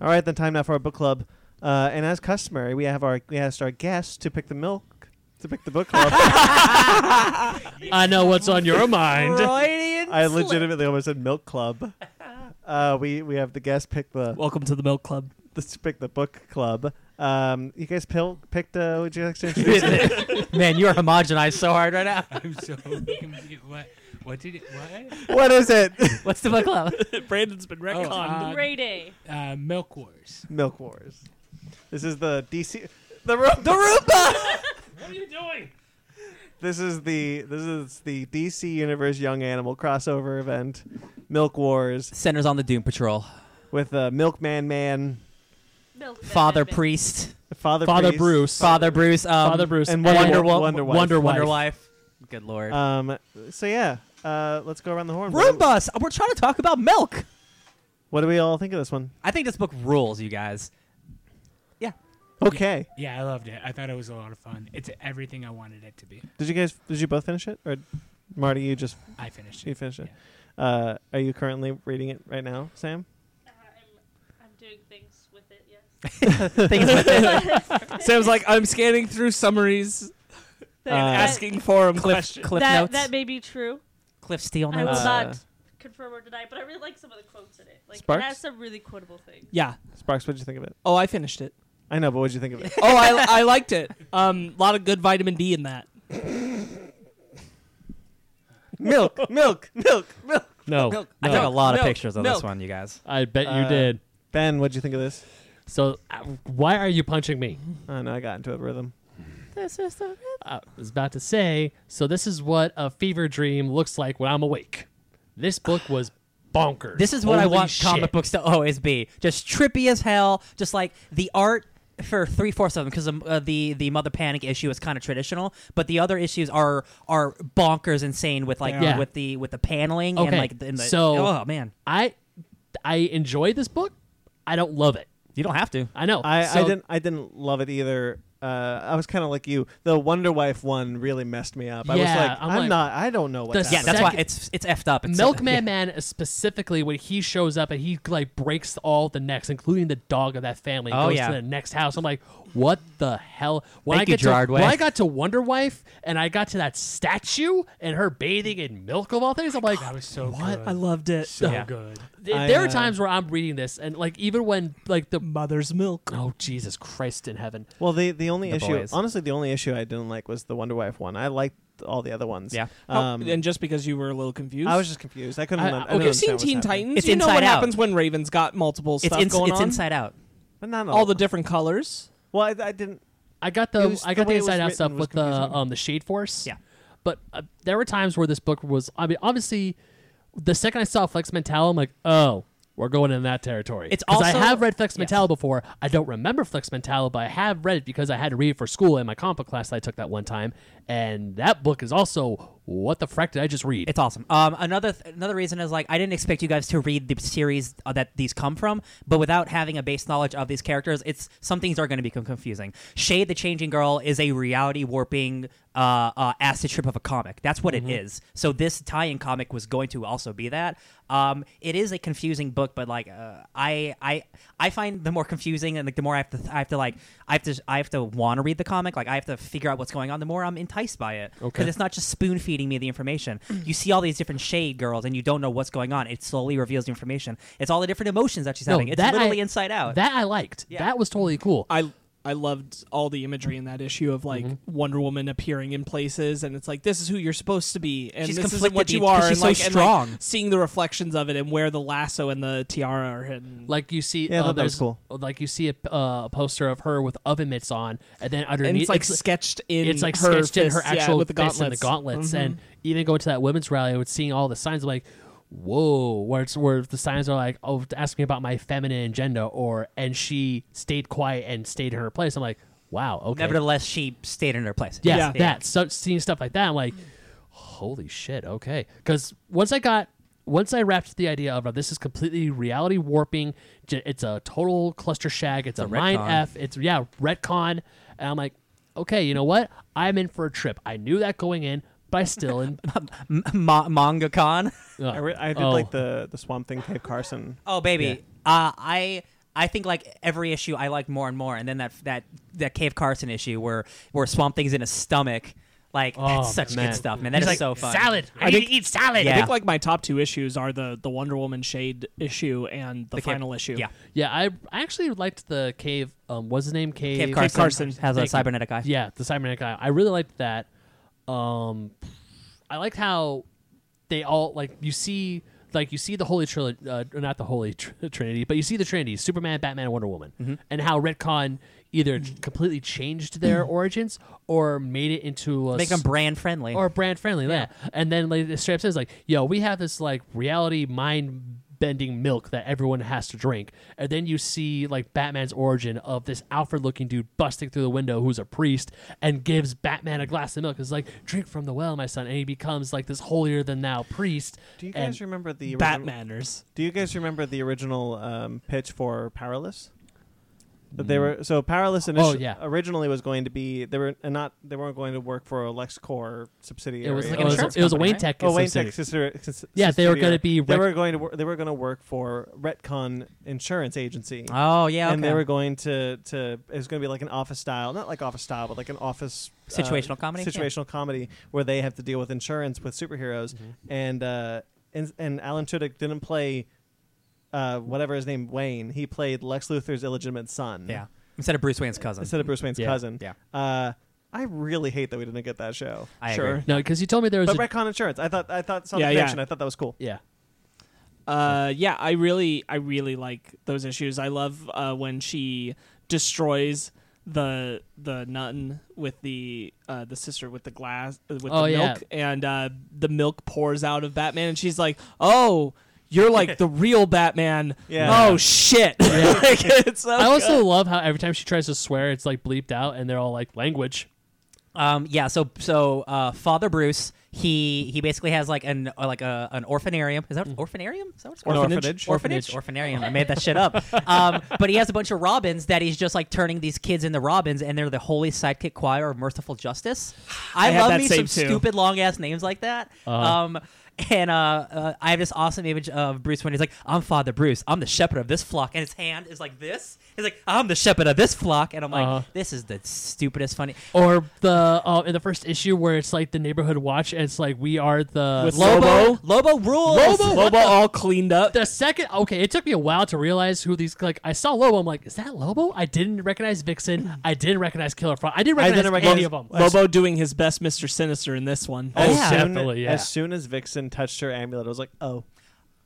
A: All right, then time now for our book club. Uh, and as customary, we have our we asked our guests to pick the milk to pick the book club.
F: I know what's on your mind.
A: I legitimately almost said milk club. Uh, we we have the guests pick the
C: Welcome to the Milk Club.
A: let's pick the book club. Um, you guys pil- picked. Uh, would you like to introduce?
B: man, you are homogenized so hard right now.
E: I'm so confused. What? What did it? What?
A: what is it?
B: What's the book club?
C: Brandon's been retconned.
E: uh,
D: Great A.
E: Uh, Milk Wars.
A: milk Wars. This is the DC. The room.
B: the Roomba.
E: What are you doing?
A: This is the this is the DC Universe Young Animal crossover event, Milk Wars
B: Centers on the Doom Patrol.
A: with uh, Milkman Man,
D: Milk
B: Father
D: Benjamin.
B: Priest.
A: Father
F: Father
A: Priest,
F: Bruce,
B: Father Bruce. Um,
F: Father Bruce,
A: and
F: and
A: Wonder Wo- Wonder
F: Wonder,
A: Wife.
F: Wonder
B: Wonder
F: Wife.
B: Wife. Uh, Good lord.
A: Um. So yeah. Uh. Let's go around the horn. What do-
B: Roombas. We're trying to talk about milk.
A: What do we all think of this one?
B: I think this book rules, you guys.
A: Okay.
E: Yeah, I loved it. I thought it was a lot of fun. It's everything I wanted it to be.
A: Did you guys? Did you both finish it, or Marty? You just
E: I finished
A: you
E: it.
A: finished it. Uh, are you currently reading it right now, Sam?
D: I'm, Uh, I'm doing things with it. Yes.
B: Things with it.
C: Sam's like, I'm scanning through summaries
D: That,
C: and asking forum questions.
B: Cliff
D: that,
B: notes.
D: that may be true.
B: Cliff Steele
D: I will
B: notes.
A: Uh,
D: not confirm or deny, but I really like some of the quotes in it. Like
A: Sparks?
D: it has some really quotable things.
C: yeah.
A: Sparks, what did you think of it?
C: Oh, I finished it.
A: I know, but what did you think of it?
C: Oh, I, I liked it. Um, a lot of good vitamin D in that.
A: milk, milk, milk, milk.
F: No,
B: I took a
F: no.
B: lot of
C: milk,
B: pictures of
C: milk.
B: this one, you guys.
F: I bet you
A: Uh,
F: did.
A: Ben, what did you think of this?
F: So uh, why are you punching me?
A: Oh no, I got into a rhythm.
F: I was about to say. So this is what a fever dream looks like when I'm awake. This book was bonkers.
B: This is what I
F: Holy
B: want
F: shit.
B: comic books to always be. Just trippy as hell. Just like the art for three fourths of them because uh, the the Mother Panic issue is kind of traditional, but the other issues are are bonkers insane with like
F: Yeah.
B: with the with the paneling and
F: Okay,
B: like the, and the
F: so-
B: oh man,
F: I I enjoy this book. I don't love it.
B: you don't have to.
F: I know.
A: I,
F: So-
A: I didn't I didn't love it either. Uh, I was kind of like you. The Wonder Wife one really messed me up. I was
F: Yeah,
A: like,
F: I'm
A: I'm,
F: like-
A: not. I don't know what.
F: The
A: That's
B: Yeah, that's
F: Second-
B: why it's it's effed up. It's
F: Milkman Man specifically when he shows up and he like breaks all the necks, including the dog of that family. and
B: Oh,
F: goes
B: yeah.
F: to the next house. I'm like, what the hell? When
B: Thank
F: I
B: you,
F: get
B: Gerard
F: to,
B: Way.
F: when I got to Wonder Wife and I got to that statue and her bathing in milk of all things, I'm like,
E: That was so
F: what?
E: good.
C: I loved it.
E: so
B: Yeah.
E: good.
F: Th-
A: I,
F: there are
A: uh,
F: times where I'm reading this and like even when like the
C: Mother's milk.
F: oh Jesus Christ in heaven,
A: Well, the the only
F: The
A: issue,
F: boys.
A: honestly, the only issue I didn't like was the Wonder Wife one. I liked all the other ones.
B: Yeah.
A: Um,
C: and just because you were a little confused,
A: I was just confused. I couldn't.
F: I-
A: remember.
F: I
A: didn't
C: You've seen
A: understand
C: Teen
A: what's happening.
C: Titans.
B: It's
C: you know what
B: Inside Out.
C: happens when Ravens got multiple
B: it's
C: stuff
B: ins-
C: going
B: it's
C: on.
B: inside out.
A: but not
C: All the different colors.
A: Well, I, I didn't.
F: I got
A: It
F: the
A: was-
F: I
A: the
F: got the,
A: way it was
F: inside out
A: written
F: stuff
A: was
F: with the
A: confusing.
F: um the Shade Force.
B: Yeah.
F: but uh, there were times where this book was. I mean, obviously, the second I saw Flex Mental, I'm like, oh, we're going in that territory.
B: It's
F: 'Cause I
B: also-
F: have read Flex
B: Yes.
F: Mental before. I don't remember Flex Mental, but I have read it because I had to read it for school in my comic book class that I took that one time. And that book is also what the frack did I just read?
B: It's awesome. Um, another th- another reason is like I didn't expect you guys to read the series uh, that these come from, but without having a base knowledge of these characters, it's some things are going to become confusing. Shade the Changing Girl is a reality warping uh, uh, acid trip of a comic. That's what it
F: Mm-hmm.
B: is. So this tie-in comic was going to also be that. Um, it is a confusing book, but like uh, I I I find the more confusing and like the more I have to I have to like I have to I have to want to read the comic. Like I have to figure out what's going on. The more I'm enticed by it,
F: Okay.
B: because it's not just spoon feeding me the information. you see all these different shade girls, and you don't know what's going on. It slowly reveals the information. It's all the different emotions that she's
F: No,
B: having. It's
F: that
B: literally
F: I-
B: inside out.
F: That I liked.
B: Yeah.
F: That was totally cool.
C: I I loved all the imagery in that issue of like
F: Mm-hmm.
C: Wonder Woman appearing in places, and it's like this is who you're supposed to be, and
B: She's
C: this isn't what
B: conflicted
C: you
B: because
C: are.
B: she's
C: and,
B: so
C: like, And,
B: strong.
C: like, seeing the reflections of it, and where the lasso and the tiara are hidden.
F: Like you see,
A: Yeah, I
F: uh,
A: thought that was
F: there's-
A: cool.
F: Like you see a, uh, a poster of her with oven mitts on, and then underneath
C: and it's like
F: it's-
C: sketched in.
F: it's like
C: her
F: sketched in her
C: fists, yeah,
F: actual
C: with the
F: fists
C: gauntlets.
F: and the gauntlets,
C: Mhm.
F: and even going to that women's rally, I was seeing all the signs like, "Whoa!" Where it's where the signs are like, "Oh, ask me about my feminine agenda," or and she stayed quiet and stayed in her place. I'm like, "Wow, okay."
B: Nevertheless, she stayed in her place.
F: yeah,
C: Yeah.
F: that so, seeing stuff like that, I'm like, "Holy shit, okay." Because once I got once I wrapped the idea of uh, this is completely reality warping, j- it's a total cluster shag, it's, a,
B: a
F: mind
B: retcon.
F: f, it's yeah retcon, and I'm like, okay, you know what? I'm in for a trip. I knew that going in, but I still in.
B: M- ma- manga con.
A: I, re- I did
F: Oh.
A: like the the Swamp Thing Cave Carson.
B: Oh baby, uh, I I think like every issue I liked more and more, and then that that that Cave Carson issue where where Swamp Thing's in his stomach, like
F: Oh,
B: that's such
F: man.
B: good stuff, man. That
F: He's
B: is
F: like,
B: so fun.
F: Salad. I,
C: I
F: need
C: think-
F: to eat salad.
C: I
B: Yeah.
C: think like my top two issues are the the Wonder Woman shade issue and the,
B: The Cave-
C: final issue.
B: Yeah,
F: Yeah, I I actually liked the cave. Um, what's his name? Cave.
B: Cave Carson,
C: Carson.
B: has a
F: Thank you.
B: cybernetic eye.
F: Yeah, the cybernetic eye. I really liked that. Um, I liked how they all like you see like you see the holy trilogy, uh, not the holy tr- trinity, but you see the trinity: Superman, Batman, and Wonder Woman, and how retcon either completely changed their origins or made it into a
B: Make them
F: s-
B: brand friendly.
F: or brand friendly. Yeah. And then like, straight up says like, yo, we have this like reality mind bending milk that everyone has to drink. And then you see like Batman's origin of this Alfred looking dude busting through the window who's a priest and gives Batman a glass of milk. It's like, drink from the well, my son. And he becomes like this holier than thou priest.
A: Do you
F: And-
A: guys remember the origi-
C: Batmanners.
A: Do you guys remember the original um, pitch for Powerless? That they were so Powerless initially
F: Mm. Oh, yeah.
A: originally was going to be they were and not they weren't going to work for a LexCorp subsidiary.
F: It was
A: or
B: like
F: like
B: an
F: it was,
B: insurance
F: it was a
B: company,
F: Wayne
B: right?
F: Tech.
A: Oh, Wayne
F: subsidiary.
A: Tech sister, sis-
F: Yeah, they were
A: subsidiary.
F: going to be
A: They
F: rec-
A: were going to wor- they were going to work for Retcon Insurance Agency.
B: Oh yeah, okay.
A: And they were going to to it was going to be like an office style, not like office style, but like an office uh,
B: Situational comedy? Yeah.
A: situational comedy where they have to deal with insurance with superheroes, and uh, and and Alan Tudyk didn't play uh, whatever his name Wayne, he played Lex Luthor's illegitimate son.
B: yeah. Instead of Bruce Wayne's cousin.
A: instead of Bruce Wayne's
F: Yeah.
A: cousin.
B: Yeah.
A: uh, I really hate that we didn't get that show.
B: I
C: sure.
B: agree.
F: no, because you told me there was
A: But
F: a,
A: Retcon Insurance, I thought I thought saw
C: Yeah,
A: the
C: yeah.
A: connection. I thought that was cool.
F: yeah.
C: Uh, yeah, I really, I really like those issues. I love uh, when she destroys the the nun with the uh, the sister with the glass uh, with
F: Oh,
C: the
F: yeah.
C: milk, and uh, the milk pours out of Batman, and she's like, "Oh, You're like the real Batman.
A: Yeah.
C: Oh shit. Like, it's so
F: I also
C: good.
F: love how every time she tries to swear, it's like bleeped out, and they're all like language.
B: Um, yeah. So so uh, Father Bruce, he he basically has like an uh, like a an orphanarium. Is that orphanarium? Is that what it's called?
A: Orphanage.
B: Orphanage. Orphanarium. I made that shit up. Um, but he has a bunch of robins that he's just like turning these kids into robins, and they're the Holy Sidekick Choir of Merciful Justice. I,
C: I had
B: love
C: that
B: me some
C: saved too.
B: stupid long ass names like that. Um, and uh, uh, I have this awesome image of Bruce when he's like, "I'm Father Bruce. I'm the shepherd of this flock," and his hand is like this. He's like, "I'm the shepherd of this flock," and I'm like,
F: Uh-huh.
B: "This is the stupidest funny."
F: Or the uh, in the first issue where it's like the neighborhood watch, and it's like we are the
C: With
F: Lo-
C: Lobo.
B: Lobo rules.
C: Lobo all cleaned up.
F: The second, okay, it took me a while to realize who these. Like, I saw Lobo. I'm like, is that Lobo? I didn't recognize Vixen. I didn't recognize Killer Frog. I didn't
A: I
F: recognize
A: didn't
F: any
A: recognize-
F: of them.
C: Lobo doing his best Mr. Sinister in this one.
F: Oh,
A: As
F: yeah.
A: soon-
F: definitely, yeah.
A: As soon as Vixen touched her amulet, I was like, oh.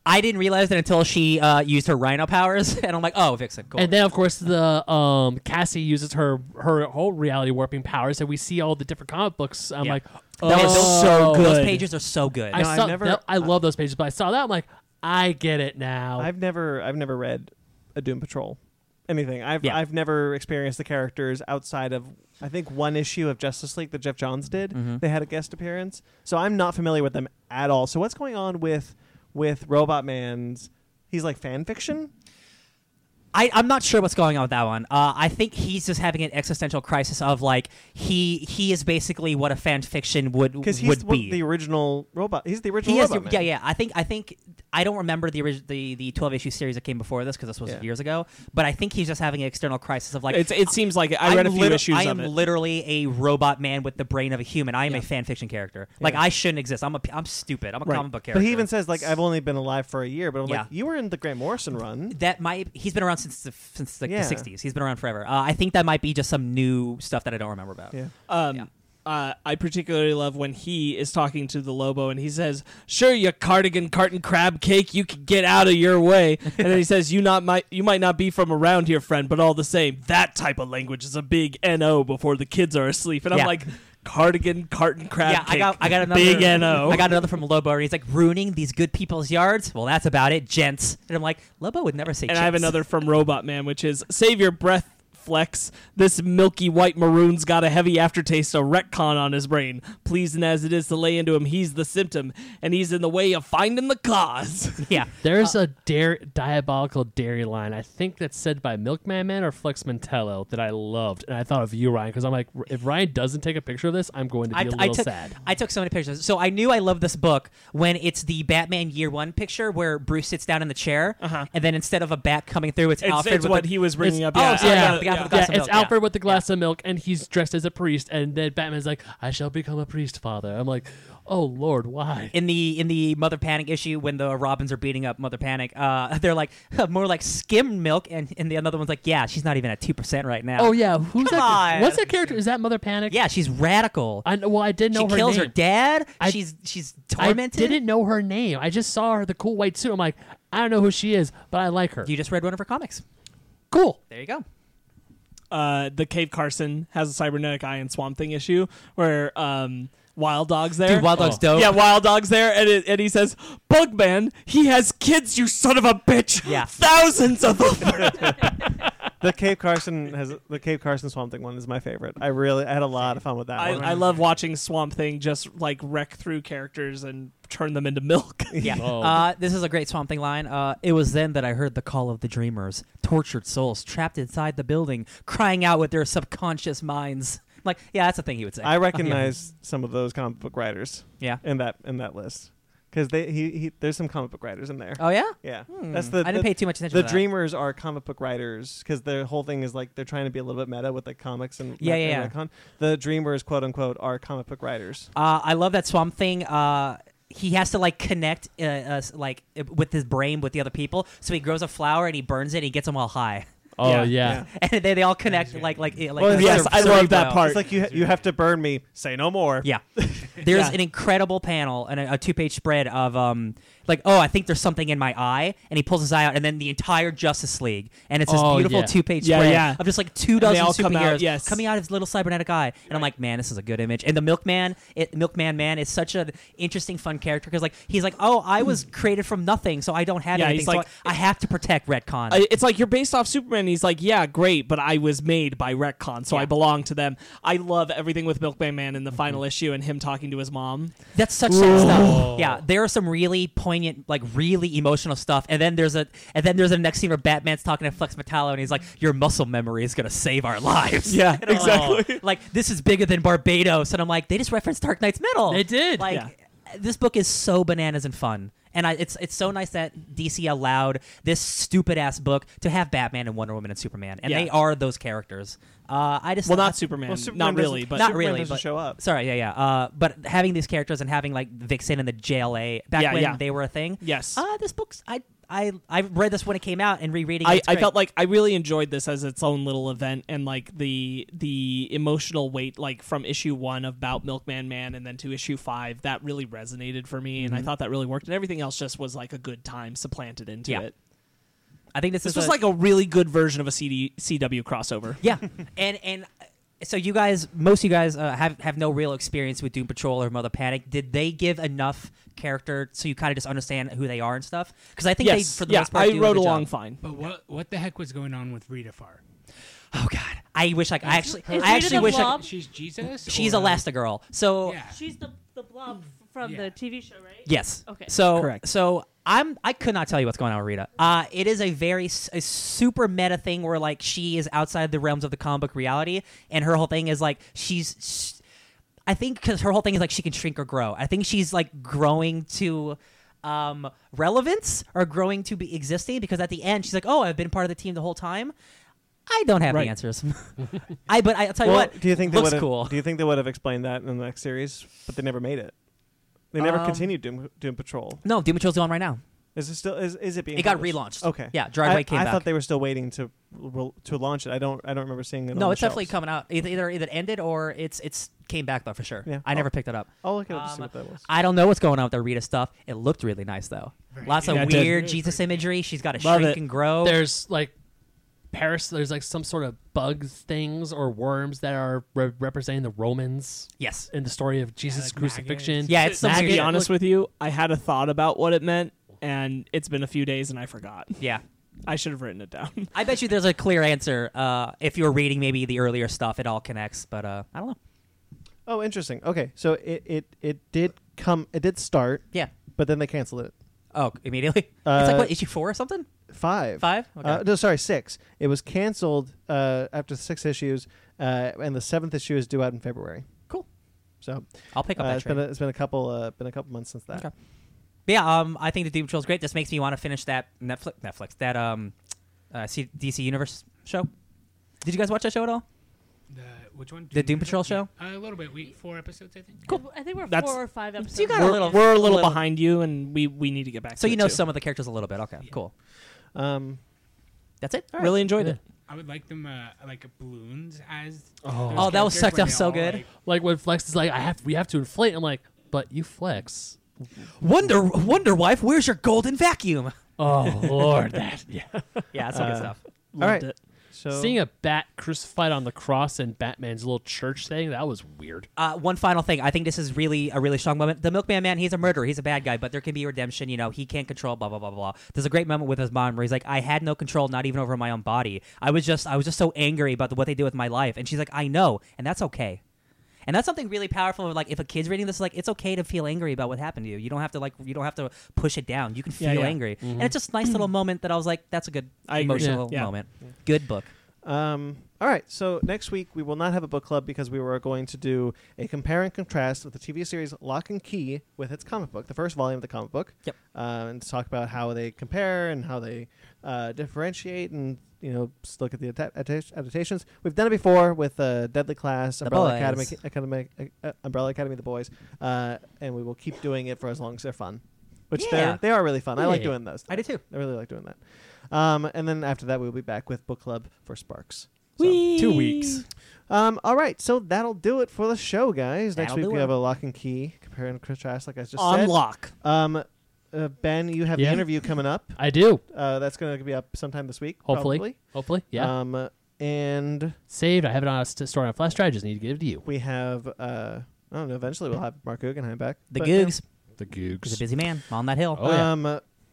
B: I didn't realize it until she uh, used her rhino powers, and I'm like, oh, Vixen, cool.
F: And then, of course, the um, Cassie uses her her whole reality warping powers, and we see all the different comic books. I'm
B: Yeah.
F: like, oh,
B: That was
C: so
B: those
C: good.
B: pages are so good.
F: I
A: No, I've
F: saw.
A: never-
F: that- I love those pages, but I saw that. I'm like, I get it now.
A: I've never I've never read a Doom Patrol. Anything. I've
B: Yeah.
A: I've never experienced the characters outside of I think one issue of Justice League that Jeff Johns did.
B: Mm-hmm.
A: They had a guest appearance. So I'm not familiar with them at all. So what's going on with with Robot Man's he's like fan fiction?
B: I, I'm not sure what's going on with that one. Uh, I think he's just having an existential crisis of like he he is basically what a fan fiction would
A: Because he's
B: would
A: the, one-
B: be.
A: the original robot. He's the original
B: he is,
A: robot.
B: yeah,
A: Man.
B: yeah. I think I think I don't remember the orig- the the 12 issue series that came before this because this was
A: Yeah.
B: years ago. But I think he's just having an external crisis of like
C: it's, it seems like I read
B: I'm
C: a few
B: liter-
C: issues
B: I am
C: of it.
B: literally a robot man with the brain of a human. I am a fan fiction character. Like I shouldn't exist. I'm a p- I'm stupid. I'm a comic book character.
A: But he even says like I've only been alive for a year, but I'm
B: Yeah.
A: like you were in the Grant Morrison run.
B: that might he's been around since the since like,
A: Yeah.
B: the 60s. He's been around forever. Uh, I think that might be just some new stuff that I don't remember about.
A: Yeah.
C: Um,
B: Yeah.
C: uh, I particularly love when he is talking to the Lobo and he says, "Sure, you cardigan carton crab cake, you can get out of your way." and then he says, "You not might you might not be from around here, friend, but all the same, that type of language is a big no before the kids are asleep." And
B: Yeah.
C: I'm like, "Cardigan carton crab
B: Yeah,
C: cake,
B: I got I got another
C: big no."
B: I got another from Lobo, and he's like ruining these good people's yards. Well, that's about it, gents. And I'm like, Lobo would never say.
C: and I have
B: gents.
C: another from Robot Man, which is save your breath, Flex. This milky white maroon's got a heavy aftertaste of retcon on his brain. Pleasing as it is to lay into him, he's the symptom, and he's in the way of finding the cause.
B: Yeah,
F: There's a dare, diabolical dairy line. I think that's said by Milkman Man or Flex Mantello that I loved, and I thought of you, Ryan, because I'm like, if Ryan doesn't take a picture of this, I'm going to be a
B: I,
F: little
B: I took
F: sad.
B: I took so many pictures. So I knew I loved this book when it's the Batman Year One picture where Bruce sits down in the chair,
F: Uh-huh.
B: and then instead of a bat coming through, it's,
C: It's,
B: Alfred.
C: it's
B: with
C: what
B: the-
C: he was bringing up.
B: oh, sorry,
F: yeah,
B: the guy with the
F: Yeah,
B: glass
F: it's
B: of milk, yeah.
F: Alfred with the glass of milk, and he's dressed as a priest, and then Batman's like, "I shall become a priest, Father." I'm like, "Oh Lord, why?"
B: in the in the Mother Panic issue when the Robins are beating up Mother Panic, uh, they're like more like skim milk, and and the another one's like, yeah, she's not even at two percent right now.
F: Oh yeah, who's
B: Come
F: that?
B: on.
F: What's that character? Is that Mother Panic?
B: yeah, she's radical.
F: I kn- well, I did know
B: she
F: her
B: kills her
F: name.
B: dad.
F: I-
B: she's she's
F: I
B: tormented.
F: didn't know her name. I just saw her the cool white suit. I'm like, I don't know who she is, but I like her.
B: You just read one of her comics.
F: cool.
B: There you go.
C: uh, the Cave Carson has a cybernetic eye and Swamp Thing issue where um, Wild Dog's there. Oh.
B: Dude, Wild Dog's dope.
C: Yeah, Wild Dog's there, and it, and he says, "Bugman, he has kids, you son of a bitch!
B: Yeah.
C: Thousands of them."
A: The Cape Carson has the Cape Carson Swamp Thing one is my favorite. I really I had a lot of fun with that
C: I,
A: one.
C: I love watching Swamp Thing just like wreck through characters and turn them into milk.
B: Yeah.
F: Oh.
B: Uh, this is a great Swamp Thing line. Uh, it was then that I heard the call of the dreamers, tortured souls trapped inside the building, crying out with their subconscious minds. Like, yeah, that's a thing he would say.
A: I recognize some of those comic book writers
B: yeah.
A: in that in that list because they he, he there's some comic book writers in there.
B: Oh yeah.
A: yeah,
B: Hmm.
A: that's the
B: I
A: the,
B: didn't pay too much attention.
A: the
B: to that.
A: Dreamers are comic book writers because their whole thing is like they're trying to be a little bit meta with like comics and
B: Yeah,
A: and
B: yeah, yeah.
A: retcon. The Dreamers quote unquote are comic book writers.
B: Uh, I love that Swamp Thing. Uh, he has to like connect uh, uh, like uh, with his brain with the other people. So he grows a flower and he burns it. and He gets them all high,
F: Oh
C: Yeah.
F: yeah.
A: Yeah.
B: and they, they all connect like like like.
A: Well,
B: like
A: yes,
B: cere-
C: I love that
B: cerebro.
C: part.
A: It's like you ha- you have to burn me. Say no more.
B: Yeah. There's
C: Yeah.
B: an incredible panel and a, a two-page spread of um, like, oh, I think there's something in my eye, and he pulls his eye out, and then the entire Justice League, and it's this
F: Oh,
B: beautiful
F: yeah.
B: two-page
C: Yeah,
B: spread
C: yeah.
B: of just like two
C: they
B: dozen
C: all
B: superheroes
C: come out, yes.
B: coming out of his little cybernetic eye, and I'm like, man, this is a good image. And the Milkman, it, Milkman Man, is such an interesting, fun character because like he's like, oh, I was created from nothing, so I don't have
C: Hmm. Yeah,
B: anything.
C: he's
B: so
C: like-
B: I I have to protect retcon.
C: I- it's like you're based off Superman. He's like, yeah, great, but I was made by retcon, so I
B: Yeah.
C: belong to them. I love everything with Milkman Man in the final issue and him talking to his mom.
B: That's such sad stuff. Yeah, there are some really poignant, like really emotional stuff. And then there's a and then there's a next scene where Batman's talking to Flex Metallo and he's like, "Your muscle memory is gonna save our lives."
C: Yeah,
B: And I'm like,
C: exactly.
B: "Oh." Like this is bigger than Barbados, and I'm like, they just referenced Dark Knight's Metal.
F: They did.
B: Like
C: Yeah.
B: this book is so bananas and fun. And I, it's it's so nice that DC allowed this stupid ass book to have Batman and Wonder Woman and Superman, and
C: Yeah.
B: they are those characters. Uh, I just
C: Well, not
B: I-
C: Superman,
A: Well, Superman
C: not really,
A: doesn't-
C: but
B: not
A: Superman
B: really,
A: doesn't
B: but-
A: show up.
B: Sorry, yeah, yeah. Uh, but having these characters and having like Vixen and the JLA back
C: Yeah,
B: when
C: yeah.
B: they were a thing.
C: yes.
B: Uh, this book's I I I read this when it came out and rereading. it,
C: I,
B: it's
C: I
B: great.
C: felt like I really enjoyed this as its own little event and like the the emotional weight like from issue one about Milkman Man and then to issue five that really resonated for me
B: Mm-hmm.
C: and I thought that really worked and everything else just was like a good time supplanted into
B: Yeah.
C: it.
B: I think this,
C: This
B: is
C: was
B: a-
C: like a really good version of a CD, CW crossover.
B: yeah, and and. uh, So you guys, most of you guys uh, have have no real experience with Doom Patrol or Mother Panic. Did they give enough character so you kind of just understand who they are and stuff? Because I think
C: yes,
B: they, for the
C: yeah,
B: most part,
C: I
B: do a
C: rode
B: good job.
C: along fine.
E: But what what the heck was going on with Rita Farr?
B: Oh God, I wish I, I actually,
D: Is
B: I
D: Rita
B: actually
D: the
B: wish I,
D: blob?
E: she's Jesus.
B: she's
E: or-
B: Elastigirl. So
E: Yeah. Mm.
D: She's the the blob f- from
E: Yeah.
D: the TV show, right?
B: Yes.
D: Okay.
B: So
C: Correct.
B: So I'm I could not tell you what's going on with Rita. Uh, it is a very s- a super meta thing where like she is outside the realms of the comic book reality, and her whole thing is like she's. s- I think because her whole thing is like she can shrink or grow. I think she's like growing to um, relevance or growing to be existing because at the end she's like, oh, I've been part of the team the whole time. I don't have
C: Right.
B: the answers. I but I, will tell you
A: Well,
B: what.
A: do you think they
B: looks
A: would've-
B: cool?
A: Do you think they would have explained that in the next series? But they never made it. They never
B: Um,
A: continued Doom, Doom Patrol.
B: No, Doom Patrol's on right now.
A: Is it still? Is, is it being?
B: It got
A: published?
B: relaunched.
A: Okay.
B: Yeah,
A: I,
B: Dragway came
A: I
B: back.
A: thought they were still waiting to rel- to launch it. I don't. I don't remember seeing it.
B: No,
A: on
B: it's
A: the
B: definitely
A: shelves.
B: coming out. Either either either ended or it's it's came back though for sure.
A: Yeah. Oh.
B: I never picked it up.
A: I'll look it up to see
B: Um,
A: what that was.
B: I don't know what's going on with the Rita stuff. It looked really nice though.
E: Very
B: Lots
E: good.
B: of
C: Yeah, it did.
B: weird Jesus imagery. She's got to
C: Love
B: shrink
C: it.
B: and grow.
F: Oh, There's like Paris. There's like some sort of bug things or worms that are re- representing the Romans
B: yes.
F: in the story of Jesus'
E: like maggots.
F: crucifixion.
B: Yeah, it's some
C: to
B: weird
C: be
B: shit.
C: honest with you, I had a thought about what it meant and it's been a few days and I forgot.
B: Yeah.
C: I should have written it down.
B: I bet you there's a clear answer. Uh, if you're reading maybe the earlier stuff, it all connects. But uh, I don't know.
A: Oh, interesting. Okay, so it, it it did come. It did start,
B: Yeah.
A: but then they canceled it.
B: Oh, immediately. it's
A: Uh,
B: like what issue four or something?
A: Five.
B: Five? Okay.
A: Uh, no, sorry, six. It was canceled uh, after six issues, uh, and the seventh issue is due out in February.
B: Cool.
A: So
B: I'll pick up
A: uh,
B: that
A: it's been
B: trade.
A: a, it's been a couple uh, been a couple months since that.
B: Okay. But yeah, um, I think the Doom Patrol is great. This makes me want to finish that Netflix, Netflix, that um, uh, C- DC Universe show. Did you guys watch that show at all?
E: The, which one?
B: The Doom Patrol show?
E: Uh, a little bit. We four episodes, I think.
D: Cool. I think we're
C: That's-
D: four or five episodes.
B: you got a
C: we're,
B: little-
C: we're a little,
B: little-
C: behind you and we, we need to get back
B: So
C: to
B: you
C: it,
B: know
C: too.
B: some of the characters a little bit. Okay,
E: Yeah.
B: cool.
A: Um,
B: That's it. All right.
C: really enjoyed
F: Yeah.
C: it.
E: I would like them uh, like balloons as.
F: Oh.
B: Oh, that was sucked up so good.
F: Like when Flex is like, I have we have to inflate. I'm like, but you flex.
B: Wonder Wonder Wife, where's your golden vacuum?
F: Oh Lord, that yeah.
B: Yeah, that's some good
A: Uh,
B: stuff.
A: all right.
C: Loved it.
A: So
F: Seeing a bat crucified on the cross in Batman's little church thing, that was weird.
B: Uh, one final thing. I think this is really a really strong moment. The Milkman Man, he's a murderer. He's a bad guy, but there can be redemption. You know, he can't control blah blah blah blah. There's a great moment with his mom where he's like, "I had no control, not even over my own body. I was just, I was just so angry about the, what they did with my life." And she's like, "I know, and that's okay." And that's something really powerful. Like, if a kid's reading this, like, it's okay to feel angry about what happened to you. You don't have to like, you don't have to push it down. You can
C: Yeah,
B: feel
C: yeah.
B: angry,
A: Mm-hmm.
B: and it's just a nice little moment that I was like, "That's a good
C: I agree.
B: emotional
C: Yeah. Yeah.
B: moment." Good book.
A: Um, all right. So next week we will not have a book club because we were going to do a compare and contrast of the TV series Lock and Key with its comic book, the first volume of the comic book.
B: Yep.
A: Uh, and to talk about how they compare and how they uh, differentiate, and you know, just look at the adap- adapta- adaptations. We've done it before with uh, Deadly Class,
B: The
A: Umbrella
B: boys.
A: Academy, Academy, uh, Umbrella Academy, The Boys, uh, and we will keep doing it for as long as they're fun, which
B: Yeah.
A: they're they are really fun. I like
F: Yeah.
A: doing those.
B: I did too.
A: I really like doing that. Um, and then after that, we'll be back with book club for Sparks. two weeks. Um, all right, so that'll do it for the show, guys. Next
B: That'll
A: week
B: do
A: we
B: it.
A: have a lock and key compare and contrast, like I just
C: on
A: said.
C: lock.
A: Um, uh, ben, you have
F: Yeah.
A: the interview coming up.
F: I do.
A: Uh, that's going to be up sometime this week,
F: Hopefully.
A: probably.
F: Hopefully. Yeah.
A: Um, and
F: Saved. I have it on a st- store on a flash drive. I just need to give it to you.
A: we have uh, I don't know. Eventually, we'll have Mark Guggenheim back.
B: The
A: But,
B: Googs. He's a
F: The Googs.
B: busy man on that hill.
F: Oh, yeah.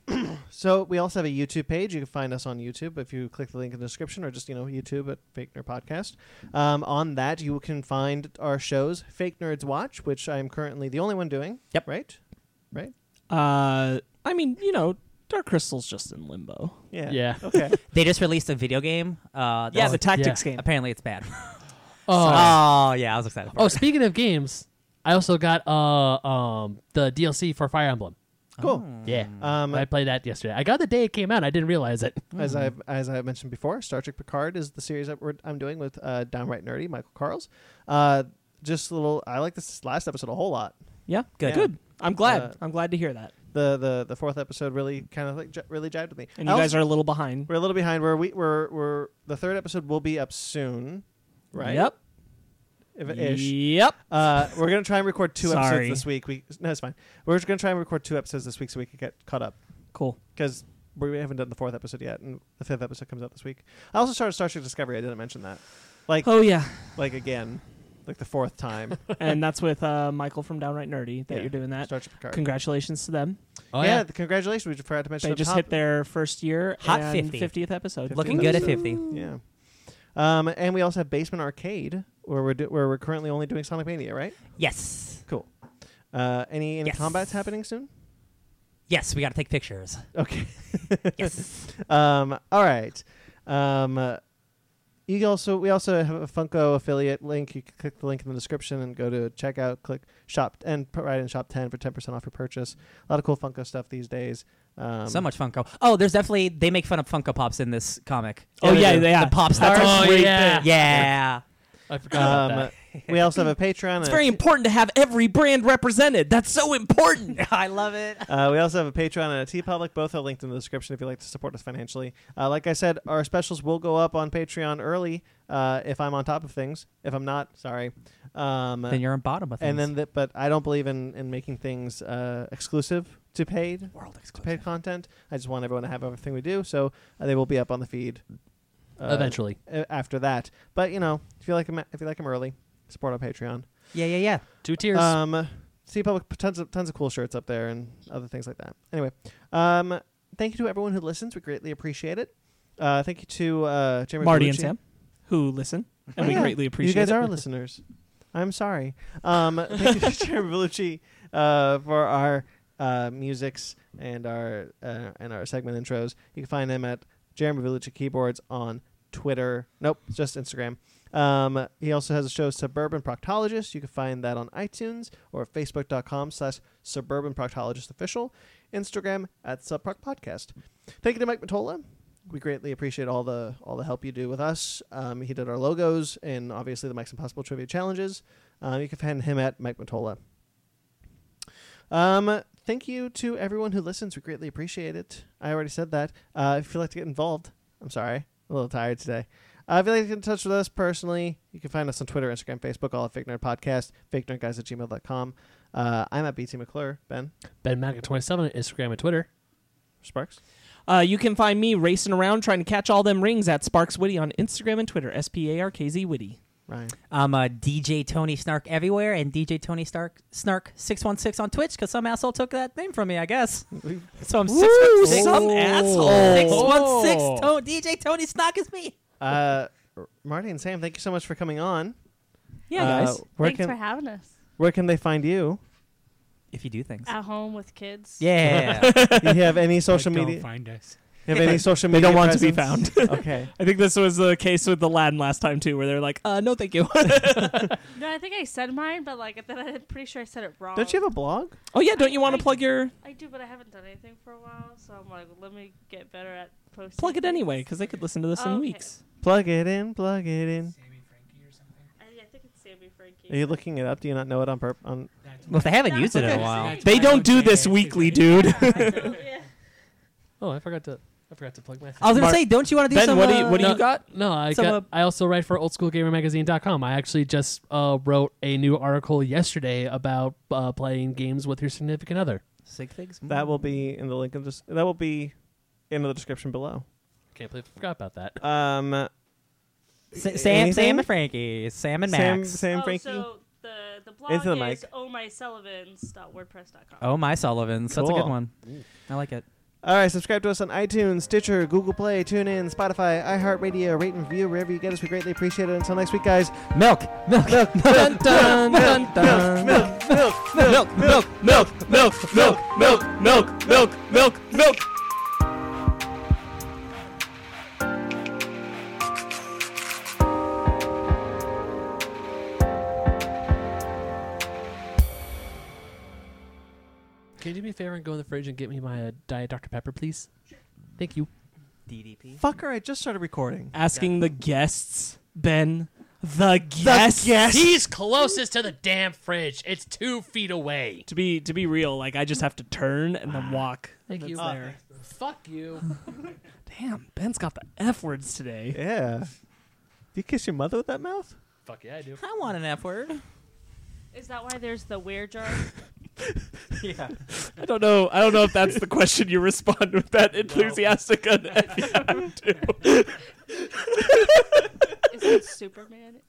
A: Um, so we also have a YouTube page. You can find us on YouTube if you click the link in the description, or just you know YouTube at Fake Nerd Podcast. Um, on that, you can find our shows, Fake Nerds Watch, which I am currently the only one doing.
B: Yep.
A: Right.
C: Uh, I mean, you know, Dark Crystal's just in limbo.
A: Yeah.
F: Yeah.
A: Okay.
B: They just released a video game. Uh,
C: yeah,
B: that's-
C: the tactics game.
B: apparently it's bad.
F: Oh.
B: oh yeah, I was excited. For
F: oh,
B: it.
F: speaking of games, I also got uh um the DLC for Fire Emblem.
A: cool.
F: Yeah.
C: Oh.
B: Mm.
A: Um,
F: I played that yesterday. I got the day it came out. I didn't realize it.
C: Hmm.
A: As I've as I mentioned before, Star Trek Picard is the series that we're, I'm doing with uh, downright nerdy Michael Carls. Uh, just a little. I like this last episode a whole lot.
C: Yeah,
A: Good.
C: Good. I'm glad.
A: Uh,
C: I'm glad to hear that.
A: The the the fourth episode really kind of like j- really jived with me.
C: And you guys are a little behind,
A: we're a little behind. We're we, we're we're the third episode will be up soon, right?
C: Yep.
A: If ish.
C: Yep.
A: Uh, we're gonna try and record two
C: Sorry.
A: episodes this week. We no, it's fine. We're just gonna try and record two episodes this week so we can get caught up
C: Cool.
A: because we haven't done the fourth episode yet, and the fifth episode comes out this week. I also started Star Trek Discovery. I didn't mention that. Like
C: Oh yeah,
A: like again, like the fourth time.
C: and that's with uh, Michael from Downright Nerdy that
A: Yeah.
C: you're doing that.
A: Star Trek Picard.
C: Congratulations to them.
F: Oh
A: yeah, the- congratulations. We forgot to mention
C: They
A: up
C: just
A: top.
C: hit their first year
B: Hot
C: and
B: 50.
C: 50th episode.
B: looking good at fifty.
A: Yeah. Um, and we also have Basement Arcade, where we're do- where we're currently only doing Sonic Mania, right?
B: Yes,
A: Cool. Uh, any any
B: Yes.
A: combats happening soon?
B: yes, we got to take pictures.
A: Okay.
B: Yes,
A: Um, all right. Um, uh, you also we also have a Funko affiliate link. You can click the link in the description and go to checkout. Click shop and put right in shop ten for ten percent off your purchase. A lot of cool Funko stuff these days. Um,
B: so much Funko. Oh, there's definitely they make fun of Funko Pops in this comic.
C: Oh yeah,
B: The
C: they are.
B: pops. That's
C: That's
F: Oh,
C: a great
F: yeah.
C: thing.
B: yeah.
F: I forgot about
A: Um,
F: that.
A: we also have a Patreon. and
C: It's
A: a
C: very important to have every brand represented. That's so important.
B: I love it.
A: Uh, we also have a Patreon and a T Public. Both are linked in the description if you'd like to support us financially. Uh, like I said, our specials will go up on Patreon early uh, if I'm on top of things. If I'm not, sorry. Um,
B: Then you're on bottom of things.
A: and then, the, but I don't believe in, in making things uh, exclusive to paid
B: world
A: to
B: exclusive.
A: paid content. I just want everyone to have everything we do, so uh, they will be up on the feed uh,
F: Eventually.
A: a- After that, but you know, if you like them, if you like them early, support on Patreon.
B: Yeah, yeah, yeah.
F: Two tiers.
A: Um, see public tons of tons of cool shirts up there and other things like that. Anyway, um, thank you to everyone who listens. We greatly appreciate it. Uh, thank you to uh, Jeremy
C: Marty and
A: Bellucci.
C: Sam, who listen, and
A: Oh,
C: we
A: yeah.
C: greatly appreciate.
A: You guys
C: it.
A: are listeners. I'm sorry. Um, thank you to Jeremy Bellucci uh, for our uh, musics and our uh, and our segment intros. You can find them at Jeremy Bellucci Keyboards on Twitter. Nope, just Instagram. Um, he also has a show, Suburban Proctologist. You can find that on iTunes or facebook.com slash Suburban Proctologist Official, Instagram at Subproc Podcast. Thank you to Mike Matola. We greatly appreciate all the all the help you do with us. Um, he did our logos and obviously the Mike's Impossible Trivia Challenges. Um, you can find him at Mike Matola. Um, thank you to everyone who listens. We greatly appreciate it. I already said that. Uh, if you'd like to get involved, I'm sorry, I'm a little tired today. Uh, if you'd like to get in touch with us personally, you can find us on Twitter, Instagram, Facebook, all at Fake Nerd Podcast, fake nerd guys at gmail.com. Uh, I'm at BT McClure. Ben
F: ben Mac 27 on Instagram and Twitter.
A: Sparks.
C: Uh, you can find me racing around trying to catch all them rings at Sparks Witty on Instagram and Twitter. S P A R K Z Witty.
A: Ryan.
B: I'm a DJ Tony Snark everywhere and DJ Tony Snark Snark six one six on Twitch because some asshole took that name from me, I guess. So I'm six
C: Woo,
B: one six.
C: some asshole.
B: Six one six. To- DJ Tony Snark is me.
A: Uh, Marty and Sam, thank you so much for coming on.
C: Yeah,
A: Uh,
C: guys.
A: Where
D: Thanks
A: can
D: for having us.
A: where can they find you?
B: If you do things.
D: At home with kids.
B: Yeah.
A: Do you have any social
E: Like,
A: media?
E: Don't find us.
A: You have any social media?
C: don't want to be
A: presence? okay.
C: I think this was the case with the Latin last time too, where they're like, uh, "No, thank you."
D: No, I think I said mine, but like then I'm pretty sure I said it wrong.
A: Don't you have a blog?
C: oh yeah, don't you want to plug your
D: I do, but I haven't done anything for a while, so I'm like, let me get better at posting.
C: plug it
D: things.
C: anyway? Because they could listen to this in
D: Okay.
C: weeks.
A: Plug it in. Plug it in.
E: Sammy Frankie or something.
D: I, I think it's Sammy Frankie.
A: Are you looking it up? Do you not know it on purpose? On
E: That's
B: well, if they haven't
D: That's
B: used it in a
D: okay.
B: while.
D: They
C: They don't do this
E: Yeah,
C: weekly,
E: it's-
C: dude.
D: Yeah, I don't- yeah.
F: Oh, I forgot to. I forgot to plug my.
B: I was gonna
C: Mark-
B: say, don't you want to do
C: Ben,
B: some?
C: what do you
B: uh,
C: what do
F: no.
C: you got?
F: No, I
B: Some
F: got,
B: of-
F: I also write for oldschoolgamermagazine.com. I actually just uh, wrote a new article yesterday about uh, playing games with your significant other.
B: Sig figs.
A: That will be in the link of this. That will be in the description below.
F: Can't believe I forgot about that.
A: Um,
B: S- Sam, Sam,
A: anything?
B: and Frankie, Sam and
A: Sam,
B: Max.
A: Sam,
D: oh,
A: Frankie.
D: so the the blog
A: Into the
D: is oh
A: mic.
D: ohmysullivans.wordpress.com.
B: Oh my Sullivans, that's a
A: Cool.
B: good one. I like it.
A: All right, subscribe to us on iTunes, Stitcher, Google Play, TuneIn, Spotify, iHeartRadio. Rate and review wherever you get us. We greatly appreciate it. Until next week, guys.
B: Milk, milk, milk, dun, dun, dun, dun.
A: Milk, milk,
B: milk, milk, milk, milk, milk, milk, milk, milk, milk, milk.
F: Can you do me a favor and go in the fridge and get me my uh, Diet Dr. Pepper, please? Thank you.
B: DDP.
A: Fucker, I just started recording.
C: Asking the guests, Ben. The guests.
F: He's closest to the damn fridge. It's two feet away.
C: To be to be real, like I just have to turn and then walk.
F: Thank
C: That's
F: you.
C: there.
F: Fuck you.
C: Damn, Ben's got the F words today.
A: Yeah. Do you kiss your mother with that mouth?
F: Fuck yeah, I do.
B: I want an F word.
D: Is that why there's the where jar?
B: yeah.
C: I don't know. I don't know if that's the question you respond with that enthusiastic an F you have to.
D: Is that Superman?